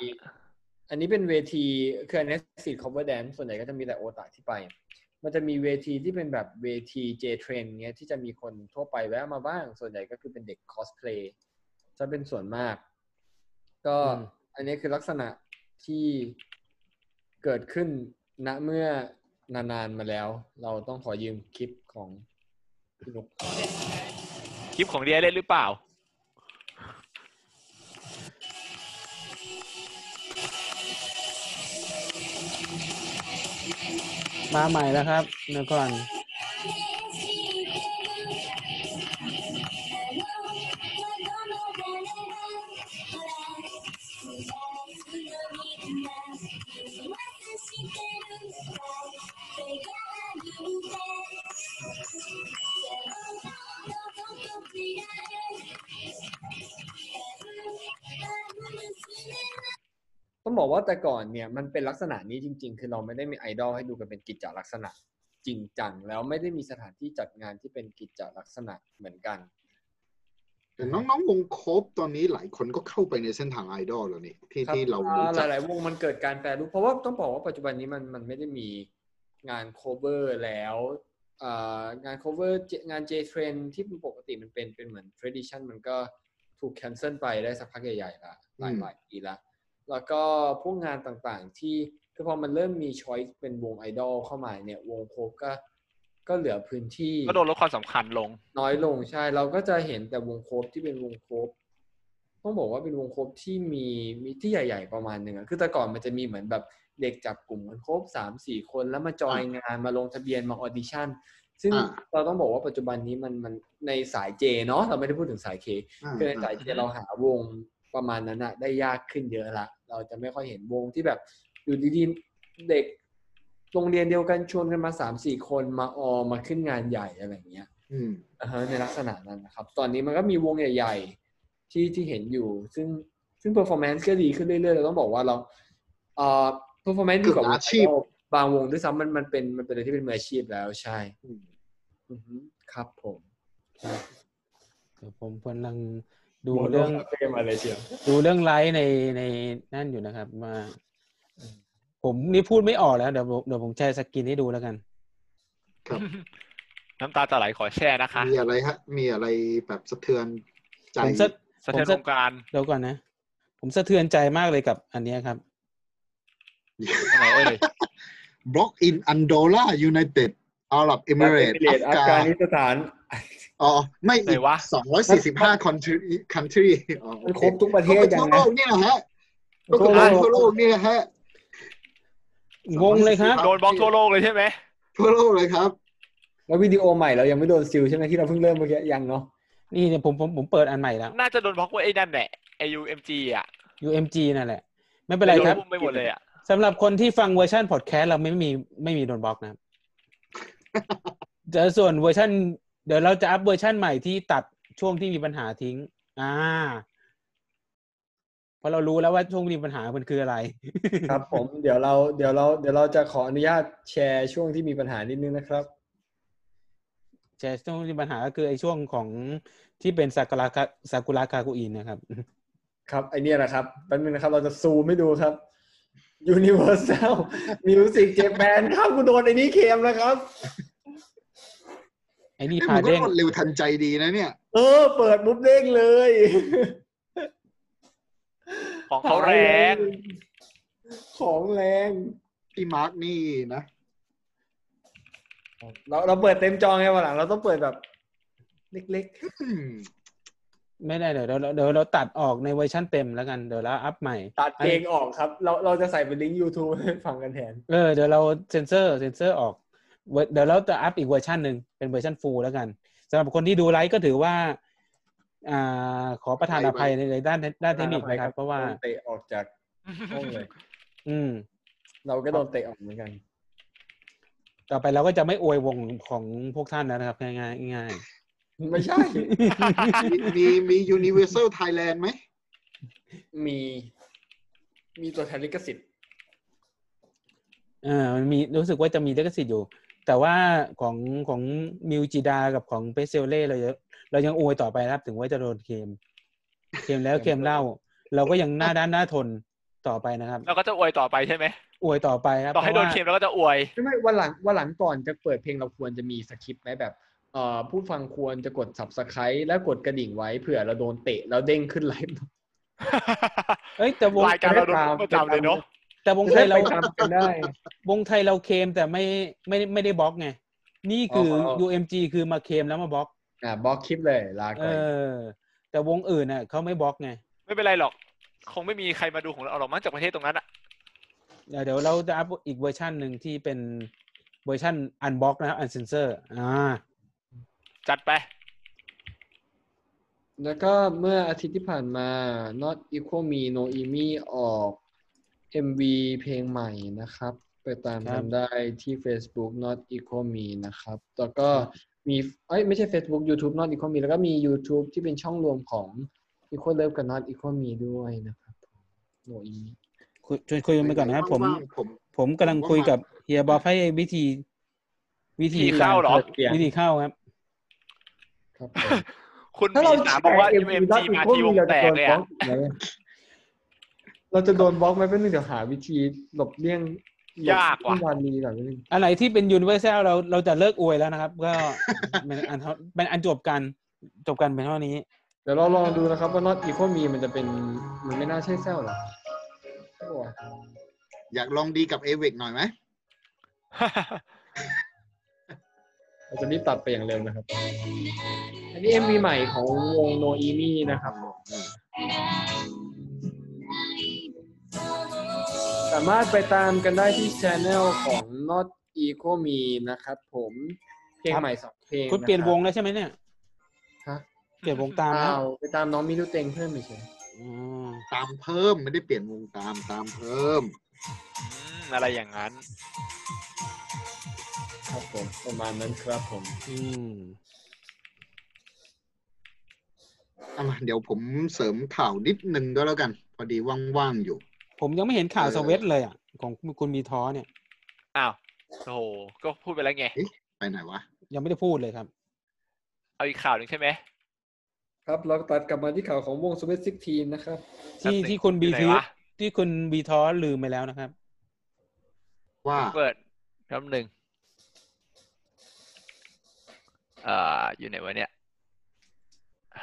[SPEAKER 1] อันนี้เป็นเวทีคืออันนี้สตรีท cover dance ส่วนใหญ่ก็จะมีแต่โอตาที่ไป มันจะมีเวทีที่เป็นแบบเวที J Train เงี้ยที่จะมีคนทั่วไปแวะมาบ้าง ส่วนใหญ่ก็คือเป็นเด็ก cosplay จะเป็นส่วนมาก ก็
[SPEAKER 2] อืม
[SPEAKER 1] อันนี้คือลักษณะที่เกิดขึ้นณเมื่อนานๆมาแล้ว เราต้องขอยืมคลิปของพี่นุก
[SPEAKER 3] คลิปของเดียเล่นหรือเปล่า
[SPEAKER 2] มาใหม่แล้วครับเดี๋ยวก่อน
[SPEAKER 1] ต้องบอกว่าแต่ก่อนเนี่ยมันเป็นลักษณะนี้จริง ๆ คือเราไม่ได้มีไอดอลให้ดูกันเป็นกิจจลักษณะ จริงจังแล้วไม่ได้มีสถานที่จัดงานที่เป็นกิจจลักษณะเหมือนกัน
[SPEAKER 4] แต่น้องๆวงโคบตอนนี้หลายคนก็เข้าไปในเส้นทางไอดอลแล้วนี่ที่
[SPEAKER 1] ครับ
[SPEAKER 4] ที่เรา
[SPEAKER 1] อ่
[SPEAKER 4] รู้จัก
[SPEAKER 1] หลาย ๆ วงมันเกิดการแปรรูปเพราะว่าต้องบอกว่าปัจจุบันนี้มันมันไม่ได้มีงานโคเวอร์แล้วอ่างานโคเวอร์งาน J Trend ที่ปกติมันเป็นเป็นเหมือน tradition มันก็ถูกแคนเซิลไปได้สักพักใหญ่ ๆ ละหลาย
[SPEAKER 4] อืม
[SPEAKER 1] หลายปีละ แล้วก็พวกงานต่างๆ ที่คือพอมันเริ่มมีช้อยเป็นวงไอดอลเข้ามาเนี่ยวงโคฟก็ก็เหลือพื้นที่
[SPEAKER 3] ก็โดนลดความสำคัญลง
[SPEAKER 1] น้อยลงใช่เราก็จะเห็นแต่วงโคฟที่เป็นวงโคฟ ต้องบอกว่าเป็นวงโคบที่มีมีที่ใหญ่ ๆประมาณหนึ่งอะคือแต่ก่อนมันจะมีเหมือนแบบเด็กจับกลุ่มกันครบสามสี่คนแล้วมาจอยงานมาลงทะเบียนมาออดิชั่น ซึ่ง
[SPEAKER 4] อ่า
[SPEAKER 1] เราต้องบอกว่าปัจจุบันนี้มันมันในสายเจเนาะเราไม่ได้พูดถึงสายเค
[SPEAKER 4] า
[SPEAKER 1] คือในสายที่เราหาวงประมาณนั้นอะได้ยากขึ้นเยอะละ เราจะไม่ค่อยเห็นวงที่แบบอยู่ดีๆเด็กโรงเรียนเดียวกันชวนกันมาสามสี่คนมาออมาขึ้นงานใหญ่อะไรอย่างเงี้ย
[SPEAKER 4] อืม
[SPEAKER 1] อ่าฮะในลักษณะนั้นนะครับ ตอนนี้มันก็มีวงใหญ่ๆที่ที่เห็นอยู่ ซึ่งซึ่ง performance ก็ดีขึ้นเรื่อยๆเราต้องบอกว่าเราเอ่อ performance ดีกว่า
[SPEAKER 4] เกือบอาชีพ
[SPEAKER 1] บางวงด้วยซ้ำมันมันเป็นมันเป็นอะไรที่เป็นมืออาชีพแล้วใช่
[SPEAKER 4] อืม
[SPEAKER 1] อือฮึครับผม
[SPEAKER 2] ผมกำลังดูเรื่อง
[SPEAKER 1] เฟมอะไรเชียว
[SPEAKER 2] ดูเรื่องไลฟ์ในในนั่นอยู่นะครับมาผมนี่พูดไม่ออกแล้วเดี๋ยวผมเดี๋ยวผมแชร์สกินให้ดูแล้วกัน
[SPEAKER 3] น้ำตาจะไหลขอแชร์นะคะ
[SPEAKER 4] มีอะไรฮะ มีอะไรแบบสะเทือนใจ
[SPEAKER 2] ผมสะ
[SPEAKER 3] สะเทือนวงการ
[SPEAKER 2] เดี๋ยวก่อนนะ ผมสะเทือนใจมากเลยกับอันเนี้ยครับ
[SPEAKER 3] ทำไมเอ่ย
[SPEAKER 4] บล็อกอินอันโดล่ายูไนเต็ดอาหรับเอมิเรต
[SPEAKER 1] อัฟกานิสถาน
[SPEAKER 4] อ๋อ ไม่
[SPEAKER 3] ไห
[SPEAKER 4] อี
[SPEAKER 3] น
[SPEAKER 4] ก
[SPEAKER 3] วะ
[SPEAKER 4] สองร้อยสี่สิบห้าคอนทรีคันทรีอ๋อโอ
[SPEAKER 1] มัน
[SPEAKER 4] เค
[SPEAKER 1] ครบทุกประเทศ
[SPEAKER 4] ก็
[SPEAKER 1] ยั
[SPEAKER 4] คื
[SPEAKER 1] ง
[SPEAKER 4] อ
[SPEAKER 1] นะ
[SPEAKER 4] ทั่วโลกเนี่ยแหละฮะก็คือทั่วโลกเนี่ยแหละฮะ
[SPEAKER 2] งงเลยครับ
[SPEAKER 4] สามสิบสี่
[SPEAKER 3] โดนบล็อกทั่วโลกเลยใช่ไหม
[SPEAKER 4] ทั่วโลกเลยครับ
[SPEAKER 1] แล้ววิดีโอใหม่เรายังไม่โดนซิลใช่ไหมที่เราเพิ่งเริ่มเมื่อกี้ยังเนาะ
[SPEAKER 2] นี่เนี่ยผมผมผมเปิดอันใหม่แล้ว
[SPEAKER 3] น่าจะโดนบล็อกไว้ไอ้นั่นแหละไอ้ UMG อ่ะ
[SPEAKER 2] UMG นั่นแหละ ไม่เป็นไรครับ
[SPEAKER 3] ไม่หมดเลยอ่ะ
[SPEAKER 2] สำหรับคนที่ฟังเวอร์ชันพอดแคสต์เราไม่มีไม่มีโดนบล็อกนะครับ เดี๋ยวส่วนเวอร์ชันเดี๋ยวเราจะอัพเวอร์ชันใหม่ที่ตัดช่วงที่มีปัญหาทิ้ง อ่าเพราะเรารู้แล้วว่าช่วงมีปัญหามันคืออะไร
[SPEAKER 1] ครับ ผมเดี๋ยวเราเดี๋ยวเราเดี๋ยวเราจะขออนุญาตแชร์ช่วงที่มีปัญหานิดนึงนะครับ
[SPEAKER 2] แชร์ช่วงที่ปัญหาก็คือไอ้ช่วงของที่เป็นซากุระคาซากุระคาคุอินนะครับ
[SPEAKER 1] ครับไอเนี้ยนะครับแป๊บนึงนะครับเราจะซูมให้ดูครับ Universal Music Japan ครับกูโดนไอ้นี้เค็มแล้วครับ
[SPEAKER 2] ไอ้นี่
[SPEAKER 4] นี่
[SPEAKER 2] พา
[SPEAKER 4] มันก็
[SPEAKER 2] เด้ง
[SPEAKER 4] รวดเร็วทันใจดีนะเนี่ย
[SPEAKER 1] เออ เปิดมุบเด้งเลย
[SPEAKER 3] ของเขาแรง
[SPEAKER 1] ของแรง
[SPEAKER 4] พี่มาร์กนี่นะ
[SPEAKER 1] เราเราเปิดเต็มจอไงวันหลังเราต้องเปิดแบบ เล็ก
[SPEAKER 4] อืม
[SPEAKER 2] ไม่ได้เดี๋ยวเดี๋ยวเดี๋ยวเราตัดออกในเวอร์ชันเต็มแล้วกันเดี๋ยวเราอัพใหม่
[SPEAKER 1] ๆ ตัดเพลงออกครับ เราเราจะใส่เป็นลิงก์ YouTube ให้ฟังกันแทน
[SPEAKER 2] เออเดี๋ยวเราเซ็นเซอร์เซ็นเซอร์ออกเวอร์เดี๋ยวเราจะอัพอีกเวอร์ชันหนึ่งเป็นเวอร์ชันฟูลแล้วกันสำหรับคนที่ดูไลฟ์ก็ถือว่า อ่า ขอประทานอภัยในในด้านด้านเทคนิคนะครับ เพราะว่า
[SPEAKER 1] โดนเตะออกจากห้องเลย
[SPEAKER 2] อืม
[SPEAKER 1] เราก็โดนเตะออกเหมือนกัน
[SPEAKER 2] ต่อไปเราก็จะไม่อวยวงของพวกท่านแล้วนะครับ ง่ายง่ายๆง่าย
[SPEAKER 1] ไม่ใช่
[SPEAKER 4] มีมีมียูนิเวอร์แซลไทยแลนด์ไหม
[SPEAKER 1] มี มีตัวแทนลิขสิทธิ์
[SPEAKER 2] เออมันมีรู้สึกว่าจะมีลิขสิทธิ์อยู่ แต่ว่าของของมิวจิดากับของเปเซลเล่เรายังเรายังอวยต่อไปนะครับถึงว่าจะโดนเคมเคม แล้วเคมเล่า เราก็ยังหน้าด้านหน้าทนต่อไปนะครับ
[SPEAKER 3] เราก็จะอวยต่อไปใช่ไหม
[SPEAKER 2] อวยต่อไปครับ
[SPEAKER 3] ต่อให้
[SPEAKER 2] พ
[SPEAKER 3] โด
[SPEAKER 2] ราะ
[SPEAKER 3] น
[SPEAKER 2] ว่า
[SPEAKER 3] เคมเราก็จะอวย
[SPEAKER 1] ไม่ไม่วันหลังวันหลังก่อนจะเปิดเพลงเราควรจะมีสคริปต์ไหมแบบเอ่อผู้ฟังควรจะกด subscribe และกดกระดิ่งไว้เผื่อเราโดนเตะแล้วเด้งขึ้นไลฟ์
[SPEAKER 2] เอ้ยแต่วง
[SPEAKER 3] รายการเราโดนประจำเลยเนาะ
[SPEAKER 2] แต่ วงไท
[SPEAKER 1] ให้
[SPEAKER 2] ย
[SPEAKER 1] เรา
[SPEAKER 2] เรา
[SPEAKER 1] จำกันได้
[SPEAKER 2] วงไทยเราเคลมแต่ไม่ไม่ไม่ได้บล็อกไง นี่คืออ
[SPEAKER 1] อ
[SPEAKER 2] UMG คือมาเคลมแล้วมาบล็อก
[SPEAKER 1] อ่ะบล็อกคลิปเลยลา
[SPEAKER 2] เอ
[SPEAKER 1] ก่อน
[SPEAKER 2] อ แต่วงอื่นน่ะเขาไม่บล็อกไง
[SPEAKER 3] ไม่เป็นไรหรอก คงไม่มีใครมาดูของเราหรอกมั้งจากประเทศตรงนั้นอ่ะ
[SPEAKER 2] เดี๋ยวเดี๋ยวเราจะอัพอีกเวอร์ชันหนึ่งที่เป็นเวอร์ชันอันบล็อกนะครับอันเซนเซอร์อ่า
[SPEAKER 3] จัดไป
[SPEAKER 1] แล้วก็เมื่ออาทิตย์ที่ผ่านมา not equal me no emi ออก MV เพลงใหม่นะครับ ไปตามกันได้ที่ Facebook not equal me นะครับ แล้วก็มีเอ้ยไม่ใช่ Facebook YouTube not equal me แล้วก็มี YouTube ที่เป็นช่องรวมของ equal love กับ not equal me ด้วยนะครับโนอี
[SPEAKER 2] คุยชวนคุยกันไปก่อนนะครับผม
[SPEAKER 4] ว่างๆผม
[SPEAKER 2] ผมกำลังคุยกับเฮียบอบให้วิธี วิธี
[SPEAKER 3] วิธีเข้าเหรอ
[SPEAKER 2] วิธีเข้าครับ
[SPEAKER 1] ครับผม
[SPEAKER 3] คุณมีสามบอกว่า UMG มาทีวงแตกเลยอ่ะ
[SPEAKER 1] เราจะโดนบล็อกไหมเพื่อนงเดี๋ยวหาวิธีหลบเลี่ยงหลบ
[SPEAKER 3] ยากว่ะ
[SPEAKER 1] วานลีก่อนนิดนึง
[SPEAKER 2] อะไรที่เป็นยูนิเวอร์แซลเราเราจะเลิกอวยแล้วนะครับ ก็ เป็นอันเท่าเป็นอันจบกันจบกันเป็นเท่านี้
[SPEAKER 1] เดี๋ยวเราลองดูนะครับว่า not equal me มันจะเป็นมันไม่น่าใช่แซวหรอใช่ปะวะ
[SPEAKER 4] อยากลองดีกับเอเวกหน่อยไหม
[SPEAKER 1] เราจะรีบตัดไปอย่างเร็วนะครับ
[SPEAKER 5] น
[SPEAKER 1] นี่เอ็มวีใหม่ของวงโนอีนี่นะครับ สามารถไปตามกันได้ที่ช anel ของ Not Eco Me นะครับผมเพลงใหม่สองเพลง
[SPEAKER 2] คุณเปลี่ยนวงแล้วใช่ไหมเนี่ย
[SPEAKER 1] ฮะ
[SPEAKER 2] เปลี่ยนวงตาม
[SPEAKER 1] อ้า
[SPEAKER 2] แล้ว
[SPEAKER 1] วไปตามน้องมิลูเต็งเพิ่มไปเฉย
[SPEAKER 2] อืม
[SPEAKER 4] ตามเพิ่มไม่ได้เปลี่ยนวงตามตามเพิ่ม
[SPEAKER 3] อืม อะไรอย่างนั้น
[SPEAKER 1] ครับผมประมาณนั้นครับผม
[SPEAKER 2] อืม
[SPEAKER 4] เอาล่ะเดี๋ยวผมเสริมข่าวนิดนึงก็แล้วกัน พอดีว่างๆอยู่
[SPEAKER 2] ผมยังไม่เห็นข่าว
[SPEAKER 4] เออ
[SPEAKER 2] สเวตเลยอ่ะ ของคุณมีท้อเนี่ย
[SPEAKER 3] อ้าวโอ้โหก็พูดไปแล้วไง
[SPEAKER 4] ไปไหนวะ
[SPEAKER 2] ยังไม่ได้พูดเลยครับ
[SPEAKER 3] เอาอีกข่าวหนึ่งใช่ไหม
[SPEAKER 1] ครับเราตัดกลับมาที่ข่าวของวงสวีทซิกทีนนะครับ
[SPEAKER 2] ที่
[SPEAKER 3] ครับ
[SPEAKER 2] ที่คุณ
[SPEAKER 3] อยู่
[SPEAKER 2] บี
[SPEAKER 3] ไหน
[SPEAKER 2] ที
[SPEAKER 3] วะ
[SPEAKER 2] ที่คุณบีท้อลืมไปแล้วนะครับ
[SPEAKER 4] ว่า
[SPEAKER 3] เปิดน้ำหนึ่งเอ่ออยู่ไหนวะเนี่ย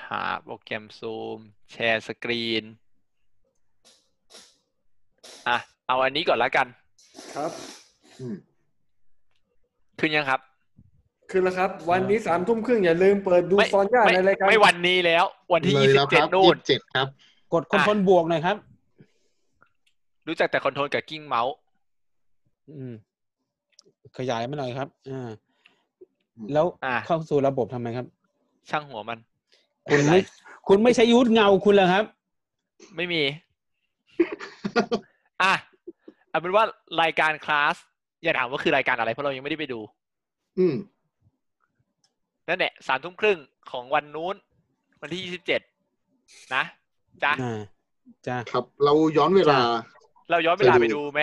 [SPEAKER 3] หาโปรแกรมซูม แชร์สกรีน อ่ะ เอาอันนี้ก่อนละกัน
[SPEAKER 7] ครับ
[SPEAKER 4] อืม
[SPEAKER 3] ขึ้นยังครับ
[SPEAKER 7] คือแล้วครับ วันนี้สามทุ่มครึ่งอย่าลืมเปิดดู
[SPEAKER 3] ไม่
[SPEAKER 7] ซอนย่า
[SPEAKER 3] ไม่
[SPEAKER 7] ในรายการ
[SPEAKER 3] ไม่วันนี้แล้ว วันที่
[SPEAKER 4] เลย
[SPEAKER 3] ยี่สิ
[SPEAKER 4] แล้ว
[SPEAKER 3] บ
[SPEAKER 4] ค
[SPEAKER 3] เจ็
[SPEAKER 4] รั
[SPEAKER 3] ด
[SPEAKER 4] บ
[SPEAKER 3] นู่น
[SPEAKER 4] เจ็ดครับ
[SPEAKER 2] กดคอน
[SPEAKER 3] อ่ะ
[SPEAKER 2] โทรลบวกหน่อยครับ
[SPEAKER 3] รู้จักแต่คอนโทรลกับกิ้งเมาส์
[SPEAKER 2] อืม ขยายมาหน่อยครับ อ่า
[SPEAKER 4] อืม
[SPEAKER 2] แล้ว
[SPEAKER 3] อ่ะ
[SPEAKER 2] เข้าสู่ระบบทำไมครับ
[SPEAKER 3] ช่างหัวมัน
[SPEAKER 2] คุณไม่
[SPEAKER 3] ไม่เป็นไร
[SPEAKER 2] คุณไม่ใช้ยูทเงาคุณเหรอครับ
[SPEAKER 3] ไม่มี อ่ะเอาเป็นว่ารายการคลาส อย่าถามว่าคือรายการอะไร เพราะเรายังไม่ได้ไปดู
[SPEAKER 4] อืม
[SPEAKER 3] นั่นแหละสามทุ่มครึ่งของวันนู้น วันที่ยี่สิบเจ็ดนะจ้ะ
[SPEAKER 2] อ่าจ้า
[SPEAKER 4] ครับ เราย้อนเวลา
[SPEAKER 3] เราย้อนเวลา
[SPEAKER 4] ไป
[SPEAKER 3] ไป
[SPEAKER 4] ดู
[SPEAKER 3] ดูไหม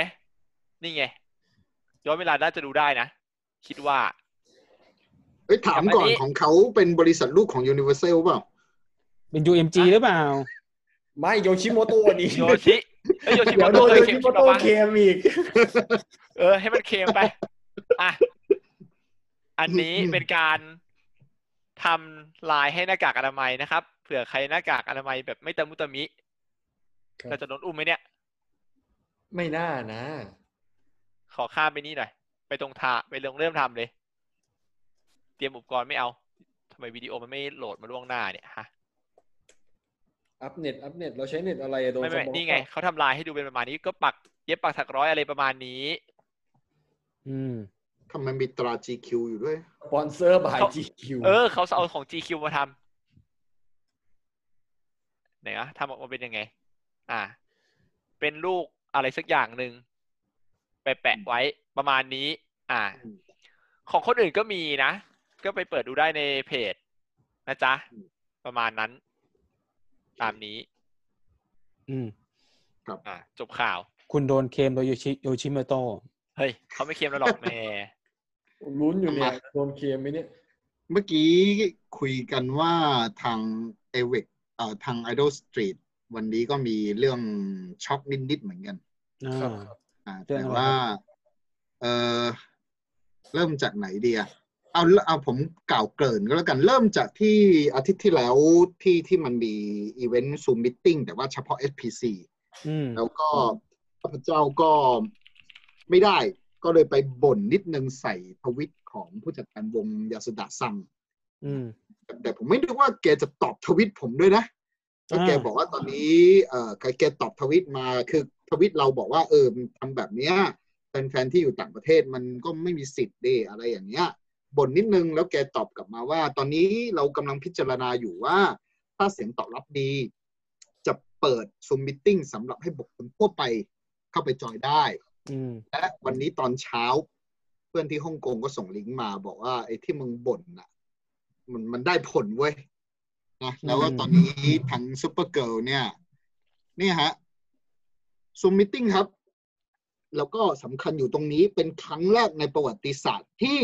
[SPEAKER 3] นี่ไง ย้อนเวลาน่าจะดูได้นะ คิดว่า
[SPEAKER 4] เอ้ยถามก่อน
[SPEAKER 3] อันนี้
[SPEAKER 4] ของเขาเป็นบริษัทลูกของ Universal เปล่า
[SPEAKER 2] เป็น UMG หรือเปล่า
[SPEAKER 7] ไม่โยชิโมโตะนี่
[SPEAKER 3] โยชิเอ้ยโยชิ
[SPEAKER 7] เดี๋ยว
[SPEAKER 3] โม
[SPEAKER 7] โด
[SPEAKER 3] โตะ
[SPEAKER 7] น
[SPEAKER 3] เค
[SPEAKER 7] โย
[SPEAKER 3] ยเค็
[SPEAKER 7] ชิ
[SPEAKER 3] ม
[SPEAKER 7] โม
[SPEAKER 3] ชิบ
[SPEAKER 7] โตะ
[SPEAKER 3] ปะ
[SPEAKER 7] เคมอีก
[SPEAKER 3] เออ ให้มันเค็ มไป อ่ะ อันนี้เป็นการทำลายให้หน้ากากอนามัยนะครับ เผื่อใครหน้ากากอนามัยแบบไม่ตะมุตะมิ
[SPEAKER 1] ครับ
[SPEAKER 3] เราจะโดนอุ้มไหมเนี่ย
[SPEAKER 1] ไม่น่านะ
[SPEAKER 3] ขอข้ามไปนี่หน่อย ไปตรงทาไปลงเริ่มทำเลย เตรียมอุปกรณ์ไม่เอาทำไมวิดีโอมันไม่โหลดมาล่วงหน้าเนี่ยฮะ
[SPEAKER 1] อัปเน็ตอัปเน็ตเราใช้เน็ตอะไรอะโดน
[SPEAKER 3] ไม่ไม่
[SPEAKER 1] เขาบอก
[SPEAKER 3] นี่ไงเขาทำลายให้ดูเป็นประมาณนี้ก็ปักเย็บปักถักร้อยอะไรประมาณนี้
[SPEAKER 2] อืม
[SPEAKER 4] ทำไมมีตรา GQ อยู่ด้วย
[SPEAKER 1] สปอนเซอร์บาย
[SPEAKER 3] เขา
[SPEAKER 1] GQ
[SPEAKER 3] เออเขาเอาของ GQ มาทำไหนอะทำออกมาเป็นยังไง อ่า เป็นลูกอะไรสักอย่างหนึ่งไปแปะไว้ประมาณนี้ อ่า
[SPEAKER 4] อืม
[SPEAKER 3] ของคนอื่นก็มีนะ ก็ไปเปิดดูได้ในเพจ นะจ๊ะ ประมาณนั้น ตามนี้
[SPEAKER 2] อืม
[SPEAKER 3] อ่า จบข่าว
[SPEAKER 2] คุณโดนเคมโดยโยชิโยชิเมโตะ
[SPEAKER 3] เฮ้ย เขาไม่เค็มแล้วหรอกแหม่
[SPEAKER 1] ลุ้นอยู่เนี่ยโดนเคมไหมเนี่ย
[SPEAKER 4] เมื่อกี้คุยกันว่าทางเอเวกเอ่อทาง Idol Street วันนี้ก็มีเรื่องช็อกนิดๆเหมือนกัน
[SPEAKER 2] อ่า
[SPEAKER 1] ครับ
[SPEAKER 4] อ่า
[SPEAKER 2] เรื่อง
[SPEAKER 4] แต่
[SPEAKER 2] อะไร
[SPEAKER 4] ว่า
[SPEAKER 2] ครับ
[SPEAKER 4] เออเริ่มจากไหนดีอะเอาเอาผมกล่าวเกริ่นก็แล้วกันเริ่มจากที่อาทิตย์ที่แล้วที่ที่มันมีอีเวนต์ซูมมิทติ้งแต่ว่าเฉพาะ SPC
[SPEAKER 2] อืม
[SPEAKER 4] แล้วก็ข้าพเจ้าก็ไม่ได้ก็เลยไปบ่นนิดนึงใส่ทวิตของผู้จัดการวงยาสุดาซัง
[SPEAKER 2] อืม
[SPEAKER 4] แต่แต่ผมไม่นึกว่าแกจะตอบทวิตผมด้วยนะก็
[SPEAKER 2] อ่า
[SPEAKER 4] แกบอกว่าตอนนี้เออแกตอบทวิตมาคือทวิตเราบอกว่าเออมันทำแบบเนี้ยแฟนๆที่อยู่ต่างประเทศมันก็ไม่มีสิทธิ์เดอะไรอย่างเงี้ยบ่นนิดนึงแล้วแกตอบกลับมาว่า ตอนนี้เรากำลังพิจารณาอยู่ว่า ถ้าเสียงตอบรับดี จะเปิดซูมมิทติ้งสำหรับให้บุคคลทั่วไปเข้าไปจอยได้
[SPEAKER 2] อืม
[SPEAKER 4] และวันนี้ตอนเช้า เพื่อนที่ฮ่องกงก็ส่งลิงก์มาบอกว่าไอ้ที่มึงบ่นน่ะ มันมันได้ผลเว้ยนะแล้วก็
[SPEAKER 2] อืม
[SPEAKER 4] ตอนนี้ทางซูเปอร์เกิลเนี่ย เนี่ยฮะซูมมิทติ้งครับ แล้วก็สำคัญอยู่ตรงนี้เป็นครั้งแรกในประวัติศาสตร์ที่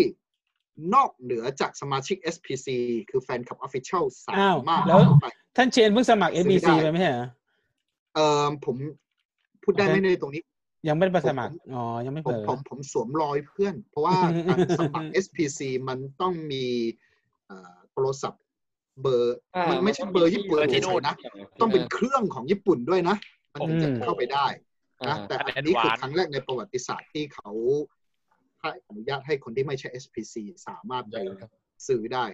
[SPEAKER 4] นอกเหนือจากสมาชิก SPC คือแฟนคลับ Official สา
[SPEAKER 2] อ้าว
[SPEAKER 4] มารถ
[SPEAKER 2] แล้ว
[SPEAKER 4] เข้าไป
[SPEAKER 2] ท่านเชนเพิ่งสมัคร SBC
[SPEAKER 4] ไม่ได้
[SPEAKER 2] ไปไหมฮะ
[SPEAKER 4] เออผมพูดได้ไหม
[SPEAKER 2] โอเค
[SPEAKER 4] ในตรงนี้
[SPEAKER 2] ยังไม่ได้ไปสมัคร อ๋อ ยังไม่
[SPEAKER 4] ผ
[SPEAKER 2] เปิ
[SPEAKER 4] ม
[SPEAKER 2] ด
[SPEAKER 4] ผมผมสวมรอยเพื่อน เพราะว่า การสมัคร SPC มันต้องมีเอ่อโทรศัพท์เบอร์
[SPEAKER 1] อ่า
[SPEAKER 4] มันไม่ใช่เบอร์ญี่ปุ่น
[SPEAKER 3] เบอร์ที่
[SPEAKER 4] เฉย
[SPEAKER 3] น
[SPEAKER 4] ๆนะ ต้องเป็นเครื่องของญี่ปุ่นด้วยนะ มันถึงจะ
[SPEAKER 2] อืม
[SPEAKER 4] เข้าไปได้นะ
[SPEAKER 1] อ่า
[SPEAKER 4] แต่
[SPEAKER 3] อัน
[SPEAKER 4] อัน
[SPEAKER 3] นี้
[SPEAKER 4] นี้คือ
[SPEAKER 3] advance
[SPEAKER 4] ครั้งแรกในประวัติศาสตร์ที่เขาให้อนุญาตให้คนที่ไม่ใช่ SPC สามารถไป
[SPEAKER 1] เยอะครับ
[SPEAKER 4] ซื้อได้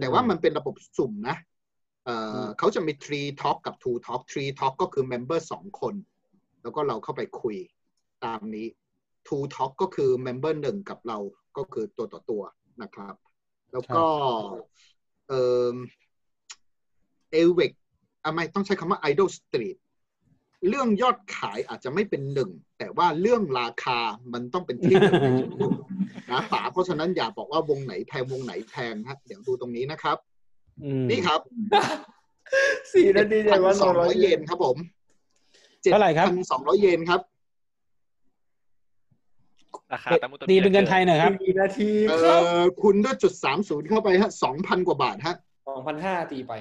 [SPEAKER 4] แต่ว่ามันเป็นระบบสุ่มนะเอ่ออเขาจะมี Tree Talk กับ Two Talk Tree Talk ก็คือเมมเบอร์สองคน แล้วก็เราเข้าไปคุยตามนี้ Two Talk ก็คือเมมเบอร์หนึ่งกับเราก็คือตัวต่อตัวนะครับ แล้วก็เอ่อเอเวกอ่ะไม่ต้องใช้คำว่า Idol Street เรื่องยอดขายอาจจะไม่เป็นหนึ่ง แต่ว่าเรื่องราคามันต้องเป็นที่หนึ่งในชุมชนนะป๋าเพราะฉะนั้นอย่าบอกว่าวงไหนแพงวงไหนแพงนะเดี๋ยวดูตรงนี้นะครับ
[SPEAKER 2] อืม
[SPEAKER 4] นี่ครับ
[SPEAKER 7] สี่นาทีเจ็ดวัน
[SPEAKER 4] สองร้อยเยนครับผมพันสองร้อยเยนครับ
[SPEAKER 3] ราคาตะมุตะมิ
[SPEAKER 2] ดีเป็นเงินไทยหน่อยครับ
[SPEAKER 7] สี่นาที
[SPEAKER 4] เอ
[SPEAKER 7] ครับ
[SPEAKER 4] อคูณด้วยจุดสามศูนย์เข้าไปฮะสองพันกว่าบาทฮะ
[SPEAKER 7] สองพันห้าตีไป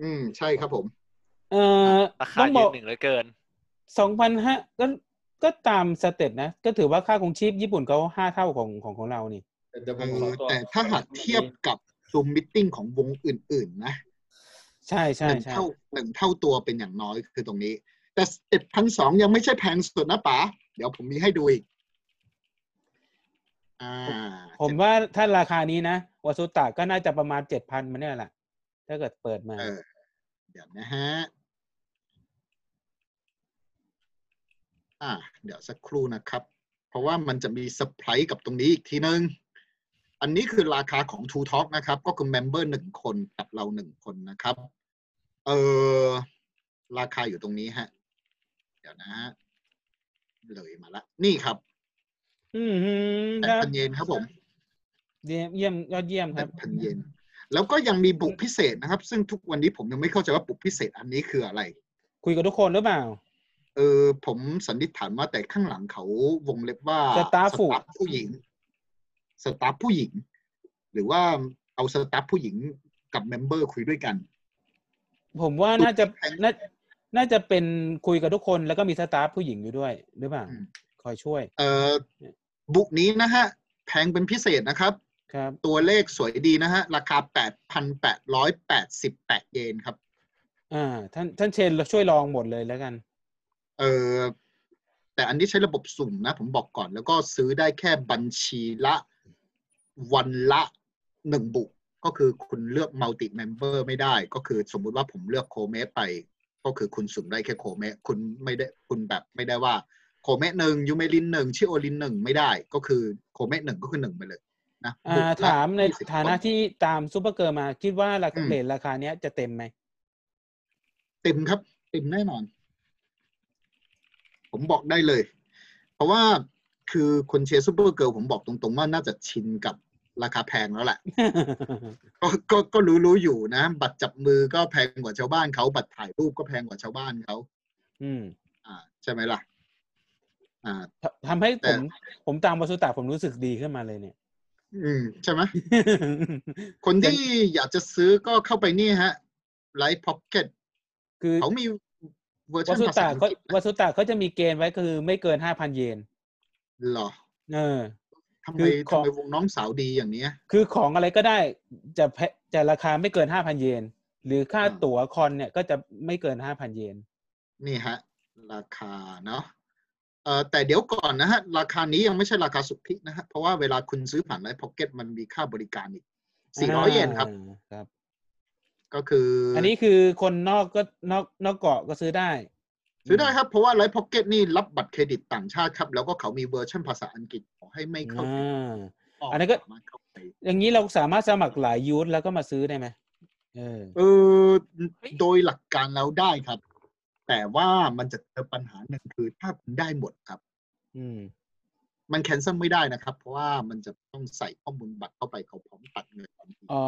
[SPEAKER 4] อืม ใช่ครับผม
[SPEAKER 2] เออ
[SPEAKER 3] ราคา
[SPEAKER 2] ต้องบ
[SPEAKER 3] เย
[SPEAKER 2] อก
[SPEAKER 3] อะหนึ่งเหลยเกิน
[SPEAKER 2] สองพันห้าก็ก็ตามสเต็ปนะ ก็ถือว่าค่าคงชีพญี่ปุ่นเขาห้าเท่าของของของเรานี่
[SPEAKER 7] เดี๋ยวผมขอตัว
[SPEAKER 4] แต่ถ้าหากเทียบกับซูมมิทติ้งของวงอื่น ๆ นะ
[SPEAKER 2] ใช่
[SPEAKER 4] ห
[SPEAKER 2] ใช่
[SPEAKER 4] นึ่ง
[SPEAKER 2] ใช่
[SPEAKER 4] เท่าหนึ่งเท่าตัวเป็นอย่างน้อยคือตรงนี้ แต่เจ็ดพันสองยังไม่ใช่แพงสุดนะป๋าเดี๋ยวผมมีให้ดูอีก อ่า
[SPEAKER 2] ผมว่าถ้าราคานี้นะวาสุตะก็น่าจะประมาณเจ็ดพันมันเนี่ยแหละถ้าเกิดเปิดมา
[SPEAKER 4] เออเดี๋ยวนะฮะ อ่า เดี๋ยวสักครู่นะครับ เพราะว่ามันจะมีเซอร์ไพรส์กับตรงนี้อีกทีนึง อันนี้คือราคาของ True Talk นะครับ ก็คือเมมเบอร์หนึ่งคนกับเราหนึ่งคนนะครับ เออราคาอยู่ตรงนี้ฮะ เดี๋ยวนะฮะ เลยมาละ นี่ครับ
[SPEAKER 2] อืมฮึ
[SPEAKER 4] แปด
[SPEAKER 2] ครับ
[SPEAKER 4] พันเยนครับผม
[SPEAKER 2] เยี่ยมเยี่ยมยอดเยี่ยมค
[SPEAKER 4] แป
[SPEAKER 2] รับ
[SPEAKER 4] ดพันเยนแล้วก็ยังมีบุกพิเศษนะครับ ซึ่งทุกวันนี้ผมยังไม่เข้าใจว่าบุกพิเศษอันนี้คืออะไร
[SPEAKER 2] คุยกับทุกคนหรือเปล่า
[SPEAKER 4] เออผมสันนิษฐานว่าแต่ข้างหลังเขาวงเล็บว่า
[SPEAKER 2] สตาฟฟู
[SPEAKER 4] ฟผู้หญิง สตาฟผู้หญิง หรือว่าเอาสตาฟผู้หญิงกับเมมเบอร์คุยด้วยกัน
[SPEAKER 2] ผมว่าน่าจะ
[SPEAKER 4] แพง
[SPEAKER 2] น่าน่าจะเป็นคุยกับทุกคนแล้วก็มีสตาฟผู้หญิงอยู่ด้วยหรือเปล่า
[SPEAKER 4] อืม
[SPEAKER 2] คอยช่วย
[SPEAKER 4] เออบุกนี้นะฮะ แพงเป็นพิเศษนะครับ
[SPEAKER 2] ครับ
[SPEAKER 4] ตัวเลขสวยดีนะฮะ ราคา 8,888 เยนครับ
[SPEAKER 2] อ่า ท่านท่านเชนช่วยลองหมดเลยแล้วกัน
[SPEAKER 4] เออแต่อันนี้ใช้ระบบสุ่มนะ ผมบอกก่อน แล้วก็ซื้อได้แค่บัญชีละวันละหนึ่งบุก ก็คือคุณเลือกมัลติเมมเบอร์ไม่ได้ ก็คือสมมุติว่าผมเลือกโคเมะไป ก็คือคุณสุ่มได้แค่โคเมะคุณไม่ได้คุณแบบไม่ได้ว่าโคเมะหนึ่งยูเมลินหนึ่งชิโอลินหนึ่งไม่ได้ ก็คือโคเมะหนึ่งก็คือหนึ่งไปเลยนะ
[SPEAKER 2] อ่า
[SPEAKER 4] บุกละ
[SPEAKER 2] ถามใน
[SPEAKER 4] 20
[SPEAKER 2] ฐานะ
[SPEAKER 4] ค
[SPEAKER 2] ที่ตามซูเปอร์เกิร์ลมาคิดว่ารา
[SPEAKER 4] อื
[SPEAKER 2] คาม เลทราคาเนี้ยจะเต็ม ไหม
[SPEAKER 4] เต็มครับ เต็มแน่นอน ผมบอกได้เลย เพราะว่าคือคนเชียร์ซูเปอร์เกิร์ลผมบอกตรงๆว่าน่าจะชินกับราคาแพงแล้วแหละ ก็ก็ก็รู้รู้อยู่นะ บัตรจับมือก็แพงกว่าชาวบ้านเขาบัตรถ่ายรูปก็แพงกว่าชาวบ้านเขา
[SPEAKER 2] อืม
[SPEAKER 4] อ่า ใช่ไหมล่ะ อ่า
[SPEAKER 2] ทำทำให้
[SPEAKER 4] แต่
[SPEAKER 2] ผมผมตามวาสุตะผมรู้สึกดีขึ้นมาเลยเนี่ย
[SPEAKER 4] อืม ใช่ไหม คนที่อยากจะซื้อก็เข้าไปนี่ฮะไลฟ์พ็อกเก็ต
[SPEAKER 2] คือ
[SPEAKER 4] เขามีเวอร์ชั
[SPEAKER 2] วาน สุ
[SPEAKER 4] ภาษา
[SPEAKER 2] ตะ
[SPEAKER 4] อัง
[SPEAKER 2] เขา
[SPEAKER 4] กฤษ
[SPEAKER 2] วาสุตะเขาจะมีเกณฑ์ไว้คือไม่เกินห้าพันเยน
[SPEAKER 4] เหรอ
[SPEAKER 2] เออ
[SPEAKER 4] ทำ
[SPEAKER 2] คื
[SPEAKER 4] ไม
[SPEAKER 2] อข
[SPEAKER 4] ทำ
[SPEAKER 2] อง
[SPEAKER 4] ไมวงน้องสาวดีอย่างเนี้ย
[SPEAKER 2] คือของอะไรก็ได้จะแพะจะราคาไม่เกินห้าพันเยน หรือค่า
[SPEAKER 4] อืม
[SPEAKER 2] ตั๋วคอนเนี่ยก็จะไม่เกินห้าพันเยน
[SPEAKER 4] นี่ฮะ ราคาเนาะเอ่อแต่เดี๋ยวก่อนนะฮะ ราคานี้ยังไม่ใช่ราคาสุทธินะฮะ เพราะว่าเวลาคุณซื้อผ่านไลฟ์พ็อกเก็ตมันมีค่าบริการอีก 400 เยนครับ
[SPEAKER 2] อ่าครับ
[SPEAKER 4] ก็คือ
[SPEAKER 2] อันนี้คือคนนอกก็นอกนอกเกาะก็ซื้อได้
[SPEAKER 4] ซื้อได้ครับ เพราะว่าไลฟ์พ็อกเก็ตนี่รับบัตรเครดิตต่างชาติครับ แล้วก็เขามีเวอร์ชันภาษาอังกฤษขอให้ไม่เข้าใ
[SPEAKER 2] อ่
[SPEAKER 4] จ
[SPEAKER 2] า อันนั้นก็
[SPEAKER 4] สามารถเข้าไป
[SPEAKER 2] อย่างนี้เราสามารถสมัครหลายยูทแล้วก็มาซื้อได้ไหมเออ
[SPEAKER 4] เออโดยหลักการแล้วได้ครับ แต่ว่ามันจะเจอปัญหาหนึ่งคือถ้าคุณได้หมดครับ
[SPEAKER 2] อืม
[SPEAKER 4] มันแคนเซิลไม่ได้นะครับ เพราะว่ามันจะต้องใส่ข้อมูลบัตรเข้าไปเขาพร้อมตัดเงินทันที
[SPEAKER 2] อ๋อ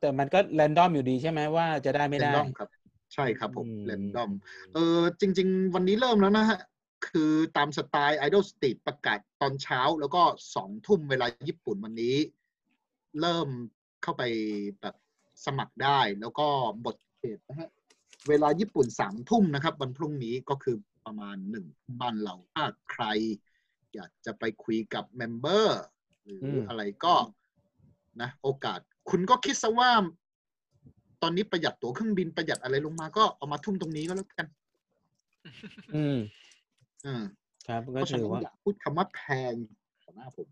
[SPEAKER 2] แต่มันก็แรนดอมอยู่ดีใช่ไหมว่าจะได้ไม่ได้
[SPEAKER 4] เรนดอมครับ ใช่ครับผม
[SPEAKER 2] อืม
[SPEAKER 4] เรนดอม เออจริง ๆ วันนี้เริ่มแล้วนะฮะ คือตามสไตล์ Idol Street ประกาศตอนเช้าแล้วก็สองทุ่มเวลาญี่ปุ่นวันนี้ เริ่มเข้าไปแบบสมัครได้ แล้วก็บทเขตนะฮะ เวลาญี่ปุ่นสามทุ่มนะครับ วันพรุ่งนี้ก็คือประมาณหนึ่งบ้านเราถ้าใคร อยากจะไปคุยกับเมมเบอร์หรือ
[SPEAKER 2] ม
[SPEAKER 4] อะไรก็นะ โอกาส คุณก็คิดซะว่า ตอนนี้ประหยัดตั๋วเครื่องบินประหยัดอะไรลงมาก็เอามาทุ่มตรงนี้ก็แล้วกัน
[SPEAKER 2] อืม
[SPEAKER 4] อืม
[SPEAKER 2] ครับ
[SPEAKER 4] เพ
[SPEAKER 2] ก็
[SPEAKER 4] ราะฉะ
[SPEAKER 2] ถือ
[SPEAKER 4] นั้น
[SPEAKER 2] ว่า
[SPEAKER 4] อย่าพูดคำว่าแพงต่อหน้าผม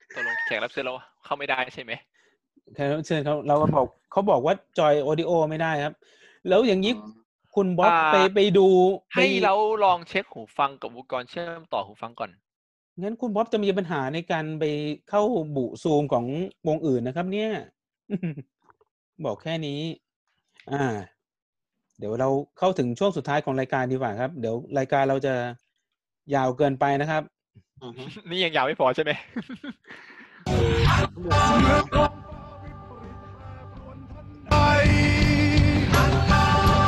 [SPEAKER 3] ตกลงแขกรับเชิญเราเข้าไม่ได้ใช่ไหม
[SPEAKER 2] แขกรับเชิญเขาเราก็บอกเขาบอกว่าจอยออดิโอไม่ได้ครับ แล้วอย่างนี้คุณบ๊อบ
[SPEAKER 3] อ่า
[SPEAKER 2] ไปไปดูไป
[SPEAKER 3] ให้เราลองเช็คหูฟังกับอุปกรณ์เชื่อมต่อหูฟังก่อน
[SPEAKER 2] งั้นคุณบ๊อบจะมีปัญหาในการไปเข้าบุซูมของวงอื่นนะครับ เนี่ย บอกแค่นี้ อ่า เดี๋ยวเราเข้าถึงช่วงสุดท้ายของรายการดีกว่าครับ เดี๋ยวรายการเราจะยาวเกินไปนะครับ
[SPEAKER 4] อ่าฮะ
[SPEAKER 3] นี่ยังยาวไม่พอใช่ไหม
[SPEAKER 10] ไป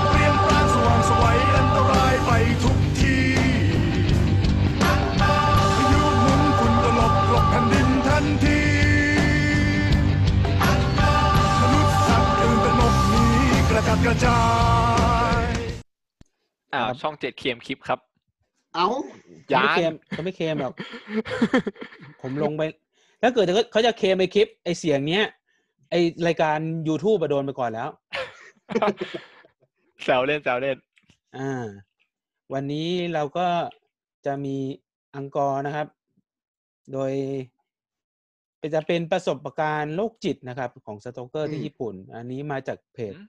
[SPEAKER 10] เตรียมปราณสว่างไสวัยอันตรายไปทุกทีพายุหมุนฝุ่นตลบหลบแผ่นดินทันทีมนุษย์สัตว์ตื่นตระหนกหนีกระจัดกระจาย
[SPEAKER 3] อ่า
[SPEAKER 2] ครับ
[SPEAKER 3] ช่องเจ็ดเคียมคลิปครับ
[SPEAKER 4] เอ้า
[SPEAKER 2] เขาไม่เคลมเขาไม่เคลมหรอก ผมลงไป ถ้าเกิดเขาเขาจะเคลมไอคลิป ไอเสียงเนี้ย ไอรายการ YouTube อะโดนไปก่อนแล้ว
[SPEAKER 3] แซวเล่นแซวเล่น
[SPEAKER 2] อ่า วันนี้เราก็จะมีอังกอร์นะครับ โดยจะเป็นประสบการณ์โรคจิตนะครับ ของสโตเกอร์
[SPEAKER 4] อื
[SPEAKER 2] ที่
[SPEAKER 4] ม
[SPEAKER 2] ญี่ปุ่น อันนี้มาจากเพจ
[SPEAKER 3] อืม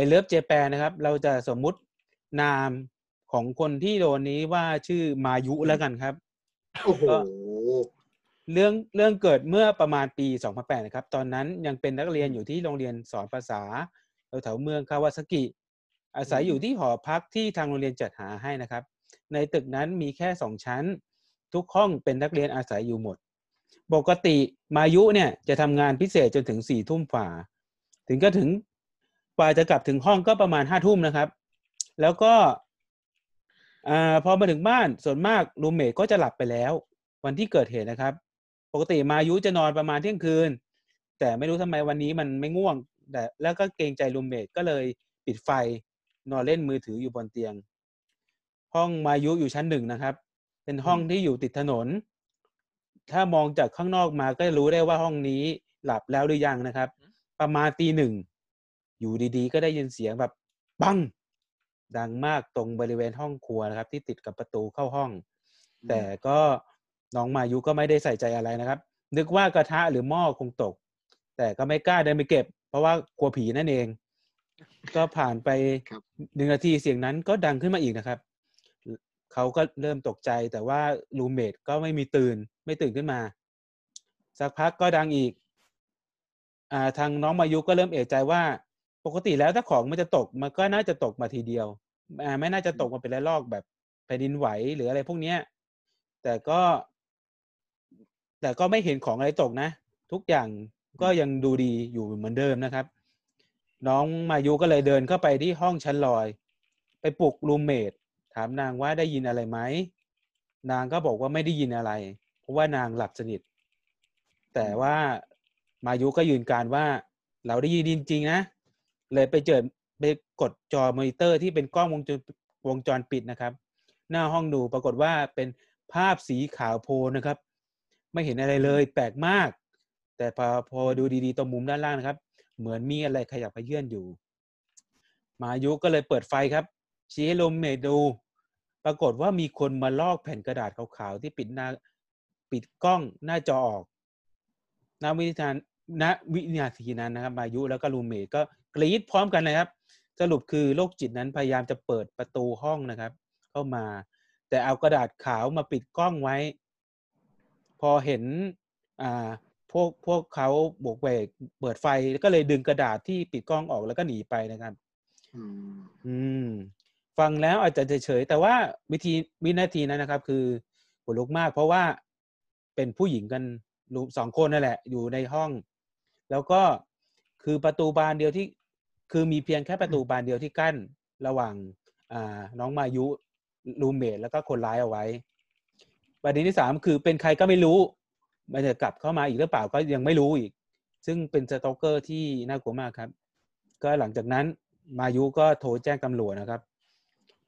[SPEAKER 2] I Love Japan นะครับ เราจะสมมุตินามของคนที่โดนนี้ว่าชื่อมายุแล้วกันครับ
[SPEAKER 4] โอ้โห
[SPEAKER 2] เรื่องเรื่องเกิดเมื่อประมาณปี 2008 นะครับ ตอนนั้นยังเป็นนักเรียนอยู่ที่โรงเรียนสอนภาษาแถวๆเมืองคาวาซากิ อาศัยอยู่ที่หอพักที่ทางโรงเรียนจัดหาให้นะครับ ในตึกนั้นมีแค่สองชั้น ทุกห้องเป็นนักเรียนอาศัยอยู่หมด ปกติมายุเนี่ยจะทำงานพิเศษจนถึงสี่ทุ่มฝ่า ถึงก็ถึงกว่าจะกลับถึงห้องก็ประมาณห้าทุ่มนะครับ แล้วก็อาพอมาถึงบ้านส่วนมากรูมเมทก็จะหลับไปแล้ว วันที่เกิดเหตุนะครับ ปกติมายุจะนอนประมาณเที่ยงคืน แต่ไม่รู้ทำไมวันนี้มันไม่ง่วง แต่แล้วก็เกรงใจรูมเมทก็เลยปิดไฟนอนเล่นมือถืออยู่บนเตียง ห้องมายุอยู่ชั้นหนึ่งนะครับ เป็นห้องที่อยู่ติดถนน ถ้ามองจากข้างนอกมาก็จะรู้ได้ว่าห้องนี้หลับแล้วหรือยังนะครับ ประมาณตีหนึ่ง อยู่ดีๆ ก็ได้ยินเสียงแบบปัง ดังมากตรงบริเวณห้องครัวนะครับ ที่ติดกับประตูเข้าห้อง
[SPEAKER 4] อืม
[SPEAKER 2] แต่ก็น้องมายุก็ไม่ได้ใส่ใจอะไรนะครับ นึกว่ากระทะหรือหม้อคงตก แต่ก็ไม่กล้าเดินไปเก็บ เพราะว่ากลัวผีนั่นเอง ก็ผ่านไป
[SPEAKER 4] ครับ
[SPEAKER 2] หนึ่งนาทีเสียงนั้นก็ดังขึ้นมาอีกนะครับ เขาก็เริ่มตกใจแต่ว่ารูเมทก็ไม่มีตื่น ไม่ตื่นขึ้นมา สักพักก็ดังอีก อ่าทางน้องมายุก็เริ่มเอะใจว่า ปกติแล้วถ้าของมันจะตกมันก็น่าจะตกมาทีเดียวอ่าไม่น่าจะตกมาเป็นระลอกแบบแผ่นดินไหวหรืออะไรพวกเนี้ย แต่ก็ แต่ก็ไม่เห็นของอะไรตกนะ ทุกอย่างก็ยังดูดีอยู่เหมือนเดิมนะครับ น้องมายุก็เลยเดินเข้าไปที่ห้องชั้นลอย ไปปลุกรูมเมทถามนางว่าได้ยินอะไรไหม นางก็บอกว่าไม่ได้ยินอะไร เพราะว่านางหลับสนิท แต่ว่ามายุก็ยืนการว่า เราได้ยินจริงๆนะ เลยไปเจอไปกดจอมอนิเตอร์ที่เป็นกล้องวงจรวงจรปิดนะครับ หน้าห้องดูปรากฏว่าเป็นภาพสีขาวโพลนนะครับ ไม่เห็นอะไรเลยแปลกมาก แต่พอพอดูดีๆตรงมุมด้านล่างนะครับ เหมือนมีอะไรขยับขยื่นอยู่ มายุก็เลยเปิดไฟครับ ชี้ให้ลมเมดดู ปรากฏว่ามีคนมาลอกแผ่นกระดาษขาวๆที่ปิดหน้าปิดกล้องหน้าจอออกณวินาทีนั้นณวินาทีนั้นนะครับ มายุแล้วก็ลูมเมดก็กรีดพร้อมกันนะครับ สรุปคือโรคจิตนั้นพยายามจะเปิดประตูห้องนะครับ เข้ามา แต่เอากระดาษขาวมาปิดกล้องไว้ พอเห็น อ่า พวกพวกเขาบวกเวกเปิดไฟแล้วก็เลยดึงกระดาษที่ปิดกล้องออกแล้วก็หนีไปนะครับ
[SPEAKER 4] อืม
[SPEAKER 2] อืม ฟังแล้วอาจจะเฉยๆแต่ว่าวิธีวินาทีนั้นนะครับ คือขนลุกมาก เพราะว่าเป็นผู้หญิงกันรูสองคนนั่นแหละ อยู่ในห้อง แล้วก็คือประตูบานเดียวที่ คือมีเพียงแค่ประตูบานเดียวที่กั้นระหว่าง อ่า น้องมายุรูมเมทแล้วก็คนร้ายเอาไว้ ประเด็นที่สามคือเป็นใครก็ไม่รู้มันจะกลับเข้ามาอีกหรือเปล่าก็ยังไม่รู้อีก ซึ่งเป็นสตอกเกอร์ที่น่ากลัวมากครับ ก็หลังจากนั้นมายุก็โทรแจ้งตำรวจนะครับ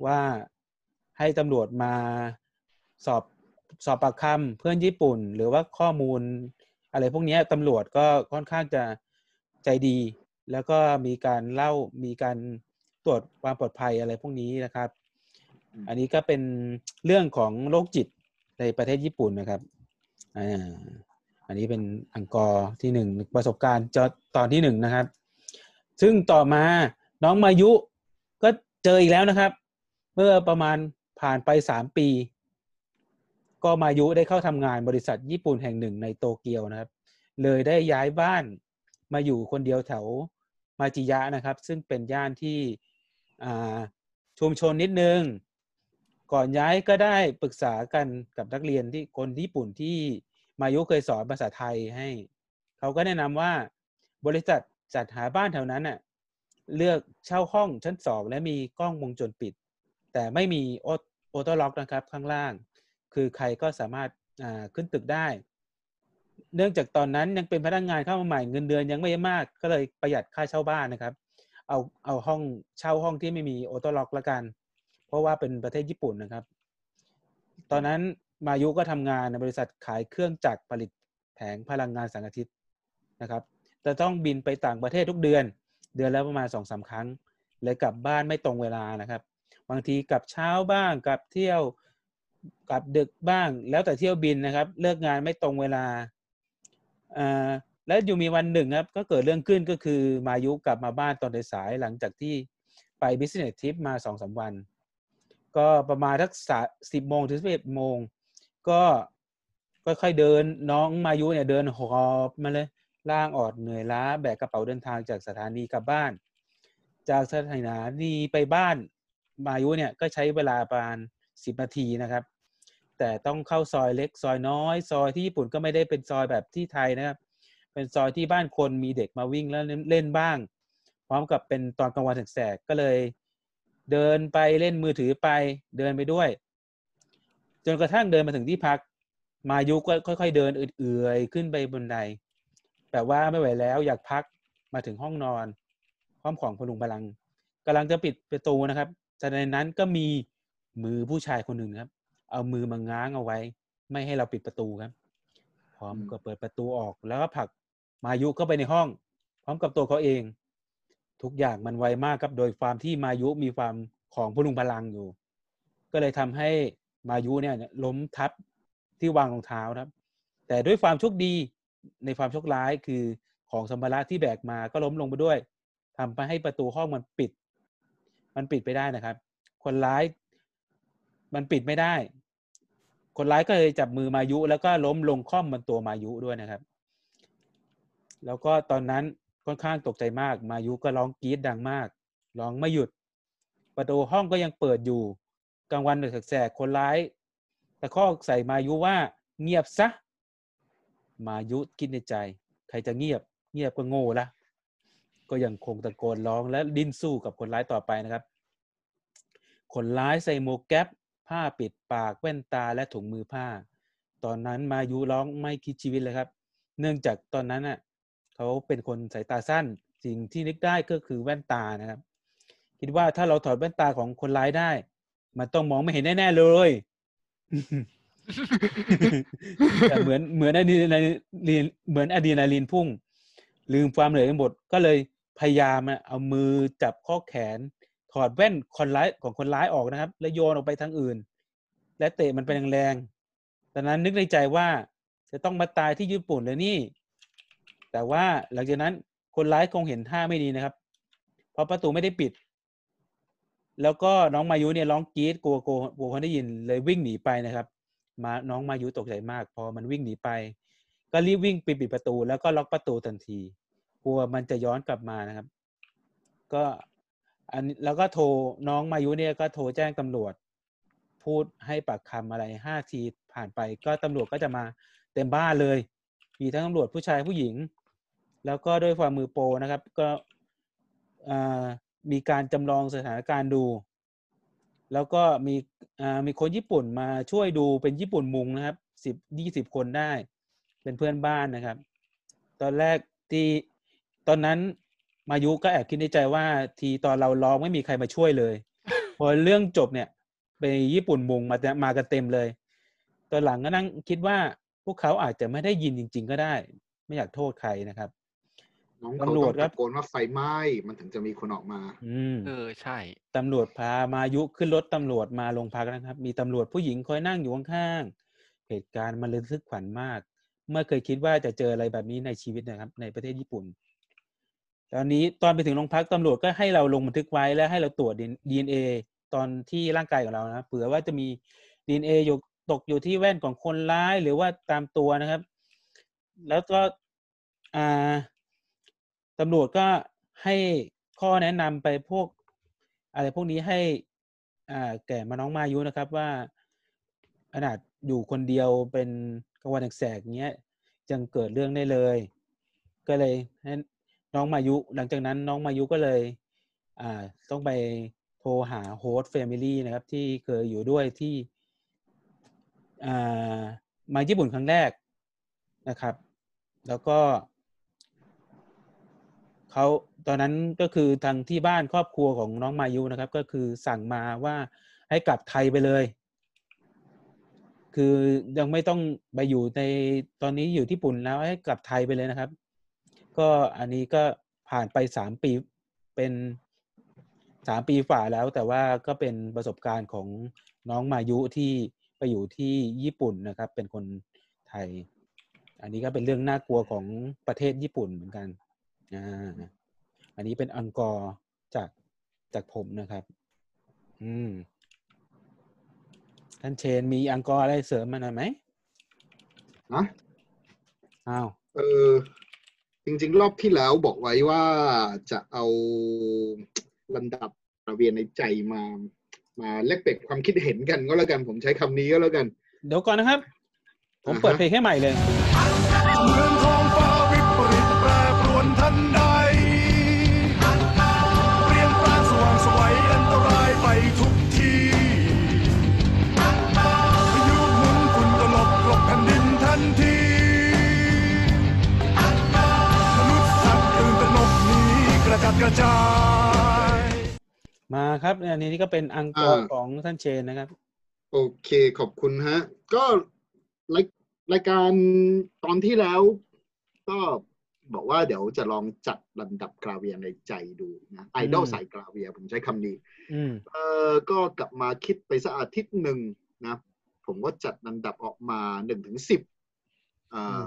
[SPEAKER 2] ว่าให้ตำรวจมาสอบสอบปากคำเพื่อนญี่ปุ่น หรือว่าข้อมูล อะไรพวกเนี้ยตำรวจก็ค่อนข้างจะใจดี แล้วก็มีการเล่ามีการตรวจความปลอดภัยอะไรพวกนี้นะครับ อันนี้ก็เป็นเรื่องของโรคจิตในประเทศญี่ปุ่นนะครับอ่า อันนี้เป็นอังกอร์ที่หนึ่งประสบการณ์จอตอนที่หนึ่งนะครับ ซึ่งต่อมาน้องมายุก็เจออีกแล้วนะครับ เมื่อประมาณผ่านไปสามปี ก็มายุได้เข้าทำงานบริษัทญี่ปุ่นแห่งหนึ่งในโตเกียวนะครับ เลยได้ย้ายบ้านมาอยู่คนเดียวแถวมาจิยะนะครับ ซึ่งเป็นย่านที่อ่าชุมชนนิดนึง ก่อนย้ายก็ได้ปรึกษากันกับนักเรียนที่คนญี่ปุ่นที่มายุเคยสอนภาษาไทยให้ เขาก็แนะนำว่าบริษัทจัดหาบ้านแถวนั้นน่ะเลือกเช่าห้องชั้นสองและมีกล้องวงจรปิด แต่ไม่มีโอโอโตล็อกนะครับข้างล่าง คือใครก็สามารถอ่าขึ้นตึกได้ เนื่องจากตอนนั้นยังเป็นพนักงานเข้ามาใหม่เงินเดือนยังไม่มากก็เลยประหยัดค่าเช่าบ้านนะครับ เอาเอาห้องเช่าห้องที่ไม่มีโอโตล็อกละกัน เพราะว่าเป็นประเทศญี่ปุ่นนะครับ ตอนนั้นมายุก็ทำงานในบริษัทขายเครื่องจักรผลิตแผงพลังงานแสงอาทิตย์นะครับจะต้องบินไปต่างประเทศทุกเดือน เดือนละประมาณสองสาครั้งเลยกลับบ้านไม่ตรงเวลานะครับ บางทีกลับเช้าบ้างกลับเที่ยวกลับดึกบ้าง แล้วแต่เที่ยวบินนะครับ เลิกงานไม่ตรงเวลาอ่าและอยู่มีวันหนึ่งครับ ก็เกิดเรื่องขึ้นก็คือมายุกลับมาบ้านตอนสายๆหลังจากที่ไป business trip มาสองสามวัน ก็ประมาณทักสาสิบโมงถึงสิบเอ็ดโมง ก็ค่อยๆเดินน้องมายุเนี่ยเดินหอบมาเลยร่างออดเหนื่อยล้าแบกกระเป๋าเดินทางจากสถานีกลับบ้าน จากสถานีไปบ้านมายุเนี่ยก็ใช้เวลาประมาณสิบนาทีนะครับ แต่ต้องเข้าซอยเล็กซอยน้อย ซอยที่ญี่ปุ่นก็ไม่ได้เป็นซอยแบบที่ไทยนะครับ เป็นซอยที่บ้านคนมีเด็กมาวิ่งแล้วเล่นบ้าง พร้อมกับเป็นตอนกลางวันแสกๆก็เลย เดินไปเล่นมือถือไปเดินไปด้วย จนกระทั่งเดินมาถึงที่พัก มายุก็ค่อยๆเดินเอื่อยๆขึ้นไปบนไดแบบว่าไม่ไหวแล้วอยากพักมาถึงห้องนอน พร้อมของพลุงพลังกำลังจะปิดประตูนะครับแต่ในนั้นก็มีมือผู้ชายคนหนึ่งครับ เอามือมาง้างเอาไว้ ไม่ให้เราปิดประตูครับ พร้อมก็เปิดประตูออกแล้วก็ผลักมายุเข้าไปในห้อง พร้อมกับตัวเขาเอง ทุกอย่างมันไวมากครับโดยความที่มายุมีความของพลุงพลังอยู่ ก็เลยทำให้มายุเนี่ยล้มทับที่วางรองเท้านะครับ แต่ด้วยความโชคดีในความโชคร้ายคือของสัมภาระที่แบกมาก็ล้มลงไปด้วยทำให้ประตูห้องมันปิด มันปิดไปได้นะครับ คนร้ายมันปิดไม่ได้ คนร้ายก็เลยจับมือมายุ แล้วก็ล้มลงคล่อมบนตัวมายุด้วยนะครับ แล้วก็ตอนนั้นค่อนข้างตกใจมาก มายุก็ร้องกรี๊ดดังมาก ร้องไม่หยุด ประตูห้องก็ยังเปิดอยู่ กลางวันเดือดแสกๆคนร้ายตะคอกใส่มายุว่าเงียบซะ มายุคิดในใจ ใครจะเงียบ เงียบก็โง่ละก็ยังคงตะโกนร้องและดิ้นสู้กับคนร้ายต่อไปนะครับ คนร้ายใส่หมวกแก๊ปผ้าปิดปากแว่นตาและถุงมือผ้า ตอนนั้นมายุร้องไม่คิดชีวิตเลยครับ เนื่องจากตอนนั้นน่ะเขาเป็นคนสายตาสั้น สิ่งที่นึกได้ก็คือแว่นตานะครับ คิดว่าถ้าเราถอดแว่นตาของคนร้ายได้ มันต้องมองไม่เห็นแน่ๆเลย แต่เหมือนเหมือนอะดรีนาลีนเหมือนอะดรีนาลีนพุ่ง ลืมความเหนื่อยไปหมดก็เลยพยายามอะเอามือจับข้อแขน ถอดแว่นคนร้ายของคนร้ายออกนะครับ แล้วโยนออกไปทางอื่น และเตะมันไปแรงๆตอนนั้นนึกในใจว่า จะต้องมาตายที่ญี่ปุ่นเลยนี่ แต่ว่าหลังจากนั้นคนร้ายคงเห็นท่าไม่ดีนะครับ เพราะประตูไม่ได้ปิด แล้วก็น้องมายุเนี่ยร้องกรี๊ดกลัวกลัวกลัวคนได้ยินเลยวิ่งหนีไปนะครับ มาน้องมายุตกใจมาก พอมันวิ่งหนีไป ก็รีบวิ่งไปปิดประตู แล้วก็ล็อกประตูทันที กลัวมันจะย้อนกลับมานะครับ ก็อันนี้แล้วก็โทรน้องมายุเนี่ยก็โทรแจ้งตำรวจ พูดให้ปากคำอะไรห้าทีผ่านไป ก็ตำรวจก็จะมาเต็มบ้านเลย มีทั้งตำรวจผู้ชายผู้หญิง แล้วก็ด้วยความมือโปรนะครับ ก็อ่ามีการจำลองสถานการณ์ดู แล้วก็มีอ่ามีคนญี่ปุ่นมาช่วยดูเป็นญี่ปุ่นมุงนะครับสิบยี่สิบคนได้ เป็นเพื่อนบ้านนะครับ ตอนแรกที่ตอนนั้นมายุก็แอบคิดในใจว่าทีตอนเราร้องไม่มีใครมาช่วยเลย พอเรื่องจบเนี่ยไปญี่ปุ่นมุงมาแต่มากันเต็มเลย ตอนหลังก็นั่งคิดว่าพวกเขาอาจจะไม่ได้ยินจริง ๆ ก็ได้ ไม่อยากโทษใครนะครับ
[SPEAKER 4] น้องเขา
[SPEAKER 2] ตำร
[SPEAKER 4] ต้
[SPEAKER 2] ว
[SPEAKER 4] อ
[SPEAKER 2] จ
[SPEAKER 4] ง
[SPEAKER 2] ครั
[SPEAKER 4] ตะ
[SPEAKER 2] บ
[SPEAKER 4] โกนว่าไฟไหม้มันถึงจะมีคนออกมา
[SPEAKER 2] อืม
[SPEAKER 3] เออใช่
[SPEAKER 2] ตำรวจพามายุขึ้นรถตำรวจมาโรงพักนะครับ มีตำรวจผู้หญิงคอยนั่งอยู่ข้างๆ เหตุการณ์มันระทึกขวัญมาก เมื่อเคยคิดว่าจะเจออะไรแบบนี้ในชีวิตนะครับ ในประเทศญี่ปุ่น ตอนนี้ตอนไปถึงโรงพักตำรวจก็ให้เราลงบันทึกไว้และให้เราตรวจดีเอ็นเอตอนที่ร่างกายของเรานะเผื่อว่าจะมีดีเอ็นเอยู่ตกอยู่ที่แว่นของคนร้ายหรือว่าตามตัวนะครับ แล้วก็อ่าตำรวจก็ให้ข้อแนะนำไปพวก อะไรพวกนี้ให้ อ่าแก่มาน้องมายุนะครับว่าขนาดอยู่คนเดียวเป็นกลางวันแสกๆเงี้ยยังเกิดเรื่องได้เลย ก็เลยให้น้องมายุ หลังจากนั้นน้องมายุก็เลย อ่า ต้องไปโทรหาโฮสต์แฟมิลี่นะครับ ที่เคยอยู่ด้วยที่ อ่ามาญี่ปุ่นครั้งแรกนะครับ แล้วก็ เขาตอนนั้นก็คือทางที่บ้านครอบครัวของน้องมายุนะครับ ก็คือสั่งมาว่าให้กลับไทยไปเลย คือยังไม่ต้องไปอยู่ในตอนนี้อยู่ที่ญี่ปุ่นแล้วให้กลับไทยไปเลยนะครับ ก็อันนี้ก็ผ่านไปสามปีเป็นสามปีฝ่าแล้ว แต่ว่าก็เป็นประสบการณ์ของน้องมายุที่ไปอยู่ที่ญี่ปุ่นนะครับ เป็นคนไทย อันนี้ก็เป็นเรื่องน่ากลัวของประเทศญี่ปุ่นเหมือนกัน อ่าอันนี้เป็นอังกอร์จากจากผมนะครับ อืม ท่านเชนมีอังกอร์อะไรเสริมมาหน่อยไหม
[SPEAKER 4] นะ
[SPEAKER 2] อ้าว
[SPEAKER 4] เออจริงๆ รอบที่แล้วบอกไว้ว่าจะเอาลำดับอาเวียนในใจมา มาแลกเปลี่ยนความคิดเห็นกันก็แล้วกันผมใช้คำนี้ก็แล้วกัน
[SPEAKER 2] เดี๋ยวก่อนนะครับ ผมเปิด
[SPEAKER 4] อ่าฮะ
[SPEAKER 2] เพลงให้ใหม่เลย
[SPEAKER 10] เมืองทองฟ้าวิปริตแปรปรวนทันใด เปลี่ยนแปลงสว่างไสวยอันตรายไปทุกทีพายุหมุนฝุ่นตลบกลบแผ่นดินทันทีมนุษย์สัตว์ตื่นตระหนกหนีกระจัดกระจาย
[SPEAKER 2] มาครับ อันนี้ก็เป็นอังกอร์
[SPEAKER 4] อ่า
[SPEAKER 2] ของท่านเชนนะครับ
[SPEAKER 4] โอเค ขอบคุณฮะ ก็รายรายการตอนที่แล้ว ก็บอกว่าเดี๋ยวจะลองจัดลำดับกราเวียในใจดูนะไอดอล
[SPEAKER 2] อืม
[SPEAKER 4] สายกราเวีย ผมใช้คำนี้
[SPEAKER 2] อืม
[SPEAKER 4] เออก็กลับมาคิดไปสักอาทิตย์หนึ่งนะ ผมก็จัดลำดับออกมาหนึ่งถึงสิบ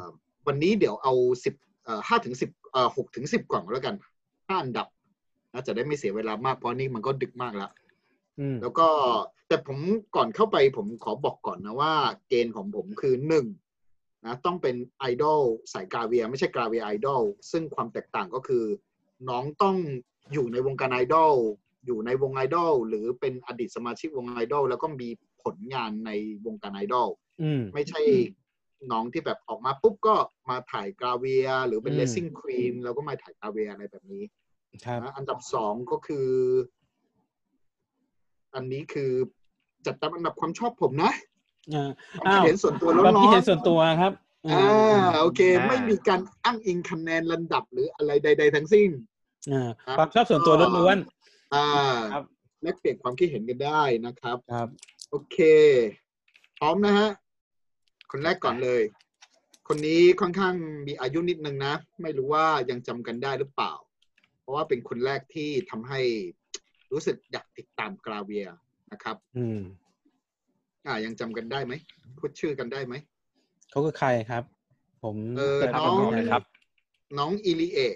[SPEAKER 2] ม
[SPEAKER 4] วันนี้เดี๋ยวเอาสิบห้าถึงสิบหกถึงสิบกล่องแล้วกันห้าอันดับนะจะได้ไม่เสียเวลามากเพราะนี่มันก็ดึกมากแล้ว
[SPEAKER 2] อืม
[SPEAKER 4] แล้วก็แต่ผมก่อนเข้าไปผมขอบอกก่อนนะว่าเกณฑ์ของผมคือหนึ่งนะต้องเป็นไอดอลสายกราเวีย ไม่ใช่กราเวียไอดอลซึ่งความแตกต่างก็คือ น้องต้องอยู่ในวงการไอดอลอยู่ในวงไอดอลหรือเป็นอดีตสมาชิกวงไอดอลแล้วก็มีผลงานในวงการไอดอล
[SPEAKER 2] อืม
[SPEAKER 4] ไม่ใช่น้องที่แบบออกมาปุ๊บก็มาถ่ายกราเวีย หรือเป็น
[SPEAKER 2] อืม
[SPEAKER 4] เลสซิ่งควีนแล้วก็มาถ่ายกราเวียอะไรแบบนี้
[SPEAKER 2] ครับ
[SPEAKER 4] นะอันดับสองก็คือ อันนี้คือจัดตามอันดับความชอบผมนะ
[SPEAKER 2] อ่า
[SPEAKER 4] ความคิด
[SPEAKER 2] อ้าว
[SPEAKER 4] เห็นส่วนตัว
[SPEAKER 2] ค
[SPEAKER 4] ร้
[SPEAKER 2] วาม
[SPEAKER 4] อ
[SPEAKER 2] คิดเห็
[SPEAKER 4] น
[SPEAKER 2] นส่วนตัวครับ
[SPEAKER 4] ๆอ่าโอเค
[SPEAKER 3] อ่า
[SPEAKER 4] ไม่มีการอ้างอิงคะแนนลำดับหรืออะไรใด ๆ ทั้งสิ้น
[SPEAKER 2] อ่า
[SPEAKER 4] ครับ
[SPEAKER 2] ความชอบส่วนตัวล้วน
[SPEAKER 4] อ่า
[SPEAKER 2] ๆครับ
[SPEAKER 4] แลกเปลี่ยนความคิดเห็นกันได้นะครับ
[SPEAKER 2] ครับ
[SPEAKER 4] โอเค พร้อมนะฮะ คนแรกก่อนเลย คนนี้ค่อนข้างมีอายุนิดนึงนะ ไม่รู้ว่ายังจำกันได้หรือเปล่า เพราะว่าเป็นคนแรกที่ทำให้รู้สึกอยากติดตามกราเวียนะครับ
[SPEAKER 2] อืม
[SPEAKER 4] อ่ายังจำกันได้ไหมพูดชื่อกันได้ไหม
[SPEAKER 2] เขาคือใครครับ ผม
[SPEAKER 4] เออ
[SPEAKER 2] กิดมา
[SPEAKER 4] น้อง
[SPEAKER 2] ไม่ทัน
[SPEAKER 3] ครับ
[SPEAKER 4] น้องอิริเอะ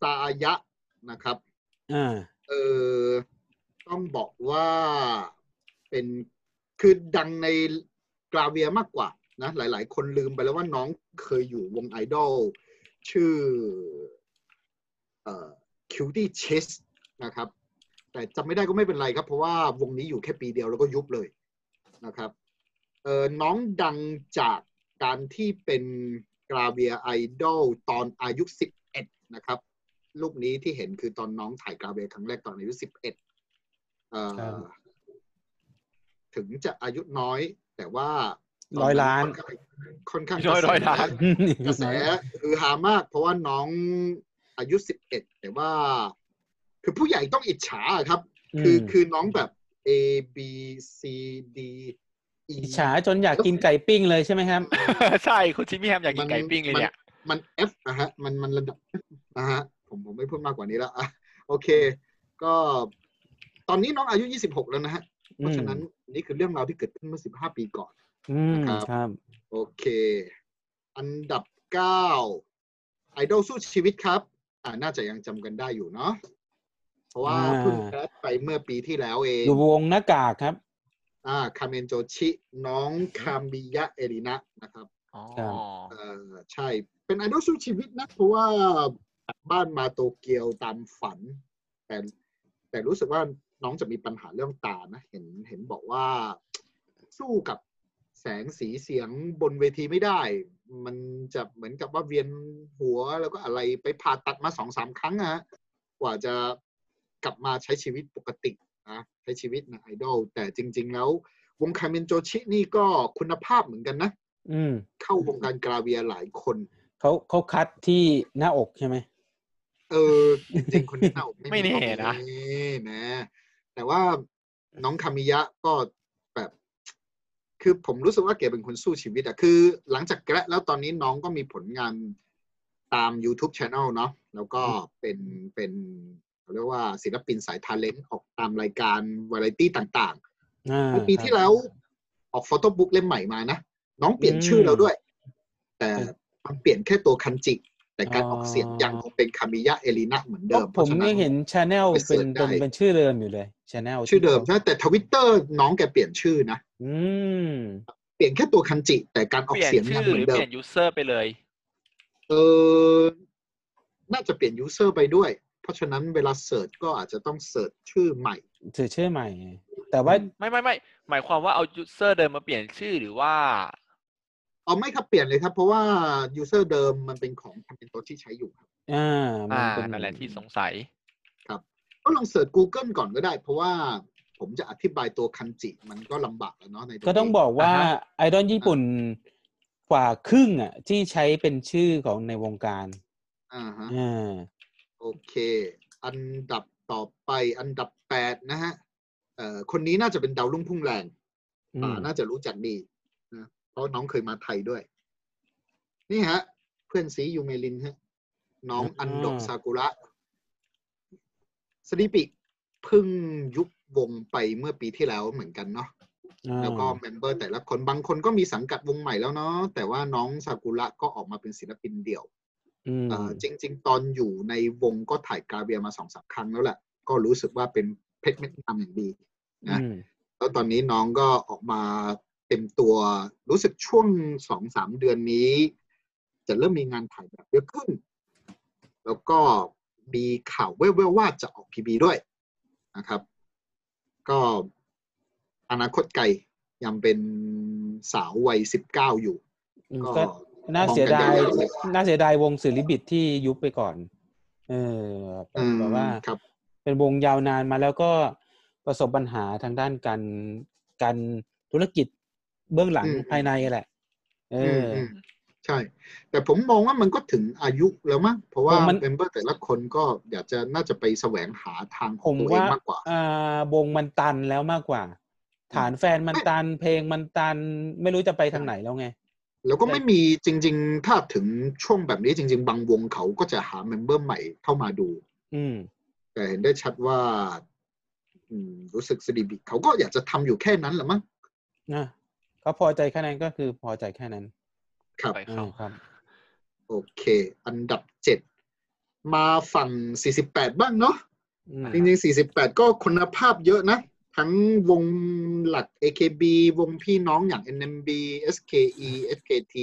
[SPEAKER 4] ซายะนะครับ
[SPEAKER 2] อ่า
[SPEAKER 4] เออต้องบอกว่าเป็นคือดังในกราเวียมากกว่านะ หลาย ๆ คนลืมไปแล้วว่าน้องเคยอยู่วงไอดอลชื่อเอ่อคิวตี้เชสนะครับ แต่จำไม่ได้ก็ไม่เป็นไรครับ เพราะว่าวงนี้อยู่แค่ปีเดียวแล้วก็ยุบเลยนะครับเออน้องดังจากการที่เป็นกราเวียไอดอลตอนอายุ 11 นะครับ รูปนี้ที่เห็นคือตอนน้องถ่ายกราเวครั้งแรกตอนอายุ 11เอ่อ
[SPEAKER 2] ครับ
[SPEAKER 4] ถึงจะอายุน้อย แต่ว่าต
[SPEAKER 2] ร้อยล้าน
[SPEAKER 4] ค่อนข้าง
[SPEAKER 3] ร้อยร้อยล้าน
[SPEAKER 4] กระแสฮือฮามาก เพราะว่าน้องอายุ 11 แต่ว่า คือผู้ใหญ่ต้องอิจฉาครับ คือ
[SPEAKER 2] ม
[SPEAKER 4] คือน้องแบบ A B C D E
[SPEAKER 2] อิจฉาจนอยากกินไก่ปิ้งเลยใช่ไหมครับ
[SPEAKER 3] ใช่คุณชิมมี่แฮมอยากกินไก่ปิ้งเลยเนี่ย
[SPEAKER 4] มัน F นะฮะ มันมันระดับ F นะฮะ ผมผมไม่พูดมากกว่านี้แล้วอ่ะโอเค ก็ตอนนี้น้องอายุ 26 แล้วนะฮะ เพราะฉะนั้นนี่คือเรื่องราวที่เกิดขึ้นเมื่อ 15 ปีก่อน
[SPEAKER 2] อืม
[SPEAKER 4] นะครับ
[SPEAKER 2] ครับ
[SPEAKER 4] โอเค อันดับเก้าไอดอลสู้ชีวิตครับ อ่าน่าจะยังจำกันได้อยู่เนาะเพราะว่า
[SPEAKER 2] อ่า
[SPEAKER 4] เพิ่งแคสไปเมื่อปีที่แล้วเอง
[SPEAKER 2] อยู่วงหน้ากากครับ
[SPEAKER 4] อ่าคาเมนโจชิน้องคามิยะเอรินะนะครับ
[SPEAKER 3] อ๋อ
[SPEAKER 2] ครับ
[SPEAKER 4] เออใช่ เป็นไอดอลสู้ชีวิตนะ เพราะว่าจากบ้านมาโตเกียวตามฝัน แต่แต่รู้สึกว่าน้องจะมีปัญหาเรื่องตานะ เห็นเห็นบอกว่า สู้กับแสงสีเสียงบนเวทีไม่ได้ มันจะเหมือนกับว่าเวียนหัวแล้วก็อะไรไปผ่าตัดมาสองสามครั้งนะฮะกว่าจะกลับมาใช้ชีวิตปกตินะใช้ชีวิตในไอดอลแต่จริง ๆ แล้ว วงคาเมนโจชินี่ก็คุณภาพเหมือนกันนะ
[SPEAKER 2] อืม
[SPEAKER 4] เข้าวงการกราเวียหลายคน
[SPEAKER 2] เขาเขาคัดที่หน้าอกใช่ไหม
[SPEAKER 4] เออ จริงๆคนที่เน่า
[SPEAKER 3] ไม่แน่นะ
[SPEAKER 4] นี่นะ แต่ว่าน้องคามิยะก็แบบ คือผมรู้สึกว่าเก๋เป็นคนสู้ชีวิตอะคือ หลังจากแกะแล้วตอนนี้น้องก็มีผลงานตาม YouTube Channel เนาะแล้วก็เป็นเป็นเขาเรียกว่าศิลปินสายทาเลนต์ออกตามรายการวาไรตี้ต่าง
[SPEAKER 2] อ่า
[SPEAKER 4] ๆเมื่อปีที่แล้วออกโฟโต้บุ๊กเล่มใหม่มานะ น้องเปลี่ยนชื่อแล้วด้วย แต่มันเปลี่ยนแค่ตัวคันจิ แต่การออกเสียงยังคงเป็นคามิยะเอลินะเหมือน
[SPEAKER 2] ครั
[SPEAKER 4] เดิ
[SPEAKER 2] บ
[SPEAKER 4] ม
[SPEAKER 2] ก็ผม
[SPEAKER 4] พราะฉะ
[SPEAKER 2] ไม่
[SPEAKER 4] นั้น
[SPEAKER 2] เห็นชาแนล
[SPEAKER 4] ไปเสิ
[SPEAKER 2] เป็
[SPEAKER 4] ร์ช
[SPEAKER 2] น
[SPEAKER 4] ได้
[SPEAKER 2] เป็นเป็นชื่อเดิมอยู่เลยชาแนล
[SPEAKER 4] ชื่อเดิมใช่ไหมแต่ทวิตเตอร์น้องแกเปลี่ยนชื่อนะ
[SPEAKER 2] อืม
[SPEAKER 4] เปลี่ยนแค่ตัวคันจิ แต่การออก
[SPEAKER 3] เปลี่ยน
[SPEAKER 4] เสียง
[SPEAKER 3] ชื่
[SPEAKER 4] ยัง
[SPEAKER 3] อ
[SPEAKER 4] เหมื
[SPEAKER 3] ห
[SPEAKER 4] อ
[SPEAKER 3] รื
[SPEAKER 4] น
[SPEAKER 3] อ
[SPEAKER 4] เดิ
[SPEAKER 3] เปลี่
[SPEAKER 4] ม
[SPEAKER 3] ยนยูเซอร์ไปเลย
[SPEAKER 4] เออน่าจะเปลี่ยนยูเซอร์ไปด้วย เพราะฉะนั้นเวลาเสิร์ชก็อาจจะต้องเสิร์ชชื่อใหม่
[SPEAKER 2] ถือชื่อใหม่ แต่ว่า
[SPEAKER 3] ไม่ไม่ไม่หมายความว่าเอายูเซอร์เดิมมาเปลี่ยนชื่อหรือว่า
[SPEAKER 4] เอาไม่ครับเปลี่ยนเลยครับ เพราะว่ายูเซอร์เดิมมันเป็นของคาเมนโตะที่ใช้อยู่ครับ
[SPEAKER 2] อ่ามั
[SPEAKER 3] อ่า
[SPEAKER 2] นเป็น
[SPEAKER 3] นั่นแหละที่สงสัย
[SPEAKER 4] ก็ลองเสิร์ช Google ก่อนก็ได้ เพราะว่าผมจะอธิบายตัวคันจิ มันก็ลำบากแล้วเนาะในว
[SPEAKER 2] ก็ต้องบอกว่า
[SPEAKER 3] อ่าฮะ
[SPEAKER 2] ไอดอลญี่ปุ่นกว่าครึ่งอ่ะ ที่ใช้เป็นชื่อของในวงการ
[SPEAKER 4] อ่าฮะ
[SPEAKER 2] อ่า
[SPEAKER 4] โอเค อันดับต่อไปอันดับแปดนะฮะเอ่อคนนี้น่าจะเป็นดาวรุ่งพุ่งแรง
[SPEAKER 2] อื
[SPEAKER 4] ป่าม น่าจะรู้จักดีนะเพราะน้องเคยมาไทยด้วย นี่ฮะ เพื่อนซียูเมลินฮะ น้องอันดกซากุระสลิปิเพึ่งยุบวงไปเมื่อปีที่แล้วเหมือนกันเนาะ
[SPEAKER 2] อ่า
[SPEAKER 4] แล้วก็เมมเบอร์แต่ละคนบางคนก็มีสังกัดวงใหม่แล้วเนาะ แต่ว่าน้องซากุระก็ออกมาเป็นศิลปินเดี่ยว
[SPEAKER 2] อืม
[SPEAKER 4] เอ่อจริง ๆ ตอนอยู่ในวงก็ถ่ายกาเบียมาสองสามครั้งแล้วแหละ ก็รู้สึกว่าเป็นเพชรเม็ดงามอย่างดี นะ
[SPEAKER 2] อืม
[SPEAKER 4] แล้วตอนนี้น้องก็ออกมาเต็มตัวรู้สึกช่วงสองสามเดือนนี้ จะเริ่มมีงานถ่ายแบบเยอะขึ้น แล้วก็มีข่าวแว่วๆว่าจะออกพีบีด้วยนะครับ ก็อนาคตไกลยังเป็นสาววัยสิบเก้าอยู่
[SPEAKER 2] อืม
[SPEAKER 4] ก็
[SPEAKER 2] ก็น่าเสียดาย
[SPEAKER 4] มองกันยาว
[SPEAKER 2] น่าเสียดายวงสื่อลิบิตที่ยุบไปก่อน เออ
[SPEAKER 4] อืม
[SPEAKER 2] แบบว่า
[SPEAKER 4] ครับ
[SPEAKER 2] เป็นวงยาวนานมาแล้วก็ประสบปัญหาทางด้านการการธุรกิจเบื้องหลัง
[SPEAKER 4] อืม
[SPEAKER 2] ภายในแหละ เอ
[SPEAKER 4] อืม
[SPEAKER 2] ออ
[SPEAKER 4] อืมใช่ แต่ผมมองว่ามันก็ถึงอายุแล้วมั้งเพราะว่า
[SPEAKER 2] ผมมัน
[SPEAKER 4] เมมเบอร์แต่ละคนก็อยากจะน่าจะไปแสวงหาทางข
[SPEAKER 2] ผ
[SPEAKER 4] อง
[SPEAKER 2] ม
[SPEAKER 4] ตัวเอ
[SPEAKER 2] ว่าง
[SPEAKER 4] มากกว่า
[SPEAKER 2] อ่าวงมันตันแล้วมากกว่า ฐานแฟนมันตันเพลงมันตันไม่รู้จะไปทางไหนแล้วไง
[SPEAKER 4] แล้วก็ไม่มีจริง ๆ ถ้าถึงช่วงแบบนี้จริง ๆ บางวงเขาก็จะหาเมมเบอร์ใหม่เข้ามาดู
[SPEAKER 2] อืม
[SPEAKER 4] แต่เห็นได้ชัดว่า อืม รู้สึกสดีบิเขาก็อยากจะทำอยู่แค่นั้นแหละมั้ง
[SPEAKER 2] นะเขาพอใจแค่นั้นก็คือพอใจแค่นั้น
[SPEAKER 4] ครับ
[SPEAKER 3] ไป
[SPEAKER 2] อ่า
[SPEAKER 3] เข้า
[SPEAKER 2] ครับ
[SPEAKER 4] โอเค อันดับเจ็ดมาฝั่ง 48 บ้างเนาะ
[SPEAKER 2] อืม
[SPEAKER 4] จริงๆ 48 ก็คุณภาพเยอะนะ ทั้งวงหลัก AKB วงพี่น้องอย่าง NMB SKE SKT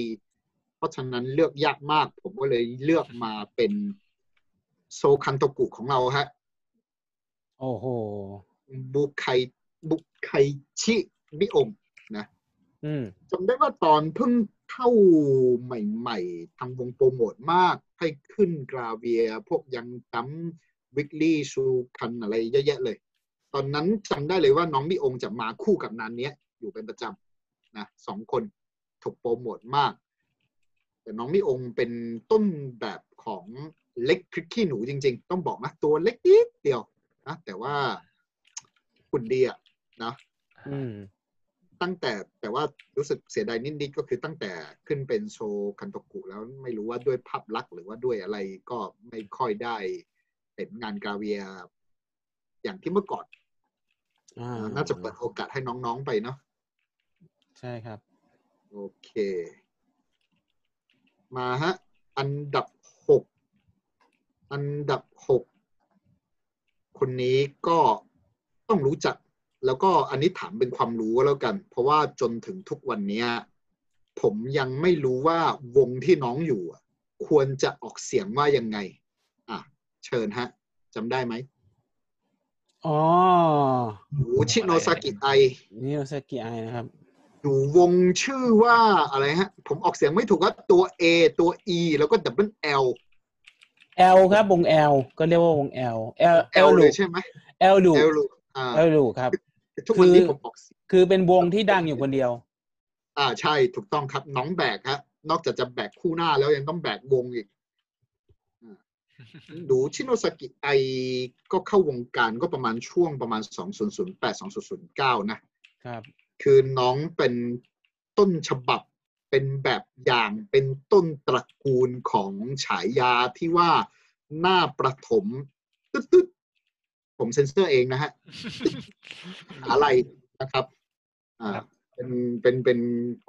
[SPEAKER 4] เพราะฉะนั้นเลือกยากมาก ผมก็เลยเลือกมาเป็นโซคันโตกุของเราฮะ
[SPEAKER 2] โอ้โห
[SPEAKER 4] บุไคบุไคชิมิองนะ
[SPEAKER 2] อืม
[SPEAKER 4] จำได้ว่าตอนเพิ่งเข้าใหม่ๆ ทางวงโปรโมทมาก ให้ขึ้นกราเวีย พวกยังตั้มวิกลี่ชูคันอะไรเยอะแยะเลย ตอนนั้นจำได้เลยว่าน้องมิองจะมาคู่กับนานเนี้ย อยู่เป็นประจำนะสองคนถูกโปรโมทมาก แต่น้องมิองเป็นต้นแบบของเล็กพริกขี้หนูจริง ๆ ต้องบอกนะ ตัวเล็กนิดเดียวนะแต่ว่าหุ่นดีอะนะ
[SPEAKER 2] อืม
[SPEAKER 4] ตั้งแต่แต่ว่ารู้สึกเสียดายนิดนิดๆก็คือตั้งแต่ขึ้นเป็นโชว์คันโตกุแล้วไม่รู้ว่าด้วยภาพลักษณ์หรือว่าด้วยอะไรก็ไม่ค่อยได้เห็นงานกาเวีย อย่างที่เมื่อก่อน
[SPEAKER 2] อ่า
[SPEAKER 4] น่าจะเปิดโอกาสให้น้องๆไปเนาะ
[SPEAKER 2] ใช่ครับ
[SPEAKER 4] โอเค มาฮะ อันดับหกอันดับหกคนนี้ก็ต้องรู้จัก แล้วก็อันนี้ถามเป็นความรู้ก็แล้วกัน เพราะว่าจนถึงทุกวันเนี้ยผมยังไม่รู้ว่าวงที่น้องอยู่อะควรจะออกเสียงว่ายังไง อ่ะ เชิญฮะจำได้ไหม
[SPEAKER 2] อ๋อ
[SPEAKER 4] หูชิโนซากิไอ
[SPEAKER 2] นี่โรซากิไอนะครับ
[SPEAKER 4] อยู่วงชื่อว่าอะไรฮะ ผมออกเสียงไม่ถูกครับตัว A ตัว E แล้วก็ double L
[SPEAKER 2] L ครับวง L ก็เรียกว่าวง L L L
[SPEAKER 4] เล
[SPEAKER 2] ลู
[SPEAKER 4] ยใช่ไหม
[SPEAKER 2] ก L ลูก
[SPEAKER 4] L ลูกอ่า
[SPEAKER 2] L ลูกครับ
[SPEAKER 4] ทุกวันนี้
[SPEAKER 2] คือ
[SPEAKER 4] ผมออกเสียง
[SPEAKER 2] คือเป็นวงที่ดังอยู่คนเดียว
[SPEAKER 4] อ่าใช่ถูกต้องครับ น้องแบกฮะ นอกจากจะแบกคู่หน้าแล้วยังต้องแบกวงอีกอ่าดูชิโนซากิไอก็เข้าวงการก็ประมาณช่วงประมาณ 2008 2009 นะ
[SPEAKER 2] ครับ
[SPEAKER 4] คือน้องเป็นต้นฉบับเป็นแบบอย่างเป็นต้นตระกูลของฉายาที่ว่าหน้าประถมตึ๊ดตึ๊ดผมเซ็นเซอร์เองนะฮะ อะไรนะครับ อ่า เป็นเป็นเป็น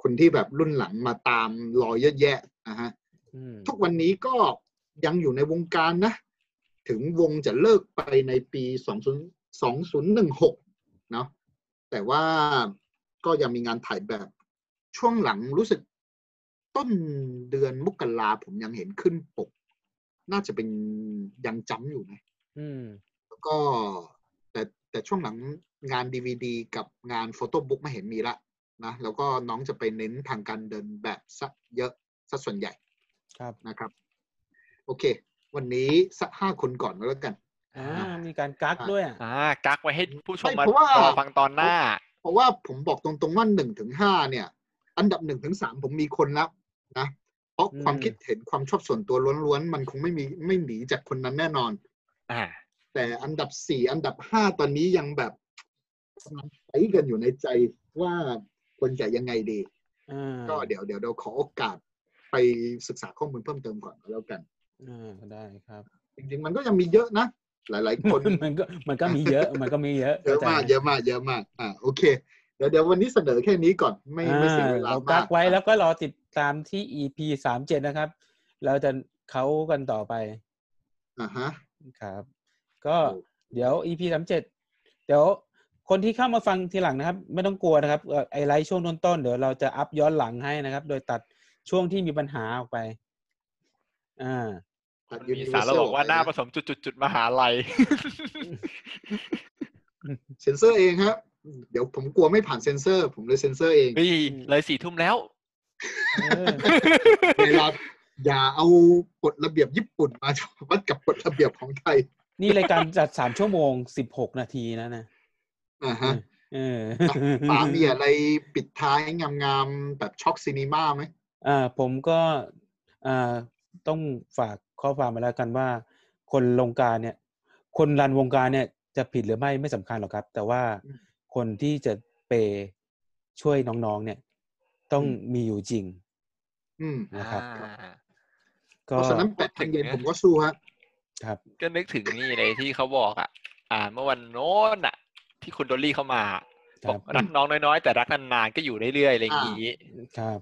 [SPEAKER 4] คนที่แบบรุ่นหลังมาตามรอยเยอะแยะนะฮะ
[SPEAKER 2] อืม
[SPEAKER 4] ทุกวันนี้ก็ยังอยู่ในวงการนะ ถึงวงจะเลิกไปในปี 20 2016 เนาะแต่ว่าก็ยังมีงานถ่ายแบบช่วงหลังรู้สึกต้นเดือนมกราผมยังเห็นขึ้นปก น่าจะเป็นยังจำอยู่นะ
[SPEAKER 2] อืม
[SPEAKER 4] แล้วก็แต่แต่ช่วงหลังงานดีวดีกับงานโฟโต้บุ๊กไม่เห็นมีละนะแล้วก็น้องจะไปเน้นทางการเดินแบบซะเยอะซะส่วนใหญ่
[SPEAKER 2] ครับ
[SPEAKER 4] นะครับ โอเค วันนี้สักห้าคนก่อนก็แล้วกัน
[SPEAKER 2] อ่า
[SPEAKER 4] อ่ามี
[SPEAKER 2] มีการกักด้วยอ่ะ
[SPEAKER 3] อ่ากักไว้ให้ผู้ชมมา
[SPEAKER 4] ไม่เพราะว่า
[SPEAKER 3] รอฟังตอนหน้า
[SPEAKER 4] เพราะว่าผมบอกตรงๆว่าหนึ่งถึงห้าเนี่ย อันดับหนึ่งถึงสามผมมีคนแล้วนะเพราะ
[SPEAKER 2] อืม
[SPEAKER 4] ความคิดเห็นความชอบส่วนตัวล้วนๆ มันคงไม่มีไม่หนีจากคนนั้นแน่นอน
[SPEAKER 3] อ่า
[SPEAKER 4] แต่อันดับสี่อันดับห้าตอนนี้ยังแบบกำลังไฟกันอยู่ในใจว่าควรจะยังไงดี
[SPEAKER 2] อ่า
[SPEAKER 4] ก็เดี๋ยวเดี๋ยวเราขอโอกาสไปศึกษาข้อมูลเพิ่มเติมก่อนก็แล้วกัน
[SPEAKER 2] อ่าได้ครับ
[SPEAKER 4] จริงๆ มันก็ยังมีเยอะนะ หลายๆคน
[SPEAKER 2] มันก็มันก็มีเย อะ มันก็มีเยอะ
[SPEAKER 4] เยอะมาก
[SPEAKER 2] ข้ใจ
[SPEAKER 4] เยอะมากเยอะมากอ่าโอเคเดี๋ยวเดี๋ยววันนี้เสนอแค่นี้ก่อนไม่ไม่เสียเวลา
[SPEAKER 2] อ่เรา
[SPEAKER 4] มา
[SPEAKER 2] กั
[SPEAKER 4] ก
[SPEAKER 2] กไว้แล้วก็รอติดตามที่ EP สามเจ็ดนะครับ เราจะเขากันต่อไป
[SPEAKER 4] อ่าฮะ
[SPEAKER 2] ครับ ก็
[SPEAKER 4] โอเค
[SPEAKER 2] เดี๋ยว EP สามเจ็ดเดี๋ยวคนที่เข้ามาฟังทีหลังนะครับ ไม่ต้องกลัวนะครับเอ่อไอไลฟ์ช่วงต้นๆเดี๋ยวเราจะอัพย้อนหลังให้นะครับ โดยตัดช่วงที่มีปัญหาออกไป อ่า
[SPEAKER 4] ตัด
[SPEAKER 3] มันมี
[SPEAKER 4] Universal
[SPEAKER 3] สารเราบอกว่าหน้าผ
[SPEAKER 4] ไปะ
[SPEAKER 3] สมจุดจุดจุดๆๆมหาลัย
[SPEAKER 4] เซ็นเซอร์เองครับ เดี๋ยวผมกลัวไม่ผ่านเซ็นเซอร์ ผมเลยเซ็นเซอร์เอง
[SPEAKER 3] นี่เลยสี่ทุ่มแล้ว
[SPEAKER 2] เออ
[SPEAKER 4] เวลาอย่าเอากฎระเบียบญี่ปุ่นมา วัดกับกฎระเบียบของไทย
[SPEAKER 2] นี่รายการจัดสามชั่วโมงสิบหกนาทีนะนะ
[SPEAKER 4] อ่าฮะ
[SPEAKER 2] เออ
[SPEAKER 4] ป๋ามีอะไรปิดท้ายงามๆแบบช็อกซีนีมาไหม
[SPEAKER 2] อ่าผมก็อ่าต้องฝากข้อความมาแล้วกันว่า คนวงการเนี่ย คนรันวงการเนี่ยจะผิดหรือไม่ไม่สำคัญหรอกครับ แต่ว่าคนที่จะเปย์ช่วยน้องๆเนี่ย ต้องมีอยู่จริง
[SPEAKER 4] อืม
[SPEAKER 2] นะครับ
[SPEAKER 3] อ่า
[SPEAKER 2] ก็
[SPEAKER 4] เพราะฉะนั้นแปดพันเยนผมก็สู้ฮะ
[SPEAKER 2] ครับ
[SPEAKER 3] ก็นึกถึงนี่เลยที่เขาบอกอ่ะ อ่า เมื่อวันโน้นอ่ะ ที่คุณดอลลี่เข้ามา
[SPEAKER 2] ค
[SPEAKER 3] บ
[SPEAKER 2] รั
[SPEAKER 3] อก
[SPEAKER 2] บ
[SPEAKER 3] รักน้องน้อยๆ แต่รักนานๆก็อยู่เรื่อยๆอะไรอย่างนี้
[SPEAKER 2] ครับ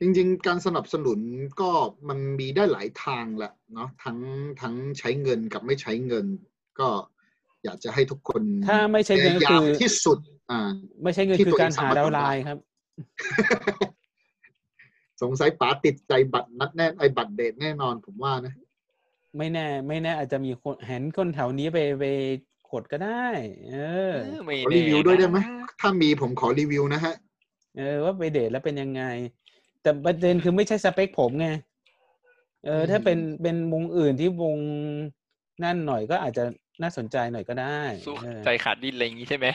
[SPEAKER 4] จริง ๆ การสนับสนุนก็มันมีได้หลายทางแหละเนาะทั้งทั้งใช้เงินกับไม่ใช้เงิน ก็อยากจะให้ทุกคน
[SPEAKER 2] ถ้าไม่ใช้เงิน
[SPEAKER 4] พ
[SPEAKER 2] ก็
[SPEAKER 4] ยายา
[SPEAKER 2] คื
[SPEAKER 4] ม
[SPEAKER 2] อ
[SPEAKER 4] ที่สุด อ่า
[SPEAKER 2] ไม่ใช่เงิน
[SPEAKER 4] ที่
[SPEAKER 2] คือ
[SPEAKER 4] ตัวเอง
[SPEAKER 2] การหา
[SPEAKER 4] สามารถ
[SPEAKER 2] ดาว
[SPEAKER 4] ทำได้
[SPEAKER 2] ไลน์ครับ
[SPEAKER 4] สงสัยป๋าติดใจบัตรนัดแน่ไอ้บัตรเดทแน่นอนผมว่านะ
[SPEAKER 2] ไม่แน่ ไม่แน่อาจจะมีคนเห็นคนแถวนี้ไปไปขดก็ได้ เออ
[SPEAKER 3] เออไม่
[SPEAKER 4] ขอ
[SPEAKER 3] แน่
[SPEAKER 4] รีวิวด้วยได้ไหม
[SPEAKER 3] นะ
[SPEAKER 4] ถ้ามีผมขอรีวิวนะฮะ
[SPEAKER 2] เออว่าไปเดทแล้วเป็นยังไง แต่ประเด็นคือไม่ใช่สเปคผมไงเออ
[SPEAKER 4] อืม
[SPEAKER 2] ถ้าเป็นเป็นวงอื่นที่วงนั่นหน่อยก็อาจจะน่าสนใจหน่อยก็ได้
[SPEAKER 3] สู้
[SPEAKER 2] เออ
[SPEAKER 3] ใจขาดดิ้นอะไรอย่างนี้ใช่ไหม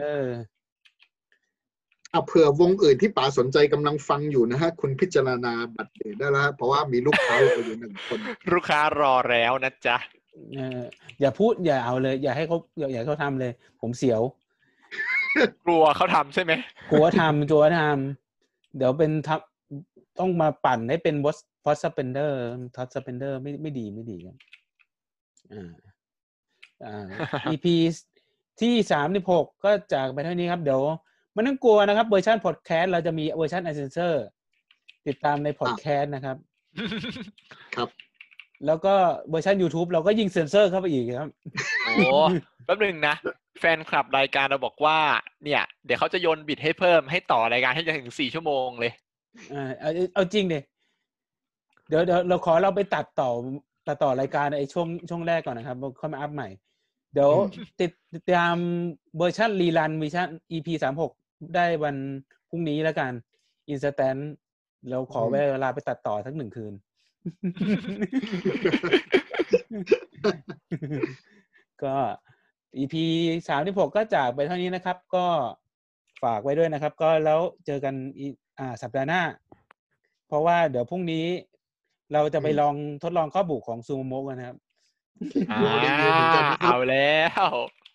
[SPEAKER 2] เออ
[SPEAKER 4] เอาเผื่อวงอื่นที่ป๋าสนใจกำลังฟังอยู่นะฮะ คุณพิจารณาบัตรเดทได้แล้วฮะเพราะว่ามีลูกค้าเราอยู่หนึ่งคน
[SPEAKER 3] ลูกค้ารอแล้วนะจ๊ะ
[SPEAKER 2] เออ อย่าพูดอย่าเอาเลย อย่าให้เขาอย่าอย่าให้เขาทำเลย ผมเสียว
[SPEAKER 3] กลัวเขาทำใช่ไหม
[SPEAKER 2] กลัวทำกลัวทำเดี๋ยวเป็นทับต้องมาปั่นให้เป็นบอสพอสเปนเดอร์ท็อตสเปนเดอร์ไม่ไม่ดีไม่ดีครับอ่าอ่า EP ที่สามสิบหกก็จากไปเท่านี้ครับ เดี๋ยวไมันต้องกลัวนะครับเวอร์ชันพอดแคสต์เราจะมีเวอร์ชันไอเซนเซอร์ ติดตามในพอดแคสต์นะครับ
[SPEAKER 4] ครับ
[SPEAKER 2] แล้วก็เวอร์ชัน YouTube เราก็ยิงเซ็นเซอร์เข้าไปอีกครับ
[SPEAKER 3] โอ้ แป๊บหนึ่งนะ แฟนคลับรายการเราบอกว่า เนี่ย เดี๋ยวเขาจะโยนบิดให้เพิ่มให้ต่อรายการให้จนถึงสี่ชั่วโมงเลย
[SPEAKER 2] อ่าเอาเอาจริงดิเดี๋ยวเดี๋ยวเราขอเราไปตัดต่อตัดต่อรายการไอ้ช่วงช่วงแรกก่อนนะครับค่อยมาอัพใหม่ เดี๋ยวติดติดตามเวอร์ชันรีรันเวอร์ชัน EP สามหกได้วันพรุ่งนี้แล้วกันอินสแตนเราขอเวลาไปตัดต่อสักหนึ่ง คืน ก็ EP สามที่หกก็จากไปเท่านี้นะครับ ก็ฝากไว้ด้วยนะครับ ก็แล้วเจอกันอีอ่าสัปดาห์หน้า เพราะว่าเดี๋ยวพรุ่งนี้ เราจะไปลองทดลองข้อบุกของซูโมโมะกันนะครับ
[SPEAKER 3] อ่า
[SPEAKER 4] ดูรีวิวเหมือนกันนะครับ
[SPEAKER 3] เอาแล้ว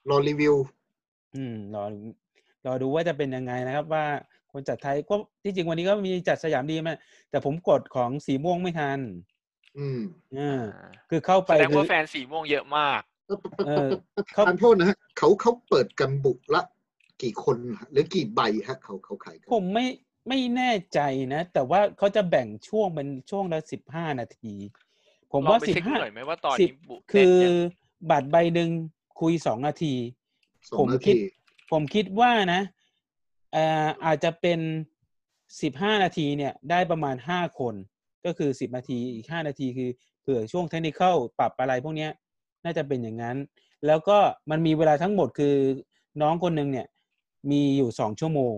[SPEAKER 4] รอรีวิว
[SPEAKER 2] อืมรอรอดูว่าจะเป็นยังไงนะครับ ว่าคนจัดไทยก็ที่จริงวันนี้ก็มีจัดสยามดีมาแต่ผมกดของสีม่วงไม่ทัน
[SPEAKER 4] อืม
[SPEAKER 2] อ่าคือเข้าไป
[SPEAKER 3] แสดง
[SPEAKER 2] คือ
[SPEAKER 3] ว่าแฟนสีม่วงเยอะมาก
[SPEAKER 2] เออ
[SPEAKER 4] ขอโทษนะฮะเขาเขาเปิดกันบุกละ กี่คนฮะหรือกี่ใบฮะ เขาเขาขายกัน
[SPEAKER 2] ผมไม่ไม่แน่ใจนะ แต่ว่าเขาจะแบ่งช่วงเป็นช่วงละสิบห้านาที ผมว่า
[SPEAKER 3] ลองไป
[SPEAKER 2] สิบ
[SPEAKER 3] เช็ค
[SPEAKER 2] ห้า
[SPEAKER 3] หน่อยไหมว่าตอนนี้บุเต้น
[SPEAKER 2] คือ
[SPEAKER 3] เนี่ย
[SPEAKER 2] บัตรใบหนึ่งคุยสองนาที
[SPEAKER 4] สอ
[SPEAKER 2] ผ
[SPEAKER 4] ง
[SPEAKER 2] ม
[SPEAKER 4] นา
[SPEAKER 2] คิด
[SPEAKER 4] ที
[SPEAKER 2] ผมคิดว่านะเอ่ออาจจะเป็นสิบห้านาทีเนี่ยได้ประมาณห้าคน ก็คือสิบนาทีอีกห้านาทีคือเผื่อช่วงเทคนิคเข้าปรับอะไรพวกเนี้ย น่าจะเป็นอย่างนั้น แล้วก็มันมีเวลาทั้งหมดคือน้องคนหนึ่งเนี่ย มีอยู่สองชั่วโมง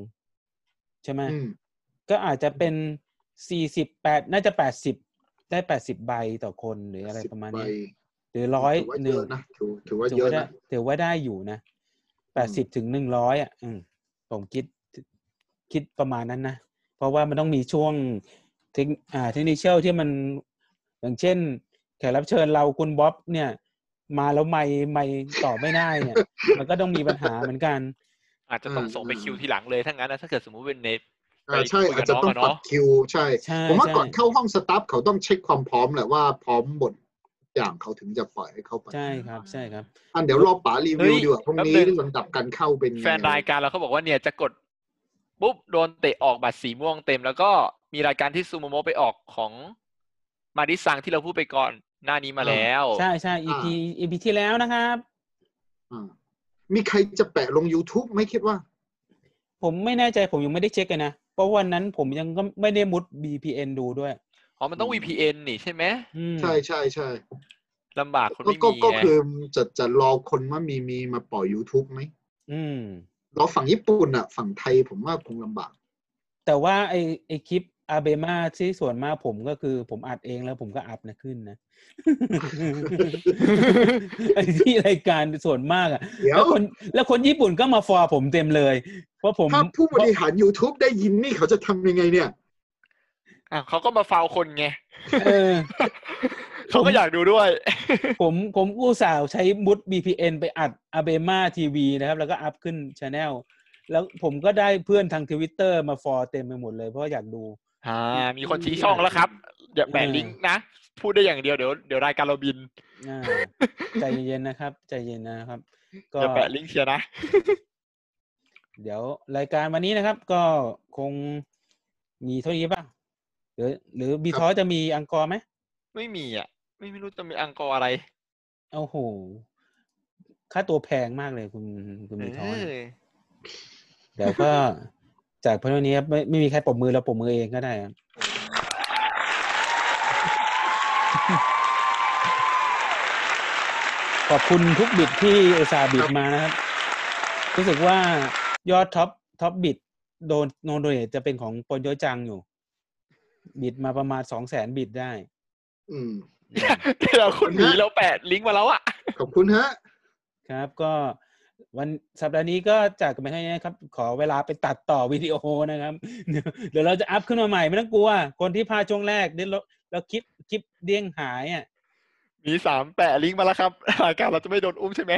[SPEAKER 2] ใช่ไหม
[SPEAKER 4] อืม
[SPEAKER 2] ก็อาจจะเป็นสี่สิบแปดน่าจะแปดสิบได้แปดสิบใบต่อคนหรืออะไรประมาณนี้
[SPEAKER 4] สิบใบ
[SPEAKER 2] หรือร้อย
[SPEAKER 4] ถืว่าเย
[SPEAKER 2] หนึ่ง
[SPEAKER 4] อะนะถือถือว่า
[SPEAKER 2] ถื
[SPEAKER 4] เย
[SPEAKER 2] อ
[SPEAKER 4] อะ
[SPEAKER 2] ว่าได้
[SPEAKER 4] นะ
[SPEAKER 2] ถือว่าได้อยู่นะแปดสิบถึงหนึ่งร้อยอ่ะ อืมผมคิดคิดประมาณนั้นนะ เพราะว่ามันต้องมีช่วงเทคอ่าเทคนิคเชลที่มัน อย่างเช่น แขกรับเชิญเราคุณบ๊อบเนี่ย มาแล้วไม่ไม่ตอบไม่ได้ เนี่ย มันก็ต้องมีปัญหาเหมือนกัน
[SPEAKER 3] อาจจะต้องส่งไป
[SPEAKER 4] อืม
[SPEAKER 3] คิวทีหลังเลยถ้างั้นนะถ้าเกิดสมมุติเป็นใน
[SPEAKER 4] อ่าใช่
[SPEAKER 3] ไปคุยกับ
[SPEAKER 4] อาจจะต้องป
[SPEAKER 3] น้องอะเนาะ
[SPEAKER 4] รับคิว ใช่
[SPEAKER 2] ใช่
[SPEAKER 4] ผมว่า
[SPEAKER 2] ใช่
[SPEAKER 4] ก่อนเข้าห้องสตาฟเขาต้องเช็คความพร้อมแหละว่าพร้อมหมดอย่างเขาถึงจะปล่อยให้เข้าไป
[SPEAKER 2] ใช่ครับ ใช่ครับ
[SPEAKER 4] อันเดี๋ยวรอป๋ารีวิวดีกว่าพรุ่งนี้
[SPEAKER 3] แป๊บนึง
[SPEAKER 4] ลำดับการเข้าเป็นยังไง
[SPEAKER 3] แฟนรายการเราเขาบอกว่าเนี่ยจะกดปุ๊บโดนเตะออกบัตรสีม่วงเต็ม แล้วก็มีรายการที่ซูโมโมไปออกของมาดิซังที่เราพูดไปก่อนหน้านี้มาแล้ว
[SPEAKER 2] ใช่ใช่ EP EP ที่แล้วนะครับ
[SPEAKER 4] อ่ามีใครจะแปะลง YouTube ไหม่คิดว่า
[SPEAKER 2] ผมไม่แน่ใจผมยังไม่ได้เช็คเลยนะ เพราะวันนั้นผมยังก็ไม่ได้มุด VPN ดูด้วย
[SPEAKER 3] อ๋อมันต้อง VPN นี่ใช่ไหม
[SPEAKER 2] อืม
[SPEAKER 4] ใช่ใช่ใช่
[SPEAKER 3] ลำบากคน
[SPEAKER 4] ก็
[SPEAKER 3] ไม่
[SPEAKER 4] ก็
[SPEAKER 3] มี
[SPEAKER 4] ก็
[SPEAKER 3] ไง
[SPEAKER 4] คือจะจะรอคนว่ามีมีมาปล่อย YouTube ไหม
[SPEAKER 2] อืม
[SPEAKER 4] รอฝั่งญี่ปุ่นอ่ะ ฝั่งไทยผมว่าคงลำบาก
[SPEAKER 2] แต่ว่าไอไอคลิปอาเบมาที่ส่วนมากผมก็คือผมอัดเองแล้วผมก็อัพนะขึ้นนะ ไอที่รายการส่วนมากอ่ะ
[SPEAKER 4] เดี๋ย
[SPEAKER 2] แล้ว วคนแล้วคนญี่ปุ่นก็มาฟอผมเต็มเลย เพราะผม
[SPEAKER 4] ถ้าผู้บริหาร YouTube ได้ยินนี่เขาจะทำยังไงเนี่ย
[SPEAKER 3] อ่ะเขาก็มาฟาวคนไง
[SPEAKER 2] เออ
[SPEAKER 3] เขาก็อยากดูด้วย
[SPEAKER 2] ผมผมอุตส่าห์ใช้มุด VPN ไปอัด a b e m a TV นะครับ แล้วก็อัพขึ้น Channel แล้วผมก็ได้เพื่อนทางทวิตเตอร์มาฟอเต็มไปหมดเลยเพราะอยากดู
[SPEAKER 3] อ่า มีคนชี้ช่องแล้วครับ อย่าแปะ
[SPEAKER 2] เออ
[SPEAKER 3] ลิงก์นะ พูดได้อย่างเดียวเดี๋ยวเดี๋ยวรายการเราบิน
[SPEAKER 2] อ่า ใจเย็นๆนะครับ ใจเย็นนะครับ ก็
[SPEAKER 3] อย่าแปะลิงก์เชียร์นะ
[SPEAKER 2] เดี๋ยวรายการวันนี้นะครับ ก็คงมีเท่านี้ป่ะหรือ หรือบีทอจะมีอังกอร์ไหม
[SPEAKER 3] ไม่มีอ่ะ ไม่ไม่รู้จะมีอังกอร์อะไร
[SPEAKER 2] โอ้โห ค่าตัวแพงมากเลยคุณคุณบีทอ
[SPEAKER 3] เอ
[SPEAKER 2] เนี่ย
[SPEAKER 3] อ
[SPEAKER 2] เดี๋ยวก็ จากเพื่อนนี้ครับไม่ไม่มีใครปรบมือเราปรบมือเองก็ได้ครับ ขอบคุณทุกบิดที่อุตส่าห์บิดมานะครับ รู้สึกว่ายอดท็อปท็อปบิดโดนโนโดเนทจะเป็นของปนโยจังอยู่ บิดมาประมาณสองแสนบิดได้
[SPEAKER 4] อืม
[SPEAKER 3] เราคนนี้เราแปะลิงก์มาแล้วอ่ะ
[SPEAKER 4] ขอบคุณฮะ
[SPEAKER 2] ครับก็วันสัปดาห์นี้ก็จากกันไปเท่านี้นะครับ ขอเวลาไปตัดต่อวิดีโอนะครับ เดี๋ยวเดี๋ยวเราจะอัพขึ้นมาใหม่ไม่ต้องกลัว คนที่พลาดช่วงแรกเดี๋ยวเราเราคลิปคลิปเด้งหายอ่ะ
[SPEAKER 3] มีสามแปะลิงก์มาแล้วครับ รายการเราจะไม่โดนอุ้มใช่ไหม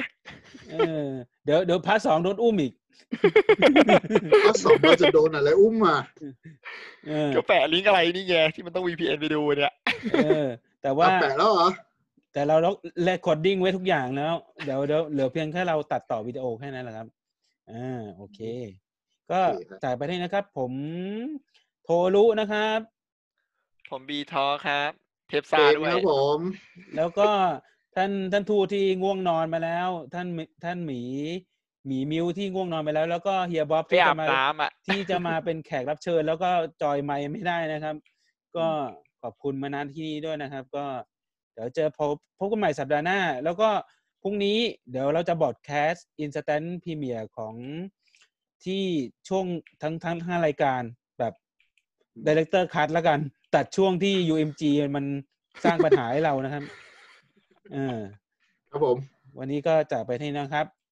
[SPEAKER 2] เออเดี๋ยวเดี๋ยวพาร์ทสองโดนอุ้มอีก
[SPEAKER 4] ถ้าสองเราจะโดนอะไรอุ้มมา
[SPEAKER 2] เออ
[SPEAKER 3] ก็แปะลิงก์อะไรนี่ไงที่มันต้อง VPN ไปดูเนี่ย
[SPEAKER 2] เออ แต่ว่า
[SPEAKER 4] อ่ะแปะแล้วเหรอ
[SPEAKER 2] แต่เราล็อกเรคคอร์ดิ้งไว้ทุกอย่างแล้วเดี๋ยวเดี๋ยวเหลือเพียงแค่เราตัดต่อวิดีโอแค่นั้นแหละครับอ่าโอเค ก็
[SPEAKER 4] โอเคครับ
[SPEAKER 2] จ่ายไปที่นะครับ ผมโทรุนะครับ
[SPEAKER 3] ผมบีทอครับ เทปซา
[SPEAKER 4] เก่ง
[SPEAKER 3] ด้วย
[SPEAKER 4] ครับผม
[SPEAKER 2] แล้วก็ท่านท่านทูตที่ง่วงนอนมาแล้ว ท่านท่านหมีหมีมิวที่ง่วงนอนไปแล้ว แล้วก็เฮียบ๊อบ
[SPEAKER 3] ไป
[SPEAKER 2] ที่
[SPEAKER 3] อา
[SPEAKER 2] จะ
[SPEAKER 3] บ
[SPEAKER 2] มา
[SPEAKER 3] น้ำอ่ะ
[SPEAKER 2] ที่จะมาเป็นแขกรับเชิญ แล้วก็จอยไม่ไม่ได้นะครับ ก็ขอบคุณมานาที่นี่ด้วยนะครับ ก็เดี๋ยวเจอพบพบกันใหม่สัปดาห์หน้า แล้วก็พรุ่งนี้เดี๋ยวเราจะบอดแคสต์อินสแตนต์พรีเมียร์ของที่ช่วงทั้งทั้งห้ารายการแบบดีเลกเตอร์คัทละกัน ตัดช่วงที่ UMG มันสร้างปัญหาให้เรานะครับ เออ
[SPEAKER 4] ครับผม
[SPEAKER 2] วันนี้ก็จากไปที่นะครับ